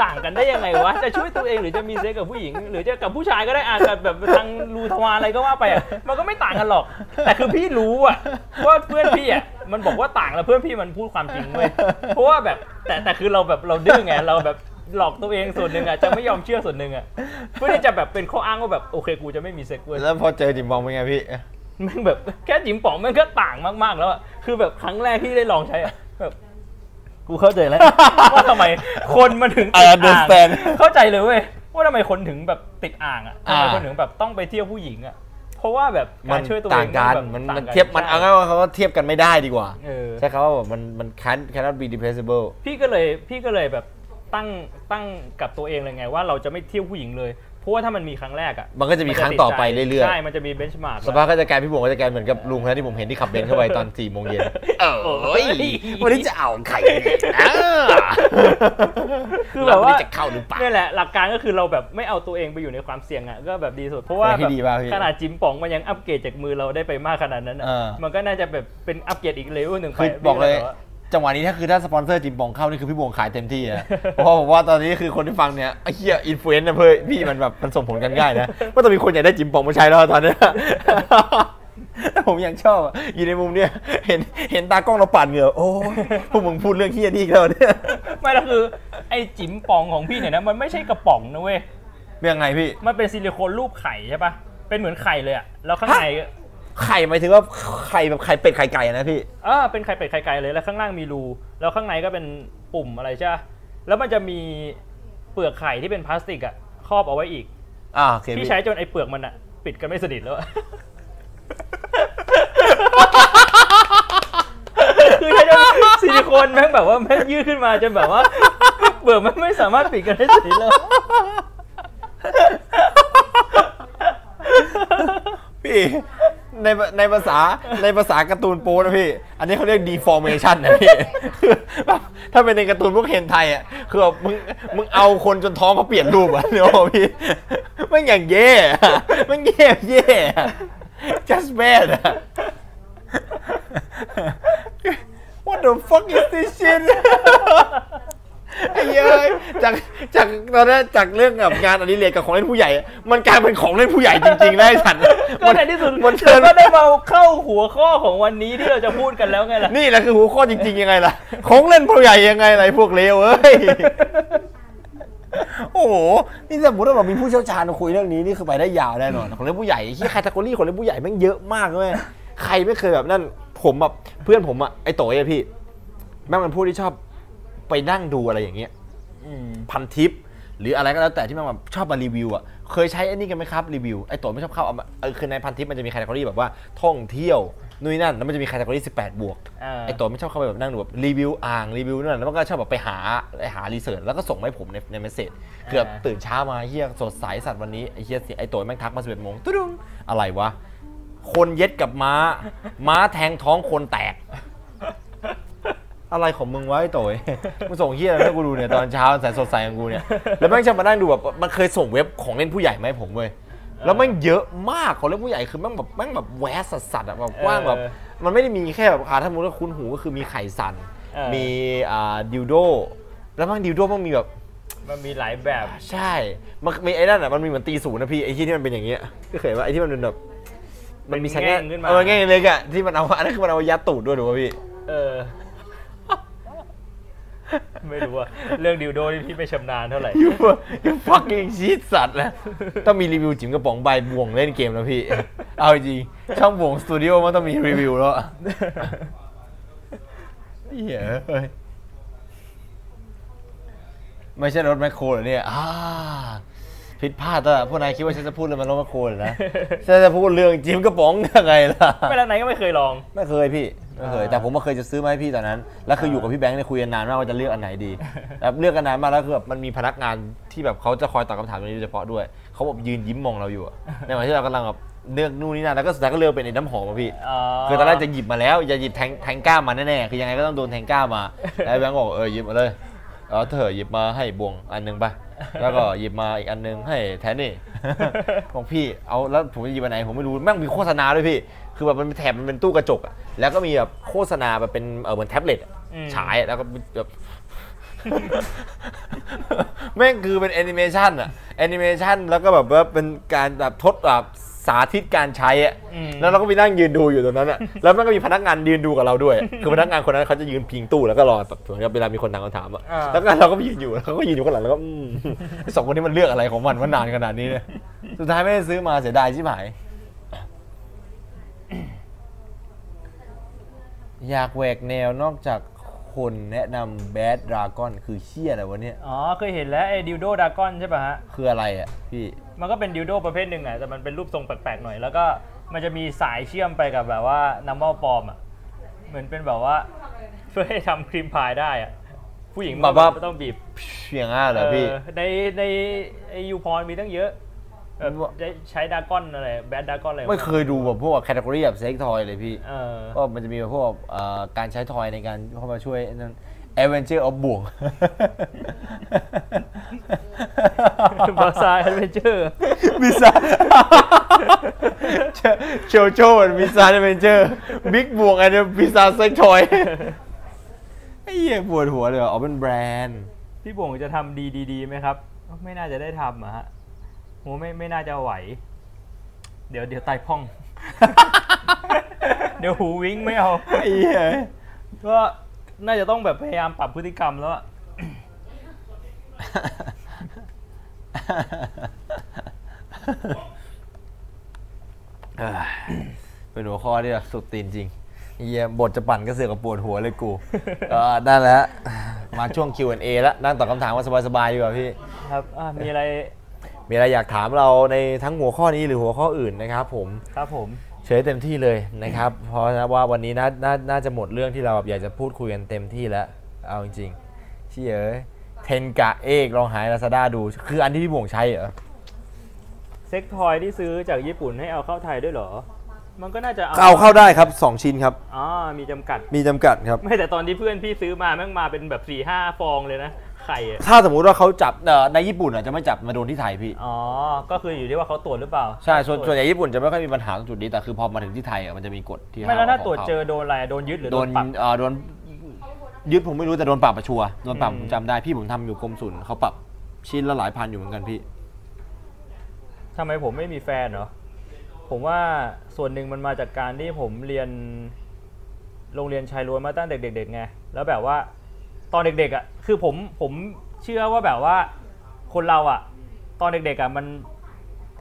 [SPEAKER 2] ต่างกันได้ยังไงวะจะช่วยตัวเองหรือจะมีเซ็กกับผู้หญิง หรือจะกับผู้ชายก็ได้อ่ะกับแบบทางรูทวารอะไรก็ว่าไปอ่ะมันก็ไม่ต่างกันหรอก แต่คือพี่รู้อ่ะว่าเพื่อนพี่อ่ะมันบอกว่าต่างแล้วเพื่อนพี่มันพูดความจริงเว้ย เพราะว่าแบบแต่แต่คือเราแบบเราดื้อไงเราแบบหลอกตัวเองส่วนหนึ่งอ่ะจะไม่ยอมเชื่อส่วนหนึ่งอ่ะเพื่อที่จะแบบเป็นข้ออ้างว่าแบบโอเคกูจะไม่มีเซ็กเว้ย
[SPEAKER 1] แล้วพอเจอจิมบองเป็นไงพี่
[SPEAKER 2] แม่งแบบแค่จิ๋มป๋องแม่งก็ต่างมาก ๆ แล้วอะคือแบบครั้งแรกที่ได้ลองใช้อะแบบกูเข้าใจแล้ว ว่าทำไมคนมันถึงติด
[SPEAKER 1] I
[SPEAKER 2] อ่าง
[SPEAKER 1] understand
[SPEAKER 2] เข้าใจเลยเว้ยว่าทำไมคนถึงแบบติดอ่างอะทำไม
[SPEAKER 1] อ่า
[SPEAKER 2] คนถึงแบบต้องไปเที่ยวผู้หญิงอะเพราะว่าแบบ
[SPEAKER 1] มั
[SPEAKER 2] การช่วยตัวเอ
[SPEAKER 1] ต่
[SPEAKER 2] ง
[SPEAKER 1] างกันมัน
[SPEAKER 2] แบบ
[SPEAKER 1] มัน
[SPEAKER 2] ต่างกั
[SPEAKER 1] เทียบมันเอาง่า
[SPEAKER 2] ใช่
[SPEAKER 1] ยๆว่าเขาว่าเทียบกันไม่ได้ดีกว่า
[SPEAKER 2] เออ
[SPEAKER 1] ใช้คำว่าแบบมันมัน can cannot be replaceable
[SPEAKER 2] พี่ก็เลยพี่ก็เลยแบบตั้งตั้งกับตัวเองเลยไง ว่าเราจะไม่เที่ยวผู้หญิงเลย เพราะว่าถ้ามันมีครั้งแรกอะ
[SPEAKER 1] มันก็จะมีครั้งต่อไปเรื่อยๆ
[SPEAKER 2] ใช่มันจะมีเบนช์มาร์ก
[SPEAKER 1] สภาพก็จะกลายพี่บวงก็จะกลายเหมือนกับลุงนะที่ผมเห็นที่ขับเบนซ์เข้าไปตอนสี่โมงเย็นเอ้ยวันนี้จะเอาไข่ เนี่ยนะ
[SPEAKER 2] คือแบบว่า
[SPEAKER 1] เรไม่ได้จะเข้าหรือเปล่า
[SPEAKER 2] นี่ยแหละหลักการก็คือเราแบบไม่เอาตัวเองไปอยู่ในความเสี่ยงอ่ะก็แบบดีสุดเพราะว่า
[SPEAKER 1] แต่ที่ดี
[SPEAKER 2] แบบ
[SPEAKER 1] ป่ะพี่
[SPEAKER 2] ขนาดจิมป๋องมันยังอัปเกรดจากมือเราได้ไปมากขนาดนั้นอะ
[SPEAKER 1] เออ
[SPEAKER 2] มันก็น่าจะแบบเป็นอัปเกรดอีกเลเวลหนึ่งไป
[SPEAKER 1] คือบอกเลย
[SPEAKER 2] พี่ว่า
[SPEAKER 1] จังหวะนี้ถ้าคือถ้าสปอนเซอร์จิมบองเข้านี่คือพี่บวงขายเต็มที่ นะเพราะผมว่าตอนนี้คือคนที่ฟังเนี่ยไอ้เหี้ยอินฟลูเอนซ์นะเพื่อนพี่มันแบบมันส่งผลกัน ง่ายนะก็ต้องมีคนอยากได้จิมบองมาใช้แล้วตอนเนี้ยผมยังชอบอะอยู่ในมุมเนี่ยเห็นเห็นตากล้องเราปั่นเหงื่อโอ้ยพวกมึงพูดเรื่องเหี้ยนี่อีกแล้วเนี่ย
[SPEAKER 2] ไม่แล้วคือไอ้จิมป๋องของพี่เนี่ยนะมันไม่ใช่กระป๋องนะเว้ย
[SPEAKER 1] เป็นยังไงพี่
[SPEAKER 2] มันเป็นซิลิโคนรูปไข่ใช่ปะเป็นเหมือนไข่เลยอ่ะแล้วข้างใน
[SPEAKER 1] ไข่หมายถึงว่าไข่แบบไข่เป็ดไข่ไก่อะนะพี่
[SPEAKER 2] เออเป็นไข่เป็ดไข่ไก่เลยแล้วข้างล่างมีรูแล้วข้างในก็เป็นปุ่มอะไรใช่ปะแล้วมันจะมีเปลือกไข่ที่เป็นพลาสติกอ่ะครอบเอาไว้อีก
[SPEAKER 1] อ่าโอเค
[SPEAKER 2] พี่
[SPEAKER 1] พี่
[SPEAKER 2] ใช้จนไอ้เปลือกมันอะปิดกันไม่สนิทแล้วอะ คือใช้จนซิลิโคนแม่งแบบว่าแม่งยืดขึ้นมาจนแบบว่า เปลือกมันไม่สามารถปิดกันได้สนิทแล้ว
[SPEAKER 1] พี่ในในภาษาในภาษาการ์ตูนโป้นะพี่ อันนี้เขาเรียก deformation นะพี่คือแบบถ้าเป็นในการ์ตูนพวกเฮนไทยอ่ะคือแบบมึงมึงเอาคนจนท้องเขาเปลี่ยนรูปอ่ะเดี๋ยวพี่มันอย่างเย่อะมันเย่เย่อะ just bad อะ What the fuck is this shit ไอ้เย้ยจากจากตอนแรกจากเรื่องแบบงานอดิเรกกับของเล่นผู้ใหญ่ มันกลายเป็นของเล่นผู้ใหญ่จริงๆแล้วได้สัน
[SPEAKER 2] ก็ในที่สุด
[SPEAKER 1] มันเชิญ
[SPEAKER 2] ก็ได้มาเข้าหัวข้อของวันนี้ที่เราจะพูดกันแล้วไงล่ะ
[SPEAKER 1] นี่แหละคือหัวข้อจริงๆยังไงล่ะ ของเล่นผู้ใหญ่ยังไงล่ะไรพวกเลวเอ้ย โอ้โห นี่สมมติว่าเรามีผู้เชี่ยวชาญมาคุยเรื่องนี้นี่คือไปได้ยาวแน่นอน ของเล่นผู้ใหญ่ที่คาตาโกรีของเล่นผู้ใหญ่แม่งเยอะมากเลยใครไม่เคยแบบนั่น ผมแบบเพื่อนผมอะไอโต้ยอะพี่ แม่งเป็นผู้ที่ชอบไปนั่งดูอะไรอย่างเงี้ยพันทิป หรืออะไรก็แล้วแต่ที่แม่งแบบชอบมารีวิวอะเคยใช้อันนี้กันไหมครับรีวิวไอโต้ไม่ชอบเข้าเอามาเออคือในพันทิปมันจะมีคาตาโกรีแบบว่าท่องเที่ยวนู่นนนั่นแล้วมันจะมีคาตาโกรี18 บวก
[SPEAKER 2] อ่า
[SPEAKER 1] ไอโต้ไม่ชอบเข้าไปแบบนั่งดูแบบรีวิวอ่างรีวิวนั่นแล้วมันก็ชอบแบบไปหาไปหารีเสิร์ชแล้วก็ส่งมาให้ผมในในเมสเซจเกือบ ตื่นเช้ามาเฮียสดใสสัตว์วันนี้ไอ้เฮียเสียไอ้ตัวแม่งทักมาสิบเอ็ดโมงตุ้งอะไรวะ คนเย็ดกับม้า ม้าแทงท้องคนแตก อะไรของมึงวะไอ้โตย มึงส่งเฮียอะไรให้กูดูเนี่ยตอนเช้าแสนสดใสของกูเนี่ย แล้วแม่งจะมานั่งดูแบบมันเคยส่งเว็บของเล่นผู้ใหญ่ไหมาให้ผมเว้ย แล้วแม่งเยอะมากของเล่นผู้ใหญ่คือแม่งแบบแม่งแบบแหวะสัสสัสๆอะแบบกว้างแบบ
[SPEAKER 2] เออ
[SPEAKER 1] มันไม่ได้มีแค่แบบอ่าถ้าสมมุติว่าคุ้นหูก็คือมีไข่สัน
[SPEAKER 2] เออ
[SPEAKER 1] มีอ่าดิวโด แล้วแม่งดิวโดแม่งมีแบบ
[SPEAKER 2] มันมีหลายแบบ
[SPEAKER 1] ใช่ มันมีไอ้นั่นอ่ะ มันมีเหมือนตีศูนย์นะพี่ไอ้ที่ที่มันเป็นอย่างเงี้ยก็เคยว่าไอ้ที่มันเป็นแบบ มันมีชั้น
[SPEAKER 2] เป็นแง่งขึ้นมา
[SPEAKER 1] เออแง่งเล็กอ่ะที่มันเอาอันนั้นคือมันเอายัดตูดด้วยถูกป่ะพี่
[SPEAKER 2] เออ ไม่รู้อะเรื่องดิวโดนี่พี่ไม่ชำนาญเท่าไหร่
[SPEAKER 1] you you fucking shit สัตว์นะต้องมีรีวิวจิ๋มกระป๋องใบบ่วงเล่นเกมแล้วพี่ เอาจริงช่องบ่วงสตูดิโอมันต้องมีรีวิว แล้วอะเหี้ยเฮ้ยไม่ใช่รถแมคโครเหรอเนี่ยอ่าผิดพลาดแล้วอะพวกนายคิดว่าฉันจะพูดเรื่องรถแมคโครเหรอนะ ฉันจะพูดเรื่องจิ๋มกระป๋องยังไงล่ะ
[SPEAKER 2] ไม่แล้วไหนก็ไม่เคยลอง
[SPEAKER 1] ไม่เคยพี่ไม่เคย
[SPEAKER 2] อ่า
[SPEAKER 1] แต่ผมก็เคยจะซื้อมาให้พี่ตอนนั้น แล้วคืออยู่กับพี่แบงค์เนี่ยคุยกันนานมากว่าจะเลือกอันไหนดี แบบเลือกกันนานมากแล้วคือแบบมันมีพนักงานที่แบบเขาจะคอยตอบคำถามตรงนี้โดยเฉพาะด้วยเขาแบบยืนยิ้มมองเราอยู่อะ ในวันที่เรากำลังแบบเลือกนู่นนี่นั่นแล้วก็สุดท้ายก็เลือกเป็นไอ้น้ำหอมอะพี่
[SPEAKER 2] อ๋อ
[SPEAKER 1] คือตอนแรกจะหยิบมาแล้วอย่าหยิบแทงแทงก้ามาแน่ๆคือยังไงก็ต้องโดนแทงก้า มาแล้วแบงค์บอกเออหยิบมาเลยเออเธอหยิบมาให้บวงอันหนึงไปแล้วก็หยิบมาอีกอันหนึงให้แทนนี่ ของพี่เอาแล้วผมจะหยิบอันไหนผมไม่รู้แม่งมีโฆษณาด้วยพี่ คือแบบมันแถบมันเป็นตู้กระจกอะแล้วก็มีแบบโฆษณาแบบเป็นเออเหมือนแท็บเล็ตอะ
[SPEAKER 2] อืม
[SPEAKER 1] ฉายอะแล้วก็แบบ แม่งคือเป็นแอนิเมชันอะแอนิเมชันแล้วก็แบบว่าเป็นการแบบทดแบบสาธิตการใช้อะ
[SPEAKER 2] อืม
[SPEAKER 1] แล้วเราก็ไปนั่งยืนดูอยู่ตรงนั้นอะแล้วมันก็มีพนักงานยืนดูกับเราด้วย คือพนักงานคนนั้นเขาจะยืนพิงตู้แล้วก็รอแบบเหมือนกับเวลามีคนถามคำถามอะ
[SPEAKER 2] อ่า
[SPEAKER 1] แล้วก็เราก็ไปยืนอยู่แล้วเขาก็ยืนอยู่ข้างหลังแล้วก็อืมไอ้สองคนนี้มันเลือกอะไรของมันว่านานขนาดนี้เนี่ยสุดท้ายไม่ได้ซื้อมาเสียดายชิบหาย อยากแหวกแนวนอกจากคนแนะนำแบดดราก้อนคือเชี่ยอะไรวะเนี่ย
[SPEAKER 2] อ๋อเคยเห็นแล้วไอ้ดิวโดดากอนใช่ป่ะฮะ
[SPEAKER 1] คืออะไรอ่ะพี่
[SPEAKER 2] มันก็เป็นดิวโดประเภทหนึ่งอะแต่มันเป็นรูปทรงแปลกๆหน่อย แล้วก็มันจะมีสายเชื่อมไปกับแบบว่าน้ำเมาปลอมอะเหมือนเป็นแบบว่าเพื่อให้ทำครีมพายได้อะผู้หญิง
[SPEAKER 1] แบบว่า
[SPEAKER 2] ก็ต้องบีบ
[SPEAKER 1] เชียงอ่ะเหรอพี่
[SPEAKER 2] เออในในไอยูพรมีตั้งเยอะแบบได้ใช้ดากอนอะไรแบดดากอนอะไรของ
[SPEAKER 1] ไม่เคยดูแบบพวกแคตตา o r y แบบเซ็กทอยเลยพี่
[SPEAKER 2] เออ
[SPEAKER 1] ก็มันจะมีแบบพวกเอ่อการใช้ทอยในการเข้ามาช่วยนั่น Adventure of บ่วง
[SPEAKER 2] บาซาแอดเวนเจอร์
[SPEAKER 1] มิซาโชโจมิซาเดเวนเจอร์บิ๊กบวกอันเดมิซาเซ็กทอยไอ้เหี้ยปวดหัวเลยว่ะอ๋อเป็นแบรนด์
[SPEAKER 2] พี่บ่งจะทำดีดีๆไหมครับ ไม่น่าจะได้ทำอะฮะโหไม่ไม่น่าจะไหว เดี๋ยวเดี๋ยวไตพร่อง เดี๋ยวหูวิ้งไม่เอา
[SPEAKER 1] ไอ้เหี้ย
[SPEAKER 2] ก็น่าจะต้องแบบพยายามปรับพฤติกรรมแล้วอะ
[SPEAKER 1] เอ้ยเป็นหัวข้อที่แบบสุดตีนจริงไอ้เหี้ยบทจะปั่นก็เสือกกับปวดหัวเลยกู ก็ได้แล้ว มาช่วง Q&A แล้วนั่งตอบคำถามว่าสบายๆดีกว่าพี่
[SPEAKER 2] ครับอ่ะมีอะไร
[SPEAKER 1] มีอะไรอยากถามเราในทั้งหัวข้อนี้หรือหัวข้ออื่นนะครับผม
[SPEAKER 2] ครับผม
[SPEAKER 1] เฉยเต็มที่เลยนะครับ เพราะนะว่าวันนี้นาน่าน่าจะหมดเรื่องที่เราแบบอยากจะพูดคุยกันเต็มที่แล้ว เอาจริงๆเชี่ยเอ้ยเทนกะเอกลองหายลาซาด้าดู คืออันที่พี่บ่วงใช้เหรอ
[SPEAKER 2] เซ็กทอยที่ซื้อจากญี่ปุ่นให้เอาเข้าไทยด้วยเหรอ มันก็น่าจะเอา
[SPEAKER 1] เอาเข้าได้ครับ 2 ชิ้นครับ
[SPEAKER 2] อ๋อมีจำกัด
[SPEAKER 1] มีจำกัดครับ
[SPEAKER 2] ไม่แต่ตอนที่เพื่อนพี่ซื้อมาแม่งมาเป็นแบบสี่ห้าฟองเลยนะ ไข่อะ
[SPEAKER 11] ถ้าสมมุติว่าเขาจับเอ่อในญี่ปุ่นอ่ะจะไม่จับมาโดนที่ไทยพี่
[SPEAKER 2] อ๋อ ก็คืออยู่ที่ว่าเขาตรวจหรือเปล่า
[SPEAKER 11] ใช่ ส่วนส่วนใหญ่ญี่ปุ่นจะไม่ค่อยมีปัญหาตรงจุดนี้ แต่คือพอมาถึงที่ไทยอ่ะมันจะมีกฎที่
[SPEAKER 2] ไม่แล้ว
[SPEAKER 11] ห้
[SPEAKER 2] ถ้าม ตรวจ
[SPEAKER 11] ข้
[SPEAKER 2] เจอโดนอะไรโดนยึดหรือ
[SPEAKER 11] โด
[SPEAKER 2] โด
[SPEAKER 11] น
[SPEAKER 2] นปรับ
[SPEAKER 11] เอ่อโดนยึดผมไม่รู้แต่โดนปรับประชัวร์โดนปรับ
[SPEAKER 2] อืม
[SPEAKER 11] ผมจำได้พี่ผมทำอยู่กรมศุลเขาปรับชิ้นละหลายพันอยู่เหมือนกันพี่
[SPEAKER 2] ทำไมผมไม่มีแฟนเหรอ ผมว่าส่วนหนึ่งมันมาจากการที่ผมเรียนโรงเรียนชายล้วนมาตั้งแต่เด็กๆไง แล้วแบบว่าตอนเด็กๆอ่ะ คือผมผมเชื่อว่าแบบว่าคนเราอ่ะ ตอนเด็กๆอ่ะมัน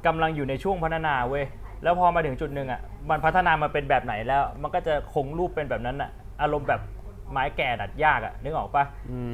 [SPEAKER 2] กำลังอยู่ในช่วงพัฒนาเว้ย แล้วพอมาถึงจุดหนึ่งอ่ะ มันพัฒนามาเป็นแบบไหนแล้ว มันก็จะคงรูปเป็นแบบนั้นอ่ะ อารมณ์แบบไม้แก่ดัดยากอ่ะ นึกออกปะ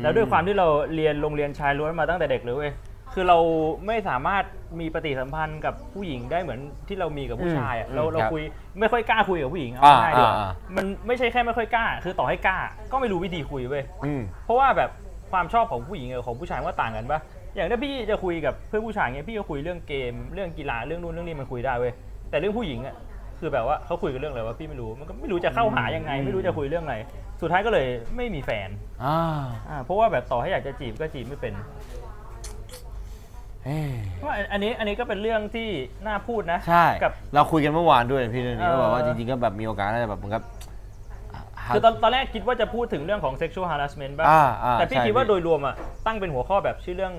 [SPEAKER 2] แล้วด้วยความที่เราเรียนโรงเรียนชายล้วนมาตั้งแต่เด็กเลยเว้ย คือเราไม่สามารถมีปฏิสัมพันธ์กับผู้หญิงได้เหมือนที่เรามีกับผู้ชายอะ
[SPEAKER 11] อืม
[SPEAKER 2] เราเรา
[SPEAKER 11] ครับ
[SPEAKER 2] คุยไม่ค่อยกล้าคุยกับผู้หญิงเอา
[SPEAKER 11] อ่า
[SPEAKER 2] ง่ายๆดีกว่า
[SPEAKER 11] อ่าอ่า
[SPEAKER 2] มันไม่ใช่แค่ไม่ค่อยกล้า คือต่อให้กล้า ก็ไม่รู้วิธีคุยเว้ย
[SPEAKER 11] อืม
[SPEAKER 2] เพราะว่าแบบความชอบของผู้หญิงกับของผู้ชายมันก็ต่างกันปะอย่างถ้าพี่จะคุยกับเพื่อนผู้ชายเงี้ยพี่ก็คุยเรื่องเกมเรื่องกีฬาเรื่องนู่นเรื่องนี้มันคุยได้เว้ยแต่เรื่องผู้หญิงอะคือแบบว่าเขาคุยกันเรื่องอะไรวะพี่ไม่รู้มันก็ไม่รู้จะเข้าหายังไง ไม่รู้จะคุยเรื่องอะไรสุดท้ายก็เลยไม่มีแฟน
[SPEAKER 1] อ่า
[SPEAKER 2] อ่าเพราะว่าแบบต่อให้อยากจะจีบก็จีบไม่เป็น
[SPEAKER 1] เอ้ย
[SPEAKER 2] ว่าอันนี้อันนี้ก็เป็นเรื่องที่น่าพูดนะ
[SPEAKER 1] ใช่
[SPEAKER 2] กับ
[SPEAKER 1] เราคุยกันเมื่อวานด้วยพี่เรื่องนี้ก็แบบว่า
[SPEAKER 2] เอ
[SPEAKER 1] จ
[SPEAKER 2] อ
[SPEAKER 1] ริงๆก็แบบมีโอกาสน่าจะแบบเหมือนกับหา
[SPEAKER 2] คือตอนตอนแรกคิดว่าจะพูดถึงเรื่องของ sexual harassment บ้าง
[SPEAKER 1] อ่าอ่า
[SPEAKER 2] แต่พี่
[SPEAKER 1] ใช่
[SPEAKER 2] คิดว่าโดยรวมอ่ะตั้งเป็นหัวข้อแบบชื่อเรื่อง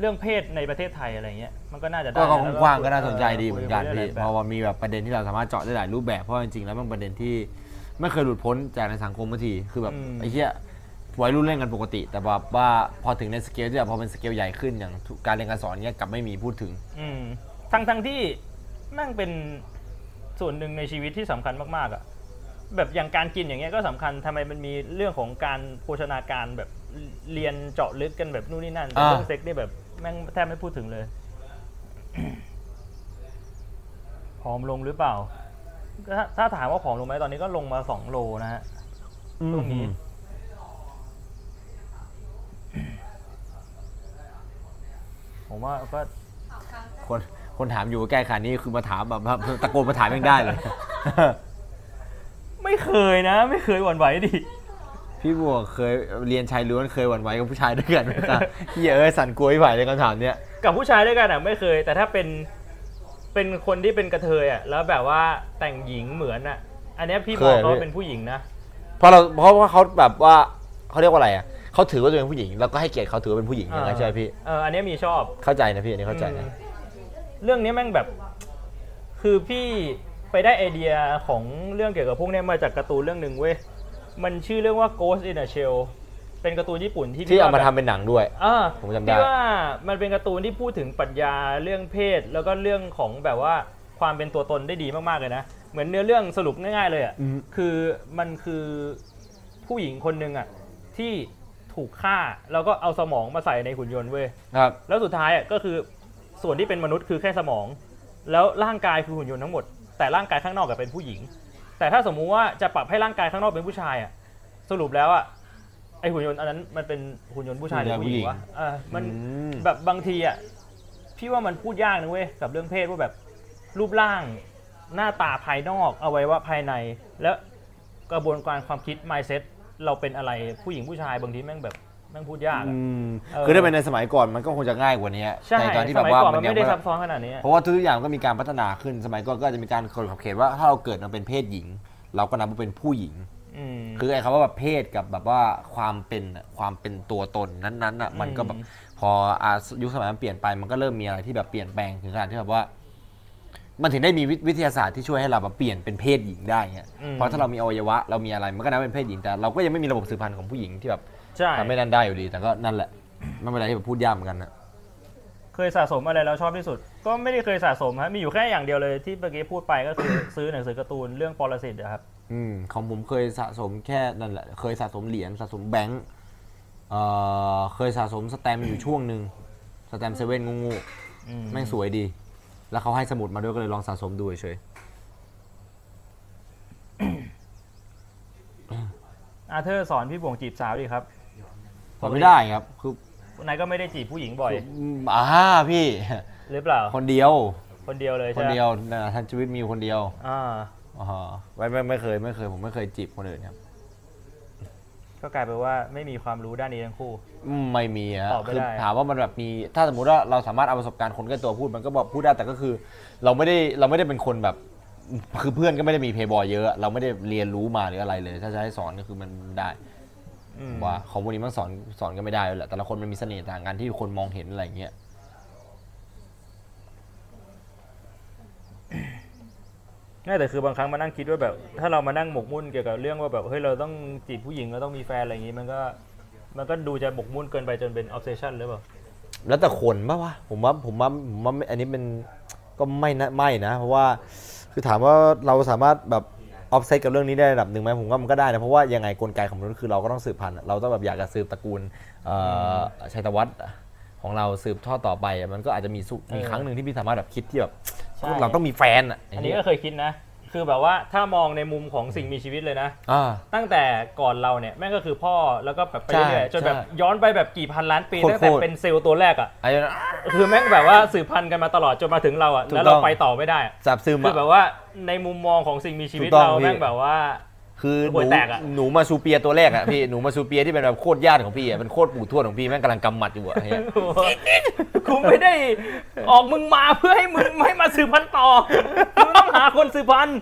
[SPEAKER 2] เรื่องเพศในประเทศไทยอะไรเงี้ยมันก็น่าจะได้
[SPEAKER 1] ก็ก็
[SPEAKER 2] แล้ว
[SPEAKER 1] กว้างๆก็น่าสนใจ
[SPEAKER 2] คุย
[SPEAKER 1] ดีเหมือนกัน
[SPEAKER 2] คุย
[SPEAKER 1] พี่
[SPEAKER 2] รื่งหลายๆ
[SPEAKER 1] เพ
[SPEAKER 2] แบบ
[SPEAKER 1] ราะว่ามีแบบประเด็นที่เราสามารถเจาะได้หลายรูปแบบเพราะจริงๆแล้วมันประเด็นที่ไม่เคยหลุดพ้นจากในสังคมบางทีคือแบบ
[SPEAKER 2] อืม
[SPEAKER 1] ไอ้เหี้ยวัยรุ่นเล่นกันปกติ แต่แบบว่าพอถึงในสเกลที่แบบพอเป็นสเกลใหญ่ขึ้นอย่างการเรียนการสอนเนี้ยกลับไม่มีพูดถึง
[SPEAKER 2] อืมทั้งทั้งที่แมั่งเป็นส่วนหนึ่งในชีวิตที่สำคัญมากๆอ่ะแบบอย่างการกินอย่างเงี้ยก็สำคัญทำไมมันมีเรื่องของการโภชนาการแบบเรียนเจาะลึกกันแบบนู่นนี่นั่นแต่
[SPEAKER 1] อ่า
[SPEAKER 2] เรื่องเซ็กนี่แบบแม่งแทบไม่พูดถึงเลย ผอมลงหรือเปล่าก็ถ้าถ้าถามว่าผอมลงไหมตอนนี้ก็ลงมาสองโลนะฮะช่วงนี้ ผมว่าก็
[SPEAKER 1] คนคนถามอยู่ว่าแก้ขนาดนี้คือมาถามแบบว่า ตะโกนมาถามยังได้เลย
[SPEAKER 2] ไม่เคยนะ ไม่เคยหวั่นไหวดิ
[SPEAKER 1] พี่บัวเคยเรียนชายล้วนเคยหวั่นไหวกับผู้ชายด้วยกันไหมจ๊ะเหี้ยเอ้ยสั่นกลัวพี่ไผ่ในคำถามเนี้ย
[SPEAKER 2] กับผู้ชายด้วยกันอ่ะไม่เคย แต่ถ้าเป็นเป็นคนที่เป็นกระเทยอ่ะแล้วแบบว่าแต่งหญิงเหมือนอ่ะ อันเนี้ยพี่
[SPEAKER 11] เคย
[SPEAKER 2] บอกเขา
[SPEAKER 11] พี่
[SPEAKER 2] เป็นผู้หญิงนะ
[SPEAKER 11] เพราะเราเพราะว่าเขาแบบว่าเขาเรียกว่าอะไรอ่ะเขาถือว่าตัวเองเป็นผู้หญิงแล้วก็ให้เกียรติเขาถือว่าเป็นผู้หญิงอย่างนั้นใช่ไหมพี่
[SPEAKER 2] เอออันเนี้ยมีชอบ
[SPEAKER 11] เข้าใจนะพี่อันนี้เข้าใจนะ
[SPEAKER 2] เรื่องนี้แม่งแบบ คือพี่ไปได้ไอเดียของเรื่องเกี่ยวกับพวกเนี้ยมาจากการ์ตูนเรื่องหนึ่งเว้ย มันชื่อเรื่องว่า Ghost in a Shell เป็นการ์ตูนญี่ปุ่นที่
[SPEAKER 11] ที่เอามา
[SPEAKER 2] ว่
[SPEAKER 11] ทำ
[SPEAKER 2] แบบ
[SPEAKER 11] เป็นหนังด้วย
[SPEAKER 2] อ่า
[SPEAKER 11] ผมจำได้
[SPEAKER 2] ที่ว่ามันเป็นการ์ตูนที่พูดถึงปรัชญาเรื่องเพศ แล้วก็เรื่องของแบบว่าความเป็นตัวตนได้ดีมากๆเลยนะ เหมือนเนื้อเรื่องสรุปง่ายๆเลยอ่ะ คือมันคือผู้หญิงคนหนึ่งอ่ะที่ถูกฆ่าแล้วก็เอาสมองมาใส่ในหุ่นยนต์เว้ย
[SPEAKER 1] ครับ
[SPEAKER 2] แล้วสุดท้ายอ่ะก็คือส่วนที่เป็นมนุษย์คือแค่สมอง แล้วร่างกายคือหุ่นยนต์ทั้งหมด แต่ร่างกายข้างนอกกับเป็นผู้หญิง แต่ถ้าสมมุติว่าจะปรับให้ร่างกายข้างนอกเป็นผู้ชายอ่ะสรุปแล้วอ่ะไอหุ่นยนต์อันนั้นมันเป็นหุ่นยนต์ผู้ชายหรือผู้หญิงวะเออมันแบบบางทีอ่ะพี่ว่ามันพูดยากนะเว้ยกับเรื่องเพศว่าแบบรูปร่างหน้าตาภายนอกเอาไว้ว่าภายใน แล้วกระบวนการความคิด mindset เราเป็นอะไรผู้หญิงผู้ชายบางทีแม่งแบบแม่งพูดยากอะ เออ
[SPEAKER 1] คือถ้าเป็นในสมัยก่อนมันก็คงจะง่ายกว่านี้
[SPEAKER 2] ใช่
[SPEAKER 1] ในตอนที่
[SPEAKER 2] ส
[SPEAKER 1] แบบ
[SPEAKER 2] มัย
[SPEAKER 1] ว่า
[SPEAKER 2] ก่อน
[SPEAKER 1] มั
[SPEAKER 2] มัน
[SPEAKER 1] นยัง
[SPEAKER 2] ไม่ได้
[SPEAKER 1] ไม่
[SPEAKER 2] ซับซ้อนขนาดนี้
[SPEAKER 1] เพราะว่าทุกๆอย่างก็มีการพัฒนาขึ้นสมัยก่อนก็อาจจะมีการกำหนดขอบเขตว่าถ้าเราเกิดมาเป็นเพศหญิง เราก็นับว่าเป็นผู้หญิง
[SPEAKER 2] อืม
[SPEAKER 1] คือไอ้คำว่าแบบเพศกับแบบว่าความเป็นน่ะความเป็นตัวตนนั้นๆอ่ะมันก็แบบ
[SPEAKER 2] อืม
[SPEAKER 1] พออายุคสมัยมันเปลี่ยนไปมันก็เริ่มมีอะไรที่แบบเปลี่ยนแปลงถึงขนาดที่แบบว่า มันถึงได้มีวิวิทยาศาสตร์ที่ช่วยให้เราแบบเปลี่ยนเป็นเพศหญิงได้เงี้ยเพราะถ้าเรามีอวัยวะเรามีอะไรมันก็นับเป็นเพศหญิงแต่เราก็ยังไม่มีระบบสืบพันธุ์ของผู้หญิงที่แบบ
[SPEAKER 2] ใช่
[SPEAKER 1] ทำให้นั่นได้อยู่ดี แต่ก็นั่นแหละมันเป็นอะไรที่แบบพูดยากเหมือนกันนะ
[SPEAKER 2] เคยสะสมอะไรแล้วชอบที่สุด ก็ไม่ได้เคยสะสมฮะมีอยู่แค่อย่างเดียวเลยที่เมื่อกี้พูดไปก็คือ ซื้อหนังสือการ์ตูนเรื่องปรสิตอะครับ
[SPEAKER 1] อืมของผมเคยสะสมแค่นั่นแหละ เคยสะสมเหรียญสะสมแบงค์เอ่อเคยสะสมสแตมป์อยู่ช่วงหนึ่งสแตมป์เซเว่นงู
[SPEAKER 2] อืม
[SPEAKER 1] ๆแม่งสวยดี แล้วเขาให้สมุดมาด้วยก็เลยลองสะสมดูเฉย
[SPEAKER 2] อาเธอร์สอนพี่บ่วงจีบสาวดีครับ
[SPEAKER 1] ๆทำไม่ได้ครับ คือ
[SPEAKER 2] คนไหนก็ไม่ได้จีบผู้หญิงบ่อย
[SPEAKER 1] อืมอ่า พี่
[SPEAKER 2] หรือเปล่า
[SPEAKER 1] คนเดียว
[SPEAKER 2] คนเดียวเลย
[SPEAKER 1] ค
[SPEAKER 2] ใช่
[SPEAKER 1] น
[SPEAKER 2] ไหม
[SPEAKER 1] เดียวนะทั้งชีวิตมีคนเดียว
[SPEAKER 2] อ่า
[SPEAKER 1] อ๋อไม่ไม่ไม่เคยไม่เคย ผมไม่เคยจีบคนอื่นครับ
[SPEAKER 2] ก็กลายเป็นว่าไม่มีความรู้ด้านนี้ทั้งคู่
[SPEAKER 1] อืมไม่มีฮะ
[SPEAKER 2] ตอบไม่
[SPEAKER 1] คือ
[SPEAKER 2] ได้
[SPEAKER 1] ถามว่ามันแบบมี ถ้าสมมติว่าเราสามารถเอาประสบการณ์คนใกล้ตัวพูดมันก็บอกพูดได้แต่ก็คือ เราไม่ได้เราไม่ได้เป็นคนแบบคือเพื่อนก็ไม่ได้มีเพย์บอยเยอะ เราไม่ได้เรียนรู้มาหรืออะไรเลย ถ้าจะให้สอนก็คือมันได้
[SPEAKER 2] อืม
[SPEAKER 1] ว่าของพวกนี้มันสอนสอนก็ไม่ได้แล้วแหละแต่ละคนมันมีเสน่ห์ต่างกันที่คนมองเห็นอะไรอย่างเงี้ย
[SPEAKER 2] ง่ายแต่คือบางครั้งมานั่งคิดว่าแบบ ถ้าเรามานั่งหมกมุ่นเกี่ยวกับเรื่องว่าแบบเฮ้ยเราต้องจีบผู้หญิงเราต้องมีแฟนอะไรอย่างงี้มันก็ มันก็ดูจะหมกมุ่นเกินไปจนเป็นออฟเซชันหรือเปล่า
[SPEAKER 1] แล้วแต่คนปะวะผมว่าผมว่าผมว่าไม่อันนี้เป็นก็ไม่นะไม่นะ เพราะว่าคือถามว่าเราสามารถแบบออฟเซตกับเรื่องนี้ได้ระดับหนึ่งไหมผมว่ามันก็ได้นะเพราะว่ายังไงกลไกของมนุษย์คือเราก็ต้องสืบพันธุ์อะเราต้องแบบอยากจะสืบตระกูลเอ่อชัยตวัฒน์ของเราสืบทอดต่อไปอะมันก็อาจจะมีสุมี
[SPEAKER 2] เออ
[SPEAKER 1] ครั้งหนึ่งที่พี่สามารถแบบคิดที่แบบ
[SPEAKER 2] ใช่
[SPEAKER 1] เราต้องมีแฟนอ่ะ
[SPEAKER 2] อันนี้ก็เคยคิดนะ คือแบบว่าถ้ามองในมุมของสิ่งมีชีวิตเลยนะ
[SPEAKER 1] อ่า
[SPEAKER 2] ตั้งแต่ก่อนเราเนี่ยแม่งก็คือพ่อแล้วก็แบบไปเรื่อย
[SPEAKER 1] ใช่
[SPEAKER 2] ๆจนแบบ
[SPEAKER 1] ใช่
[SPEAKER 2] ย้อนไปแบบกี่พันล้านปี
[SPEAKER 1] โคตร
[SPEAKER 2] ตั้งแต่
[SPEAKER 1] โคตร
[SPEAKER 2] เป็นเซลล์ตัวแรกอ่ะ
[SPEAKER 1] ไอ้นั่นอะ
[SPEAKER 2] คือแม่งแบบว่าสืบพันธุ์กันมาตลอดจนมาถึงเราอ่ะ
[SPEAKER 1] ถูกต้อง
[SPEAKER 2] แล้วเราไปต่อไม่ได้อะ
[SPEAKER 1] สับซึม
[SPEAKER 2] คือแบ
[SPEAKER 1] อะ
[SPEAKER 2] บว่าในมุมมองของสิ่งมีชีวิต
[SPEAKER 1] ถูกต้อง
[SPEAKER 2] เรา
[SPEAKER 1] พี่
[SPEAKER 2] แม่งแบบว่า
[SPEAKER 1] คือห
[SPEAKER 2] หั
[SPEAKER 1] นู
[SPEAKER 2] วแตกอะ
[SPEAKER 1] หนูมาซูเปียตัวแรกอะพี่ หนูมาซูเปียที่เป็นแบบโคตรญาติของพี่อะเป็นโคตรปู่ทวดของพี่แม่งกำลังกำหมัดอยู่อะเฮีย
[SPEAKER 2] กูไม่ได้ออกมึงมาเพื่อให้มึงไม่มาสืบพันธุ์ต่อมึงต้องหาคนสืบพั นธุ์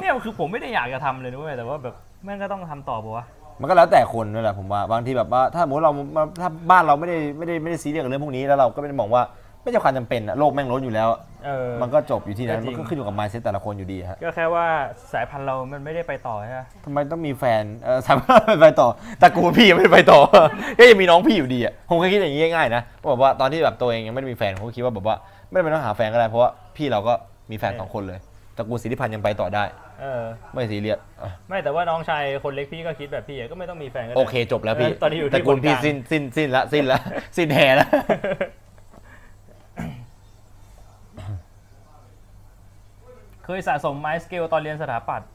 [SPEAKER 2] เนี่ยคือผมไม่ได้อยากจะทำเลยนะเว้ยแต่ว่าแบบแม่งก็ต้องทำต่อปะวะ
[SPEAKER 1] มันก็แล้วแต่คนนั่นแหละผมว่าบางทีแบบว่าถ้าสมมติเรามาถ้าบ้านเราไม่ได้ไม่ได้ไม่ได้ซีเรียสกับเรื่องพวกนี้แล้วเราก็ไม่ได้มองว่าไม่ใช่ความจำเป็นอะโลกแม่งล้นอยู่แล้วอะ
[SPEAKER 2] เออ
[SPEAKER 1] มันก็จบอยู่ที่นั้น
[SPEAKER 2] ก็จริ
[SPEAKER 1] มัน
[SPEAKER 2] ง
[SPEAKER 1] ก็ขึ้นอยู่กับมายเซ็ตแต่ละคนอยู่ดีฮะ
[SPEAKER 2] ก็แค่ว่าสายพันธุ์เรามันไม่ได้ไปต่อใช่ไหม
[SPEAKER 1] ทำไมต้องมีแฟนเออสามารถไปต่อแต่กูพี่ยังไม่ได้ไปต่อ ก็ยังมีน้องพี่อยู่ดีอ่ะผมก็คิดอย่างนี้ง่ายๆนะว่าแบบว่าตอนที่แบบตัวเองยังไม่ได้มีแฟนผมก็คิดว่าแบบว่าไม่จำเป็นต้องหาแฟนก็ได้เพราะว่าพี่เราก็มีแฟน
[SPEAKER 2] เออ
[SPEAKER 1] สองคนเลยแต่กูลสิทธิพันธ์ยังไปต่อได้
[SPEAKER 2] เออ
[SPEAKER 1] ไม่ซีเรียสอ่ะ
[SPEAKER 2] ไม่แต่ว่าน้องชายคนเล็กพี่ก็คิดแบบพี่อะก็ไม่ต้องมีแฟนก็ได้
[SPEAKER 1] โอเคจบแล้วพี่
[SPEAKER 2] เออตอนนี้อยู่ที่
[SPEAKER 1] แต่กูลพี่
[SPEAKER 2] คนกลาง
[SPEAKER 1] สิ้นสิ้นสิ้นละสิ้นละสิ้นแห่ละ
[SPEAKER 2] เคยสะสมไม้สเกลตอนเรียนสถาปัตย์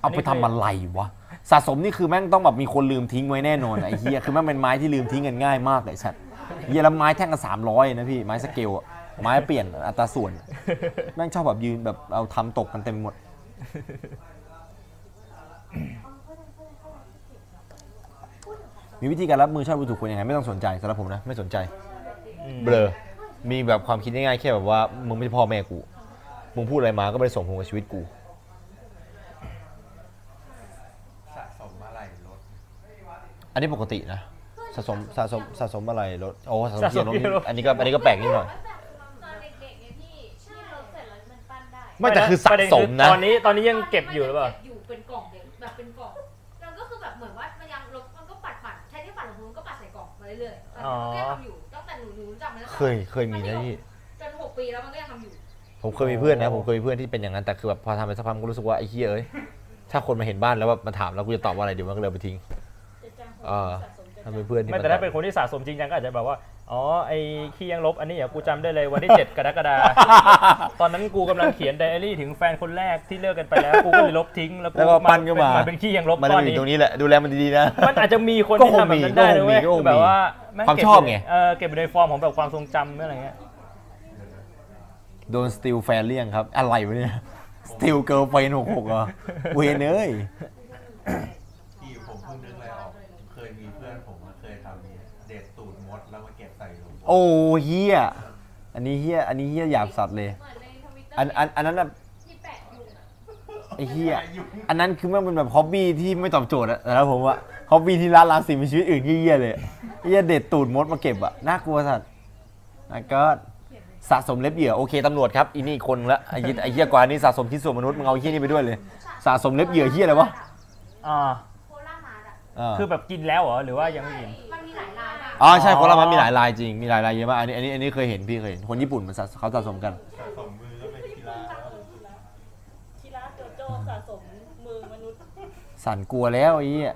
[SPEAKER 1] เอาไปทำอะไรวะ สะสมนี่คือแม่งต้องแบบมีคนลืมทิ้งไว้แน่นอนไอ้เฮียคือแม่งเป็นไม้ที่ลืมทิ้งกันง่ายมากเลยไอ้สัตว์เฮียแล้วไม้แท่งละสามร้อยนะพี่ไม้สเกลอะไม้เปลี่ยนอัตราส่วนแม่งชอบแบบยืนแบบเอาทำตกกันเต็มหมด มีวิธีการรับมือชอบดูถูกคนยังไงไม่ต้องสนใจสำหรับผมนะไม่สนใจ
[SPEAKER 2] อืม
[SPEAKER 1] เบลอมีแบบความคิดง่ายๆแค่แบบว่ามึงไม่ใช่พ่อแม่กูมึงพูดอะไรมาก็ไม่ได้ส่งผลกับชีวิตกู
[SPEAKER 4] สะสมอะไรรถ
[SPEAKER 1] อันนี้ปกตินะสะสมสะสมสะสมอะไรรถโอ้สะสม
[SPEAKER 2] สะส
[SPEAKER 1] เกีย
[SPEAKER 2] ม
[SPEAKER 1] ร์รถ
[SPEAKER 2] เกียร์รถ
[SPEAKER 1] อันนี้ก็อันนี้ก็แปลกนิดหน่อย
[SPEAKER 10] ตอนเด็กๆไงพี่ที่ลบเสร็จแล้วมันปั้นได้
[SPEAKER 1] ไม่แต่คือสะ
[SPEAKER 2] ประเด็น
[SPEAKER 1] สมนะ
[SPEAKER 2] ตอนนี้ตอนนี้ยังเก็บอยู่หรือเปล่า
[SPEAKER 10] ก็บอยู่เป็นกล่องเดียวแบบเป็นกล่องแล้วก็คือแบบเหมือนว่ามันยังลบมันก็ปัดปัดแทนที่ปัดของคุณก็ปัดใส่กล่องมาเรื่อยๆตอนนี้มันก็ยังทำอยู่ตั้งแต่หนูหนูจำมาแล้ว
[SPEAKER 1] เคยเคยมีนะพี่
[SPEAKER 10] จนหกปีแล้วมันก็ยังทำอยู่
[SPEAKER 1] ผมเคยมีเพื่อนนะผมเคยมีเพื่อนที่เป็นอย่างนั้นแต่คือแบบพอทำไปสักพักก็รู้สึกว่าไอ้เหี้ยเอ้ยถ้าคนมาเห็นบ้านแล้วแบบมาถามแล้วกูจะตอบว่าอะไรเดี๋ยวมันก็เลยเอาไปทิ้งเออถ้าเป็นเพื่อนที่
[SPEAKER 2] ไม่แต่ถ้าเป็นคนที่สะสมจริงจังก็อาจจะแบบว่า อ๋อ ไอ้ขี้ยังลบอันนี้อย่ากูจำได้เลยวันที่ 7 กรกฎาค มตอนนั้นกูกำลังเขียนไดอารี่ถึงแฟนคนแรกที่เลิกกันไปแล้ว กูก็เลยลบทิ้งแล้ว
[SPEAKER 1] แล้วก็ปั้นขึ้นมา
[SPEAKER 2] เป็นขี้ยังลบ
[SPEAKER 1] มัน
[SPEAKER 2] ก้อน
[SPEAKER 1] อยู่
[SPEAKER 2] นี้
[SPEAKER 1] ตรงนี้แหละดูแลมันดีๆนะ
[SPEAKER 2] มันอาจจะมีคน
[SPEAKER 1] ก็
[SPEAKER 2] ที่
[SPEAKER 1] คง
[SPEAKER 2] ทำแบบนั้
[SPEAKER 1] มี
[SPEAKER 2] นได้นะเว้ย
[SPEAKER 1] ก็คงมี
[SPEAKER 2] คือแบบว่าแง
[SPEAKER 1] ความ
[SPEAKER 2] เก็
[SPEAKER 1] ชอบไง
[SPEAKER 2] เออเก็บอยู่ในฟอร์มของแบบความทรงจำอะไรเงี้ย
[SPEAKER 1] โดนสติลแฟนเลี่ยงครับ อะไรวะเนี่ยสติลเกิร์ลเฟนหกหกเหรอเวนเอ้ย
[SPEAKER 4] พี่ผมเพิ่งนึกอะไรออก เคยมีเพื่อนผมมาเคยทำนี้เด็ดตูดมดแล้วมาเก็บใส่ลง
[SPEAKER 1] โอ้เฮียอันนี้เฮียอันนี้เฮียหยาบสัตว์เลย
[SPEAKER 10] เหมือนในทวิตเตอร์
[SPEAKER 1] อันอันอันนั้นน่ะ
[SPEAKER 10] ที่แปะอยู่อะ
[SPEAKER 1] ไอ้เหี้ย อันนั้นคือแม่งเป็นแบบฮ็อบบี้ที่ไม่ตอบโจทย์อะแต่แล้วผมว่าฮ็อบบี้ที่ล้าล้างสิ่งมีชีวิตอื่นเหี้ยๆเลยอะเหี้ยเด็ดตูดมดมาเก็บอะน่ากลัวสัตว์นะก็สะสมเล็บเหยื่อโอเคตำรวจครับอีนี่อีกคนละไอ้เหี้ยไอ้เหี้ยกว่านี่สะสมชิ้นส่วนมนุษย์มึงเอาไอ้เหี้ยนี่ไปด้วยเลย สะสมเล็บเหยื่อเหี้ยอะไรวะ
[SPEAKER 2] อ่า
[SPEAKER 10] โคล่ามาร์ทอะ
[SPEAKER 1] อ่า
[SPEAKER 2] คือแบบกินแล้วเหรอ หรือว่ายังไม่กิน
[SPEAKER 10] มันมีหลายลายมาก
[SPEAKER 1] อ๋อใช่คนละมันมีหลายลายจริงมีหลายลายเยอะมากอันนี้อันนี้อันนี้เคยเห็นพี่เคยเห็นคนญี่ปุ่นมันสะเขาสะสมกัน สัตว์กลัวแล้วไอ้เหี้ย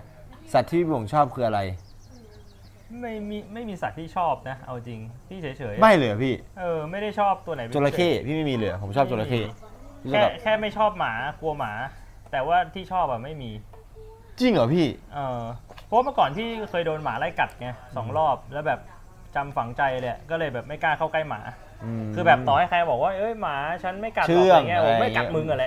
[SPEAKER 1] สัตว์ที่พี่บ่งชอบคืออะไร
[SPEAKER 2] ไม่มีไม่มีสัตว์ที่ชอบนะ เอาจริง พี่เฉยๆ
[SPEAKER 1] ไม่เลยเหรอพี่
[SPEAKER 2] เออไม่ได้ชอบตัวไหนป็น
[SPEAKER 1] จระเข้พี่ไม่มีเลยเหรอผมชอบจระเข้
[SPEAKER 2] แค่
[SPEAKER 1] แบบ
[SPEAKER 2] แค่ไม่ชอบหมากลัวหมา แต่ว่าที่ชอบอะไม่มี
[SPEAKER 1] จริงเหรอพี่
[SPEAKER 2] เออเพราะเมื่อก่อนที่เคยโดนหมาไล่กัดไงสองรอบแล้วแบบจำฝังใจเลยอะก็เลยแบบไม่กล้าเข้าใกล้หมา คือแบบต่อให้ใครบอกว่า เอ้ยหมาฉันไม่กัดห
[SPEAKER 1] เชื่
[SPEAKER 2] รอ
[SPEAKER 1] อ
[SPEAKER 2] กอะไร
[SPEAKER 1] ง
[SPEAKER 2] เงี้ยผมไม่กัด
[SPEAKER 1] อะไรเงี้ย
[SPEAKER 2] มึง อะไร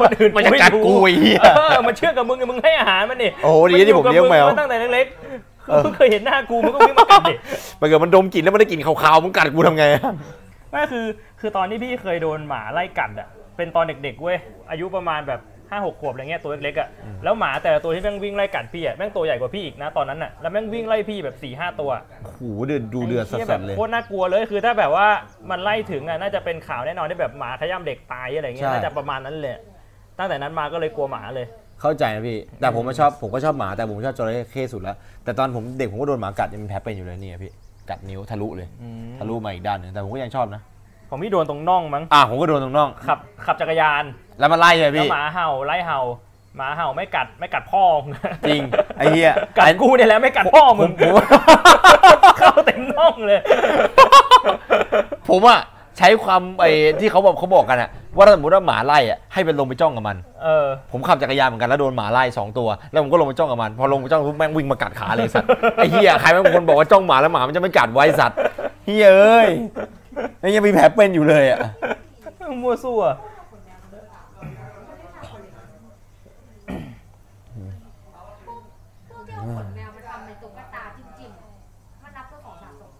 [SPEAKER 7] คนอื่นมันจะกัดกูไอ้เหี้ย
[SPEAKER 2] เออมันเชื่อกับมึงมึงให้อาหารมันนี่
[SPEAKER 1] โอ้โหดีนะที่ผมเลี้ยงแมว
[SPEAKER 2] ตั้งแต่เล็กๆคือเพิ่งเคยเห็นหน้ากูมันก็วิ่งมากัดดิ
[SPEAKER 1] ไปเกิดมันดมกลิ่นแล้วมันได้กลิ่นขาวๆมึงกัดกูทำไงอะ
[SPEAKER 2] ก็คือคือตอนที่พี่เคยโดนหมาไล่กัดอ่ะเป็นตอนเด็กๆเว้ยอายุประมาณแบบห้าหกขวบอะไรเงี้ยตัวเล็กๆอ่ะแล้วหมาแต่ละตัวที่แม่งวิ่งไล่กัดพี่อ่ะแม่งตัวใหญ่กว่าพี่อีกนะตอนนั้นอ่ะแล้วแม่งวิ่งไล่พี่แบบสี่ห้าตัว
[SPEAKER 1] โอ้โหเดือดดูเดือดสั
[SPEAKER 2] ไหี้ย
[SPEAKER 1] ส
[SPEAKER 2] แบบ
[SPEAKER 1] ๆเลย
[SPEAKER 2] โคตรน่ากลัวเลยคือถ้าแบบว่ามันไล่ถึงอ่ะน่าจะเป็นข่าวแน่นอนที่แบบหมาขย้ำเด็กตายอะไรเงี้ย
[SPEAKER 1] ใช่
[SPEAKER 2] น่าจะประมาณนั้นเลยตั้งแต่นั้นมาก็เลยกลัวหมาเลย
[SPEAKER 1] เข้าใจนะพี่ แต่ผมก็ชอบผมก็ชอบหมาแต่ผมชอบจระเข้สุดแล้ว แต่ตอนผมเด็กผมก็โดนหมากัดยังเป็นแผลเป็นอยู่เลยนี่ไงพี่ กัดนิ้วทะลุเลย ทะลุมาอีกด้านหนึ่งแต่ผมก็ยังชอบนะ
[SPEAKER 2] ผมพี่โดนตรงน่องมั้ง
[SPEAKER 1] อ่ะผมก็โดนตรงน่อง
[SPEAKER 2] ขับขับจักรยาน
[SPEAKER 1] แล้วมันไล่เลย
[SPEAKER 2] แล้ว
[SPEAKER 1] พี่
[SPEAKER 2] หมาเห่าไล่เห่าหมาเห่าไม่กัดไม่กัดพ่อมึ
[SPEAKER 1] จริงไอ้เหี้ย
[SPEAKER 2] กัดกูเนี่ยแหละไม่กัดพ่อมึง
[SPEAKER 1] ผม
[SPEAKER 2] เข้าเต็มน่องเลย
[SPEAKER 1] ผมอ่ะใช้ความไอ้ที่เขาบอกเขาบอกกันอะว่าถ้าสมมติว่าหมาไล่อะให้เป็นลงไปจ้องกับมัน
[SPEAKER 2] เออ
[SPEAKER 1] ผมขับจักรยานเหมือนกันแล้วโดนหมาไล่สองตัว แล้วผมก็ลงไปจ้องกับมันพอลงไปจ้องปุ๊บแม่งวิ่งมากัดขาเลย สัตว์ไอ้เหี้ยใครแม่งเป็นคนบอกว่าจ้องหมาแล้วหมามันจะไม่กัดไว้สัตว์เฮ้ยเอ้ยแล้วยังมีแผลเป็นอยู่เลยอ่ะ
[SPEAKER 2] มั่วซั่ว
[SPEAKER 10] พวกที่เอาขนแมวมาทำเป็นตุ๊กตาจริงๆมันนับเป็นของสะสม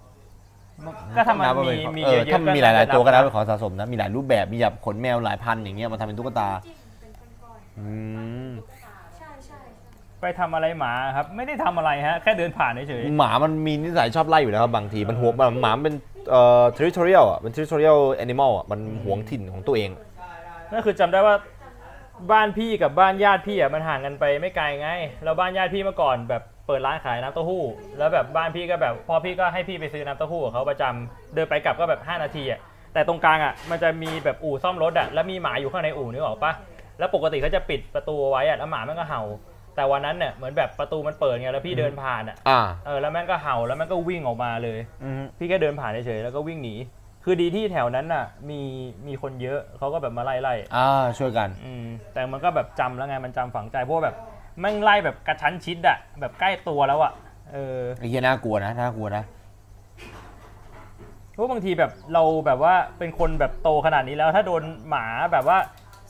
[SPEAKER 2] ก็ทำมัน
[SPEAKER 1] บว่
[SPEAKER 2] มี
[SPEAKER 1] เป็นของ
[SPEAKER 2] มี
[SPEAKER 1] เอ
[SPEAKER 2] เย
[SPEAKER 1] อ
[SPEAKER 2] อะๆ
[SPEAKER 1] ถ้ามันมีหลายๆตัวก็
[SPEAKER 2] ได้
[SPEAKER 1] ได้เป็นของสะสมนะมีหลายรูปแบบมีแบบขนแมวหลายพันอย่างเงี้ยมาทำเป็นตุ๊กตา
[SPEAKER 10] จิ้มเป็นก้อน
[SPEAKER 1] อืม
[SPEAKER 10] ๆใช่ใช่ๆ
[SPEAKER 2] ไปทำอะไรหมาครับ ไม่ได้ทำอะไรฮะ แค่เดินผ่านเฉย
[SPEAKER 1] หมามันมีนิสัยชอบไล่อยู่แล้วครับบางทีมันหวงมันหมามันเป็นเอ่อ territorial อ่ะเป็น territorial animal อ่ะมันหวงถิ่นของตัวเอง
[SPEAKER 2] ๆนั่นคือจำได้ว่าบ้านพี่กับบ้านญาติพี่อ่ะมันห่างกันไปไม่ไกลไง แล้วบ้านญาติพี่เมื่อก่อนแบบเปิดร้านขายน้ำเต้าหู้ แล้วแบบบ้านพี่ก็แบบพ่อพี่ก็ให้พี่ไปซื้อน้ำเต้าหู้กับเขาประจำเดินไปกลับก็แบบห้านาทีอ่ะ แต่ตรงกลางอ่ะมันจะมีแบบอู่ซ่อมรถอ่ะแล้วมีหมาอยู่ข้างในอู่นึกออกปะแล้วปกติเขาจะปิดประตูเอาไว้อ่ะแล้วหมามันก็เห่า แต่วันนั้นเนี่ยเหมือนแบบประตูมันเปิดไงแล้วพี่เดินผ่านอ่ะ
[SPEAKER 1] อ่า
[SPEAKER 2] เออแล้วแม่งก็เห่าแล้วแม่งก็วิ่งออกมาเลย
[SPEAKER 1] อืม
[SPEAKER 2] พี่ก็เดินผ่านเฉยๆแล้วก็วิ่งหนี คือดีที่แถวนั้นน่ะ มีมีคนเยอะเขาก็แบบมาไล่ไล่
[SPEAKER 1] อ่าช่วยกัน
[SPEAKER 2] อืมแต่มันก็แบบจำแล้วไงมันจำฝังใจเพราะว่าแบบแม่งไล่แบบกระชั้นชิดอะแบบใกล้ตัวแล้วอะเออ
[SPEAKER 1] ไอ้เหี้ยน่ากลัวนะน่ากลัวนะ
[SPEAKER 2] เพราะบางทีแบบเราแบบว่าเป็นคนแบบโตขนาดนี้แล้ว ถ้าโดนหมาแบบว่า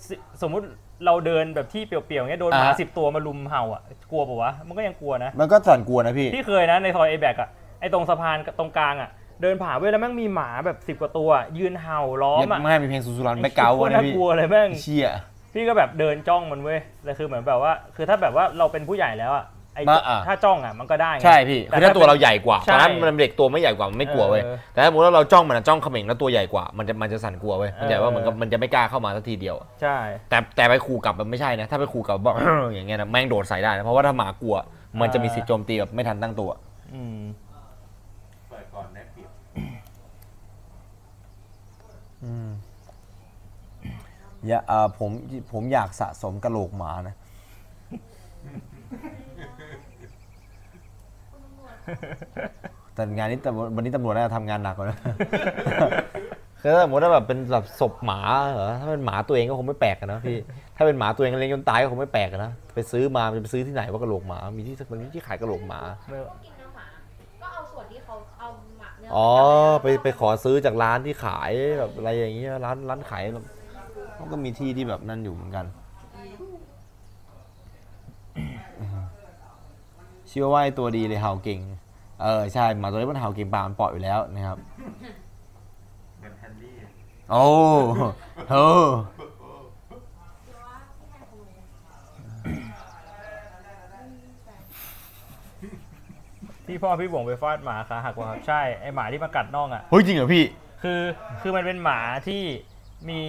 [SPEAKER 2] สสมมุติเราเดินแบบที่เปลี่ยวๆเงี้ยโดนหมา
[SPEAKER 1] อ่าฮะ
[SPEAKER 2] สิบตัวมาลุมเห่าอะกลัวปะวะมันก็ยังกลัวนะ
[SPEAKER 1] มันก็สั่นกลัวนะพี่
[SPEAKER 2] พี่เคยนะในซอยเอแบกอะไอตรงสะพานตรงกลางอะเดินผ่านเว้ยแล้วแม่งมีหมาแบบสิบ10กว่าตัว ยืนเห่าล้อม
[SPEAKER 1] ยั
[SPEAKER 2] อะ
[SPEAKER 1] งไม่ให้มีเพลงสุสุรันแบ็คกราวด์
[SPEAKER 2] ไอ้เหี้ย
[SPEAKER 1] นะ
[SPEAKER 2] น่า
[SPEAKER 1] พี่
[SPEAKER 2] กลัวเลยแม่ง
[SPEAKER 1] เชี่ย
[SPEAKER 2] พี่ก็แบบเดินจ้องมันเว้ยแล้วคือเหมือนแบบว่า คือถ้าแบบว่าเราเป็นผู้ใหญ่แล้วอะไอ
[SPEAKER 1] มาอ่ะ
[SPEAKER 2] ถ้าจ้องอะมันก็ได้ไง
[SPEAKER 1] ใช่พี่คือถ้าตัวเราใหญ่กว่าต
[SPEAKER 2] ใช่
[SPEAKER 1] อนนั้นมันเด็กตัวไม่ใหญ่กว่ามันไม่กลัวเว้ย
[SPEAKER 2] เออ
[SPEAKER 1] แต่ถ้าสมมติว่าเราจ้องมันอะจ้องเขม่งแล้วตัวใหญ่กว่ามันจะมันจะสั่นกลัวเว้ยมันใหญ่
[SPEAKER 2] เออ
[SPEAKER 1] ว่าเหมือนกับมันจะไม่กล้าเข้ามาสักทีเดียว
[SPEAKER 2] ใช่
[SPEAKER 1] แต่แต่ไปขู่กลับมันไม่ใช่นะ ถ้าไปขู่กลับ บอก อย่างเงี้ยนะแม่งโดดใส่ได้นะเพราะว่าถ้าหมากลัว มันจะมีสิทธิ์โจมตีแบบไม่ทันตั้งตัว
[SPEAKER 2] อืม
[SPEAKER 1] อย่าเอ่อผมผมอยากสะสมกระโหลกหมานะ แต่งานนี้แต่วันนี้ตำรวจน่าจะทำงานหนักกว่านะ คือถ้าสมมติว่าแบบเป็นแบบศพหมาเหรอถ้าเป็นหมาตัวเองก็คงไม่แปลกอะนะพี่ ถ้าเป็นหมาตัวเองเลี้ยงจนตายก็คงไม่แปลกอะนะไปซื้อมามันจะไปซื้อที่ไหนว่ากระโหลกหมา มีที่มันมีที่ขายกระโหลกหมา
[SPEAKER 2] ไม่
[SPEAKER 10] กินเนื้อหมา ก็เอาส่วนที่เขาเอาหมักเนื้อ
[SPEAKER 1] อ๋อ
[SPEAKER 10] มา
[SPEAKER 1] ไปไปขอซื้อจากร้านที่ขายแบบอะไรอย่างเงี้ยร้านร้านขายแบบเขาก็มีที่ที่แบบนั่นอยู่เหมือนกัน เชื่อว่าไอ้ตัวดีเลยเห่าเก่ง เออใช่หมาตัวนี้มันเห่าเก่งปากมันเปล่อยอยู่แล้วนะครับโอ้โห
[SPEAKER 2] ที่พ่อพี่บ่วงไปฟาดหมาขาหักว่ะครับใช่ไอหมาที่มากัดน่องอะ
[SPEAKER 1] เฮ้ยจริงเหรอพี่
[SPEAKER 2] คือคือมันเป็นหมาที่มี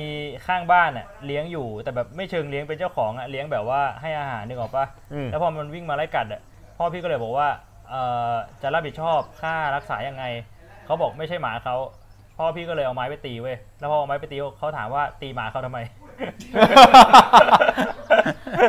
[SPEAKER 2] ข้างบ้านอ่ะเลี้ยงอยู่แต่แบบไม่เชิงเลี้ยงเป็นเจ้าของอ่ะเลี้ยงแบบว่าให้อาหารนึกออกปะ
[SPEAKER 1] อืม
[SPEAKER 2] แล้วพอมันวิ่งมาไล่กัดอ่ะพ่อพี่ก็เลยบอกว่าเอ่อจะรับผิดชอบค่ารักษายังไงเขาบอกไม่ใช่หมาเขาพ่อพี่ก็เลยเอาไม้ไปตีเว้ยแล้วพอเอาไม้ไปตีเขาถามว่าตีหมาเขาทำไม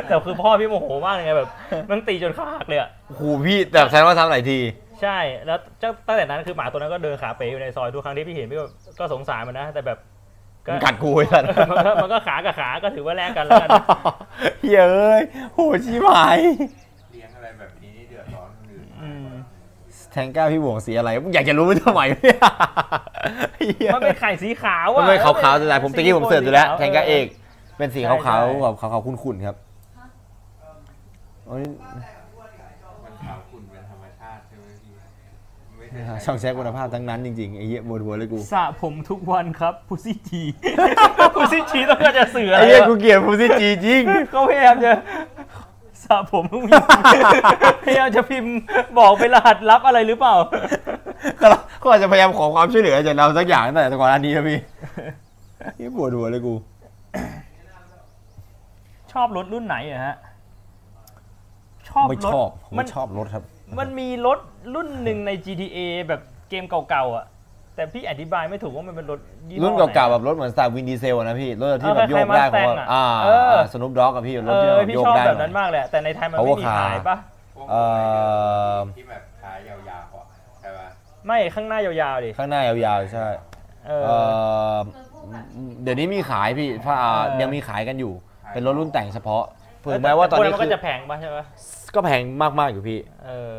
[SPEAKER 2] แต่คือพ่อพี่โมโหมากเลยไงแบบมันตีจนขาหักเลยอ่ะ
[SPEAKER 1] โอ้โหพี่แต่ใช้ว่าซ้ำหลายที
[SPEAKER 2] ใช่แล้วเจ้าตั้งแต่นั้นคือหมาตัวนั้นก็เดินขาเป๋อยู่ในซอยทุกครั้งที่พี่เห็นพี่ก็ก็สงสารมันนะแต่แบบ
[SPEAKER 1] มันกัดกูไอ้สั ตว์
[SPEAKER 2] มันก็มันก็ขากับขาก็ถือว่าแลกกันแล้วกัน
[SPEAKER 1] เฮ้ยเอ้ยโหชิบหาย
[SPEAKER 2] อืม
[SPEAKER 1] แทงก้าพี่บวงสีอะไรอยากจะรู้ไม่ทำไมเนี่ยเหี้ย
[SPEAKER 2] มันเป็นไข่สีขาว
[SPEAKER 1] มั
[SPEAKER 2] อ่ะ
[SPEAKER 1] นไม่ขาวๆแต่ไหนผมตะกี้ผมเสิร์ชดูแล้ว แทงก้าเอก เป็นสีขาวๆแบบขาวๆขุ่นๆครับโอ้ยช่องแช็คคุณภาพทั้งนั้นจริงๆไอ้เหี้ยปวดหัวเลยกู
[SPEAKER 2] สระผมทุกวันครับพุซี่ จีพุซี่จีต้องการจะสื่ออะไร
[SPEAKER 1] ไอ้เหี้ยว
[SPEAKER 2] ะ
[SPEAKER 1] กูเกลียดฟูซิจีจริง
[SPEAKER 2] ก็พยายามจะสระผมทุกวัน พยายามจะพิมพ์บอกเป็นรหัสลับอะไรหรือเปล่า
[SPEAKER 1] ก็เราก็อาจจะพยายามขอความช่วยเหลือจากเราสักอย่างตั้งแต่ก่อนอันนี้นะพี่ นี่ปวดหัวเลยกู
[SPEAKER 2] ชอบรถรุ่นไหนอะฮะ ชอบ
[SPEAKER 1] ไม่
[SPEAKER 2] ร
[SPEAKER 1] ช
[SPEAKER 2] ถ
[SPEAKER 1] อบผม
[SPEAKER 2] มัน
[SPEAKER 1] ชอบรถครับ
[SPEAKER 2] มันมีรถรุ่นหนึ่งใน GTA แบบเกมเก่าๆอ่ะ แต่พี่อธิบายไม่ถูกว่ามันเป็นรถยี่ห้อ
[SPEAKER 1] รุ่น
[SPEAKER 2] ไห
[SPEAKER 1] เก่าๆแบบรถเหมือนสไตล์วินดีเซลอะนะพี่ รถที่
[SPEAKER 2] เออ
[SPEAKER 1] แบบโยก
[SPEAKER 2] คล้ายๆ
[SPEAKER 1] ได้ผมว่า
[SPEAKER 2] Mustang อะ
[SPEAKER 1] อ่า
[SPEAKER 2] เออ
[SPEAKER 1] สนุปด็อกกับพี่รถ
[SPEAKER 2] เอ
[SPEAKER 1] ที่
[SPEAKER 2] อ
[SPEAKER 1] แบบ
[SPEAKER 2] พี่
[SPEAKER 1] โยก
[SPEAKER 2] ชอบ
[SPEAKER 1] ได้ห
[SPEAKER 2] แบบ
[SPEAKER 1] น่
[SPEAKER 2] นั้
[SPEAKER 1] อย
[SPEAKER 2] นมากเลยอะแต่ในไทยมันไม่
[SPEAKER 1] Power
[SPEAKER 2] มี
[SPEAKER 1] Car
[SPEAKER 2] ขายปะ
[SPEAKER 1] เอ่อ
[SPEAKER 2] ไม่ข้างหน้ายาวๆดิ
[SPEAKER 1] ข้างหน้ายาวๆใช่
[SPEAKER 2] เอ
[SPEAKER 1] เอ
[SPEAKER 2] อ
[SPEAKER 1] อเดี๋ยวนี้มีขายพี่ถ้าอ่า
[SPEAKER 2] เออ
[SPEAKER 1] ยังมีขายกันอยู่ เป็นรถรุ่นแต่งเฉพาะถึง
[SPEAKER 2] เ
[SPEAKER 1] แม้ว่าตอนนี้
[SPEAKER 2] พกมั
[SPEAKER 1] คื
[SPEAKER 2] ก็
[SPEAKER 1] อ
[SPEAKER 2] จะแพงปะใช่ปะ
[SPEAKER 1] ก็แพงมากๆอยู่พี่
[SPEAKER 2] เออ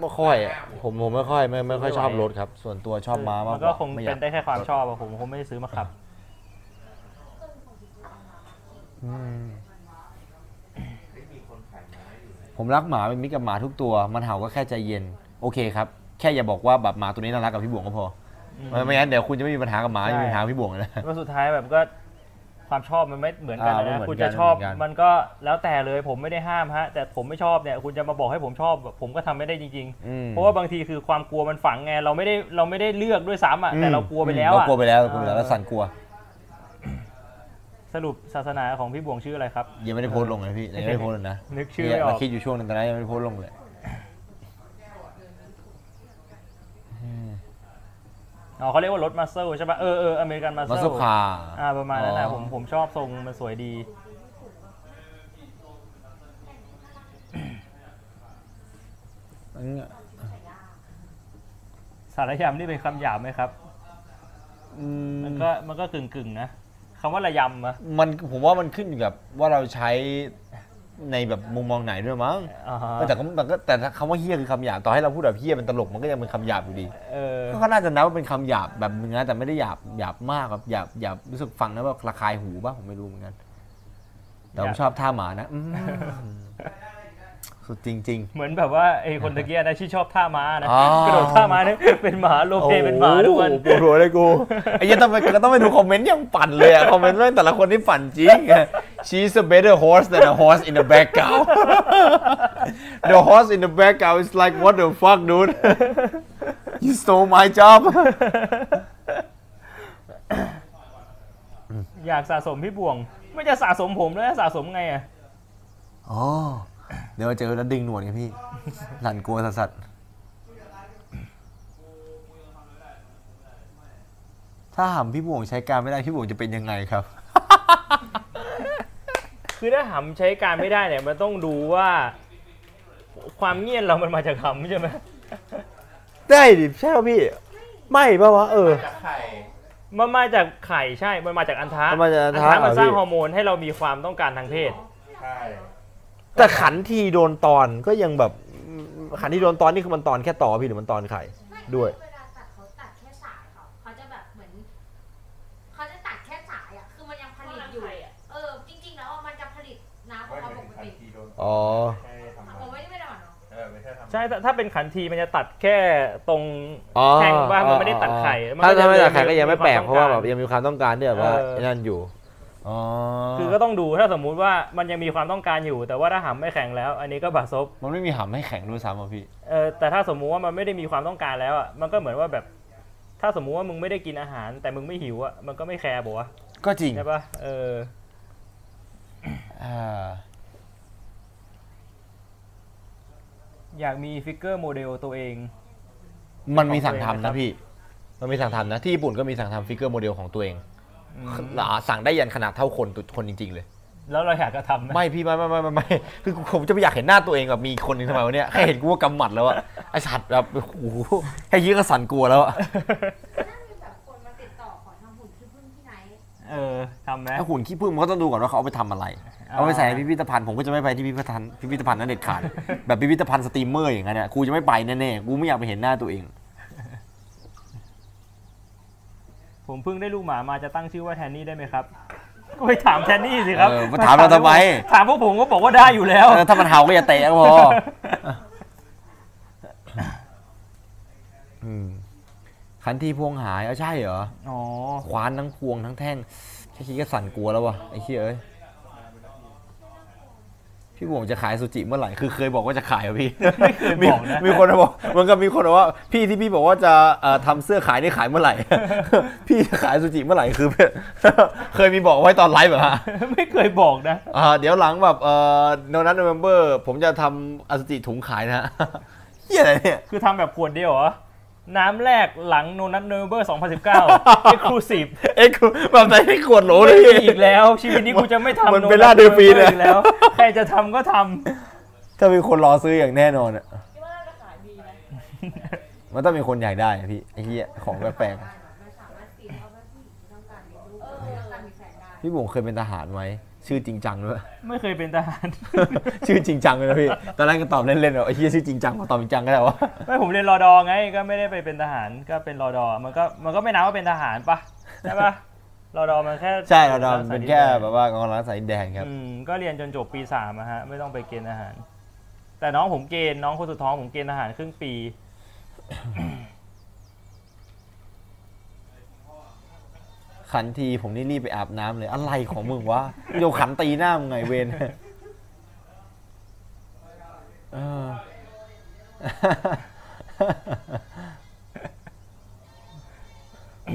[SPEAKER 1] ไม่ค่อยอะผมผมไม่ค่อยไม่ไม่ค่อยชอบรถครับ ส่วนตัวชอบม้ามาก
[SPEAKER 2] น
[SPEAKER 1] ก
[SPEAKER 2] ก็
[SPEAKER 1] ว่า
[SPEAKER 2] คง
[SPEAKER 1] ไม่อยา
[SPEAKER 2] เป็นได้แค่ความชอบอะผมคงไม่ได้ซื้อมาขับ
[SPEAKER 1] ผมรักหมาเป็นมิตรกับหมาทุกตัว มันเห่าก็แค่ใจเย็น โอเคครับ แค่อย่าบอกว่าแบบหมาตัวนี้น่ารักกับพี่บวงก็พออไม่ไม่งั้นเดี๋ยวคุณจะไม่มีปัญหากับหมา
[SPEAKER 2] ใช่
[SPEAKER 1] จะมีปัญหากับพี่บวงเลยนะ
[SPEAKER 2] ว่าสุดท้ายแบบก็ความชอบมันไม่เหมือนกัน
[SPEAKER 1] อ่าไม่
[SPEAKER 2] นะ
[SPEAKER 1] เหมือน
[SPEAKER 2] คุณ
[SPEAKER 1] กั
[SPEAKER 2] จะ
[SPEAKER 1] น
[SPEAKER 2] ชอบ
[SPEAKER 1] เหมือนกัน
[SPEAKER 2] มันก็แล้วแต่เลยผมไม่ได้ห้ามฮะ แต่ผมไม่ชอบเนี่ยคุณจะมาบอกให้ผมชอบแบบผมก็ทำไม่ได้จริง
[SPEAKER 1] อืม
[SPEAKER 2] ๆ เพราะว่าบางทีคือความกลัวมันฝังไงเราไม่ได้เราไม่ได้เลือกด้วยซ้ำอ่ะแต่เรากลัวไปแล้ว
[SPEAKER 1] เรา
[SPEAKER 2] อ่ะ
[SPEAKER 1] กลัวไปแล้วเรากลัวไปแล้วแล้วสั่นกลัว
[SPEAKER 2] สรุปศาสนาของพี่บวงชื่ออะไรครับ
[SPEAKER 1] ยังไม่ได้โพสต์ลงเลยพี่ยังไม่ได้โพสต์เลยนะ
[SPEAKER 2] นึกชื่อ
[SPEAKER 1] เนี่ย
[SPEAKER 2] ไม่อ
[SPEAKER 1] มา
[SPEAKER 2] อก
[SPEAKER 1] คิดอยู่ช่วงหนึงตอนนั้นยังไม่ได้โพสต์ลงเลย
[SPEAKER 2] อ๋อเขาเรียกว่ารถมาเซลใช่ปะเออเอออเมริกันมาเซ
[SPEAKER 1] มา
[SPEAKER 2] ล
[SPEAKER 1] สุขา
[SPEAKER 2] อ่าประมาณนั้นนะ
[SPEAKER 1] อ๋อ
[SPEAKER 2] ผมผมชอบทรงมันสวยดี
[SPEAKER 1] อันนี้อะ
[SPEAKER 2] สารยำนี่เป็นคำหยาบไหมครับ
[SPEAKER 1] อืม
[SPEAKER 2] มันก็มันก็กึ่งกึ่งๆนะคำว่าระยำอะ
[SPEAKER 1] มันผมว่ามันขึ้นอยู่กับว่าเราใช้ในแบบมุมมองไหนด้วยมั้ง
[SPEAKER 2] อ่าฮะ
[SPEAKER 1] แต่ก็มันก็แต่คำว่าเฮี้ยคือคำหยาบต่อให้เราพูดแบบเฮี้ยเป็นตลกมันก็ยังเป็นคำหยาบอยู่ดี
[SPEAKER 2] เออ
[SPEAKER 1] ก็ก็น่าจะนับว่าเป็นคำหยาบแบบนึงนะแต่ไม่ได้หยาบหยาบมากแบบหยาบหยาบรู้สึกฟังแล้วแบบระคายหูป่ะผมไม่รู้เหมือนกัน แต่ผมชอบท่าหมานะอืมสุดจริง
[SPEAKER 2] เหมือนแบบว่าไอ้คนตะเกียนะที่ชอบท่าม้านะ
[SPEAKER 1] อ๋อ
[SPEAKER 2] กระโดดท่าม้าเนี่ย เป็นหมาโล
[SPEAKER 1] ๆ
[SPEAKER 2] เพเป็นหมาทุกวัน
[SPEAKER 1] โอ้โปวดหัวเลยกูไอ้เหี้ยังต้องไปก็ต้องไปดูคอมเมนต์ยังปั่นเลยอะคอมเมนต์เรื่องแต่ละคนที่ปั่นจริง she's a better horse than a horse in the background the horse in the background is like what the fuck dude you stole my job
[SPEAKER 2] อยากสะสมพี่บ่วง ไม่จะสะสมผมแล้วสะสมไงอ่ะ
[SPEAKER 1] อ๋อ เดี๋ยวเจอแล้วดึงหนวดไง พี่ หลั่นกลัวสัสสัสถ้าหำพี่บ่วงใช้การไม่ได้ พี่บ่วงจะเป็นยังไง ครับ
[SPEAKER 2] คือถ้าหำใช้การไม่ได้เนี่ยมันต้องดูว่า ความเงียบเรามันมาจากหำใช่ไหม
[SPEAKER 1] ได้ดิใช่ป่ะพี่ ไม่ป่ะวะ เออ
[SPEAKER 2] มันมาจากไข่ใช่ มันมาจากอันทะ
[SPEAKER 1] มันมาจากอันทะ
[SPEAKER 2] มั
[SPEAKER 1] เหร
[SPEAKER 2] น
[SPEAKER 1] อ
[SPEAKER 2] สร้าง
[SPEAKER 1] พี่
[SPEAKER 2] ฮอร์โมนให้เรามีความต้องการทางเพศ
[SPEAKER 7] แต่ขันทีโดนตอนก็ยังแบบอืมขันทีโดนตอนนี่คือมันตอนแค่ต่อพี่หรือมันตอนไข่ ด้วย
[SPEAKER 10] เวลาตัดเขาตัดแค่สายเขาเขาจะแบบเหมือนเขาจะตัดแค่สายอ่ะ คือมันยังผลิตอยู่ เออ จริงๆ แล้วอะมันจะผลิตน้ำของเขาปกติ
[SPEAKER 1] อ๋อ
[SPEAKER 10] ผมไม่ได้ไม่ได้หรอกเนาะ
[SPEAKER 2] ใช่ถ้าถ้าเป็นขันทีมันจะตัดแค่ตรง
[SPEAKER 7] อ๋อ
[SPEAKER 2] แทงบ้าง
[SPEAKER 7] อ๋อ
[SPEAKER 2] มันไม่ได้ตัดไข่
[SPEAKER 7] อ๋อน ถ้า
[SPEAKER 2] ก็จะ
[SPEAKER 7] ถ้าไม่ตัดไข่ก็ยังไม่แปลก
[SPEAKER 2] ค
[SPEAKER 7] เพ
[SPEAKER 2] ต้อ
[SPEAKER 7] ราะว่าแบบ
[SPEAKER 2] ก
[SPEAKER 7] ยังมีความต้องการเนี่ยแบบว่า
[SPEAKER 2] เออ
[SPEAKER 7] ไอ้นั่นอยู่
[SPEAKER 1] อ๋อ
[SPEAKER 2] คือก็ต้องดูถ้าสมมุติว่ามันยังมีความต้องการอยู่ แต่ว่าถ้าหำไม่แข็งแล้ว อันนี้ก็บาดซบ
[SPEAKER 1] มันไม่มีหำให้แข็งด้วยซ้ำอ่ะพี่
[SPEAKER 2] เออแต่ถ้าสมมุติว่ามันไม่ได้มีความต้องการแล้วอ่ะมันก็เหมือนว่าแบบ ถ้าสมมุติว่ามึงไม่ได้กินอาหาร แต่มึงไม่หิวอ่ะมันก็ไม่แคร์บอกว่า
[SPEAKER 1] ก็จริง
[SPEAKER 2] ใช่ปะเออ
[SPEAKER 1] อ่า
[SPEAKER 2] อยากมีฟิกเกอร์โมเดลตัวเอง
[SPEAKER 1] มันมีสั่งทำนะพี่ มันมีสั่งทำนะ ที่ญี่ปุ่นก็มีสั่งทำฟิกเกอร์โมเดลของตัวเองอ่าสั่งได้ยันขนาดเท่าคนตัวคนจริง ๆ เลย
[SPEAKER 2] แล้วเราอยากจะทำไหม
[SPEAKER 1] ไม่พี่ไม่ไม่ไม่ไม่ไม่คือผมจะไม่อยากเห็นหน้าตัวเองแบบมีคนหนึ่งทำไมวะเนี่ยแค่เห็นกูก็กำหมัดแล้วอะไอสัตว์แบบโอ้โหแค่ยื้อก็สั่นกลัวแล้วอะ
[SPEAKER 10] ถ้ามีแบบคนมาติดต่อขอทำหุ่นที่พึ่งที่ไหน
[SPEAKER 2] เออ ทำไหม
[SPEAKER 1] ถ้าหุ่นขี้ผึ้งมันก็ต้องดูก่อนว่าเขาเอาไปทำอะไร เอาไปใส่ในพิพิธภัณฑ์ผมก็จะไม่ไปที่พิพิธภัณฑ์พิพิธภัณฑ์นั้นเด็ดขาด แบบพิพิธภัณฑ์สตรีมเมอร์อย่างนั้นเนี่ยกูจะไม่ไปแน่ๆกูไม่อยากไปเห็นหน้าตัวเอง
[SPEAKER 2] ผมเพิ่งได้ลูกหมามาจะตั้งชื่อว่าแทนนี่ได้ไหมครับ ก็ไปถามแทนนี่สิครับ
[SPEAKER 1] เออมาถามเราทำไม
[SPEAKER 2] ถามพวกผมก็บอกว่าได้อยู่แล้ว
[SPEAKER 1] เออถ้ามันเห่าก็อย่าเตะก็พอ อืมคันที่พวงหายเอาใช่เหรอ
[SPEAKER 2] อ๋อ
[SPEAKER 1] คว้านทั้งพวงทั้งแท่งแค่คิดก็สั่นกลัวแล้ววะไอ้เหี้ยเอ้ยพี่บวงจะขายสุจิเมื่อไหร่คือเคยบอกว่าจะขายเหร อพี่
[SPEAKER 2] ไม่เคยบอกนะ
[SPEAKER 1] มีคนมาบอกเหมันก็มีคนบอกว่าพี่ที่พี่บอกว่าจะเอ่อทำเสื้อขายนี่ขายเมื่อ ไหร่ พี่จะขายสุจิเมื่อไหร่คือ เคยมีบอกไว้ตอนไลฟ์เหรอฮะ
[SPEAKER 2] ไม่เคยบอกนะ
[SPEAKER 1] อ่าเดี๋ยวหลังแบบเอ่อโนนัทเมมเบอร์ ผมจะทำอสุจิถุงขายนะฮะ เหี้ยอะไรเนี่ย
[SPEAKER 2] คือทำแบบขวดเดียวเหรอ น้ำแรกหลังโนนัทเนเบอ ร์2019 Exclusive
[SPEAKER 1] เอ็กซ์แบบใส่ให้ขวดโหลเลยพี่
[SPEAKER 2] อีกแล้ว ชีวิตนี้กูจะไม่ทำ
[SPEAKER 1] มัน
[SPEAKER 2] No
[SPEAKER 1] เป็นลาด
[SPEAKER 2] Nut November
[SPEAKER 1] เดือนปีเนี่ย
[SPEAKER 2] อีกแล้ว ใครจะทำก็ท
[SPEAKER 1] ถ้ามีคนรอซื้ออย่างแน่นอนอะมันต้องมีคนอยากได้อะพี่ไอ้เหี้ยของแปลกๆอะพี่บุ๋งเคยเป็นทหารไหมชื่อจริงจังด้วย
[SPEAKER 2] ำ ไม่เคยเป็นท หาร
[SPEAKER 1] ชื่อจริงจังเลยนะพี่ ตอนแรกก็ตอบเล่นๆแบบไอ้เหี้ยชื่อจริงจังมาตอบจริงจังก็ได้วะ
[SPEAKER 2] ไม่ผมเรียนรอดอไง ก็ไม่ได้ไปเป็นทหาร ก็เป็นรอดอ มันก็มันก็ไม่นับว่าเป็นทหารปะใช่ ปะรอดอมันแค่
[SPEAKER 1] ใช่เราดอมเป็นแค่แบบว่ากองร้านสายแดงครับ
[SPEAKER 2] อืมก็เรียนจนจบปีสามอะฮะ ไม่ต้องไปเกณฑ์ทหาร แต่น้องผมเกณฑ์น้องคนสุดท้องผมเกณฑ์ทหารครึ่งปี
[SPEAKER 1] ขันทีผมนี่รีบไปอาบน้ำเลยอะไรของมึงวะโยขันตีหน้ามึงไงเวนเออ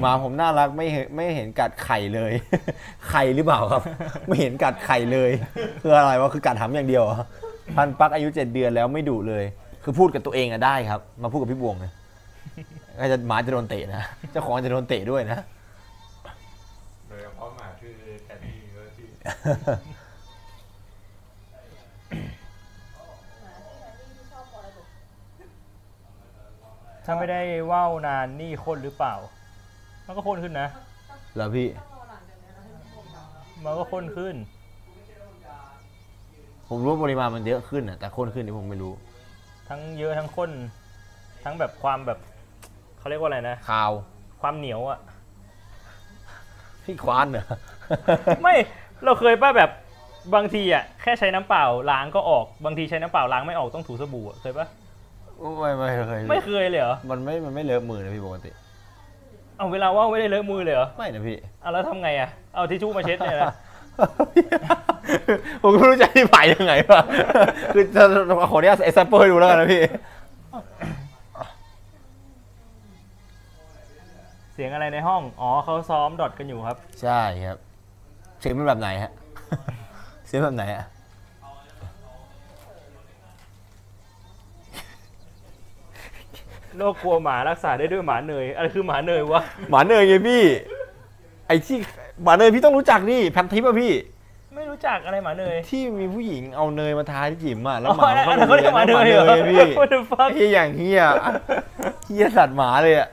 [SPEAKER 1] หมาผมน่ารักไม่เห็นไม่เห็นกัดไข่เลย ไข่หรือเปล่าครับ ไม่เห็นกัดไข่เลยคืออะไรวะคือกัดหำอย่างเดียวเหรอพันปักอายุเจ็ดเดือนแล้วไม่ดุเลย คือพูดกับตัวเองอะได้ครับ มาพูดกับพี่บวงนะก็จะหมาจะโดนเตะนะเจ้าของจะโดนเตะด้วยนะ
[SPEAKER 12] โดยเฉพาะหมาชื่อแคนดี้ก็ที่
[SPEAKER 2] ถ้าไม่ได้ว่าวนานนี่ข้นหรือเปล่า มันก็ข้นขึ้นนะ
[SPEAKER 1] แล้วพี่
[SPEAKER 2] มันก็ข้นขึ้น
[SPEAKER 1] ผมรู้ว่าปริมาณมันเยอะขึ้นอะแต่ข้นขึ้นนี่ผมไม่รู้
[SPEAKER 2] ทั้งเยอะทั้งข้น ทั้งแบบความแบบเขาเรียกว่าอะไรนะ
[SPEAKER 1] ข่าว
[SPEAKER 2] ความเหนียวอะ
[SPEAKER 1] พี่ควานเหร อ
[SPEAKER 2] ไม่เราเคยป่ะแบบบางทีอะแค่ใช้น้ำเปล่าล้างก็ออกบางทีใช้น้ำเปล่าล้างไม่ออกต้องถูสบู่อะเคยป่ะ
[SPEAKER 1] ไม่ไม่เคย
[SPEAKER 2] ไม่เคยเลยเหรอ
[SPEAKER 1] มันไม่มันไม่เลอะมือนะพี่ปกติ
[SPEAKER 2] เอาเวลาว่างไม่ได้เลอะมือเลยเหรอ
[SPEAKER 1] ไม่นะพี่
[SPEAKER 2] เอาแล้วทำไงอะเอาทิชชู่มาเช็ดเนี่ยนะ
[SPEAKER 1] ผมก็ไม่รู้จะอธิบายยังไงวะ คือจะขออนุญาตเอ็กซ์เปอร์ดูแล้วกันนะพี่
[SPEAKER 2] เสียงอะไรในห้องอ๋อเขาซ้อมดอทกันอยู่ครับ
[SPEAKER 1] ใช่ครับ เสียงเป็นแบบไหนฮะ เสียงแบบไหนอะ
[SPEAKER 2] โรคกลัวหมารักษาได้ด้วยหมาเนยอะไรคือหมาเนยวะ
[SPEAKER 1] หมาเนยไงพี่ ไอ้ที่หมาเนยพี่ต้องรู้จักนี่แพมทิปอะพี่
[SPEAKER 2] ไม่รู้จักอะไรหมาเนย
[SPEAKER 1] ที่มีผู้หญิงเอาเนยมาทาที่จิ๋มอะแล้
[SPEAKER 2] อ๋
[SPEAKER 1] ว
[SPEAKER 2] อ
[SPEAKER 1] หมา
[SPEAKER 2] อันนั้น
[SPEAKER 1] ก็
[SPEAKER 2] เขาเรียกหมาเนยเหรอ
[SPEAKER 1] หมาพี่
[SPEAKER 2] What the fuck
[SPEAKER 1] เฮียอย่างเฮีย เฮียสัตว์หมาเลยอะ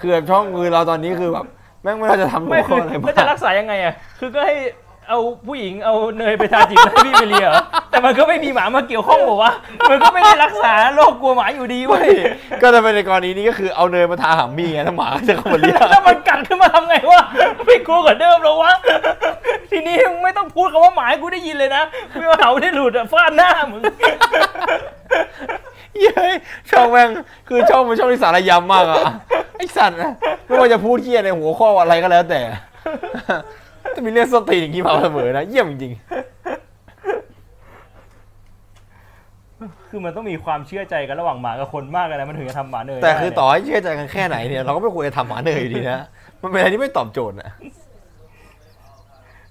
[SPEAKER 1] คือแบบช่องมือเราตอนนี้คือแบบแม่งไม่เราจะทำหั
[SPEAKER 2] ไม่
[SPEAKER 1] ว
[SPEAKER 2] คื
[SPEAKER 1] ข้อ
[SPEAKER 2] อ
[SPEAKER 1] อะไร
[SPEAKER 2] แล้วจะ
[SPEAKER 1] บ้าง
[SPEAKER 2] รักษายังไงอ่ะ คือก็ให้เอาผู้หญิงเอาเนยไปทาจิบแล้วให้พี่ไปเลียเหรอแต่มันก็ไม่มีหมามาเกี่ยวข้องบอกว่า มันก็ไม่ได้รักษาโรคกลัวหมาอยู่ดีเว้ย
[SPEAKER 1] ก็จะเป็นในกรณีนี้ก็คือเอาเนยมาทาหางมีไงแล้วหมาก็จะเข้ามาเลีย
[SPEAKER 2] ถ้ามันกัดขึ้นมาทำไงวะไม่กลัวกว่าเดิมแล้ววะ ทีนี้มึงไม่ต้องพูดคำว่าหมาให้กูได้ยินเลยนะไม่ว่าเห่าได้หลุดอะฟาดหน้ามึ ง
[SPEAKER 1] เย้ยช่องแม่งคือช่องมันช่องที่สารยำมากอะไอสัตว์นะไม่ว่าจะพูดเฮียในหัวข้ออะไรก็ แล้วแต่จะมีเรื่องสนตีนอย่างนี้มาเสมอนะเยี่ยมจริง
[SPEAKER 2] คือมันต้องมีความเชื่อใจกันระหว่างหมากับคนมากเลยนะมันถึงจะทำหมาเนย
[SPEAKER 1] ๆแต่คือต่
[SPEAKER 2] อ
[SPEAKER 1] อให้เชื่อใจกันแค่ไหนเนี่ยเราก็ไม่ควรจะทำหมาเนยอยู่ดีนะมันเป็นอะไรที่ไม่ตอบโจทย์อะ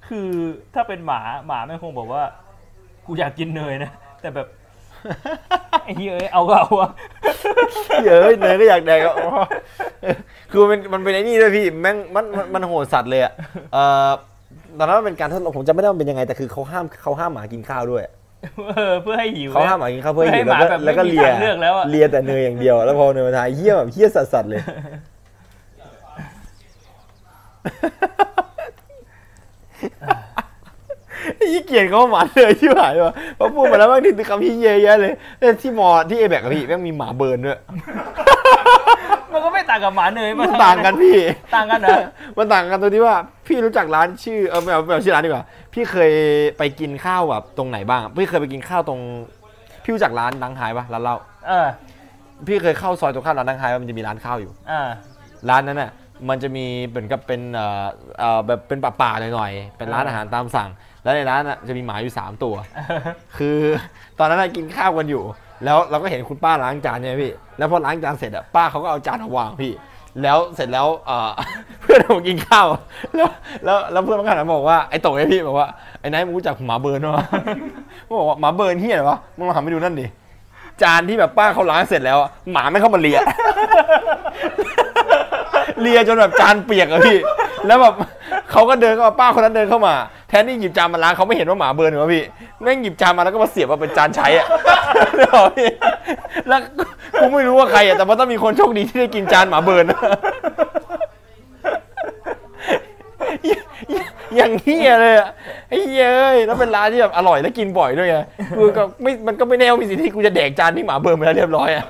[SPEAKER 2] คือถ้าเป็นหมาหมาแม่งคงบอกว่ากูอยากกินเนยนะแต่ แบบไอ้เหี้ยเอ้ยเอาก็เอาอะ
[SPEAKER 1] เยอะเนยก็อยากแดกอะอ๋ อคือมันมันเป็นไอ้นี่ด้วยพี่แม่งมันมันมันโหดสัตว์เลยอ่ะเอ่อตอนนั้นมันเป็นการทดลองผมจำไม่ได้ว่ามันเป็นยังไงแต่คือเขาห้ามเขาห้ามหมากินข้าวด้วย
[SPEAKER 2] เออเพื่อให้หิว
[SPEAKER 1] เขาห้ามหมา
[SPEAKER 2] นี่ย
[SPEAKER 1] กินข้าวเพื่อ
[SPEAKER 2] ไม่ให้
[SPEAKER 1] หิวแล้วก็
[SPEAKER 2] หมาแบบ
[SPEAKER 1] แล้วก็
[SPEAKER 2] ไม่มี
[SPEAKER 1] เลีย
[SPEAKER 2] ทางเลือกแล้วอะ
[SPEAKER 1] เลียแต่เนยอย่างเดียว แล้วพอเนยมาทานเหี้ยแบบเหี้ยสัตว์ๆเลย ยี่เกียดเขาหมาเลยที่หายวะพอพูดมาแล้วแม่งนึกถึงคำที่เยอะแยะเลยแต่ที่มอที่เอแบกพี่แม่งมีหมาเบิร์นด้วย
[SPEAKER 2] มันก็ไม่ต่างกับหมาเนย
[SPEAKER 1] มั
[SPEAKER 2] มัน
[SPEAKER 1] ต่างกันพี่
[SPEAKER 2] ต่างกัน เหรอ
[SPEAKER 1] มันต่างกันตรงที่ว่าพี่รู้จักร้านชื่อเออไม่เอาไม่เอาชื่อร้านดีกว่า พี่เคยไปกินข้าวแบบตรงไหนบ้าง พี่เคยไปกินข้าวตรง พี่รู้จักร้านดังไฮปะร้านเหล้า
[SPEAKER 2] เออ
[SPEAKER 1] พี่เคยเข้าซอยตรงข้ามร้านดังไฮปะมันจะมีร้านข้าวอยู่
[SPEAKER 2] เออ
[SPEAKER 1] ร้านนั้นน่ะมันจะมีเหมือนกับเป็นเอ่อเอ่อแบบเป็นป่าๆหน่อยๆเป็นร้าน
[SPEAKER 2] อ่า
[SPEAKER 1] อาหารตามสั่ง แล้วในร้านน่ะจะมีหมาอยู่ 3 ตัว คือตอนนั้นน่ะกินข้าวกันอยู่ แล้วเราก็เห็นคุณป้าล้างจานใช่ไหมพี่ แล้วพอล้างจานเสร็จอ่ะป้าเขาก็เอาจานมาวางพี่ แล้วเสร็จแล้วเอ่ อ เพื่อนผมกินข้าวแล้วแล้วแล้วเพื่อนมันก็หันมาบอกว่าไอ้โตไอ้พี่บอกว่าไอ้นายมึงรู้จักหมาเบิร์นวะมันบอกว่าหมาเบิร์นเฮียเหรอวะมึงลองหันไปดูนั่นดิจานที่แบบป้าเขาล้างเสร็จแล้วอะหมาไม่เข้ามาเลีย เลียจนแบบจานเปียกอะพี่ แล้วแบบเขาก็เดินเข้ามาป้าคนนั้นเดินเข้ามา แทนที่หยิบจานมาล้างเขาไม่เห็นว่าหมาเบิร์นเหรอพี่แม่งหยิบจานมาแล้วก็มาเสียบมาเป็นจานใช้อะ เดี๋ยวพี่แล้วกูไม่รู้ว่าใครอะแต่ว่าต้องมีคนโชคดีที่ได้กินจานหมาเบิร์น อย่างเฮียเลยอะไอ้เหี้ยเอ้ยแล้วเป็นร้านที่แบบอร่อยและกินบ่อยด้วยไงกูก็ไม่มันก็ไม่แน่ว่ามีสิทธิ์ที่กูจะแดกจานที่หมาเบิร์นไปแล้วเรียบร้อยอะ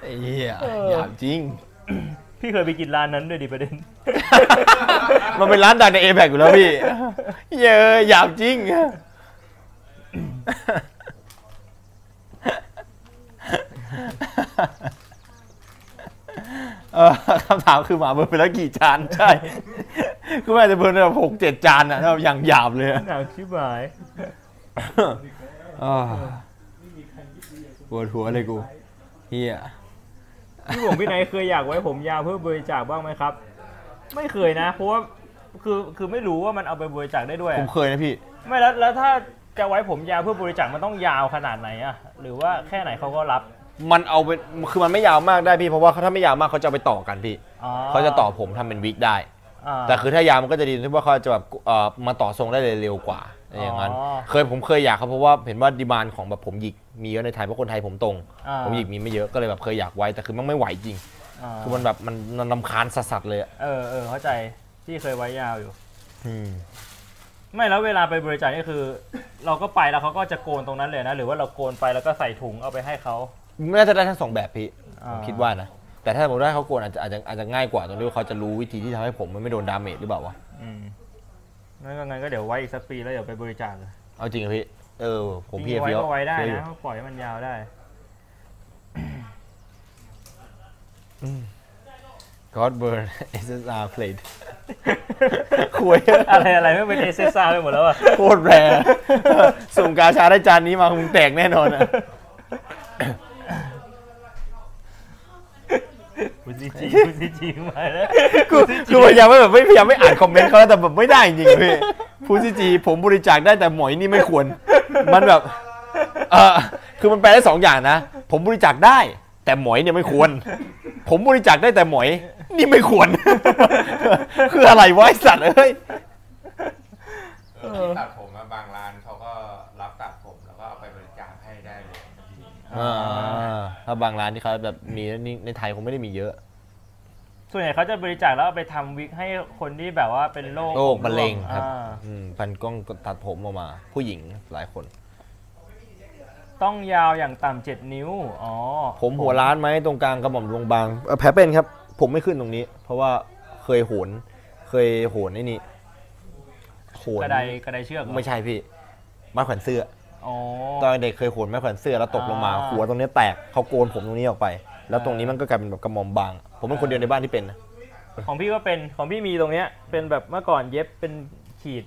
[SPEAKER 1] ไอ้เหี้ยหยาบจริง
[SPEAKER 2] พี่เคยไปกินร้านนั้นด้วยดิประเด็น
[SPEAKER 1] มันเป็นร้านดังในเอแพอยู่แล้วพี่ เยอะหยาบจริง เออคำถามคือหมาเบิร์นไปแล้วกี่จาน ใช่ คือแม่จะเบิร์นไปแบบหกเจ็ดจานอ่ะแบบอย่างหยาบเลยอะ
[SPEAKER 2] หนาวชิบหาย
[SPEAKER 1] อ่าปวดหัวเลยกูเฮีย
[SPEAKER 2] พี่ผมพี่นายเคยอยากไว้ผมยาวเพื่อบริจาคบ้างไหมครับ ไม่เคยนะ เพราะว่าคือคือไม่รู้ว่ามันเอาไปบริจาคได้ด้วย
[SPEAKER 1] ผม
[SPEAKER 2] อะ
[SPEAKER 1] เคยนะพี่
[SPEAKER 2] ไม่แล้วแล้วถ้าจะไว้ผมยาวเพื่อบริจาคมันต้องยาวขนาดไหนอะหรือว่าแค่ไหนเขาก็รับ
[SPEAKER 1] มันเอาไปคือมันไม่ยาวมากได้พี่เพราะว่าเขาถ้าไม่ยาวมากเขาจะเอาไปต่อกันพี่
[SPEAKER 2] อ๋อ
[SPEAKER 1] เขาจะต่อผมทำเป็นวิกได้
[SPEAKER 2] า
[SPEAKER 1] แต่คือถ้ายาวมันก็จะดีตรงที่ว่าเขาจะแบบเอ่อมาต่อทรงได้เร็วกว่าอย่างนั้น
[SPEAKER 2] อ๋อ
[SPEAKER 1] เคยผมเคยอยากครับเพราะว่าเห็นว่าดีมานของแบบผมหยิกมีเยอะในไทยเพราะคนไทยผมตรง
[SPEAKER 2] อ่า
[SPEAKER 1] ผมหยิกมีไม่เยอะก็เลยแบบเคยอยากไว้แต่คือมันไม่ไหวจริง
[SPEAKER 2] อ่า
[SPEAKER 1] คือมันแบบมันมันลำคาญสัสๆเลยอะ
[SPEAKER 2] เออเออเข้าใจที่เคยไว้ยาวอยู่ ไม่แล้วเวลาไปบริจาคนี่คือ เราก็ไปแล้วเขาก็จะโกนตรงนั้นเลยนะ หรือว่าเราโกนไปแล้วก็ใส่ถุงเอาไปให้เขา
[SPEAKER 1] น่าจะได้ทั้งสองแบบพี่
[SPEAKER 2] อ่า
[SPEAKER 1] ผมคิดว่านะแต่ถ้าสมมติว่าเขาโกนอาจจะอาจจะอาจจะง่ายกว่าตรงที่ว่าเขาจะรู้วิธีที่ทำให้ผมมันไม่โดนดาเมจหรือเปล่าวะ
[SPEAKER 2] อืมงั้นก็งั้นก็เดี๋ยวไว้อีกสักปีแล้วเดี๋ยวไปบริจาคเลย
[SPEAKER 1] เอาจริงเหรอพี่เออผม
[SPEAKER 2] ทิ้
[SPEAKER 1] พี่
[SPEAKER 2] งไว้
[SPEAKER 1] เฟี้ยว
[SPEAKER 2] ก็ไว้ได้
[SPEAKER 1] เฟี้ยวอยู่
[SPEAKER 2] นะปล่อยให้มันยาวได้
[SPEAKER 1] God burn SSR plate คุย
[SPEAKER 2] อะไรอะไรไม่เป็นเอเซซ่าไปหมดแล้วอะ
[SPEAKER 1] โคตรแรร์ ส่งกาชาได้จานนี้มาคงแตกแน่นอนอะ
[SPEAKER 2] กูซีจีกูซีจีมาแล้ว
[SPEAKER 1] กูกูพยายามไม่แบบไม่พยายามไม่อ่านคอมเมนต์เขาแล้วแต่แบบไม่ได้จริงๆพี่พูดจริงๆผมบริจาคได้แต่หมอยนี่ไม่ควร มันแบบเออคือมันแปลได้สองอย่างนะ ผมบริจาคได้ แต่หมอยเนี่ยไม่ควร ผมบริจาคได้แต่หมอย นี่ไม่ควร คืออะไรวะไอสัตว์เอ้ย
[SPEAKER 13] ตัดผมอะบางร้านเขาก็รับตัดผมแล้วก็เอาไปบริจาคให้ได้เลย
[SPEAKER 1] อ่าถ้าบางร้านที่เขาแบบมีนี่ในไทยคงไม่ได้มีเยอะ
[SPEAKER 2] ส่วนใหญ่เขาจะบริจาคแล้วเอาไปทำวิกให้คนที่แบบว่าเป็นโรค
[SPEAKER 1] โรคมะเร็งครับ
[SPEAKER 2] อ่า
[SPEAKER 1] อืมพันกล้องก็ตัดผมออกมา ผู้หญิงหลายคน
[SPEAKER 2] ต้องยาวอย่างต่ำเจ็ดนิ้ว อ๋อ
[SPEAKER 1] ผมหัวล้านไหมตรงกลางกระหม่อมลงบางเอ่อแผลเป็นครับ ผมไม่ขึ้นตรงนี้ เพราะว่าเคยโหน เคยโหนไอ้นี่โหน
[SPEAKER 2] กระไดกระไดเชือกเหรอ
[SPEAKER 1] ไม่ใช่พี่ไม้แขวนเสื้อ
[SPEAKER 2] อ๋อ
[SPEAKER 1] ตอนเด็กเคยโหนไม้แขวนเสื้อแล้วตกลงมา
[SPEAKER 2] อ่า
[SPEAKER 1] หัวตรงเนี้ยแตกเขาโกนผมตรงนี้ออกไป แล้วตรงนี้มันก็กลายเป็นแบบกระหม่อมบาง ผมเป็นคนเดียวในบ้านที่เป็นนะ
[SPEAKER 2] ของพี่ก็เป็นของพี่มีตรงเนี้ย เป็นแบบเมื่อก่อนเย็บเป็นขีด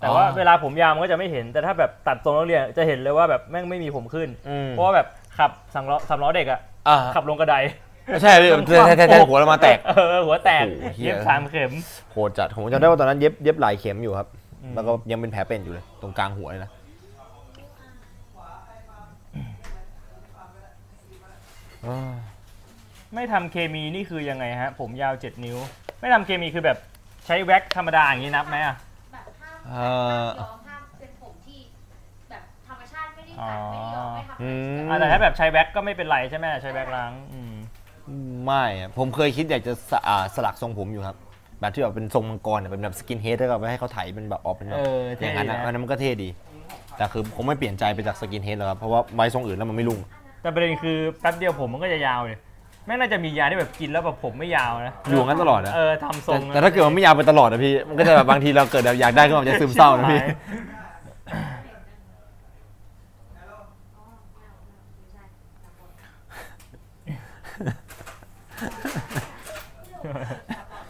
[SPEAKER 2] แต่ว่าเวลาผมยาวมันก็จะไม่เห็น แต่ถ้าแบบตัดทรงนักเรียนจะเห็นเลยว่าแบบแม่งไม่มีผมขึ้น เพราะว่าแบบขับสามล้อสามล้อเด็กอะ
[SPEAKER 1] อ่า
[SPEAKER 2] ขับลงกระได
[SPEAKER 1] ไม่ใช่พี่แท้แท้แท้หัวเรามาแตก
[SPEAKER 2] เออหัวแตก
[SPEAKER 1] โอ้โหเหี้ย
[SPEAKER 2] เย็บสามเข็ม
[SPEAKER 1] โหดจัดผมจำได้ว่าตอนนั้นเย็บเย็บหลายเข็มอยู่ครับ
[SPEAKER 2] อืม
[SPEAKER 1] แล้วก็ยังเป็นแผลเป็นอยู่เลย ตรงกลางหัวเลยนะ
[SPEAKER 2] ไม่ทำเคมีนี่คือยังไงฮะ ผมยาวเจ็ดนิ้ว ไม่ทำเคมีคือแบบใช้แว็กธรรมดาอย่างนี้นับไหมอ่ะ
[SPEAKER 10] แบบห้าม
[SPEAKER 1] เอ่
[SPEAKER 10] ห้าม
[SPEAKER 1] อ
[SPEAKER 10] ย้อมห้ามเป็นผมที่แบบธรรมชาติไม่ได้ตัดไม่ได้ย้อมไม่ทำอะไร
[SPEAKER 1] อืม
[SPEAKER 10] ใช่ไหม
[SPEAKER 2] อ่ะแต่ถ้าแบบใช้แว็กก็ไม่เป็นไรใช่ไหมใช้แว็กล้างอืม
[SPEAKER 1] ไม่อะผมเคยคิดอยากจะสะอ่าสลักทรงผมอยู่ครับ แบบที่แบบเป็นทรงมังกรอะเป็นแบบสกินเฮดแล้วก็ไปให้เขาไถเป็นแบบออกเป็นแบบ
[SPEAKER 2] เออเท่
[SPEAKER 1] อย่างนั้นอะ
[SPEAKER 2] นะ
[SPEAKER 1] อันนั้นมันก็เท่ดี แต่คือผมไม่เปลี่ยนใจไปจากสกินเฮดหรอกครับ เพราะว่าไม้ทรงอื่นแล้วมันไม่รุ่ง
[SPEAKER 2] แต่ประเด็นคือแป๊บเดียวผมมันก็จะยาวเลยแม่งน่าจะมียาที่แบบกินแล้วแบบผมไม่ยาวนะ
[SPEAKER 1] อยู่งั้นตลอดนะ
[SPEAKER 2] เออทำทรงนะ
[SPEAKER 1] แต่ถ้าเกิดมันไม่ยาวไปตลอดนะพี่ มันก็จะแบบบางทีเราเกิดแบบอยากได้ก็แบบจะซึมเศร้านะพี่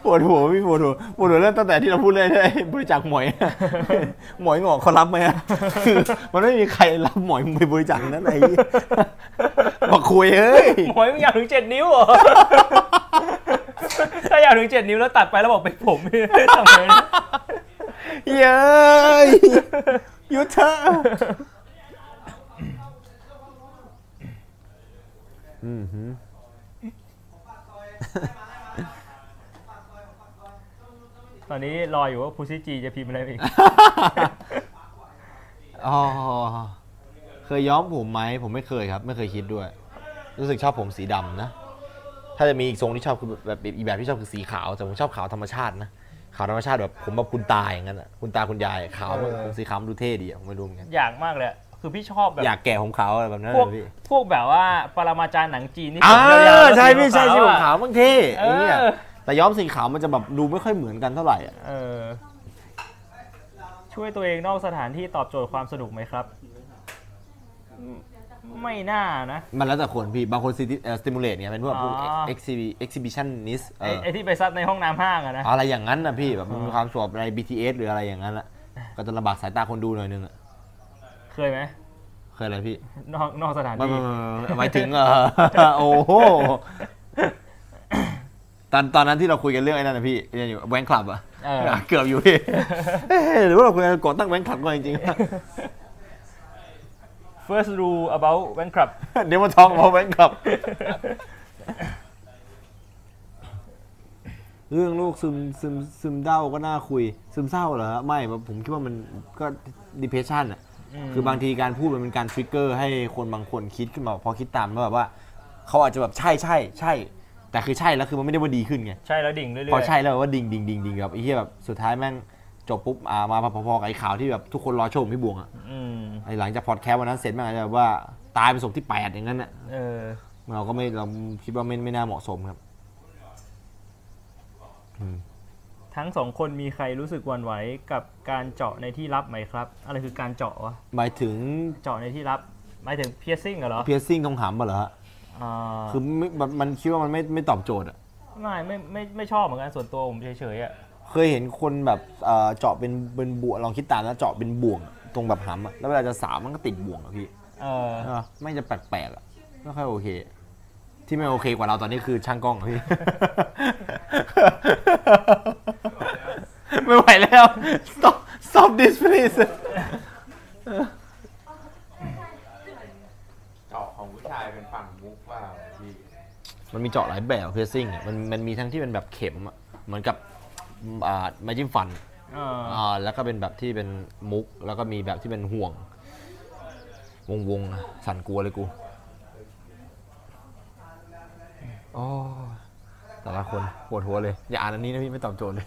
[SPEAKER 1] ปวดหัวพี่ปวดหัวปวดหัวเรื่องตั้งแต่ที่เราพูดเรื่องไอ้บริจาคหมอย หมอยงอกเขารับไหมอะ คือมันไม่มีใครรับหมอยมึงไปบริจาคนั้นไอ้เหี้ย บอกคุยเอ้ย
[SPEAKER 2] หมวยมึงยาวถึงเจ็ดนิ้วเหร อ ถ้ายาวถึงเจ็ดนิ้วแล้วตัดไปแล้วบอกเป็นผม ทำไงนะ
[SPEAKER 1] เย้ยหยุดเถอะอือหือ
[SPEAKER 2] ตอนนี้รออยู่ว่า พูซิจีจะพิมพ์อะไรมาอีก
[SPEAKER 1] อ๋อเคยย้อมผมไหมผมไม่เคยครับ ไม่เคยคิดด้วย รู้สึกชอบผมสีดำนะ ถ้าจะมีอีกทรงที่ชอบคือแบบแบบอีกแบบที่ชอบคือสีขาวแต่ผมชอบขาวธรรมชาตินะขาวธรรมชาติแบบผมแบบคุณตาอย่างนั้นอะคุณตาคุณยายขาว
[SPEAKER 2] เออ
[SPEAKER 1] ผมสีขาวมันดูเท่ดีอะผมไม่รู้เหมือนกัน
[SPEAKER 2] อยากมากเลยอะคือพี่ชอบแบบ
[SPEAKER 1] อยากแก่ผมขาวอะไรแบบนั้น
[SPEAKER 2] พวก
[SPEAKER 1] เลยพี่
[SPEAKER 2] พวกแบบว่าปรมาจารย์หนังจีนที่
[SPEAKER 1] อ่า
[SPEAKER 2] แล้ว
[SPEAKER 1] ใช่พี่ใช่
[SPEAKER 2] สี
[SPEAKER 1] สี
[SPEAKER 2] ขาว
[SPEAKER 1] ผม
[SPEAKER 2] ๆอะ
[SPEAKER 1] ขาวบางเท่ไอ้เนี้ย
[SPEAKER 2] เออ
[SPEAKER 1] แต่ย้อมสีขาวมันจะแบบดูไม่ค่อยเหมือนกันเท่าไหร่อะ
[SPEAKER 2] เออช่วยตัวเองนอกสถานที่ตอบโจทย์ความสนุกไหมครับ ไม่น่านะ
[SPEAKER 1] มันแล้วแต่คนพี่บางคนสติมูลเลตเนี่ยเป็นพวกพวก
[SPEAKER 2] อ๋อ
[SPEAKER 1] เอ็กซิบิเอ็กซิบิชันนิส
[SPEAKER 2] ไอ้ไอ้ที่ไปซัดในห้องน้ำห้างอะนะ
[SPEAKER 1] อะไรอย่างนั้นนะพี่แบบมันมีความสวบใน BTS หรืออะไรอย่างนั้นอ่ะก็จะลำบากสายตาคนดูหน่อยนึงอะ
[SPEAKER 2] เคยไหม
[SPEAKER 1] เคยอะไรพี่
[SPEAKER 2] นอกนอกสถาน
[SPEAKER 1] ไม่
[SPEAKER 2] ที่
[SPEAKER 1] ไม่ไม่ไม่หมายถึงเออ โอ้โหตอนตอนนั้นที่เราคุยกันเรื่องไอ้นั่นนะพี่เรื่องอยู่แบงค์คลับอะ
[SPEAKER 2] เออ
[SPEAKER 1] เกือบอยู่ พี่เอ๊ะหรือว่าเราคุยกันก่อนตั้งแบงค์คลับก่อนจริง
[SPEAKER 2] เ first rule about bankrupt
[SPEAKER 1] ๆ เดี๋ยวมาท้องเพราะแบงค์คลับ เรื่องโรคซึมซึมซึมเศร้าก็น่าคุย ซึมเศร้าเหรอฮะไม่ผมคิดว่ามันก็ depression อะ คือบางทีการพูดมันเป็นการทริกเกอร์ให้คนบางคนคิดขึ้นมาพอคิดตามแล้วแบบว่า เขาอาจจะแบบใช่ใช่ใช่ แต่คือใช่แล้วคือมันไม่ได้ว่าดีขึ้นไง
[SPEAKER 2] ใช่แล้วดิ่งเรื่อย
[SPEAKER 1] พ
[SPEAKER 2] ๆ
[SPEAKER 1] อใช่แล้วแบบว่าดิ่งดิ่งดิ่งดิ่งแบบไอ้เหี้ยแบบสุดท้ายแม่งจบปุ๊บอ่ามาพอๆกับไอ้ข่าวที่แบบทุกคนรอชมพี่บวงอะ
[SPEAKER 2] อืม
[SPEAKER 1] ไอ้หลังจากพอดแคสต์วันนั้นเสร็จแม่งอาจจะแบบว่าตายเป็นศพที่แปดอย่างนั้นน่ะ
[SPEAKER 2] เออ
[SPEAKER 1] เราก็ไม่เราคิดว่าไม่ไม่น่าเหมาะสมครับ
[SPEAKER 2] ทั้งสองคนมีใครรู้สึกหวันไหวกับการเจาะในที่ลับไหมครับ อะไรคือการเจาะวะ
[SPEAKER 1] หมายถึง
[SPEAKER 2] เจาะในที่ลับหมายถึง piercing เหรอ
[SPEAKER 1] เพียร์ซิ่งตรงหำมาเหรอฮะ
[SPEAKER 2] อ่า
[SPEAKER 1] คือไม่มันมันคิดว่ามันไม่ไม่ตอบโจทย์อะ
[SPEAKER 2] ไม่ไม่ไม่ไม่ชอบเหมือนกันส่วนตัวผมเฉยๆอ่ะ
[SPEAKER 1] เคยเห็นคนแบบเอ่อเจาะเป็นเป็นบ่วงลองคิดตามนะเจาะเป็นบ่วงอะตรงแบบหำอะแล้วเวลาจะสาวมันก็ติดบ่วงอะพี่
[SPEAKER 2] เออ
[SPEAKER 1] เออไม่งจะแปลกๆอะไม่ค่อยโอเค ที่ไม่โอเคกว่าเราตอนนี้คือช่างกล้องอะพี่ ไม่ไหวแล้ว stop stop this please
[SPEAKER 13] เจาะของผู้ชายเป็นฝั่งมุกเปล่าพี่
[SPEAKER 1] มันมีเจาะหลายแบบเพ i ซิ่งมันมันมีทั้งที่เป็นแบบเข็มอะเหมือนกับอ่าไม้จิ้มฟัน
[SPEAKER 2] เออ
[SPEAKER 1] อ่าแล้วก็เป็นแบบที่เป็นมุก แล้วก็มีแบบที่เป็นห่วง วงวงๆอะสั่นกลัวเลยกูโอ้แต่ละคนปวดหัวเลย อย่าอ่านอันนี้นะพี่ไม่ตอบโจทย์เลย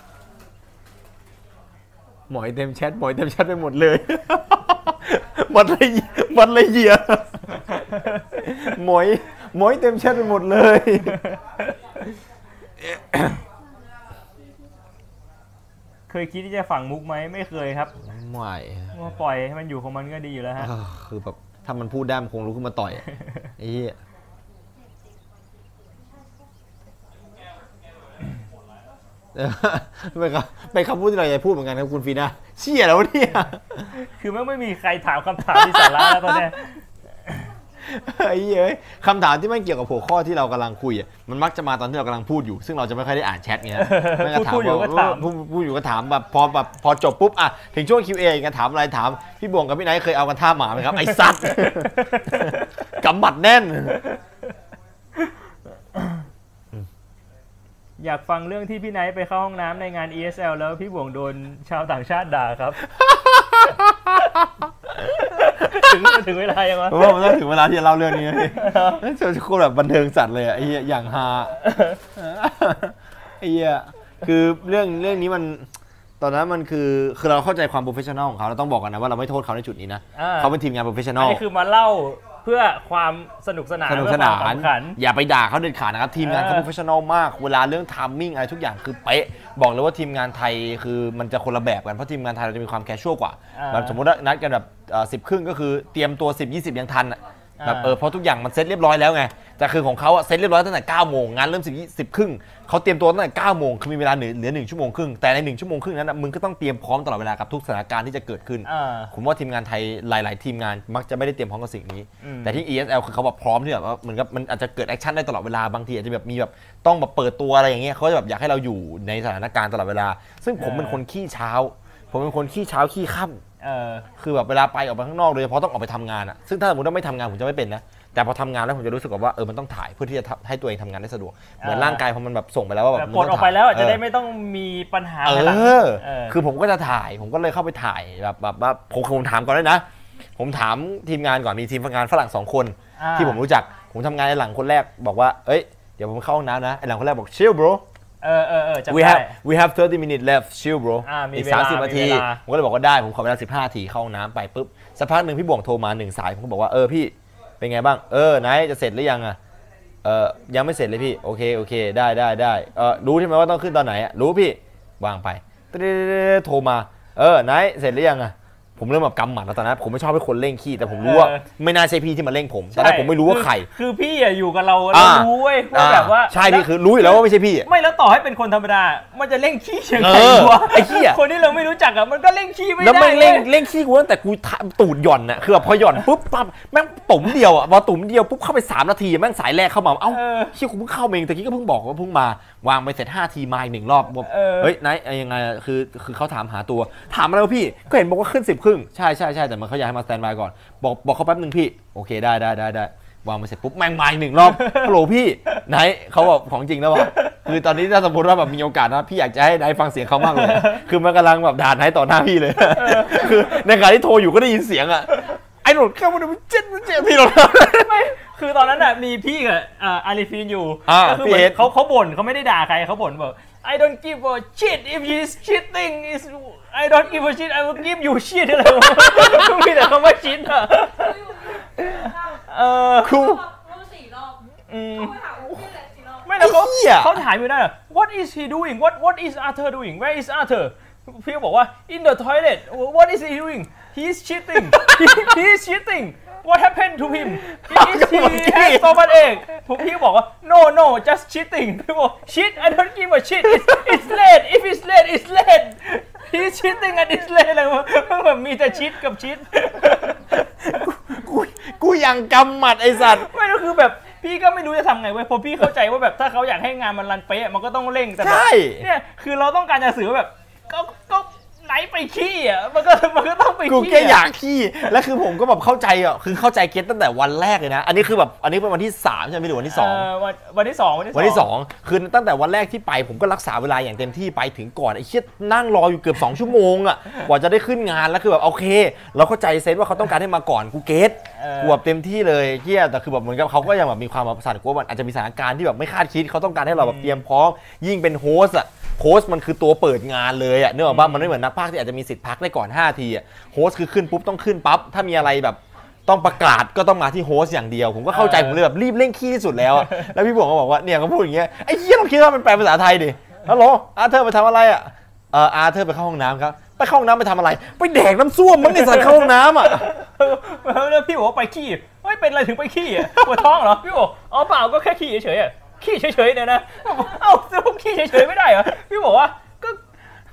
[SPEAKER 1] หมอยเต็มแชทหมอยเต็มแชทไปหมดเลย บัดเลยบัดเลยเหยีย หมอยหมอยเต็มแชทไปหมดเลย
[SPEAKER 2] เคยคิดที่จะฝังมุกไหมไม่เคยครับ
[SPEAKER 1] ไม่
[SPEAKER 2] ก็ปล่อยให้มันอยู่ของมันก็ดีอยู่แล้วฮะ
[SPEAKER 1] เออคือแบบถ้ามันพูดได้มันคงรู้ขึ้นมาต่อย อะไอ้เหี้ย เออเป็นคำเป็นคำพูดที่เราอยากพูดเหมือนกันครับคุณฟีน่าเชี่ยแล้วะเนี่ย
[SPEAKER 2] คือไม่งไม่มีใครถามคำถามที่สาระแล้วตอนเนี้ย
[SPEAKER 1] ไอ้เหี้ยเอ้ยคำถามที่มันเกี่ยวกับหัวข้อที่เรากำลังคุยอะมันมักจะมาตอนที่เรากำลังพูดอยู่ ซึ่งเราจะไม่ค่อยได้อ่านแชทไง แม่ง
[SPEAKER 2] พูดพูดอยู่ก็ถาม
[SPEAKER 1] พูดพูดอยู่ก็ถามแบบพอแบบพอจบปุ๊บอะถึงช่วง QA กันถามอะไรถาม พี่บวงกับพี่ไนท์เคยเอากันท่าหมาไหมครับ ไอ้สัตว์ กำหมัดแน่น
[SPEAKER 2] อยากฟังเรื่องที่พี่ไนท์ไปเข้าห้องน้ำในงาน ESL แล้ว พี่บวงโดนชาวต่างชาติด่าครับ ถึงถึงเวลายังวะ
[SPEAKER 1] เพราะว่ามันต้องถึงเวลาที่จะเล่าเรื่องนี้นะพี่เฮ้ยจะโคตรแบบบันเทิงสัตว์เลยอะไอ้เหี้ยอย่างฮาไอ้เหี้ยคือเรื่องเรื่องนี้มันตอนนั้นมันคือคือเราเข้าใจความโปรเฟชชั่นอลของเขาเราต้องบอกกันนะว่าเราไม่โทษเขาในจุดนี้นะ
[SPEAKER 2] อ่า
[SPEAKER 1] เขาเป็นทีมงานโปรเฟชชั่นอ
[SPEAKER 2] อัน
[SPEAKER 1] ล
[SPEAKER 2] นี้คือมาเล่าเพื่อความสนุกสนาน
[SPEAKER 1] สนุกสนาน
[SPEAKER 2] เพื่อความขำขัน
[SPEAKER 1] อย่าไปด่าเขาเด็ดขาดนะครับทีมงานเขา
[SPEAKER 2] เออ
[SPEAKER 1] โปรเฟชชั่นอลมากเวลาเรื่องทามมิ่งอะไรทุกอย่างคือเป๊ะบอกเลยว่าทีมงานไทยคือมันจะคนละแบบกันเพราะทีมงานไทยเราจะมีความแคชชวลกว่าแบบสมมติว่านัดกันแบบสิบครึ่งก็คือเตรียมตัว 10 20 ยังทันอะ แบบเออเพราะทุกอย่างมันเซ็ตเรียบร้อยแล้วไง แต่คือของเขาอะเซ็ตเรียบร้อยตั้งแต่9โมงงานเริ่ม10 10ครึ่งเขาเตรียมตัวตั้งแต่9โมงคือมีเวลาเหลือเหลือ1ชั่วโมงครึ่งแต่ใน 1 ชั่วโมงครึ่งนั้นอะมึงก็ต้องเตรียมพร้อมตลอดเวลากับทุกสถานการณ์ที่จะเกิดขึ้น
[SPEAKER 2] อ่า
[SPEAKER 1] ผมว่าทีมงานไทยหลาย ๆ ทีมงานมักจะไม่ได้เตรียมพร้อมกับสิ่งนี้
[SPEAKER 2] อืม
[SPEAKER 1] แต่ที่ ESL คือเขาแบบพร้อมที่แบบว่าเหมือนกับมันอาจจะเกิดแอคชั่นได้ตลอดเวลาบางทีอาจจะแบบมีแบบต้องแบบเปิดตัวอะไรอย่างเงี้ยเขาจะแบบอยากให้เราอยู่ในสถานการณ์ตลอดเวลา ซึ่งผมเป็นคนขี้เช้า ผมเป็นคนขี้เช้าขี้ค่ำ
[SPEAKER 2] เออ
[SPEAKER 1] คือแบบเวลาไปออกไปข้างนอกโดยเฉพาะต้องออกไปทำงานอะซึ่งถ้าสมมติว่าไม่ทำงานผมจะไม่เป็นนะ แต่พอทำงานแล้วผมจะรู้สึกแบบว่าเออมันต้องถ่ายเพื่อที่จะทำให้ตัวเองทำงานได้สะดวก เหมือน
[SPEAKER 2] อ่า
[SPEAKER 1] ร่างกายพอมันแบบส่งไปแล้วว่าแบบ
[SPEAKER 2] แบบ
[SPEAKER 1] มึ
[SPEAKER 2] ป
[SPEAKER 1] ง
[SPEAKER 2] ลด
[SPEAKER 1] ต้
[SPEAKER 2] อ
[SPEAKER 1] อง
[SPEAKER 2] อกไปแล้วอ่ะ
[SPEAKER 1] ถ่าย
[SPEAKER 2] จะได้
[SPEAKER 1] เออ
[SPEAKER 2] ไม่ต้องมีปัญหา
[SPEAKER 1] เอ
[SPEAKER 2] ในหลัง
[SPEAKER 1] อ
[SPEAKER 2] เออ
[SPEAKER 1] คือผมก็จะถ่าย ผมก็เลยเข้าไปถ่ายแบบแบบว่าผมผมถามก่อนด้วยนะ ผมถามทีมงานก่อน มีทีมงานฝรั่งสองคน
[SPEAKER 2] อ่า
[SPEAKER 1] ที่ผมรู้จัก ผมทำงานในหลังคนแรกบอกว่า เอ้ย เดี๋ยวผมเข้าห้องน้ำนะ ไอหลังคนแรกบอก chill bro
[SPEAKER 2] เออเออเออจำ
[SPEAKER 1] we
[SPEAKER 2] ได้
[SPEAKER 1] have we have 30 minutes left chill bro
[SPEAKER 2] อ่ามี
[SPEAKER 1] อีก
[SPEAKER 2] เวลา
[SPEAKER 1] 30 นาทีผ
[SPEAKER 2] มีเวลา
[SPEAKER 1] มก็เลยบอกว่าได้ ผมขอเวลา 15นาทีเข้าห้องน้ำไปปุ๊บ สักพักหนึ่งพี่บ่วงโทรมาหนึ่งสาย ผมก็บอกว่า เออพี่ เป็นไงบ้าง เออนายจะเสร็จหรือยังอะเออยังไม่เสร็จเลยพี่ โอเค โอเค ได้ได้ได้เออรู้ใช่ไหมว่าต้องขึ้นตอนไหนอะรู้พี่ วางไปตึ๊ดๆๆๆโทรมา เออนายเสร็จหรือยังอะผมเริ่มแบบกำหมัดแล้วตอนนั้นผมไม่ชอบให้คนเร่งขี้แต่ผมรู้ว่า
[SPEAKER 2] เออ
[SPEAKER 1] ไม่น่าใช่พี่ที่มาเร่งผมตอนแรกผมไม่รู้ว่าใคร
[SPEAKER 2] อคือพี่อ่ะอยู่กับเราเรา
[SPEAKER 1] อ่า
[SPEAKER 2] รู้เว้ยว่าแบบว่า
[SPEAKER 1] ใช่พี่คือรู้อยู่แล้วว่าไม่ใช่พี่อะ
[SPEAKER 2] ไม่แล้วต่อให้เป็นคนธรรมดา มันจะเร่งขี้เชียง
[SPEAKER 1] เอ
[SPEAKER 2] ใคร
[SPEAKER 1] อ
[SPEAKER 2] วะ
[SPEAKER 1] ไอ้เหี้ย
[SPEAKER 2] คนที่เราไม่รู้จักอ่ะมันก็เร่งขี้ไม่ได้
[SPEAKER 1] แล้วแม่งเร่ง
[SPEAKER 2] ว้ย
[SPEAKER 1] เร่งขี้กูตั้งแต่กูทะตูดหย่อนน่ะคือแบบพอหย่อนปุ๊บปั๊บแม่งตุ่มเดียวอ่ะพอตุ่มเดียวปุ๊บเข้าไป3นาทีแม่งสายแรกเข้ามาเอ้า
[SPEAKER 2] เออ
[SPEAKER 1] เชี่ยกูเพิ่งเข้ามาเองตะกี้ก็เพิ่งบอกว่าเพิ่งมา วางไปเสร็จ5ทีมาอีกหนึ่งรอบบอก
[SPEAKER 2] เออ
[SPEAKER 1] เฮ้ยนายเอายังไงอ่ะคือคือเขาถามหาตัว ถามแล้วพี่ก็เห็นบอกว่าขึ้น 10 ครึ่งใช่ใช่ใช่แต่มันเขาอยากให้มาสแตนบายก่อน บอกบอกเขาแป๊บหนึงพี่โอเคได้ได้ได้ได้วางไปเสร็จปุ๊บแม่งมาอีกหนึ่งรอบฮัลโหลพี่ไหนเขาบอกของจริงแล้ววะคือตอนนี้ถ้าสมมติว่าแบบมีโอกาสนะพี่อยากจะให้นายฟังเสียงเขามากเลย คือมันกำลังแบบด่านายต่อหน้าพี่เลย คือในขณะที่โทรอยู่ก็ได้ยินเสียงอ่ะ ไอ้หนดเข้ามาดูมันเจ็ดมันเจ็ดพี่หนด
[SPEAKER 2] ไม่คือตอนนั้นอ่ะมีพี่กับอ่าอาริฟีนอยู่
[SPEAKER 1] อ่า
[SPEAKER 2] ก็คื
[SPEAKER 1] พี่
[SPEAKER 2] เหมือ
[SPEAKER 1] เอส
[SPEAKER 2] นเขาเขาบ่นเขาไม่ได้ด่าใครเขาบ่นแบบ I don't give a shit if you is cheating is I don't give a shit I will give you shit อะไร วะมีแต่คำว่า shit อ่ะเออ
[SPEAKER 1] ครู
[SPEAKER 10] รู้สี่รอบ
[SPEAKER 2] อืม
[SPEAKER 10] ไม่ถามว่าพี่เลยสี่รอบ
[SPEAKER 2] ไม่แล้วเขา
[SPEAKER 1] ไอ้เหี้ย
[SPEAKER 2] เขาถามอยู่นั่นอะ What is he doing What What is Arthur doing Where is Arthur พี่ก็บอกว่า In the toilet What is he doing He is cheating He, he is cheating What happened to him He is he has stomach ache ผมพี่ก็บอกว่า No no just cheating พี่บอก Shit I don't give a shit It's, it's late If it's late it's late He is cheating and it's late อะไรแบบแบบมีแต่ชิดกับชิด
[SPEAKER 1] กูกูยังกำหมัดไอ้สัตว์
[SPEAKER 2] ไม่ก็คือแบบพี่ก็ไม่รู้จะทำไงเว้ยเพราะพี่เข้าใจว่าแบบถ้าเขาอยากให้งานมันรันเป๊ะมันก็ต้องเร่งแต่แบบ
[SPEAKER 1] ใช่
[SPEAKER 2] เนี่ยคือเราต้องการจะสื่อว่าแบบก็ก็ไหนไปขี้อ่ะมันก็มันก็ต้องไปขี้
[SPEAKER 1] กูแค่
[SPEAKER 2] ะ
[SPEAKER 1] อยากขี้ แล้วคือผมก็แบบเข้าใจอ่ะ คือเข้าใจเก็ตตั้งแต่วันแรกเลยนะ อันนี้คือแบบ อันนี้เป็นวันที่ 3 ใช่ไหมหรือวันที่
[SPEAKER 2] เ
[SPEAKER 1] 2
[SPEAKER 2] วันวันที่สอง
[SPEAKER 1] วันที่ 2 คือตั้งแต่วันแรกที่ไปผมก็รักษาเวลาอย่างเต็มที่ไปถึงก่อนไอ้เชี่ยนั่งรออยู่เกือบ 2 ชั่วโมงอ่ะกว่าจะได้ขึ้นงานแล้วคือแบบโอเค เราเข้าใจเซนส์ว่าเขาต้องการให้มาก่อนกูเก็ตกูแบบเต็มที่เลยเชี่ยแต่คือแบบเหมือนกับเขาก็ยังแบบมีความแบบสั่นกลัวมันอาจจะมีสถานการณ์ที่แบบไม่คาดคิดเขาต้องการให้เราแบบเตรียมพร้อม ยิ่งเป็นโฮสต์อ่ะโฮสต์มันคือตัวเปิดงานเลยอ่ะเนื่องจากมันไม่เหมือนนักพากย์ที่อาจจะมีสิทธิ์พักได้ก่อน5ทีอ่ะโฮสต์คือขึ้นปุ๊บต้องขึ้นปั๊บถ้ามีอะไรแบบ ต้องประกาศก็ต้องมาที่โฮสต์อย่างเดียว ผมก็เข้าใจผมเลยแบบรีบเร่งขี้ที่สุดแล้วอะ แล้วพี่บวงก็บอกว่าเนี่ยเขาพูดอย่างเงี้ยไอ้เหี้ยเราคิดว่ามันแปลภาษาไทยดิฮัลโหลอาเธอร์ไปทำอะไรอ่ะเอออาเธอร์ไปเข้าห้องน้ำครับไปเข้าห้องน้ำไปทำอะไร ไปแดกน้ำส้วมมั้งในสัตว์เข้าห้องน้ ำอ่ะ
[SPEAKER 2] เออแล้วพี่บอกว่าไปขี้เฮ้ยเป็นอะไรถึงไปขี้อ่ะปวดท้องเหรอพี่บอกอ๋อเปล่าก็แค่ขี้เฉยๆอ่ะขี้เฉยๆเนี่ยนะเอ้าจะผมขี้เฉยๆไม่ได้เหรอพี่บอกว่าก็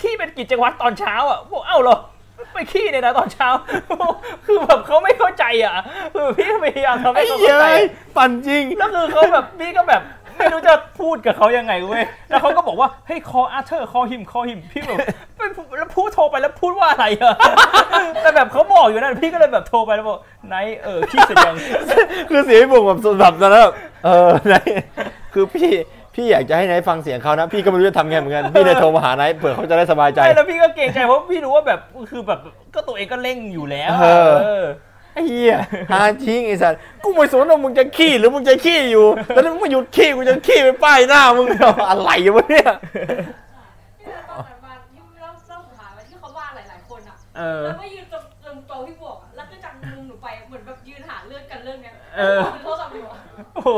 [SPEAKER 2] ขี้เป็นกิจวัตรตอนเช้าอ่ะบอกเอ้าเหรอไปขี้เนี่ยนะตอนเช้า คือแบบเขาไม่เข้าใจอ่ะคือพี่พยายามทำให้
[SPEAKER 1] ไอ้
[SPEAKER 2] เขา
[SPEAKER 1] เหี้ย
[SPEAKER 2] เข้าใจอ่ะ
[SPEAKER 1] ปั่นจริง
[SPEAKER 2] แล้วคือเขาแบบพี่ก็แบบไม่รู้จะพูดกับเขายังไงเว้ย แล้วเขาก็บอกว่าเฮ้ย call Arthur call him call him พี่แบบเป็นแล้วพูดโทรไปแล้วพูดว่าอะไรอะแต่แบบเขาบอกอยู่นั่นพี่ก็เลยแบบโทรไปแล้วบอกไนายเออพี่เสร็จยัง
[SPEAKER 1] คือเสียงพี่บวงแบบสุดแบบนั้นแล้วแบบเออ ไหนคือพี่พี่อยากจะให้ไหนายฟังเสียงเขานะ พี่ก็ไม่รู้จะทำไงเหมือนกันพี่เลยโทรมาหาไหนายเผื่อเขาจะได้สบายใจ
[SPEAKER 2] ใช่แล้วพี่ก็เกรงใจเพราะพี่รู้ว่าแบบคือแบบก็ตัวเองก็เร่งอยู่แล้วอะ
[SPEAKER 1] เออ
[SPEAKER 2] เออ
[SPEAKER 1] ไอ้เหี้ยหาจริงไอ้สัตว์กูไม่สนว่ามึงจะขี้หรือมึงจะขี้ อยู่แต่ถ้ามึงไม่หยุดขี้กูจะขี้ไปป้ายหน้ามึงอะไรวะเนี่ย
[SPEAKER 10] ที่เราตอนนั้นมายุ่งเล่าเล่าสุดท้ายวันที่เขาว่าหลาย ๆ คนอ่ะ
[SPEAKER 2] เออ
[SPEAKER 10] แล้วมายืนตรงตรงโต๊ะพี่บวกอะแล้วก็จังมุมหนูไปเหมือนแบบยืนหาเรื่องกันเรื่องเนี้ย
[SPEAKER 2] เออ
[SPEAKER 10] โทรศัพท์อยู่อะ
[SPEAKER 2] โอ้โห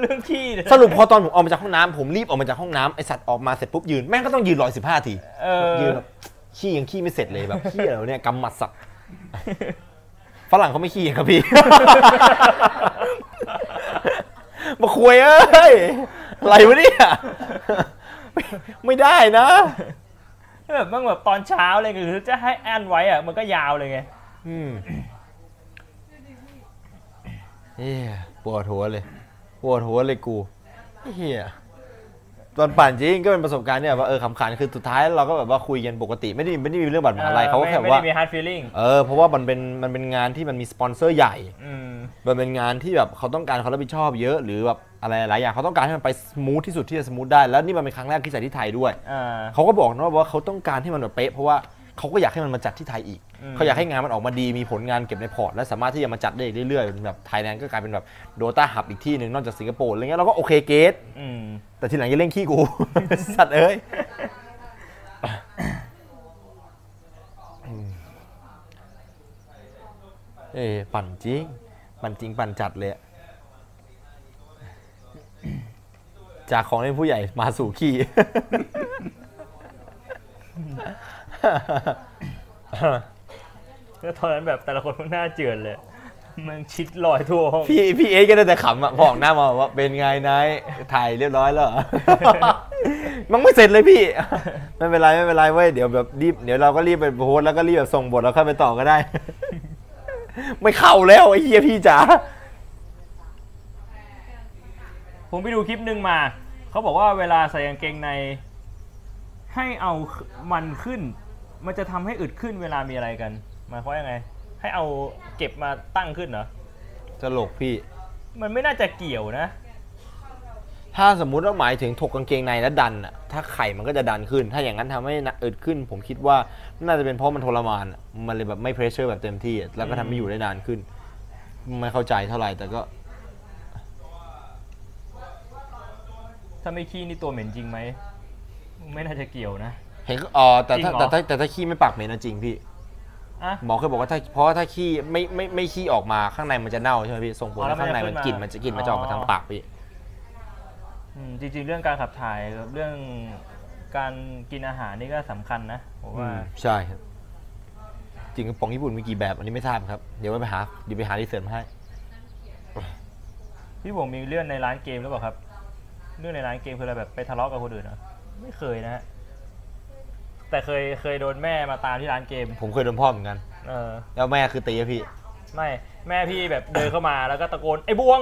[SPEAKER 2] เรื่องขี้เนี่ย
[SPEAKER 1] สรุปพอตอนผมออกมาจากห้องน้ำผมรีบออกมาจากห้องน้ำไอ้สัตว์ออกมาเสร็จปุ๊บยืนแม่งก็ต้องยืนรอยสิบห้าที
[SPEAKER 2] เออ
[SPEAKER 1] ยืนแบบขี้ยังขี้ไม่เสร็จเลยแบบขี้อะไรวะเนี่ยกำหมัดสักฝรั่งเขาไม่ขี้ครับพี่ มาคุยเอ้ยอะไรวะเนี่ยไม่ไม่ได้นะ
[SPEAKER 2] แบบบ้างแบบตอนเช้าเลยหรือจะให้แอนไว้อะมันก็ยาวเลยไง
[SPEAKER 1] อืมเฮียปวดหัวเลยปวดหัวเลยกูเฮียตอนปั่นจริงก็เป็นประสบการณ์เนี่ยว่าเออขำขันคือสุดท้ายเราก็แบบว่าคุยกันปกติไม่ได้ไม่ได้มีเรื่องบาดหมางอะไรเขาก็แค่
[SPEAKER 2] ไม่
[SPEAKER 1] ว่า
[SPEAKER 2] ได้มี hard feeling
[SPEAKER 1] เออเพราะว่ามันเป็นมันเป็นงานที่มันมีสปอนเซอร์ใหญ่
[SPEAKER 2] อืม
[SPEAKER 1] มันเป็นงานที่แบบเขาต้องการเขารับผิดชอบเยอะหรือแบบอะไรหลายอย่างเขาต้องการให้มันไปสมูทที่สุดที่จะสมูทได้แล้วนี่มันเป็นครั้งแรกที่จัดที่ไทยด้วย
[SPEAKER 2] อ่า
[SPEAKER 1] เขาก็บอกนะว่าเขาต้องการให้มันแบบเป๊ะเพราะว่าเขาก็อยากให้มันมาจัดที่ไทยอีก
[SPEAKER 2] อืม
[SPEAKER 1] เขาอยากให้งานมันออกมาดีมีผลงานเก็บในพอร์ตและสามารถที่จะมาจัดได้อีกเรื่อยๆแบบไทยแลนด์ก็กลายเป็นแบบโดตาหับอีกที่หนึ่งนอกจากสิงคโปร์อะไรเงี้ยเราก็โอเคเกต
[SPEAKER 2] อืม
[SPEAKER 1] แต่ทีหลังอย่าเล่นขี้กู สัตว์เอ้ยอืมเอ้ยปั่นจริง ปั่นจริงปั่นจัดเลยอะ จากของเล่นผู้ใหญ่มาสู่ขี้
[SPEAKER 2] แล้วตอนนั้นแบบแต่ละคนก็หน้าเจือนเลย มันชิดลอยทั่วห้อง
[SPEAKER 1] พี่พี่เอสก็ได้แต่ขำอ่ะพอออกหน้ามาบอกว่าเป็นไงนายถ่ายเรียบร้อยแล้วเห รอ มันไม่เสร็จเลยพี่ ไม่เป็นไรไม่เป็นไรเว้ยเดี๋ยวแบบรีบเดี๋ยวเราก็รีบไปโพสต์แล้วก็รีบแบบส่งบทแล้วค่อยไปต่อก็ได้ ไม่เข้าแล้วไอ้เหี้ยพี่จ๋า
[SPEAKER 2] ผมไปดูคลิปหนึ่งมา เขาบอกว่าเวลาใส่กางเกงใน ให้เอามันขึ้น มันจะทำให้อึดขึ้นเวลามีอะไรกันหมายความว่ายังไง ให้เอาเก็บมาตั้งขึ้นเหรอ
[SPEAKER 1] ตลกพี่
[SPEAKER 2] มันไม่น่าจะเกี่ยวนะ
[SPEAKER 1] ถ้าสมมุติว่าหมายถึงถกกางเกงในแล้วดันอ่ะถ้าไข่มันก็จะดันขึ้น ถ้าอย่างนั้นทำให้หนักอึดขึ้น ผมคิดว่าน่าจะเป็นเพราะมันทรมานอะมันเลยแบบไม่เพรสเชอร์แบบเต็มที่อะแล้วก็ทำให้อยู่ได้นานขึ้น ไม่เข้าใจเท่าไหร่แต่ก็
[SPEAKER 2] ถ้าไม่ขี้นี่ตัวเหม็นจริงไหม ไม่น่าจะเกี่ยวนะ
[SPEAKER 1] เห็นก็อ๋อแต่ถ้า
[SPEAKER 2] จริงเหรอ
[SPEAKER 1] แต่ถ้าแต่ถ้าขี้ไม่ปากเหม็นนะจริงพี่
[SPEAKER 2] อ่ะ
[SPEAKER 1] หมอเคยบอกว่าถ้าเพราะว่าถ้าขี้ไม่ไม่ไม่ขี้ออกมาข้างในมันจะเน่าใช่ไหมพี่ส่งผล
[SPEAKER 2] อ๋อแล้ว
[SPEAKER 1] ให้ข้างใน
[SPEAKER 2] มันจะ
[SPEAKER 1] มัน
[SPEAKER 2] ขึ้นมาก
[SPEAKER 1] ลิ่นมันจะกลิ่นมันจะออก
[SPEAKER 2] อ๋
[SPEAKER 1] มา
[SPEAKER 2] อ
[SPEAKER 1] ทางปากพี่
[SPEAKER 2] อืมจริงๆ เรื่องการขับถ่ายกับเรื่องการกินอาหารนี่ก็สำคัญนะผมว่า
[SPEAKER 1] ใช่ครับจริงกระป๋องญี่ปุ่นมีกี่แบบ อันนี้ไม่ทราบครับ เดี๋ยวไว้ไปหาเดี๋ยวไปหารีเสิร์ชมาให้
[SPEAKER 2] พี่ผมมีเรื่องในร้านเกมหรือเปล่าครับ เรื่องในร้านเกมคืออะไรแบบไปทะเลาะกับคนอื่นเหรอไม่เคยนะฮะแต่เคยเคยโดนแม่มาตามที่ร้านเกม
[SPEAKER 1] ผมเคยโดนพ่อเหมือนกัน
[SPEAKER 2] เออ
[SPEAKER 1] แล้วแม่คือตีอะพี่
[SPEAKER 2] ไม่แม่พี่แบบเดินเข้ามาแล้วก็ตะโกนไอ้บวง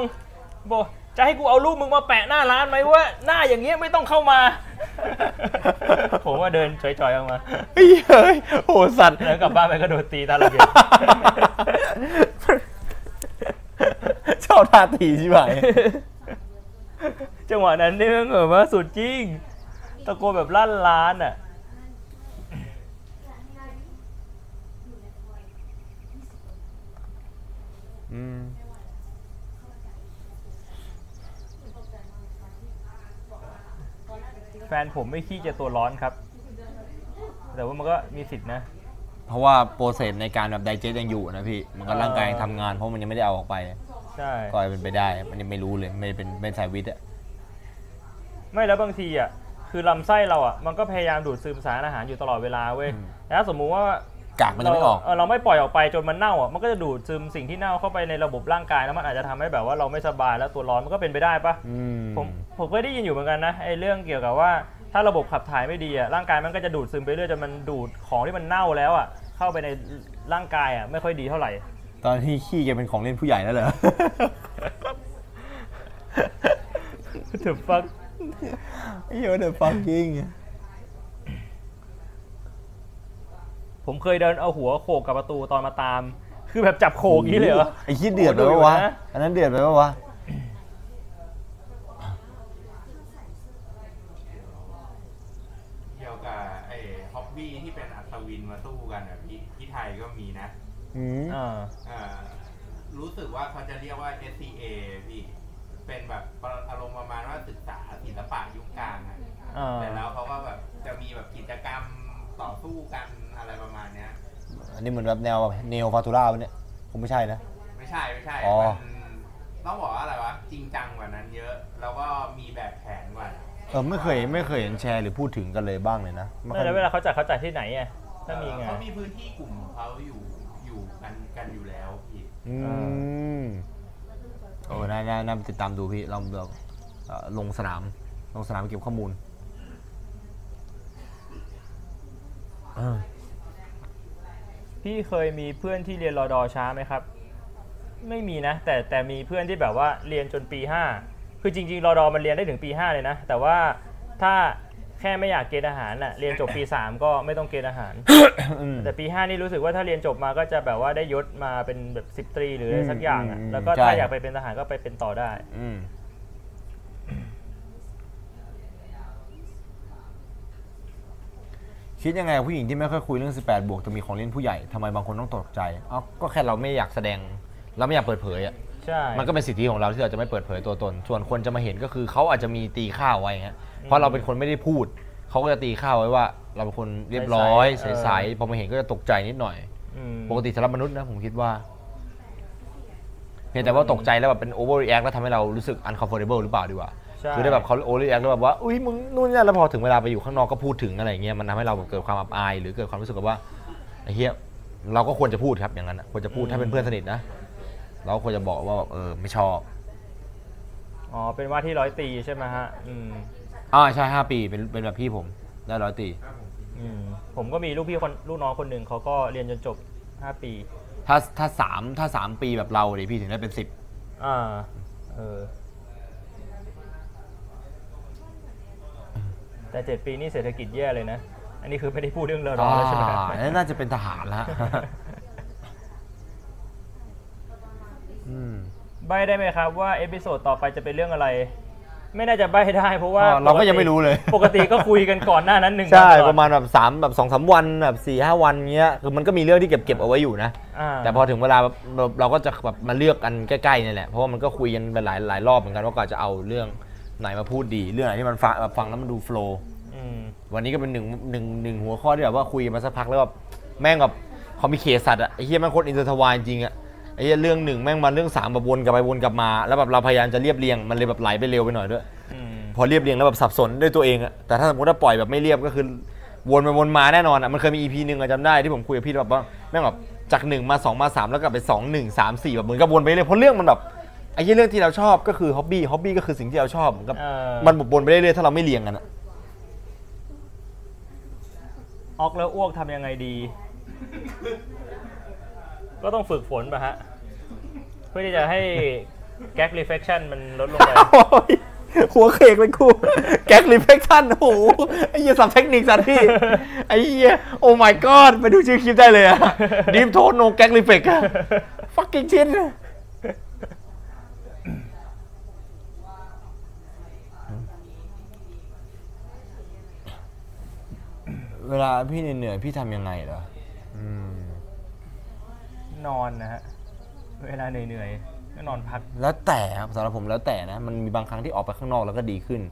[SPEAKER 2] บวงจะให้กูเอารูปมึงมาแปะหน้าร้านไหมวะหน้าอย่างเงี้ยไม่ต้องเข้า มา ผมว่าเดินจอยๆออกมา
[SPEAKER 1] เฮ้ยเฮ้ยโหสัตว์
[SPEAKER 2] แล้วกลับบ้านไปก็โดนตีตาละเบียบ
[SPEAKER 1] ชอบท่าตีใช่ ไหม
[SPEAKER 2] จังหวะนั้นนี่แมันแบบว่าสุดจริง ตะโกนแบบลั่นล้านอ่ะ แฟนผมไม่ขี้จะตัวร้อนครับ แต่ว่ามันก็มีสิทธินะ
[SPEAKER 1] เพราะว่าโปรเซสในการแบบไดเจสยังอยู่นะพี่ มันก็ร่างกายยังทำงานเพราะมันยังไม่ได้เอาออกไป
[SPEAKER 2] ใช่
[SPEAKER 1] ก็เป็นไปได้ มันยังไม่รู้เลย ไม่ได้เป็นเป็นสายวิทย์อะ
[SPEAKER 2] ไม่แล้วบางทีอ่ะคือลำไส้เราอ่ะมันก็พยายามดูดซึมสารอาหารอยู่ตลอดเวลาเว้ย
[SPEAKER 1] อืม
[SPEAKER 2] แต่ถ้าสมมุติว่าก
[SPEAKER 1] ากมันจะไม่ออก
[SPEAKER 2] เราเเราไม่ปล่อยออกไปจนมันเน่าอ่ะมันก็จะดูดซึมสิ่งที่เน่าเข้าไปในระบบร่างกายแล้วมันอาจจะทำให้แบบว่าเราไม่สบายแล้วตัวร้อนมันก็เป็นไปได้ปะ
[SPEAKER 1] อืม
[SPEAKER 2] ผมผมก็ได้ยินอยู่เหมือนกันนะไอ้เรื่องเกี่ยวกับว่าถ้าระบบขับถ่ายไม่ดีอ่ะร่างกายมันก็จะดูดซึมไปเรื่อยจนมันดูดของที่มันเน่าแล้วอ่ะเข้าไปในร่างกายอ่ะไม่ค่อยดีเท่าไหร่
[SPEAKER 1] ตอนที่ขี้แกเป็นของเล่นผู้ใหญ่แล้วเหรอ
[SPEAKER 2] What the fuck
[SPEAKER 1] เยอะเดอะฟังกิ้ง
[SPEAKER 2] ผมเคยเดินเอาหัวโขกกับประตูตอนมาตาม คือแบบจับโขกอย่างนี้เลยเหรอ
[SPEAKER 1] ไอ้ขี้เดือดไปปะวะ อันนั้นเดือดไปปะวะ
[SPEAKER 13] เกี่ยวกับไอ้ฮ็อบบี้ที่เป็นอัศวินมาสู้กันแบบที่ที่ไทยก็มีนะ
[SPEAKER 1] อืม
[SPEAKER 2] อ่า
[SPEAKER 13] เอ่อ รู้สึกว่าเขาจะเรียกว่า SCA พี่เป็นแบบอารมณ์ประมาณว่าศึกษาศิลปะยุคกลางอะ
[SPEAKER 2] อ่า
[SPEAKER 13] แต่แล้วเขาก็แบบจะมีแบบกิจกรรมต่อสู้กันอะไรประมาณเนี้ย
[SPEAKER 1] อันนี้เหมือนแบบแนวแบบเนโอฟาตูล่าเนี่ยคงไม่ใช่นะ
[SPEAKER 13] ไม่ใช่ไม่ใช่
[SPEAKER 1] อ๋อ
[SPEAKER 13] มันต้องบอกว่าอะไรวะจริงจังกว่านั้นเยอะ แล้วก็มีแบบแผนกว่า
[SPEAKER 1] เออไม่เคยไม่เคยเห็นแชร์หรือพูดถึงกันเลยบ้างเลยนะไม่ค่อย
[SPEAKER 2] แล้วเวลาเขาจัดเขาจัดที่ไหนอ่ะถ้ามีงาน
[SPEAKER 13] เขามีพื้นที่กลุ่มของเขาอยู่อยู่กันกันอยู่แล้วพี่
[SPEAKER 1] อืมโอ้น่าน่าน่าไปติดตามดูพี่เราเราเอ่อลงสนาม ลงสนามเก็บข้อมูลเออ
[SPEAKER 2] พี่เคยมีเพื่อนที่เรียนรอดอช้าไหมครับ ไม่มีนะ แต่แต่มีเพื่อนที่แบบว่าเรียนจนปี 5 คือจริงๆรอดอมันเรียนได้ถึงปี 5 เลยนะ แต่ว่าถ้าแค่ไม่อยากเกณฑ์อาหารน่ะเรียนจบปี 3 ก็ไม่ต้องเกณฑ์อาหาร แต่ปี 5 นี่รู้สึกว่าถ้าเรียนจบมาก็จะแบบว่าได้ยศมาเป็นแบบสิบตรีหรืออะไรสักอย่างอะแล้วก็ถ้าอยากไปเป็นทหารก็ไปเป็นต่อได้
[SPEAKER 1] อืมคิดยังไงกับผู้หญิงที่ไม่ค่อยคุยเรื่อง 18 บวกแต่มีของเล่นผู้ใหญ่ทำไมบางคนต้องตกใจเอ้าก็แค่เราไม่อยากแสดง เราไม่อยากเปิดเผยอะ
[SPEAKER 2] ใช่
[SPEAKER 1] มันก็เป็นสิทธิของเราที่เราจะไม่เปิดเผยตัวตน ส่วนคนจะมาเห็นก็คือเขาอาจจะมีตีข้าวไว้ฮะเพราะเราเป็นคนไม่ได้พูด เขาก็จะตีข้าวไว้ว่า เราเป็นคนเรียบร้อยใสๆพอมาเห็นก็จะตกใจนิดหน่อย
[SPEAKER 2] อืม
[SPEAKER 1] ปกติสำหรับมนุษย์นะผมคิดว่า เพียงแต่ว่าตกใจแล้วแบบเป็น overreact แล้วทำให้เรารู้สึก uncomfortable หรือเปล่าดีกว่า
[SPEAKER 2] ใช่
[SPEAKER 1] คือได้แบบเขา overreact แล้วแบบว่า อุ้ยมึงนู่นนี่นั่นแล้วพอถึงเวลาไปอยู่ข้างนอกก็พูดถึงอะไรอย่างเงี้ยมันทำให้เราแบบเกิดความอับอาย หรือเกิดความรู้สึกแบบว่าไอ้เฮียเราก็ควรจะพูดครับอย่างนั้นนะควรจะพูดถ้าเป็นเพื่อนสนิทนะ เราก็ควรจะบอกว่าแบบเออไม่ชอบ
[SPEAKER 2] อ๋อเป็นว่าที่ร้อยตรีใช่ไหมฮะอืม
[SPEAKER 1] อ่าใช่ห้าปีเป็นเป็นแบบพี่ผมได้ร้อยตี
[SPEAKER 2] อืมผมก็มีลูกพี่คนลูกน้องคนหนึ่งเขาก็เรียนจนจบ 5 ปี
[SPEAKER 1] ถ้าถ้าสามถ้าสามปีแบบเราดิพี่ถึงได้เป็นสิบ
[SPEAKER 2] อ่า เออ แต่เจ็ดปีนี่เศรษฐกิจแย่เลยนะ อันนี้คือไม่ได้พูดเรื่องเราดอแล้วใช่ไหมครับ
[SPEAKER 1] อ่าน่าจะเป็นทหาร ละ อืม
[SPEAKER 2] ใบได้ไหมครับว่าเอพิโซดต่อไปจะเป็นเรื่องอะไร ไม่น่าจะใบได้เพราะว่า
[SPEAKER 1] อ๋อเราก็ยังไม่รู้เลย
[SPEAKER 2] ปกติก็คุยกันก่อนหน้านั้นหนึ่ง
[SPEAKER 1] ใช่
[SPEAKER 2] วันก่อน
[SPEAKER 1] ประมาณแบบสามแบบสองสามวันแบบสี่ห้าวันเงี้ยคือมันก็มีเรื่องที่เก็บเก็บเอาไว้อยู่นะ
[SPEAKER 2] า
[SPEAKER 1] แต่พอถึงเวลาแบบเราเราก็จะแบบมาเลือกกันใกล้ๆเนี่ยแหละเพราะว่ามันก็คุยกันไปหลายหลายรอบเหมือนกันว่ากว่าจะเอาเรื่องไหนมาพูดดี เรื่องไหนที่มันฟังแบบฟังแล้วมันดูโฟลว์
[SPEAKER 2] อืม
[SPEAKER 1] วันนี้ก็เป็นหนึ่งหนึ่งหนึ่งหัวข้อที่แบบว่าคุยกันมาสักพักแล้วแบบแม่งแบบเขามีเคสัตว์อะไอ้เหี้ยแม่งโคตรอินเตอร์ทวายจริงอะไอ้เหี้ยเรื่องหนึ่งแม่งมาเรื่องสามแบบวนกลับไปวนกลับมา แล้วแบบเราพยายามจะเรียบเรียงมันเลยแบบไหลไปเร็วไปหน่อยด้วย
[SPEAKER 2] อืม
[SPEAKER 1] พอเรียบเรียงแล้วแบบสับสนด้วยตัวเองอะแต่ถ้าสมมติว่าปล่อยแบบไม่เรียบก็คือวนไปวนมาแน่นอนอะมันเคยมี EP หนึ่งอะจำได้ที่ผมคุยกับพี่แบบว่าแม่งแบบจากหนึ่งมาสองมาสามแล้วกลับไปสองหนึ่งสามสี่แบบเหมือนกับวนไปเรื่อยเพราะเรื่องมันแบบไอ้เหี้ยเรื่องที่เราชอบก็คือฮอบบี้ฮอบบี้ก็คือสิ่งที่เราชอบเหมือนกับ
[SPEAKER 2] เออ
[SPEAKER 1] มันบวนไปเรื่อยๆถ้าเราไม่เรียงกันอะ
[SPEAKER 2] ออกแล้วอ้วกทำยังไงดี ก็ต้องฝึกฝนป่ะฮะ เพื่อที่จะให้แก๊ก reflection มันลดลงไป
[SPEAKER 1] โอ้ยหัวเคกเลยกูแก๊กรีเฟคชั่นโอ้โหไอ้เหี้ยสับเทคนิคสัตว์พี่ไอ้เหี้ยโอ้ my god ไปดูชื่อคลิปได้เลยอะดีมโทนโนแก๊กรีเฟกอะ fucking shit เวลาพี่เหนื่อยๆพี่ทำยังไงเหรออืม
[SPEAKER 2] นอนนะฮะ เวลาเหนื่อยๆ ก็นอนพัก
[SPEAKER 1] แล้วแต่ครับสำหรับผมแล้วแต่นะ มันมีบางครั้งที่ออกไปข้างนอกแล้วก็ดีขึ้น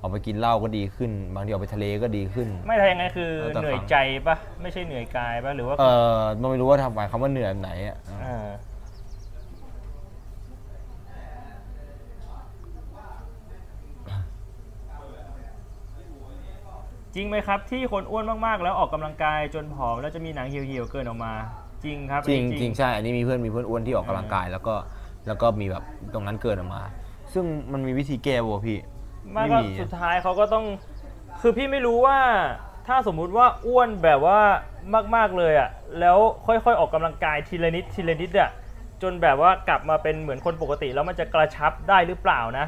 [SPEAKER 1] ออกไปกินเหล้าก็ดีขึ้น บางทีออกไปทะเลก็ดีขึ้น
[SPEAKER 2] ไม่ทำยังไงคือ
[SPEAKER 1] แล้วแต่
[SPEAKER 2] เหนื่อย
[SPEAKER 1] ฟัง
[SPEAKER 2] ใจป่ะ ไม่ใช่เหนื่อยกายป่ะ หรือว่า
[SPEAKER 1] เออไม่รู้ว่าทำหมายคำว่าเหนื่อยแบบไหนอ่ะ
[SPEAKER 2] เออจริงไหมครับ ที่คนอ้วนมากๆ แล้วออกกำลังกายจนผอมแล้วจะมีหนังเหี่ยวๆ เกินออกมา จริงครับ
[SPEAKER 1] จริง
[SPEAKER 2] อันนี้
[SPEAKER 1] จริงใช่ อันนี้มีเพื่อนมีเพื่อนอ้วนที่ออกกำลังกาย แล้วก็แล้วก็มีแบบตรงนั้นเกินออกมา ซึ่งมันมีวิธีแก้วะพี่
[SPEAKER 2] ไมา
[SPEAKER 1] ไม่
[SPEAKER 2] ก็
[SPEAKER 1] มีอะ
[SPEAKER 2] สุดท้ายเขาก็ต้อง คือพี่ไม่รู้ว่าถ้าสมมุติว่าอ้วนแบบว่ามาก ๆเลยอ่ะ แล้วค่อยๆออกกำลังกายทีละนิดทีละนิดอ่ะจนแบบว่ากลับมาเป็นเหมือนคนปกติ แล้วมันจะกระชับได้หรือเปล่านะ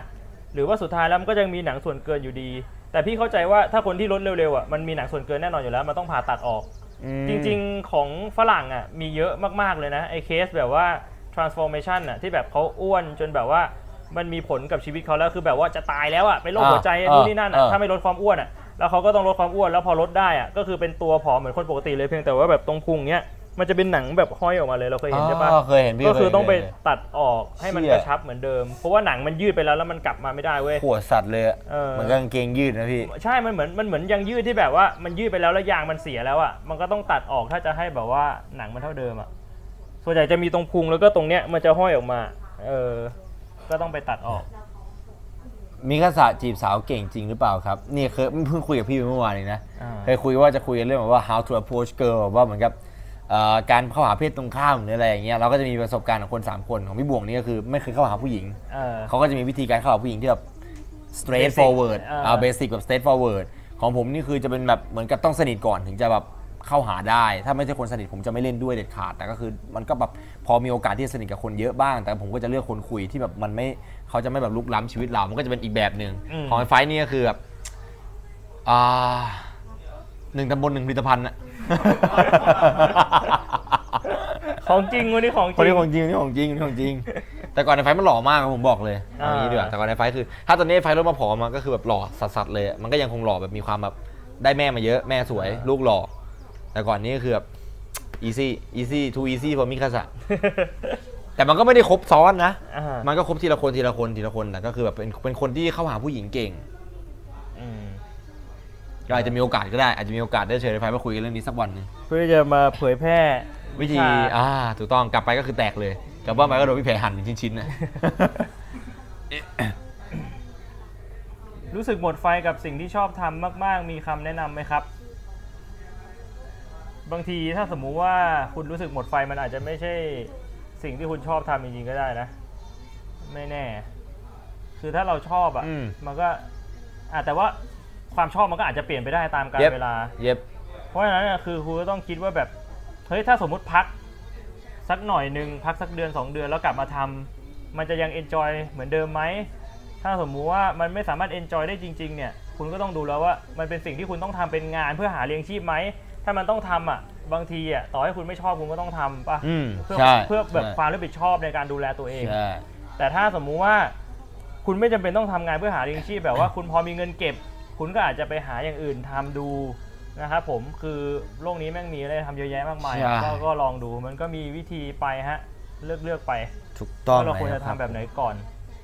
[SPEAKER 2] หรือว่าสุดท้ายแล้วมันก็ยังมีหนังส่วนเกินอยู่ดี แต่พี่เข้าใจว่าถ้าคนที่ลดเร็วๆอ่ะมันมีหนังส่วนเกินแน่นอนอยู่แล้วมันต้องผ่าตัดออก
[SPEAKER 1] อืม
[SPEAKER 2] จริงๆของฝรั่งอ่ะมีเยอะมากๆเลยนะไอ้เคสแบบว่า transformation อ่ะที่แบบเขาอ้วนจนแบบว่ามันมีผลกับชีวิตเขาแล้วคือแบบว่าจะตายแล้วอ่ะเป็นโรคหัวใจอะ
[SPEAKER 1] อ่า
[SPEAKER 2] นู่นนี่นั่นอ่ะ
[SPEAKER 1] อ่า
[SPEAKER 2] ถ้าไม่ลดความอ้วนอ่ะแล้วเขาก็ต้องลดความอ้วนแล้วพอลดได้อ่ะก็คือเป็นตัวผอมเหมือนคนปกติเลยเพียงแต่ว่าแบบตรงพุงเนี้ย มันจะเป็นหนังแบบห้อยออกมาเลยเราเคยเห็นใช่ปะ
[SPEAKER 1] อ๋อเคยเห็นพี่
[SPEAKER 2] ก็คือต้องไป
[SPEAKER 1] เคยเห็น
[SPEAKER 2] ตัดออกให้มัน
[SPEAKER 1] เชี่
[SPEAKER 2] ก
[SPEAKER 1] ย
[SPEAKER 2] ระชับเหมือนเดิม เพราะว่าหนังมันยืดไปแล้วแล้วมันกลับมาไม่ได้เว้ย
[SPEAKER 1] หัวสัตว์เลยอะ
[SPEAKER 2] เออ
[SPEAKER 1] เหมือนกางเกงยืดนะพี่
[SPEAKER 2] ใช่มันเหมือนมันเหมือนยางยืดที่แบบว่ามันยืดไปแล้วแล้วยางมันเสียแล้วอ่ะมันก็ต้องตัดออกถ้าจะให้แบบว่าหนังมันเท่าเดิมอ่ะส่วนใหญ่จะมีตรงพุงแล้วก็ตรงเนี้ยมันจะห้อยออกมา เออ ก็ต้องไปตัดออก
[SPEAKER 1] มีกษัตริย์จีบสาวเก่งจริงหรือเปล่าครับ นี่เคยเพิ่งคุยกับพี่ไปเมื่อวานเองนะ
[SPEAKER 2] อ่า
[SPEAKER 1] เคยคุยว่าจะคุยกันเรื่องแบบว่า how to approach girl แบบว่าเหมือนกับเอ่อการเข้าหาเพศตรงข้ามหรืออะไรอย่างเงี้ย เราก็จะมีประสบการณ์ของคน 3 คนของพี่บวงนี่ก็คือไม่เคยเข้าหาผู้หญิง
[SPEAKER 2] เออ
[SPEAKER 1] เขาก็จะมีวิธีการเข้าหาผู้หญิงที่แบบ straight
[SPEAKER 2] Basic
[SPEAKER 1] forward
[SPEAKER 2] อ่า
[SPEAKER 1] เอา basic แบบ straight forward ของผมนี่คือจะเป็นแบบเหมือนกับต้องสนิทก่อนถึงจะแบบเข้าหาได้ ถ้าไม่ใช่คนสนิทผมจะไม่เล่นด้วยเด็ดขาด แต่ก็คือมันก็แบบพอมีโอกาสที่จะสนิทกับคนเยอะบ้าง แต่ผมก็จะเลือกคนคุยที่แบบมันไม่เขาจะไม่แบบลุกล้ำชีวิตเรา มันก็จะเป็นอีกแบบหนึ่ง
[SPEAKER 2] อืม
[SPEAKER 1] ของไฟท์นี่ก็คือแบบอ่าหนึ่งตำบลหนึ่งผลิตภัณ ฑ์อะ
[SPEAKER 2] ของจริงวันนี้ของจ
[SPEAKER 1] คน
[SPEAKER 2] ริ
[SPEAKER 1] นี้
[SPEAKER 2] ง
[SPEAKER 1] ของจริงคนนี้ของจริงคนนี้ของจริง แต่ก่อนในไฟท์มันหล่อมากครับผมบอกเลยเอาอย่างนี้ดีกว่า
[SPEAKER 2] อ่า
[SPEAKER 1] แต่ก่อนในไฟท์คือ ถ้าตอนนี้ไฟท์เริ่มมาผอมมันก็คือแบบหล่อสัสๆเลย มันก็ยังคงหล่อแบบมีความแบบได้แม่มาเยอะแม่สวย ลูกหล่อแต่ก่อนนี้ก็คือแบบ easy easy too easy for มิคาสะแต่มันก็ไม่ได้ครบซ้อนนะ
[SPEAKER 2] อ่า
[SPEAKER 1] มันก็ครบทีละคนทีละคนทีละคนแต่ก็คือแบบเป็นเป็นคนที่เข้าหาผู้หญิงเก่ง
[SPEAKER 2] อืม
[SPEAKER 1] ก็อาจจะมีโอกาสก็ได้อาจจะมีโอกาสได้เชิญในไฟท์มาคุยกันเรื่องนี้สักวันหนึง
[SPEAKER 2] เพื่อจะมาเผยแพร่
[SPEAKER 1] วิธีอ่าถูกต้องกลับไปก็คือแตกเลยกลับบ้านไปก็โดนพี่แผลหั่นเป็นชิ้ นๆนะ
[SPEAKER 2] รู้สึกหมดไฟกับสิ่งที่ชอบทำมาก ๆ มีคำแนะนำไหมครับ บางทีถ้าสมมุติว่าคุณรู้สึกหมดไฟมันอาจจะไม่ใช่สิ่งที่คุณชอบทำจริงๆก็ได้นะ ไม่แน่ คือถ้าเราชอบอะ
[SPEAKER 1] อืม
[SPEAKER 2] มันก็อาแต่ว่าความชอบมันก็อาจจะเปลี่ยนไปได้ตามกาล
[SPEAKER 1] Yep
[SPEAKER 2] เวลา
[SPEAKER 1] เย็บ
[SPEAKER 2] เพราะฉะนั้นน่ะคือครูก็ต้องคิดว่าแบบเฮ้ยถ้าสมมุติพักสักหน่อยหนึ่งพักสักเดือน 2 เดือนแล้วกลับมาทำมันจะยังเอนจอยเหมือนเดิมไหมถ้าสมมุติว่ามันไม่สามารถเอนจอยได้จริงๆเนี่ยคุณก็ต้องดูแล้วว่ามันเป็นสิ่งที่คุณต้องทำเป็นงานเพื่อหาเลี้ยงชีพไหมถ้ามันต้องทำอ่ะบางทีอ่ะต่อให้คุณไม่ชอบคุณก็ต้องทำป่ะ
[SPEAKER 1] อืม
[SPEAKER 2] เพื่อ
[SPEAKER 1] ใช่
[SPEAKER 2] เพื่อแบบ
[SPEAKER 1] ใช่
[SPEAKER 2] ความรับผิดชอบในการดูแลตัวเอง
[SPEAKER 1] ใช่
[SPEAKER 2] แต่ถ้าสมมุติว่าคุณไม่จำเป็นต้องทำงานเพื่อหาเลี้ยงชีพแบบว่า คุณพอมีเงินเก็บ คุณก็อาจจะไปหาอย่างอื่นทำดูนะครับผมคือโลกนี้แม่งมีอะไรทำเยอะแยะมากมาย
[SPEAKER 1] ใช่
[SPEAKER 2] ก็ก็ลองดูมันก็มีวิธีไปฮะ เลือกเลือกไป
[SPEAKER 1] ถูกต้อง
[SPEAKER 2] ว่าเราควรจะทำแบบไหนก่อน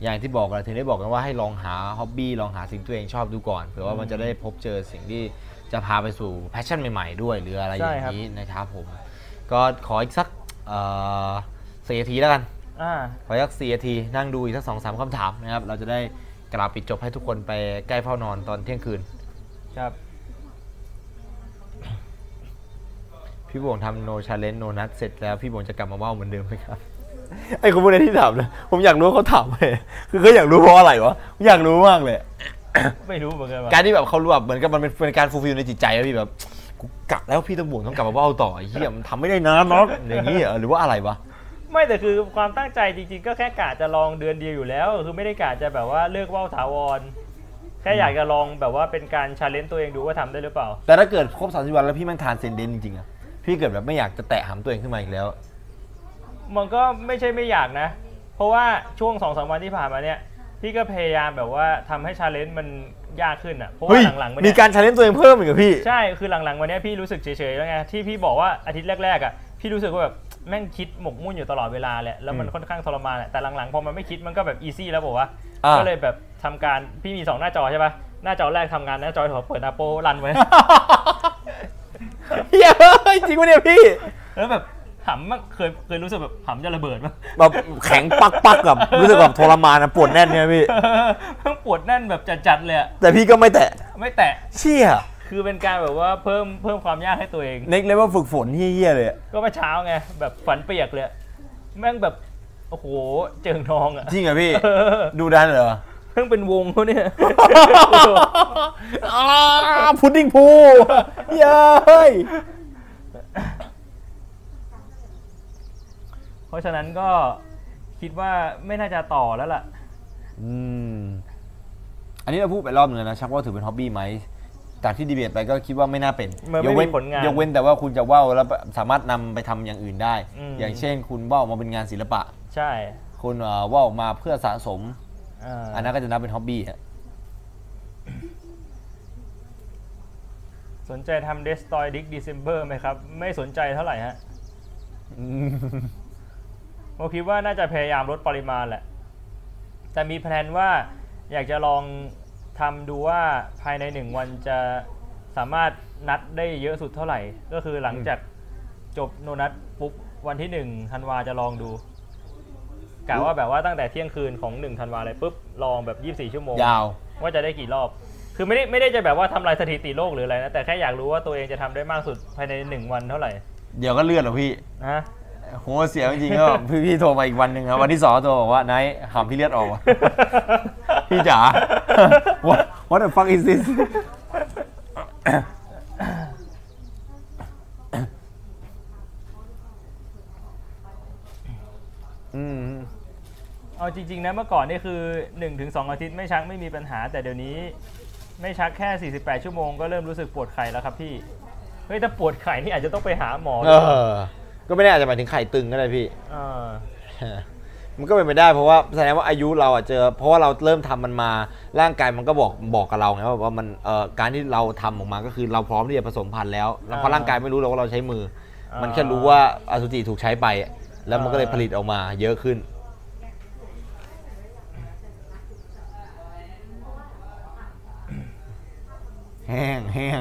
[SPEAKER 1] อย่างที่บอกเราถึงได้บอกกันว่าให้ลองหาฮ็อบบี้ลองหาสิ่งที่ตัวเองชอบดูก่อนเผื่อว่ามันจะได้พบเจอสิ่งที่จะพาไปสู่แพชชั่นใหม่ๆด้วย หรืออะไรอ
[SPEAKER 2] ใช่
[SPEAKER 1] ย่าง
[SPEAKER 2] ครับ
[SPEAKER 1] นี้นะครับผม ก็ขออีกสักเอ่อสี่นาทีแล้วกัน
[SPEAKER 2] อ่า
[SPEAKER 1] ขออีกสักสี่นาทีนั่งดูอีกสักสองสามคำถามนะครับ เราจะได้กล่าวปิดจบให้ทุกคนไปใกล้เฝ้านอนตอนเที่ยงคืน
[SPEAKER 2] ครับ
[SPEAKER 1] พี่บวงทำโนชาเลนจ์โนนัทเสร็จแล้ว พี่บวงจะกลับมาว่าวเหมือนเดิมไหมครับ ไอ้คนพวกนี้ที่ถามนะผมอยากรู้ว่าเขาถามไปคือเขาอยากรู้เพราะอะไรวะผมอยากรู้มากเลย
[SPEAKER 2] ไม่รู้เหมือนกันว่า
[SPEAKER 1] การที่แบบเขารู้แบบเหมือนกับมันเป็นเป็นการฟูลฟิลในจิตใจอะพี่แบบกูกลับแล้วพี่ตำรวจต้องกลับมาว่าวต่อไอ้เฮียมันทำไม่ได้นะน็อตอย่างนี้เหรอหรือว่าอะไรวะ
[SPEAKER 2] ไม่แต่คือความตั้งใจจริงๆ ก็แค่กะจะลองเดือนเดียวอยู่แล้ว คือไม่ได้กะจะแบบว่าเลือกว่าวถาวร แค่อยากจะลองแบบว่าเป็นการชาเลนจ์ตัวเองดูว่าทำได้หรือเปล่า
[SPEAKER 1] แต่ถ้าเกิดครบ30วันแล้วพี่แมันทานเซนเดนจริงๆอะพี่เกิดแบบไม่อยากจะแตะหามตัวเองขึ้นมาอีกแล้ว
[SPEAKER 2] มันก็ไม่ใช่ไม่อยากนะ เพราะว่าช่วงสองสามวันที่ผ่านมาเนี่ย พี่ก็พยายามแบบว่าทำให้ชาเลนจ์มันยากขึ้นอ่ะ เพราะ
[SPEAKER 1] เฮ้
[SPEAKER 2] ว่าย หลังๆมัน
[SPEAKER 1] มี
[SPEAKER 2] เนี่ย
[SPEAKER 1] การชาเลนจ์ตัวเองเพิ่มอีกเหรอพี่
[SPEAKER 2] ใช่ คือหลังๆวันเนี้ยพี่รู้สึกเฉยๆแล้วไง ที่พี่บอกว่าอาทิตย์แรกๆอ่ะ พี่รู้สึกว่าแบบแม่งคิดหมกมุ่นอยู่ตลอดเวลาแหละ แล้วมัน
[SPEAKER 1] อืม
[SPEAKER 2] ค่อนข้างทรมานแหละ แต่หลังๆพอมันไม่คิดมันก็แบบอีซี่แล้วบอกว่า
[SPEAKER 1] อ่า
[SPEAKER 2] ก็เลยแบบทำการ พี่มีสองหน้าจอใช่ปะหน้าจอแรกทำงาน หน้าจอถอเปิดอาโปรั นไว้
[SPEAKER 1] เฮียเฮ้ยจริงปะเนี่ยพี่
[SPEAKER 2] แล้วแบบหำมากเคยเคยรู้สึกแบบหำจะระเบิดปะ
[SPEAKER 1] แบบแข็งปักปักๆแบบรู้สึกแบบทรมานอะปวดแน่นเนี่ยพี่
[SPEAKER 2] เพิ่งปวดแน่นแบบจัดๆเลยอะ
[SPEAKER 1] แต่พี่ก็ไม่แตะ
[SPEAKER 2] ไม่แตะ
[SPEAKER 1] เชี่ย
[SPEAKER 2] คือเป็นการแบบว่าเพิ่มเพิ่มความยากให้ตัวเอง
[SPEAKER 1] เน็กเลยว่าฝึกฝนเฮี้ยๆเลยอะ
[SPEAKER 2] ก็เมื่อเช้าไงแบบฝันเปียกเลย แม่งแบบโอ้โหเจิงทองอ่ะ
[SPEAKER 1] จริงเหรอพี่
[SPEAKER 2] เออ
[SPEAKER 1] ดูดันเหรอ
[SPEAKER 2] เพิ่งเป็นวงเขาเนี่ย
[SPEAKER 1] อ่าพุดดิ้งพูเย้ย
[SPEAKER 2] เพราะฉะนั้นก็คิดว่าไม่น่าจะต่อแล้วล่ะ
[SPEAKER 1] อืม อันนี้เราพูดไปรอบหนึงแล้วนะชักว่าถือเป็นฮ็อบบี้ไหมจากที่ดีเบตไปก็คิดว่าไม่น่าเป็น
[SPEAKER 2] มันไม่มี
[SPEAKER 1] เว้น
[SPEAKER 2] ผลงาน
[SPEAKER 1] ยกเว้นแต่ว่าคุณจะว่าวแล้วสามารถนำไปทำอย่างอื่นได้
[SPEAKER 2] อืม
[SPEAKER 1] อย่างเช่น คุณว่าวมาเป็นงานศิลปะ
[SPEAKER 2] ใช่
[SPEAKER 1] คุณเอ่อว่าวมาเพื่อสะสม
[SPEAKER 2] อ่า
[SPEAKER 1] อันนั้นก็จะนับเป็นฮ็อบบี้ อะ
[SPEAKER 2] สนใจทำ Destroy Dick December ไหมครับ ไม่สนใจเท่าไหร่ฮะ ผมคิดว่าน่าจะพยายามลดปริมาณแหละ แต่มีแพลนว่าอยากจะลองทำดูว่าภายในหนึ่งวันจะสามารถนัดได้เยอะสุดเท่าไหร่ ก็คือหลังจากจบโนนัดปุ๊บวันที่หนึ่งธันวาจะลองดูกะว่าแบบว่าตั้งแต่เที่ยงคืนของหนึ่งธันวาเลยปุ๊บลองแบบ 24 ชั่วโมง
[SPEAKER 7] ยาว
[SPEAKER 2] ว่าจะได้กี่รอบ คือไม่ได้ไม่ได้จะแบบว่าทำลายสถิติโลกหรืออะไรนะ แต่แค่อยากรู้ว่าตัวเองจะทำได้มากสุดภายในหนึ่งวันเท่าไหร่
[SPEAKER 7] เดี๋ยวก็เลื่อนหรอกพี่
[SPEAKER 2] นะ
[SPEAKER 7] โหเสียจริง ๆก็พี่พี่โทรมาอีกวันหนึ่งครับวันที่สองโทรบอกว่าไนท์ขำพี่เลือดออกว่ะ พี่ จ๋า what what the fuck is this อืม
[SPEAKER 2] เอาจริง ๆ นะเมื่อก่อนนี่คือ 1-2 อาทิตย์ไม่ชักไม่มีปัญหา แต่เดี๋ยวนี้ ไม่ชักแค่ 48 ชั่วโมงก็เริ่มรู้สึกปวดไข่แล้วครับพี่ เฮ้ย ถ้าปวดไข่นี่อาจจะต้องไปหาหมอ
[SPEAKER 1] เออ ก็ไม่แน่อาจจะหมายถึงไข่ตึงก็ได้พี่
[SPEAKER 2] เออ
[SPEAKER 1] มันก็เป็นไปได้เพราะว่าแสดงว่าอายุเราอ่ะเจอ เพราะว่าเราเริ่มทำมันมาร่างกายมันก็บอกบอกกับเราไงว่าว่ามันเอ่อการที่เราทำออกมาก็คือเราพร้อมที่จะผสมพันธุ์แล้วแล้วเพราะร่างกายไม่รู้หรอกว่าเราใช้มือ มันแค่รู้ว่าอสุจิถูกใช้ไป แล้วมันก็เลยผลิตออกมาเยอะขึ้น
[SPEAKER 7] แห้งแห้ง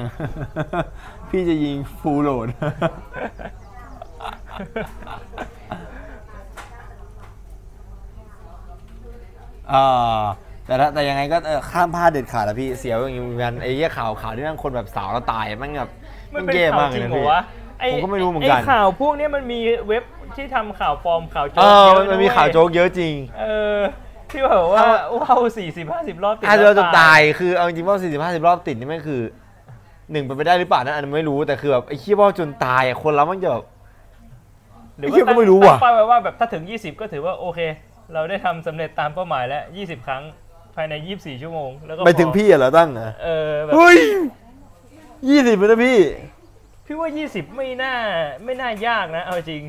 [SPEAKER 7] พี่จะยิงฟูลโหลด
[SPEAKER 1] เออแต่ละแต่ยังไงก็เออข้ามพลาดเด็ดขาดอะพี่เสียวอย่างงี้เหมือนกันไอ้เหี้ยข่าวข่าวที่นั่งคนแบบสาวแล้วตายแมันแบบแ
[SPEAKER 2] มันเป็น
[SPEAKER 1] แย่
[SPEAKER 2] ข่าว
[SPEAKER 1] ล
[SPEAKER 2] จริ
[SPEAKER 1] ย
[SPEAKER 2] ง
[SPEAKER 1] นะ
[SPEAKER 2] เหร
[SPEAKER 1] พี่
[SPEAKER 2] อวะไอ้
[SPEAKER 1] ผมก็ไม่รู้เหมือนกัน
[SPEAKER 2] ไข่าวพวกเนี้ยมันมีเว็บที่ทำข่าวปลอมข่าวโจ๊
[SPEAKER 1] เอก อ
[SPEAKER 2] เย
[SPEAKER 1] มั
[SPEAKER 2] อะ
[SPEAKER 1] นมั
[SPEAKER 2] ด้วน ย
[SPEAKER 1] มีข่าวโจ๊กเยอะจริง
[SPEAKER 2] เออ ที่แบบว่าว้าวสี่สิบห้าสิบรอบติด
[SPEAKER 1] อาจจะ
[SPEAKER 2] แล้ว
[SPEAKER 1] จบตายคือเอาจริงๆว่าสี่สิบห้าสิบรอบติดนี่ไม่งคือหนึ่งไปนไปได้หรือเปล่านั่นอันไม่รู้แต่คือแบบไอ้ขี้ยว่าวจนตายอะคนเรามันจะแบบ
[SPEAKER 2] หรือ
[SPEAKER 1] ไอ้เหี้ยก็ไม่รู้ว่ะ
[SPEAKER 2] ตั้งเป้าไว้ว่าแบบถ้าถึง 20 ก็ถือว่าโอเค เราได้ทำสำเร็จตามเป้าหมายแล้ว 20 ครั้งภายใน 24 ชั่วโมงแล้วก็พอ
[SPEAKER 1] ไปถึงพี่อะเหรอตั้งอะ
[SPEAKER 2] เออแบบ
[SPEAKER 1] เฮ้ยยี่สิบเลยนะพี่
[SPEAKER 2] พี่ว่า 20 ไม่น่าไม่น่ายากนะ เอาจริง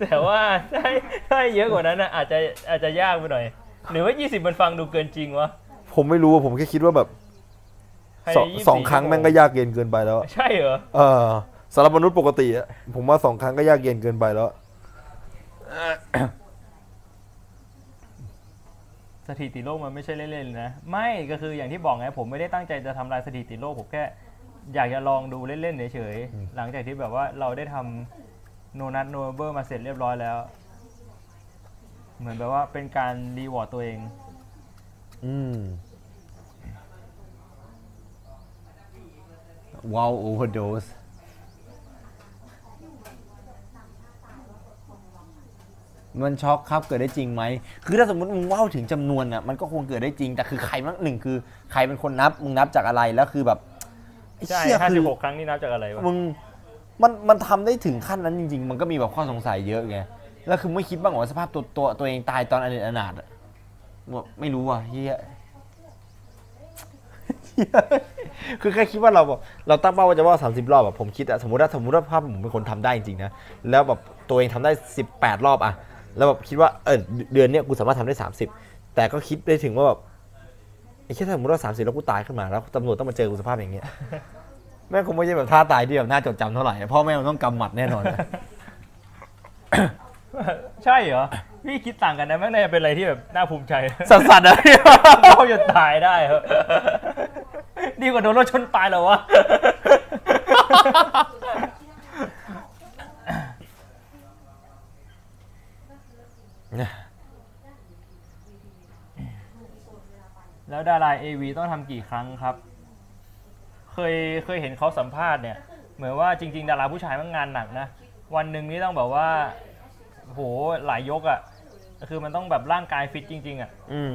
[SPEAKER 2] แต่ว่า ถ้าถ้าเยอะกว่านั้นนะอาจจะอาจจะยากไปหน่อย หรือว่า 20 มันฟังดูเกินจริงวะ
[SPEAKER 1] ผมไม่รู้อะผมแค่คิดว่าแบบ
[SPEAKER 2] ภาย
[SPEAKER 1] ส
[SPEAKER 2] ใน
[SPEAKER 1] อง
[SPEAKER 2] 24
[SPEAKER 1] สองครั้งแม่งก็ยากเย็นเกินไปแล้วอะ
[SPEAKER 2] ใช่เหรอ
[SPEAKER 1] เออสำหรับมนุษย์ปกติอะผมว่าสองครั้งก็ยากเย็นเกินไปแล้ว
[SPEAKER 2] สถิติโลกมันไม่ใช่เล่นๆเลยนะ ไม่ก็คืออย่างที่บอกไงผมไม่ได้ตั้งใจจะทำลายสถิติโลกผมแค่อยากจะลองดูเล่นๆเฉยๆหลังจากที่แบบว่าเราได้ทำโนนัทโนเบอร์มาเสร็จเรียบร้อยแล้ว เหมือนแบบว่าเป็นการรีวอร์ดตัวเอง
[SPEAKER 1] อืมว้าวโอเวอร์โดส
[SPEAKER 7] มันช็อกครับเกิดได้จริงไหม คือถ้าสมมติมึงว่าวถึงจำนวนอ่ะมันก็คงเกิดได้จริง แต่คือใครมันหนึ่งคือใครเป็นคนนับ มึงนับจากอะไรแล้วคือแบบไอ้
[SPEAKER 2] ใช่
[SPEAKER 7] เหี้ย
[SPEAKER 2] ห้า
[SPEAKER 7] คื
[SPEAKER 2] สิ
[SPEAKER 7] อบ
[SPEAKER 2] หกครั้งนี่นับจากอะไรวะ
[SPEAKER 7] มึงมันมันทำได้ถึงขั้นนั้นจริง ๆ มันก็มีแบบข้อสงสัยเยอะไงแล้วคือไม่คิดบ้างเหรอว่าสภาพตัวตัวตัวเองตายตอนอเนจอนาถอะว่าไม่รู้อ่ะเฮีย
[SPEAKER 1] คือแค่คิดว่าเราแบบเราตั้งเป้าว่าจะว่า 30 รอบแบบผมคิดอะสมมติถ้าสมมติว่าภาพผมเป็นคนทำได้จริงๆนะ แล้วแบบตัวเองทำได้ 18 รอบอะแล้วแบบคิดว่าเออเดือนเนี้ยกูสามารถทำได้ 30 แต่ก็คิดได้ถึงว่าแบบไอ้แค่สมมติว่า 30 แล้วกูตายขึ้นมาแล้วตำรวจต้องมาเจอกูสภาพอย่างเงี้ยแม่งคงไม่ใช่แบบท่าตายที่แบบน่าจดจำเท่าไหร่พ่อแม่มันต้องกำหมัดแน่นอน
[SPEAKER 2] ใช่เหรอ พี่คิดต่างกันนะแม่งน่าจะเป็นอะไรที่แบบน่าภู มิใจ
[SPEAKER 7] สัสสัสๆนะ
[SPEAKER 2] เราจะตายได้เหรอดีกว่าโดนรถชนตายเหรอวะ แล้วดารา AV ต้องทำกี่ครั้งครับ เคยเคยเห็นเขาสัมภาษณ์เนี่ย เหมือนว่าจริง ๆ ดาราผู้ชายมันงานหนักนะ วันหนึ่งนี่ต้องแบบว่าโหหลายยกอะ่ะ คือมันต้องแบบร่างกายฟิตจริง ๆ อ่ะ
[SPEAKER 1] อืม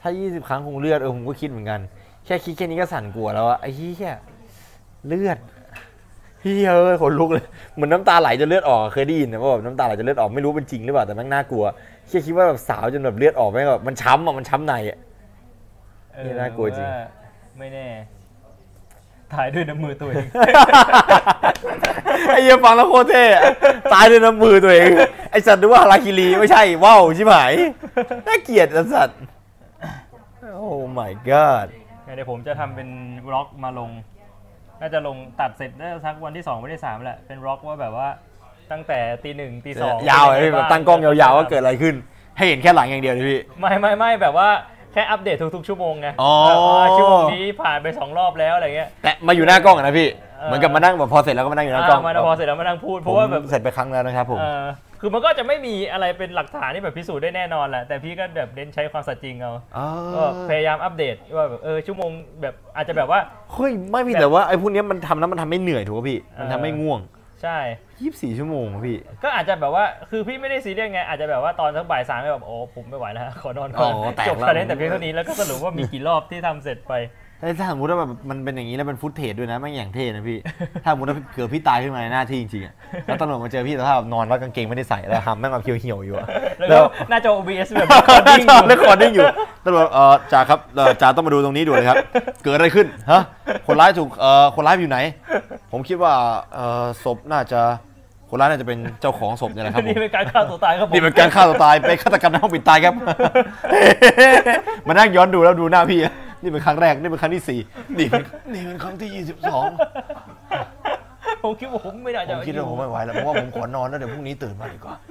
[SPEAKER 1] ถ้า 20 ครั้งคงเลือดเออผมก็คิดเหมือนกัน แค่คิดแค่นี้ก็สั่นกลัวแล้วอะไอ้เหี้ยเลือดเฮ้ยเอ้ยขนลุกเลยเหมือนน้ำตาไหลจนเลือดออกอะเคยได้ยินนะว่าแบบน้ำตาไหลจนเลือดออกไม่รู้เป็นจริงหรือเปล่าแต่แม่งน่ากลัวแค่คิดว่าแบบสาวจนแบบเลือดออกแม่งแบบมันช้ำอะมันช้ำในอะ
[SPEAKER 2] เออ
[SPEAKER 1] นี่น่ากลัวจริง
[SPEAKER 2] าไม่แน่ ถ่ายด้วยน้ำมือตัวเอง
[SPEAKER 1] ไอ้เหี้ยฟังแล้วโคตรเท่อะตายด้วยน้ำมือตัวเองไอ้สัตว์นึกว่าฮาราคิรีไม่ใช่ว้าวชิบหายน่าเกลียดอะสัตว์โอ้ my god
[SPEAKER 2] งั้นเดี๋ยวผมจะทำเป็นบล็อกมาลง น่าจะลงตัดเสร็จได้สักวันที่สองวันที่สามแหละ เป็นบล็อกว่าแบบว่าตั้งแต่ตีหนึ่งตีสอง
[SPEAKER 1] ยาวเลยพี่แบบตั้งกล้องยาวๆว่าเกิดอะไรขึ้น ให้เห็นแค่หลังอย่างเดียวเลยพี่
[SPEAKER 2] ไม่ไม่ไม่แบบว่าแค่อัปเดตทุกๆชั่วโมงไง
[SPEAKER 1] อ๋อ
[SPEAKER 2] แบบว่าชั่วโมงนี้ผ่านไปสองรอบแล้วอะไรเงี้ย
[SPEAKER 1] แต่มาอยู่หน้ากล้องอะนะพี่
[SPEAKER 2] เออ
[SPEAKER 1] เหมือนกับมานั่งแบบพอเสร็จแล้วก็มานั่งอยู่หน้ากล้อง
[SPEAKER 2] อ่ามาพอเสร็จแล้วมานั่งพูดเพราะว่าแบบ
[SPEAKER 1] ผมเสร็จไปครั้งแล้วนะครับผม
[SPEAKER 2] เออคือมันก็จะไม่มีอะไรเป็นหลักฐานที่แบบพิสูจน์ได้แน่นอนแหละ แต่พี่ก็แบบเน้นใช้ความสัจจริงเอา ก็พยายามอัปเดตว่าแบบเออชั่วโมงแบบอาจจะแบบว่า
[SPEAKER 1] เฮ้ยไม่พี่แต่ว่าไอ้พวกเนี้ยมันทำแล้วมันทำให้เหนื่อยถูกป่ะพี่ มันทำให้ง่วง
[SPEAKER 2] ใช่
[SPEAKER 1] 24 ชั่วโมงอะพี่
[SPEAKER 2] ก็อาจจะแบบว่าคือพี่ไม่ได้ซีเรียสไง อาจจะแบบว่าตอนสักบ่ายสามแบบโอ้ผมไม่ไหวแล้ว ขอนอนก่อน
[SPEAKER 1] อ๋อแตก
[SPEAKER 2] จบ
[SPEAKER 1] แล้ว
[SPEAKER 2] ประเด็นแต่เพียงเท่านี้แล้วก็สรุปว่ามีกี่รอบที่ทำเสร็จไป
[SPEAKER 1] แล้วถ้าสมมติว่าแบบมันเป็นอย่างนี้แล้วเป็นฟุตเทจด้วยนะไม่งอย่างเท่นะพี่ ถ้าสมมติว่าเกิดพี่ตายขึ้นมาในหน้าที่จริงๆอะแล้วตำรวจมาเจอพี่สภาพนอนแล้วกางเกงไม่ได้ใส่แล้วหำแม่งมาเหี่ยวๆอยู่อะ
[SPEAKER 2] แล้ว
[SPEAKER 1] แล้ว
[SPEAKER 2] ก็หน้าจอ OBS แบบ
[SPEAKER 1] น่า
[SPEAKER 2] recording
[SPEAKER 1] ชอบเลคคอร์ดิ้งอยู่ตำรวจเอ่อจ่าครับเอ่อจ่าต้องมาดูตรงนี้ด่วนเลยครับ เกิดอะไรขึ้นฮะคนร้ายถูกเอ่อคนร้ายอยู่ไหน ผมคิดว่าเอ่อศพน่าจะคนร้ายน่าจะเป็นเจ้าของศพเนี่ยแหละครับผม
[SPEAKER 2] นี่ เป็นการฆ่าตัวตายครับผม
[SPEAKER 1] นี่เป็นการฆ่าตัวตายเป็นฆาตกรรมในห้องปิดตายครับ มานั่งย้อนดูแล้วดูหน้าพี่อะนี่เป็นครั้งแรกนี่เป็นครั้งที่สี่นี่เป็นนี่เป็นครั้งที่ยี่สิบสอง
[SPEAKER 2] ผมคิดว่าผมไม่น่า
[SPEAKER 1] ผ
[SPEAKER 2] จะ
[SPEAKER 1] มคิดว่าผมไม่ไหวแล้วเพราะว่าผมขอนอนแล้วเดี๋ยวพรุ่งนี้ตื่นมาดีกว่า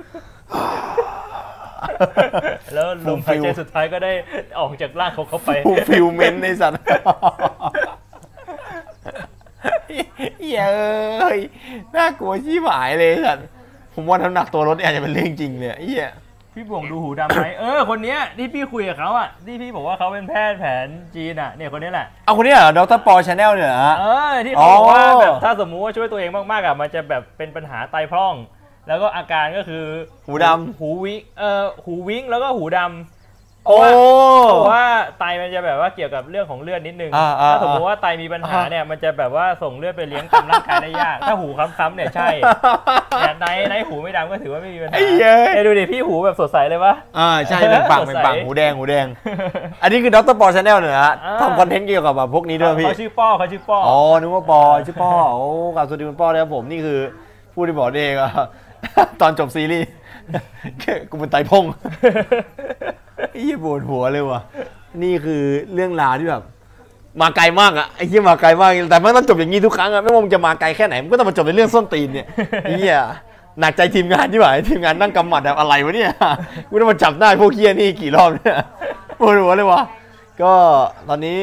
[SPEAKER 2] แล้วลมหายใจสุดท้ายก็ได้ออกจากร่างของเขา ไป
[SPEAKER 1] ฟูลฟิลเมนต์ในสัตว์ เย้ยน่ากลัวชี่หายเลยสัตว์ผมว่าน้ำหนักตัวรถเนี่ยอาจจะเป็นเรื่องจริงเลยไอ้เหี้ย
[SPEAKER 2] พี่บ่วงดูหูดำไหมเออคนเนี้ยที่พี่คุยกับเขาอ่ะที่พี่บอกว่าเขาเป็นแพทย์แผนจีนอ่ะเนี่ยคนนี้แหละ
[SPEAKER 1] เอาคนเนี้ยเหรอดรปอชาแนลเนี่ยเหรอฮะ
[SPEAKER 2] เออที่เขาบอกว่า
[SPEAKER 1] อ๋อ
[SPEAKER 2] แบบถ้าสมมุติว่าช่วยตัวเองมากๆอ่ะมันจะแบบเป็นปัญหาไตพร่อง แล้วก็อาการก็คือ
[SPEAKER 1] หูด
[SPEAKER 2] หูวิงเออหูวิงแล้วก็หูด
[SPEAKER 1] ำโอ้
[SPEAKER 2] ำเพราะว่าไตมันจะแบบว่าเกี่ยวกับเรื่องของเลือดนิดนึง
[SPEAKER 1] อ่าอ่า
[SPEAKER 2] ถ้าสมมติว่าไตมีปัญหา
[SPEAKER 1] อ่า
[SPEAKER 2] เนี่ยมันจะแบบว่าส่งเลือดไปเลี้ยงตามร่างกายได้ยาก ถ้าหูค้ำๆเนี่ย ใช่แต่ในในหูไม่ดำก็ถือว่าไม่มีปัญหา
[SPEAKER 1] ไอ้เย้ย
[SPEAKER 2] เนี่ยดูดิพี่หูแบบสดใสเลยวะ
[SPEAKER 1] อ่าใช่เป็นปากเป็นปากหูแดงหูแดง อันนี้คือดรปอชาแนลเนี่ยเหรอฮะ
[SPEAKER 2] อ่า
[SPEAKER 1] ทำคอนเทนต์เกี่ยวกับแบบพวกนี้ด้วยพี่
[SPEAKER 2] เขาชื่อป้อเขาชื่อป้ออ
[SPEAKER 1] อ๋อนึกว่าปอชื่อปอโอ้กลับสวัสดีคุณปอนะครับผมนี่คือผู้ที่บอกเองอะ ตอนจบซีรีส์ กูเป็นไตรพงษ์ ไอ้เหี้ยปวดหัวเลยว่ะ นี่คือเรื่องราวที่แบบ มาไกลมากอะไอ้เหี้ยมาไกลมาก แต่มันต้องจบอย่างนี้ทุกครั้งอะไม่ว่ามึงจะมาไกลแค่ไหนมันก็ต้องมาจบในเรื่องส้นตีนเนี่ยไอ้เหี้ยหนักใจทีมงานที่ไหวทีมงานนั่งกำหมัดแบบอะไรวะเนี่ยกูต้องมาจับหน้าพวกเหี้ยนี่กี่รอบเนี่ยปวดหัวเลยว่ะก็ตอนนี้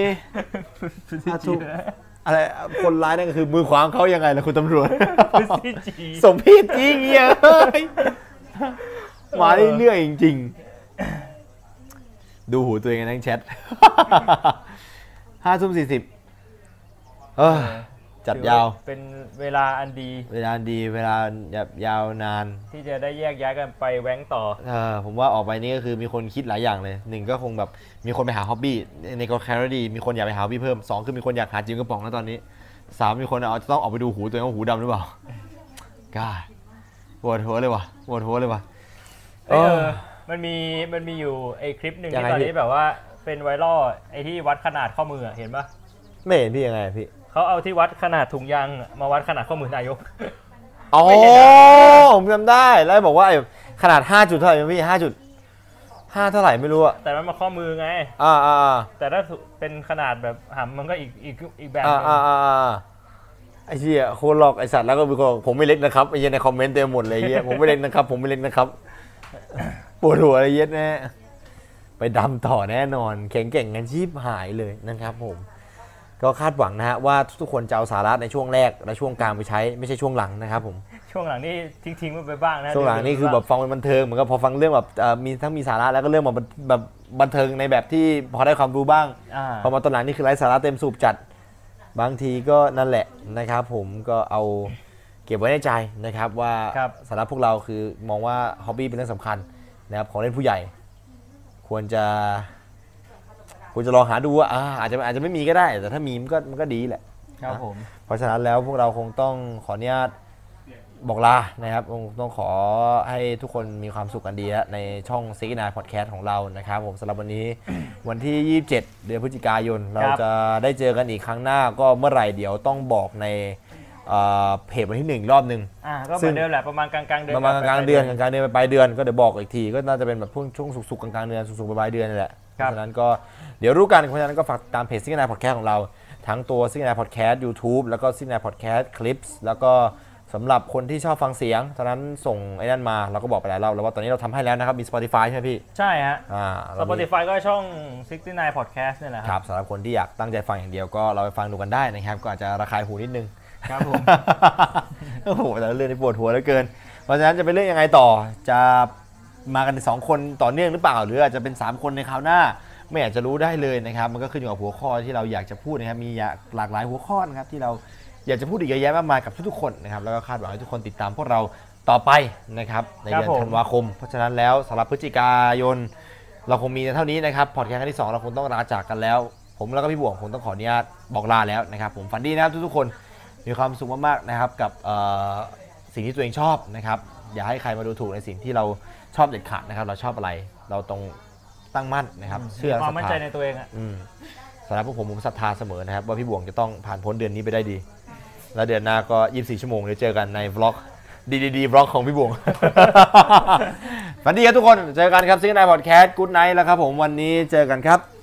[SPEAKER 1] อะไรคนร้ายนั่นก็คือมือขวาของเขายังไงล่ะคุณตำรวจ
[SPEAKER 2] คือซีจี
[SPEAKER 1] สมพีจริงเหี้ยเอ้ยมาเรื่อยๆจริง ๆ ดูหูตัวเองในทั้งแชท ห้าทุ่มสี่สิบเอ้ยจัดยาว
[SPEAKER 2] เป็นเวลาอันดี
[SPEAKER 1] เวลาดีเวลาแบบยาวนาน
[SPEAKER 2] ที่จะได้แยกย้ายกันไปแว้งต่อ
[SPEAKER 1] เออผมว่าออกไปนี่ก็คือมีคนคิดหลายอย่างเลยหนึ่งก็คงแบบมีคนไปหาฮ็อบบี้ในกอแคลอรี่มีคนอยากไปหาฮ็อบบี้เพิ่มสองคือมีคนอยากหาจิมกระป๋องแล้วตอนนี้สามมีคนเอาจะต้องออกไปดูหูตัวเองว่าหูดำหรือเปล่าก้าปวดหัวเลยว่ะปวดหัวเลยว่ะ
[SPEAKER 2] เอยเออ
[SPEAKER 1] เออ
[SPEAKER 2] มันมีมันมีอยู่ไอ้คลิปหนึ่ง
[SPEAKER 1] ยัง
[SPEAKER 2] ที่
[SPEAKER 1] ไง
[SPEAKER 2] ตอน
[SPEAKER 1] พี่
[SPEAKER 2] นี้แบบว่าเป็นไวรัลไอ้ที่วัดขนาดข้อมืออะเห็นปะ
[SPEAKER 1] ไม่เห็นพี่ยังไงอะพี่
[SPEAKER 2] เขาเอาที่วัดขนาดถุงยางมาวัดขนาดข้อมือนายก
[SPEAKER 1] อ๋อ
[SPEAKER 2] ไม่เห็นอะ
[SPEAKER 1] ผมจำได้แล้วบอกว่าไอ้ขนาด5จุดเท่าไหร่พี่5จุด5เท่าไหร่ไม่รู้อะ
[SPEAKER 2] แต่มันมาข้อมือไง
[SPEAKER 1] อ่าอ่าอ่า
[SPEAKER 2] แต่ถ้าเป็นขนาดแบบหำมันก็อีกอีกอีกแบบห
[SPEAKER 1] อ่า
[SPEAKER 2] นึ่ง
[SPEAKER 1] อ่าอ่าอ่าไอ้เหี้ยโคตรหลอกไอ้สัตว์แล้วก็มีคนบอกผมไม่เล็กนะครับไอ้เหี้ยในคอมเมนต์เต็มหมดเลยไอ้เหี้ย ผมไม่เล็กนะครับ ผมไม่เล็กนะครับ ปวดหัวไอ้เหี้ยแน่ไปดำต่อแน่นอนแข็งเก่งกันชีพหายเลยนะครับผม ก็คาดหวังนะฮะว่าทุกๆคนจะเอาสาระในช่วงแรกและช่วงกลางไปใช้ไม่ใช่ช่วงหลังนะครับผม
[SPEAKER 2] ช่วงหลังนี่ทิ้งทิ้งๆมันไปบ้างนะ
[SPEAKER 1] ช่วงหลังนี่คือแบบฟังเป็นบันเทิงเหมือนกับพอฟังเรื่องแบบเอ่อมีทั้งมีสาระแล้วก็เรื่องแบบแบบบันเทิงในแบบที่พอได้ความรู้บ้าง
[SPEAKER 2] อ่า
[SPEAKER 1] พอมาตอนหลังนี่คือไร้สาระเต็มสูบจัด บางทีก็นั่นแหละนะครับผมก็เอาเก็บไว้ในใจนะครับว่าสาระพวกเราคือมองว่าฮ็อบบี้เป็นเรื่องสำคัญนะครับของเล่นผู้ใหญ่ ควรจะ ควรจะลองหาดูว่าอ่าอาจจะอาจจะไม่มีก็ได้ แต่ถ้ามีมันก็มันก็ดีแหละ
[SPEAKER 2] ครับผม
[SPEAKER 1] เพราะฉะนั้นแล้วพวกเราคงต้องขออนุญาตบอกลานะครับคงต้องขอให้ทุกคนมีความสุขกันดีนะในช่องซีนาพอดแคสต์ของเรานะครับผมสำหรับวันนี้ วันที่ 27 เดือนพฤศจิกายน เราจะได้เจอกันอีกครั้งหน้าก็เมื่อไหร่เดี๋ยวต้องบอกในเอ่อเพจวันที่หนึ่งอีกรอบหนึ่ง
[SPEAKER 2] อ่าก็เหมือนเดิมแหละประมาณกลางกลางๆเดือน
[SPEAKER 1] ประมาณ
[SPEAKER 2] ไป
[SPEAKER 1] กลาง
[SPEAKER 2] ไป
[SPEAKER 1] ๆเดือนกลางๆเดือนไปปลายเดือนก็เดี๋ยวบอกอีกทีก็น่าจะเป็นแบบช่วงช่วงสุกๆกลางๆเดือนสุกๆปลายๆเดือนนี่แหละ เพ
[SPEAKER 2] ครับ
[SPEAKER 1] ราะฉะนั้นก็เดี๋ยวรู้กันเพราะฉะนั้นก็ฝากตามเพจซิกนายพอดแคสต์ของเรา ทั้งตัวซิกนายพอดแคสต์ยูทูบแล้วก็ซิกนายพอดแคสต์คลิปแล้วก็สำหรับคนที่ชอบฟังเสียงตอนนั้นส่งไอ้นั่นมาเราก็บอกไปหลายรอบแล้วว่าตอนนี้เราทำให้แล้วนะครับมี Spotify ใช่ไหมพี่
[SPEAKER 2] ใช่ฮะ
[SPEAKER 1] อ่าเรามี
[SPEAKER 2] Spotify ก็ช่อง 69 Podcast เนี่ยแหละ
[SPEAKER 1] ค
[SPEAKER 2] ค
[SPEAKER 1] รั
[SPEAKER 2] รับบ
[SPEAKER 1] สำหรับคนที่อยากตั้งใจฟังอย่างเดียวก็เราไปฟังดูกันได้นะครับก็อาจจะระคายหูนิดนึง
[SPEAKER 2] ครับผม
[SPEAKER 1] โอ้โหแต่ละเรื่องนี่ปวดหัวเหลือเกิน เพราะฉะนั้นจะเป็นเรื่องยังไงต่อ จะมากันสองคนต่อเนื่องหรือเปล่า หรืออาจจะเป็น 3 คนในคราวหน้า ไม่อยากจะรู้ได้เลยนะครับ มันก็ขึ้นอยู่กับหัวข้อที่เราอยากจะพูดนะครับ มีหลากหลายหัวข้อนะครับที่เราอยากจะพูดอีกเยอะแยะมากมายกับทุกๆคนนะครับ แล้วก็คาดหวังให้ทุกคนติดตามพวกเราต่อไปนะครับใน
[SPEAKER 2] ครับ
[SPEAKER 1] เดือน
[SPEAKER 2] ผม
[SPEAKER 1] ธันวาคม เพราะฉะนั้นแล้วสำหรับพฤศจิกายน เราคงมีเท่านี้นะครับ พอดแคสต์ครั้งที่ 2 เราคงต้องลาจากกันแล้ว ผมแล้วก็พี่บวงคงต้องขออนุญาตบอกลาแล้วนะครับ ผมฝันดีนะครับทุกๆคน มีความสุขมากๆนะครับกับเอ่อสิ่งที่ตัวเองชอบนะครับ อย่าให้ใครมาดูถูกในสิ่งที่เราชอบเด็ดขาดนะครับ เราชอบอะไร เราต้องตั้งมั่นนะครับ เชื่อ
[SPEAKER 2] ควา
[SPEAKER 1] ศรั
[SPEAKER 2] ม
[SPEAKER 1] ท
[SPEAKER 2] มั่น
[SPEAKER 1] ธา
[SPEAKER 2] ใจในตัวเองอะ
[SPEAKER 1] อืมสำหรับพวกผมผมศรัทธาเสมอนะครับ ว่าพี่บวงจะต้องผ่านพ้นเดือนนี้ไปได้ดี แล้วเดือนหน้าก็ 24 ชั่วโมงเดี๋ยวเจอกันในบล็อกดีดีบล็อกของพี่บวง ฝันดีครับทุกคนเจอกันครับซิงไนพอดแคสต์กู๊ดไนท์แล้วครับผมวันนี้เจอกันครับ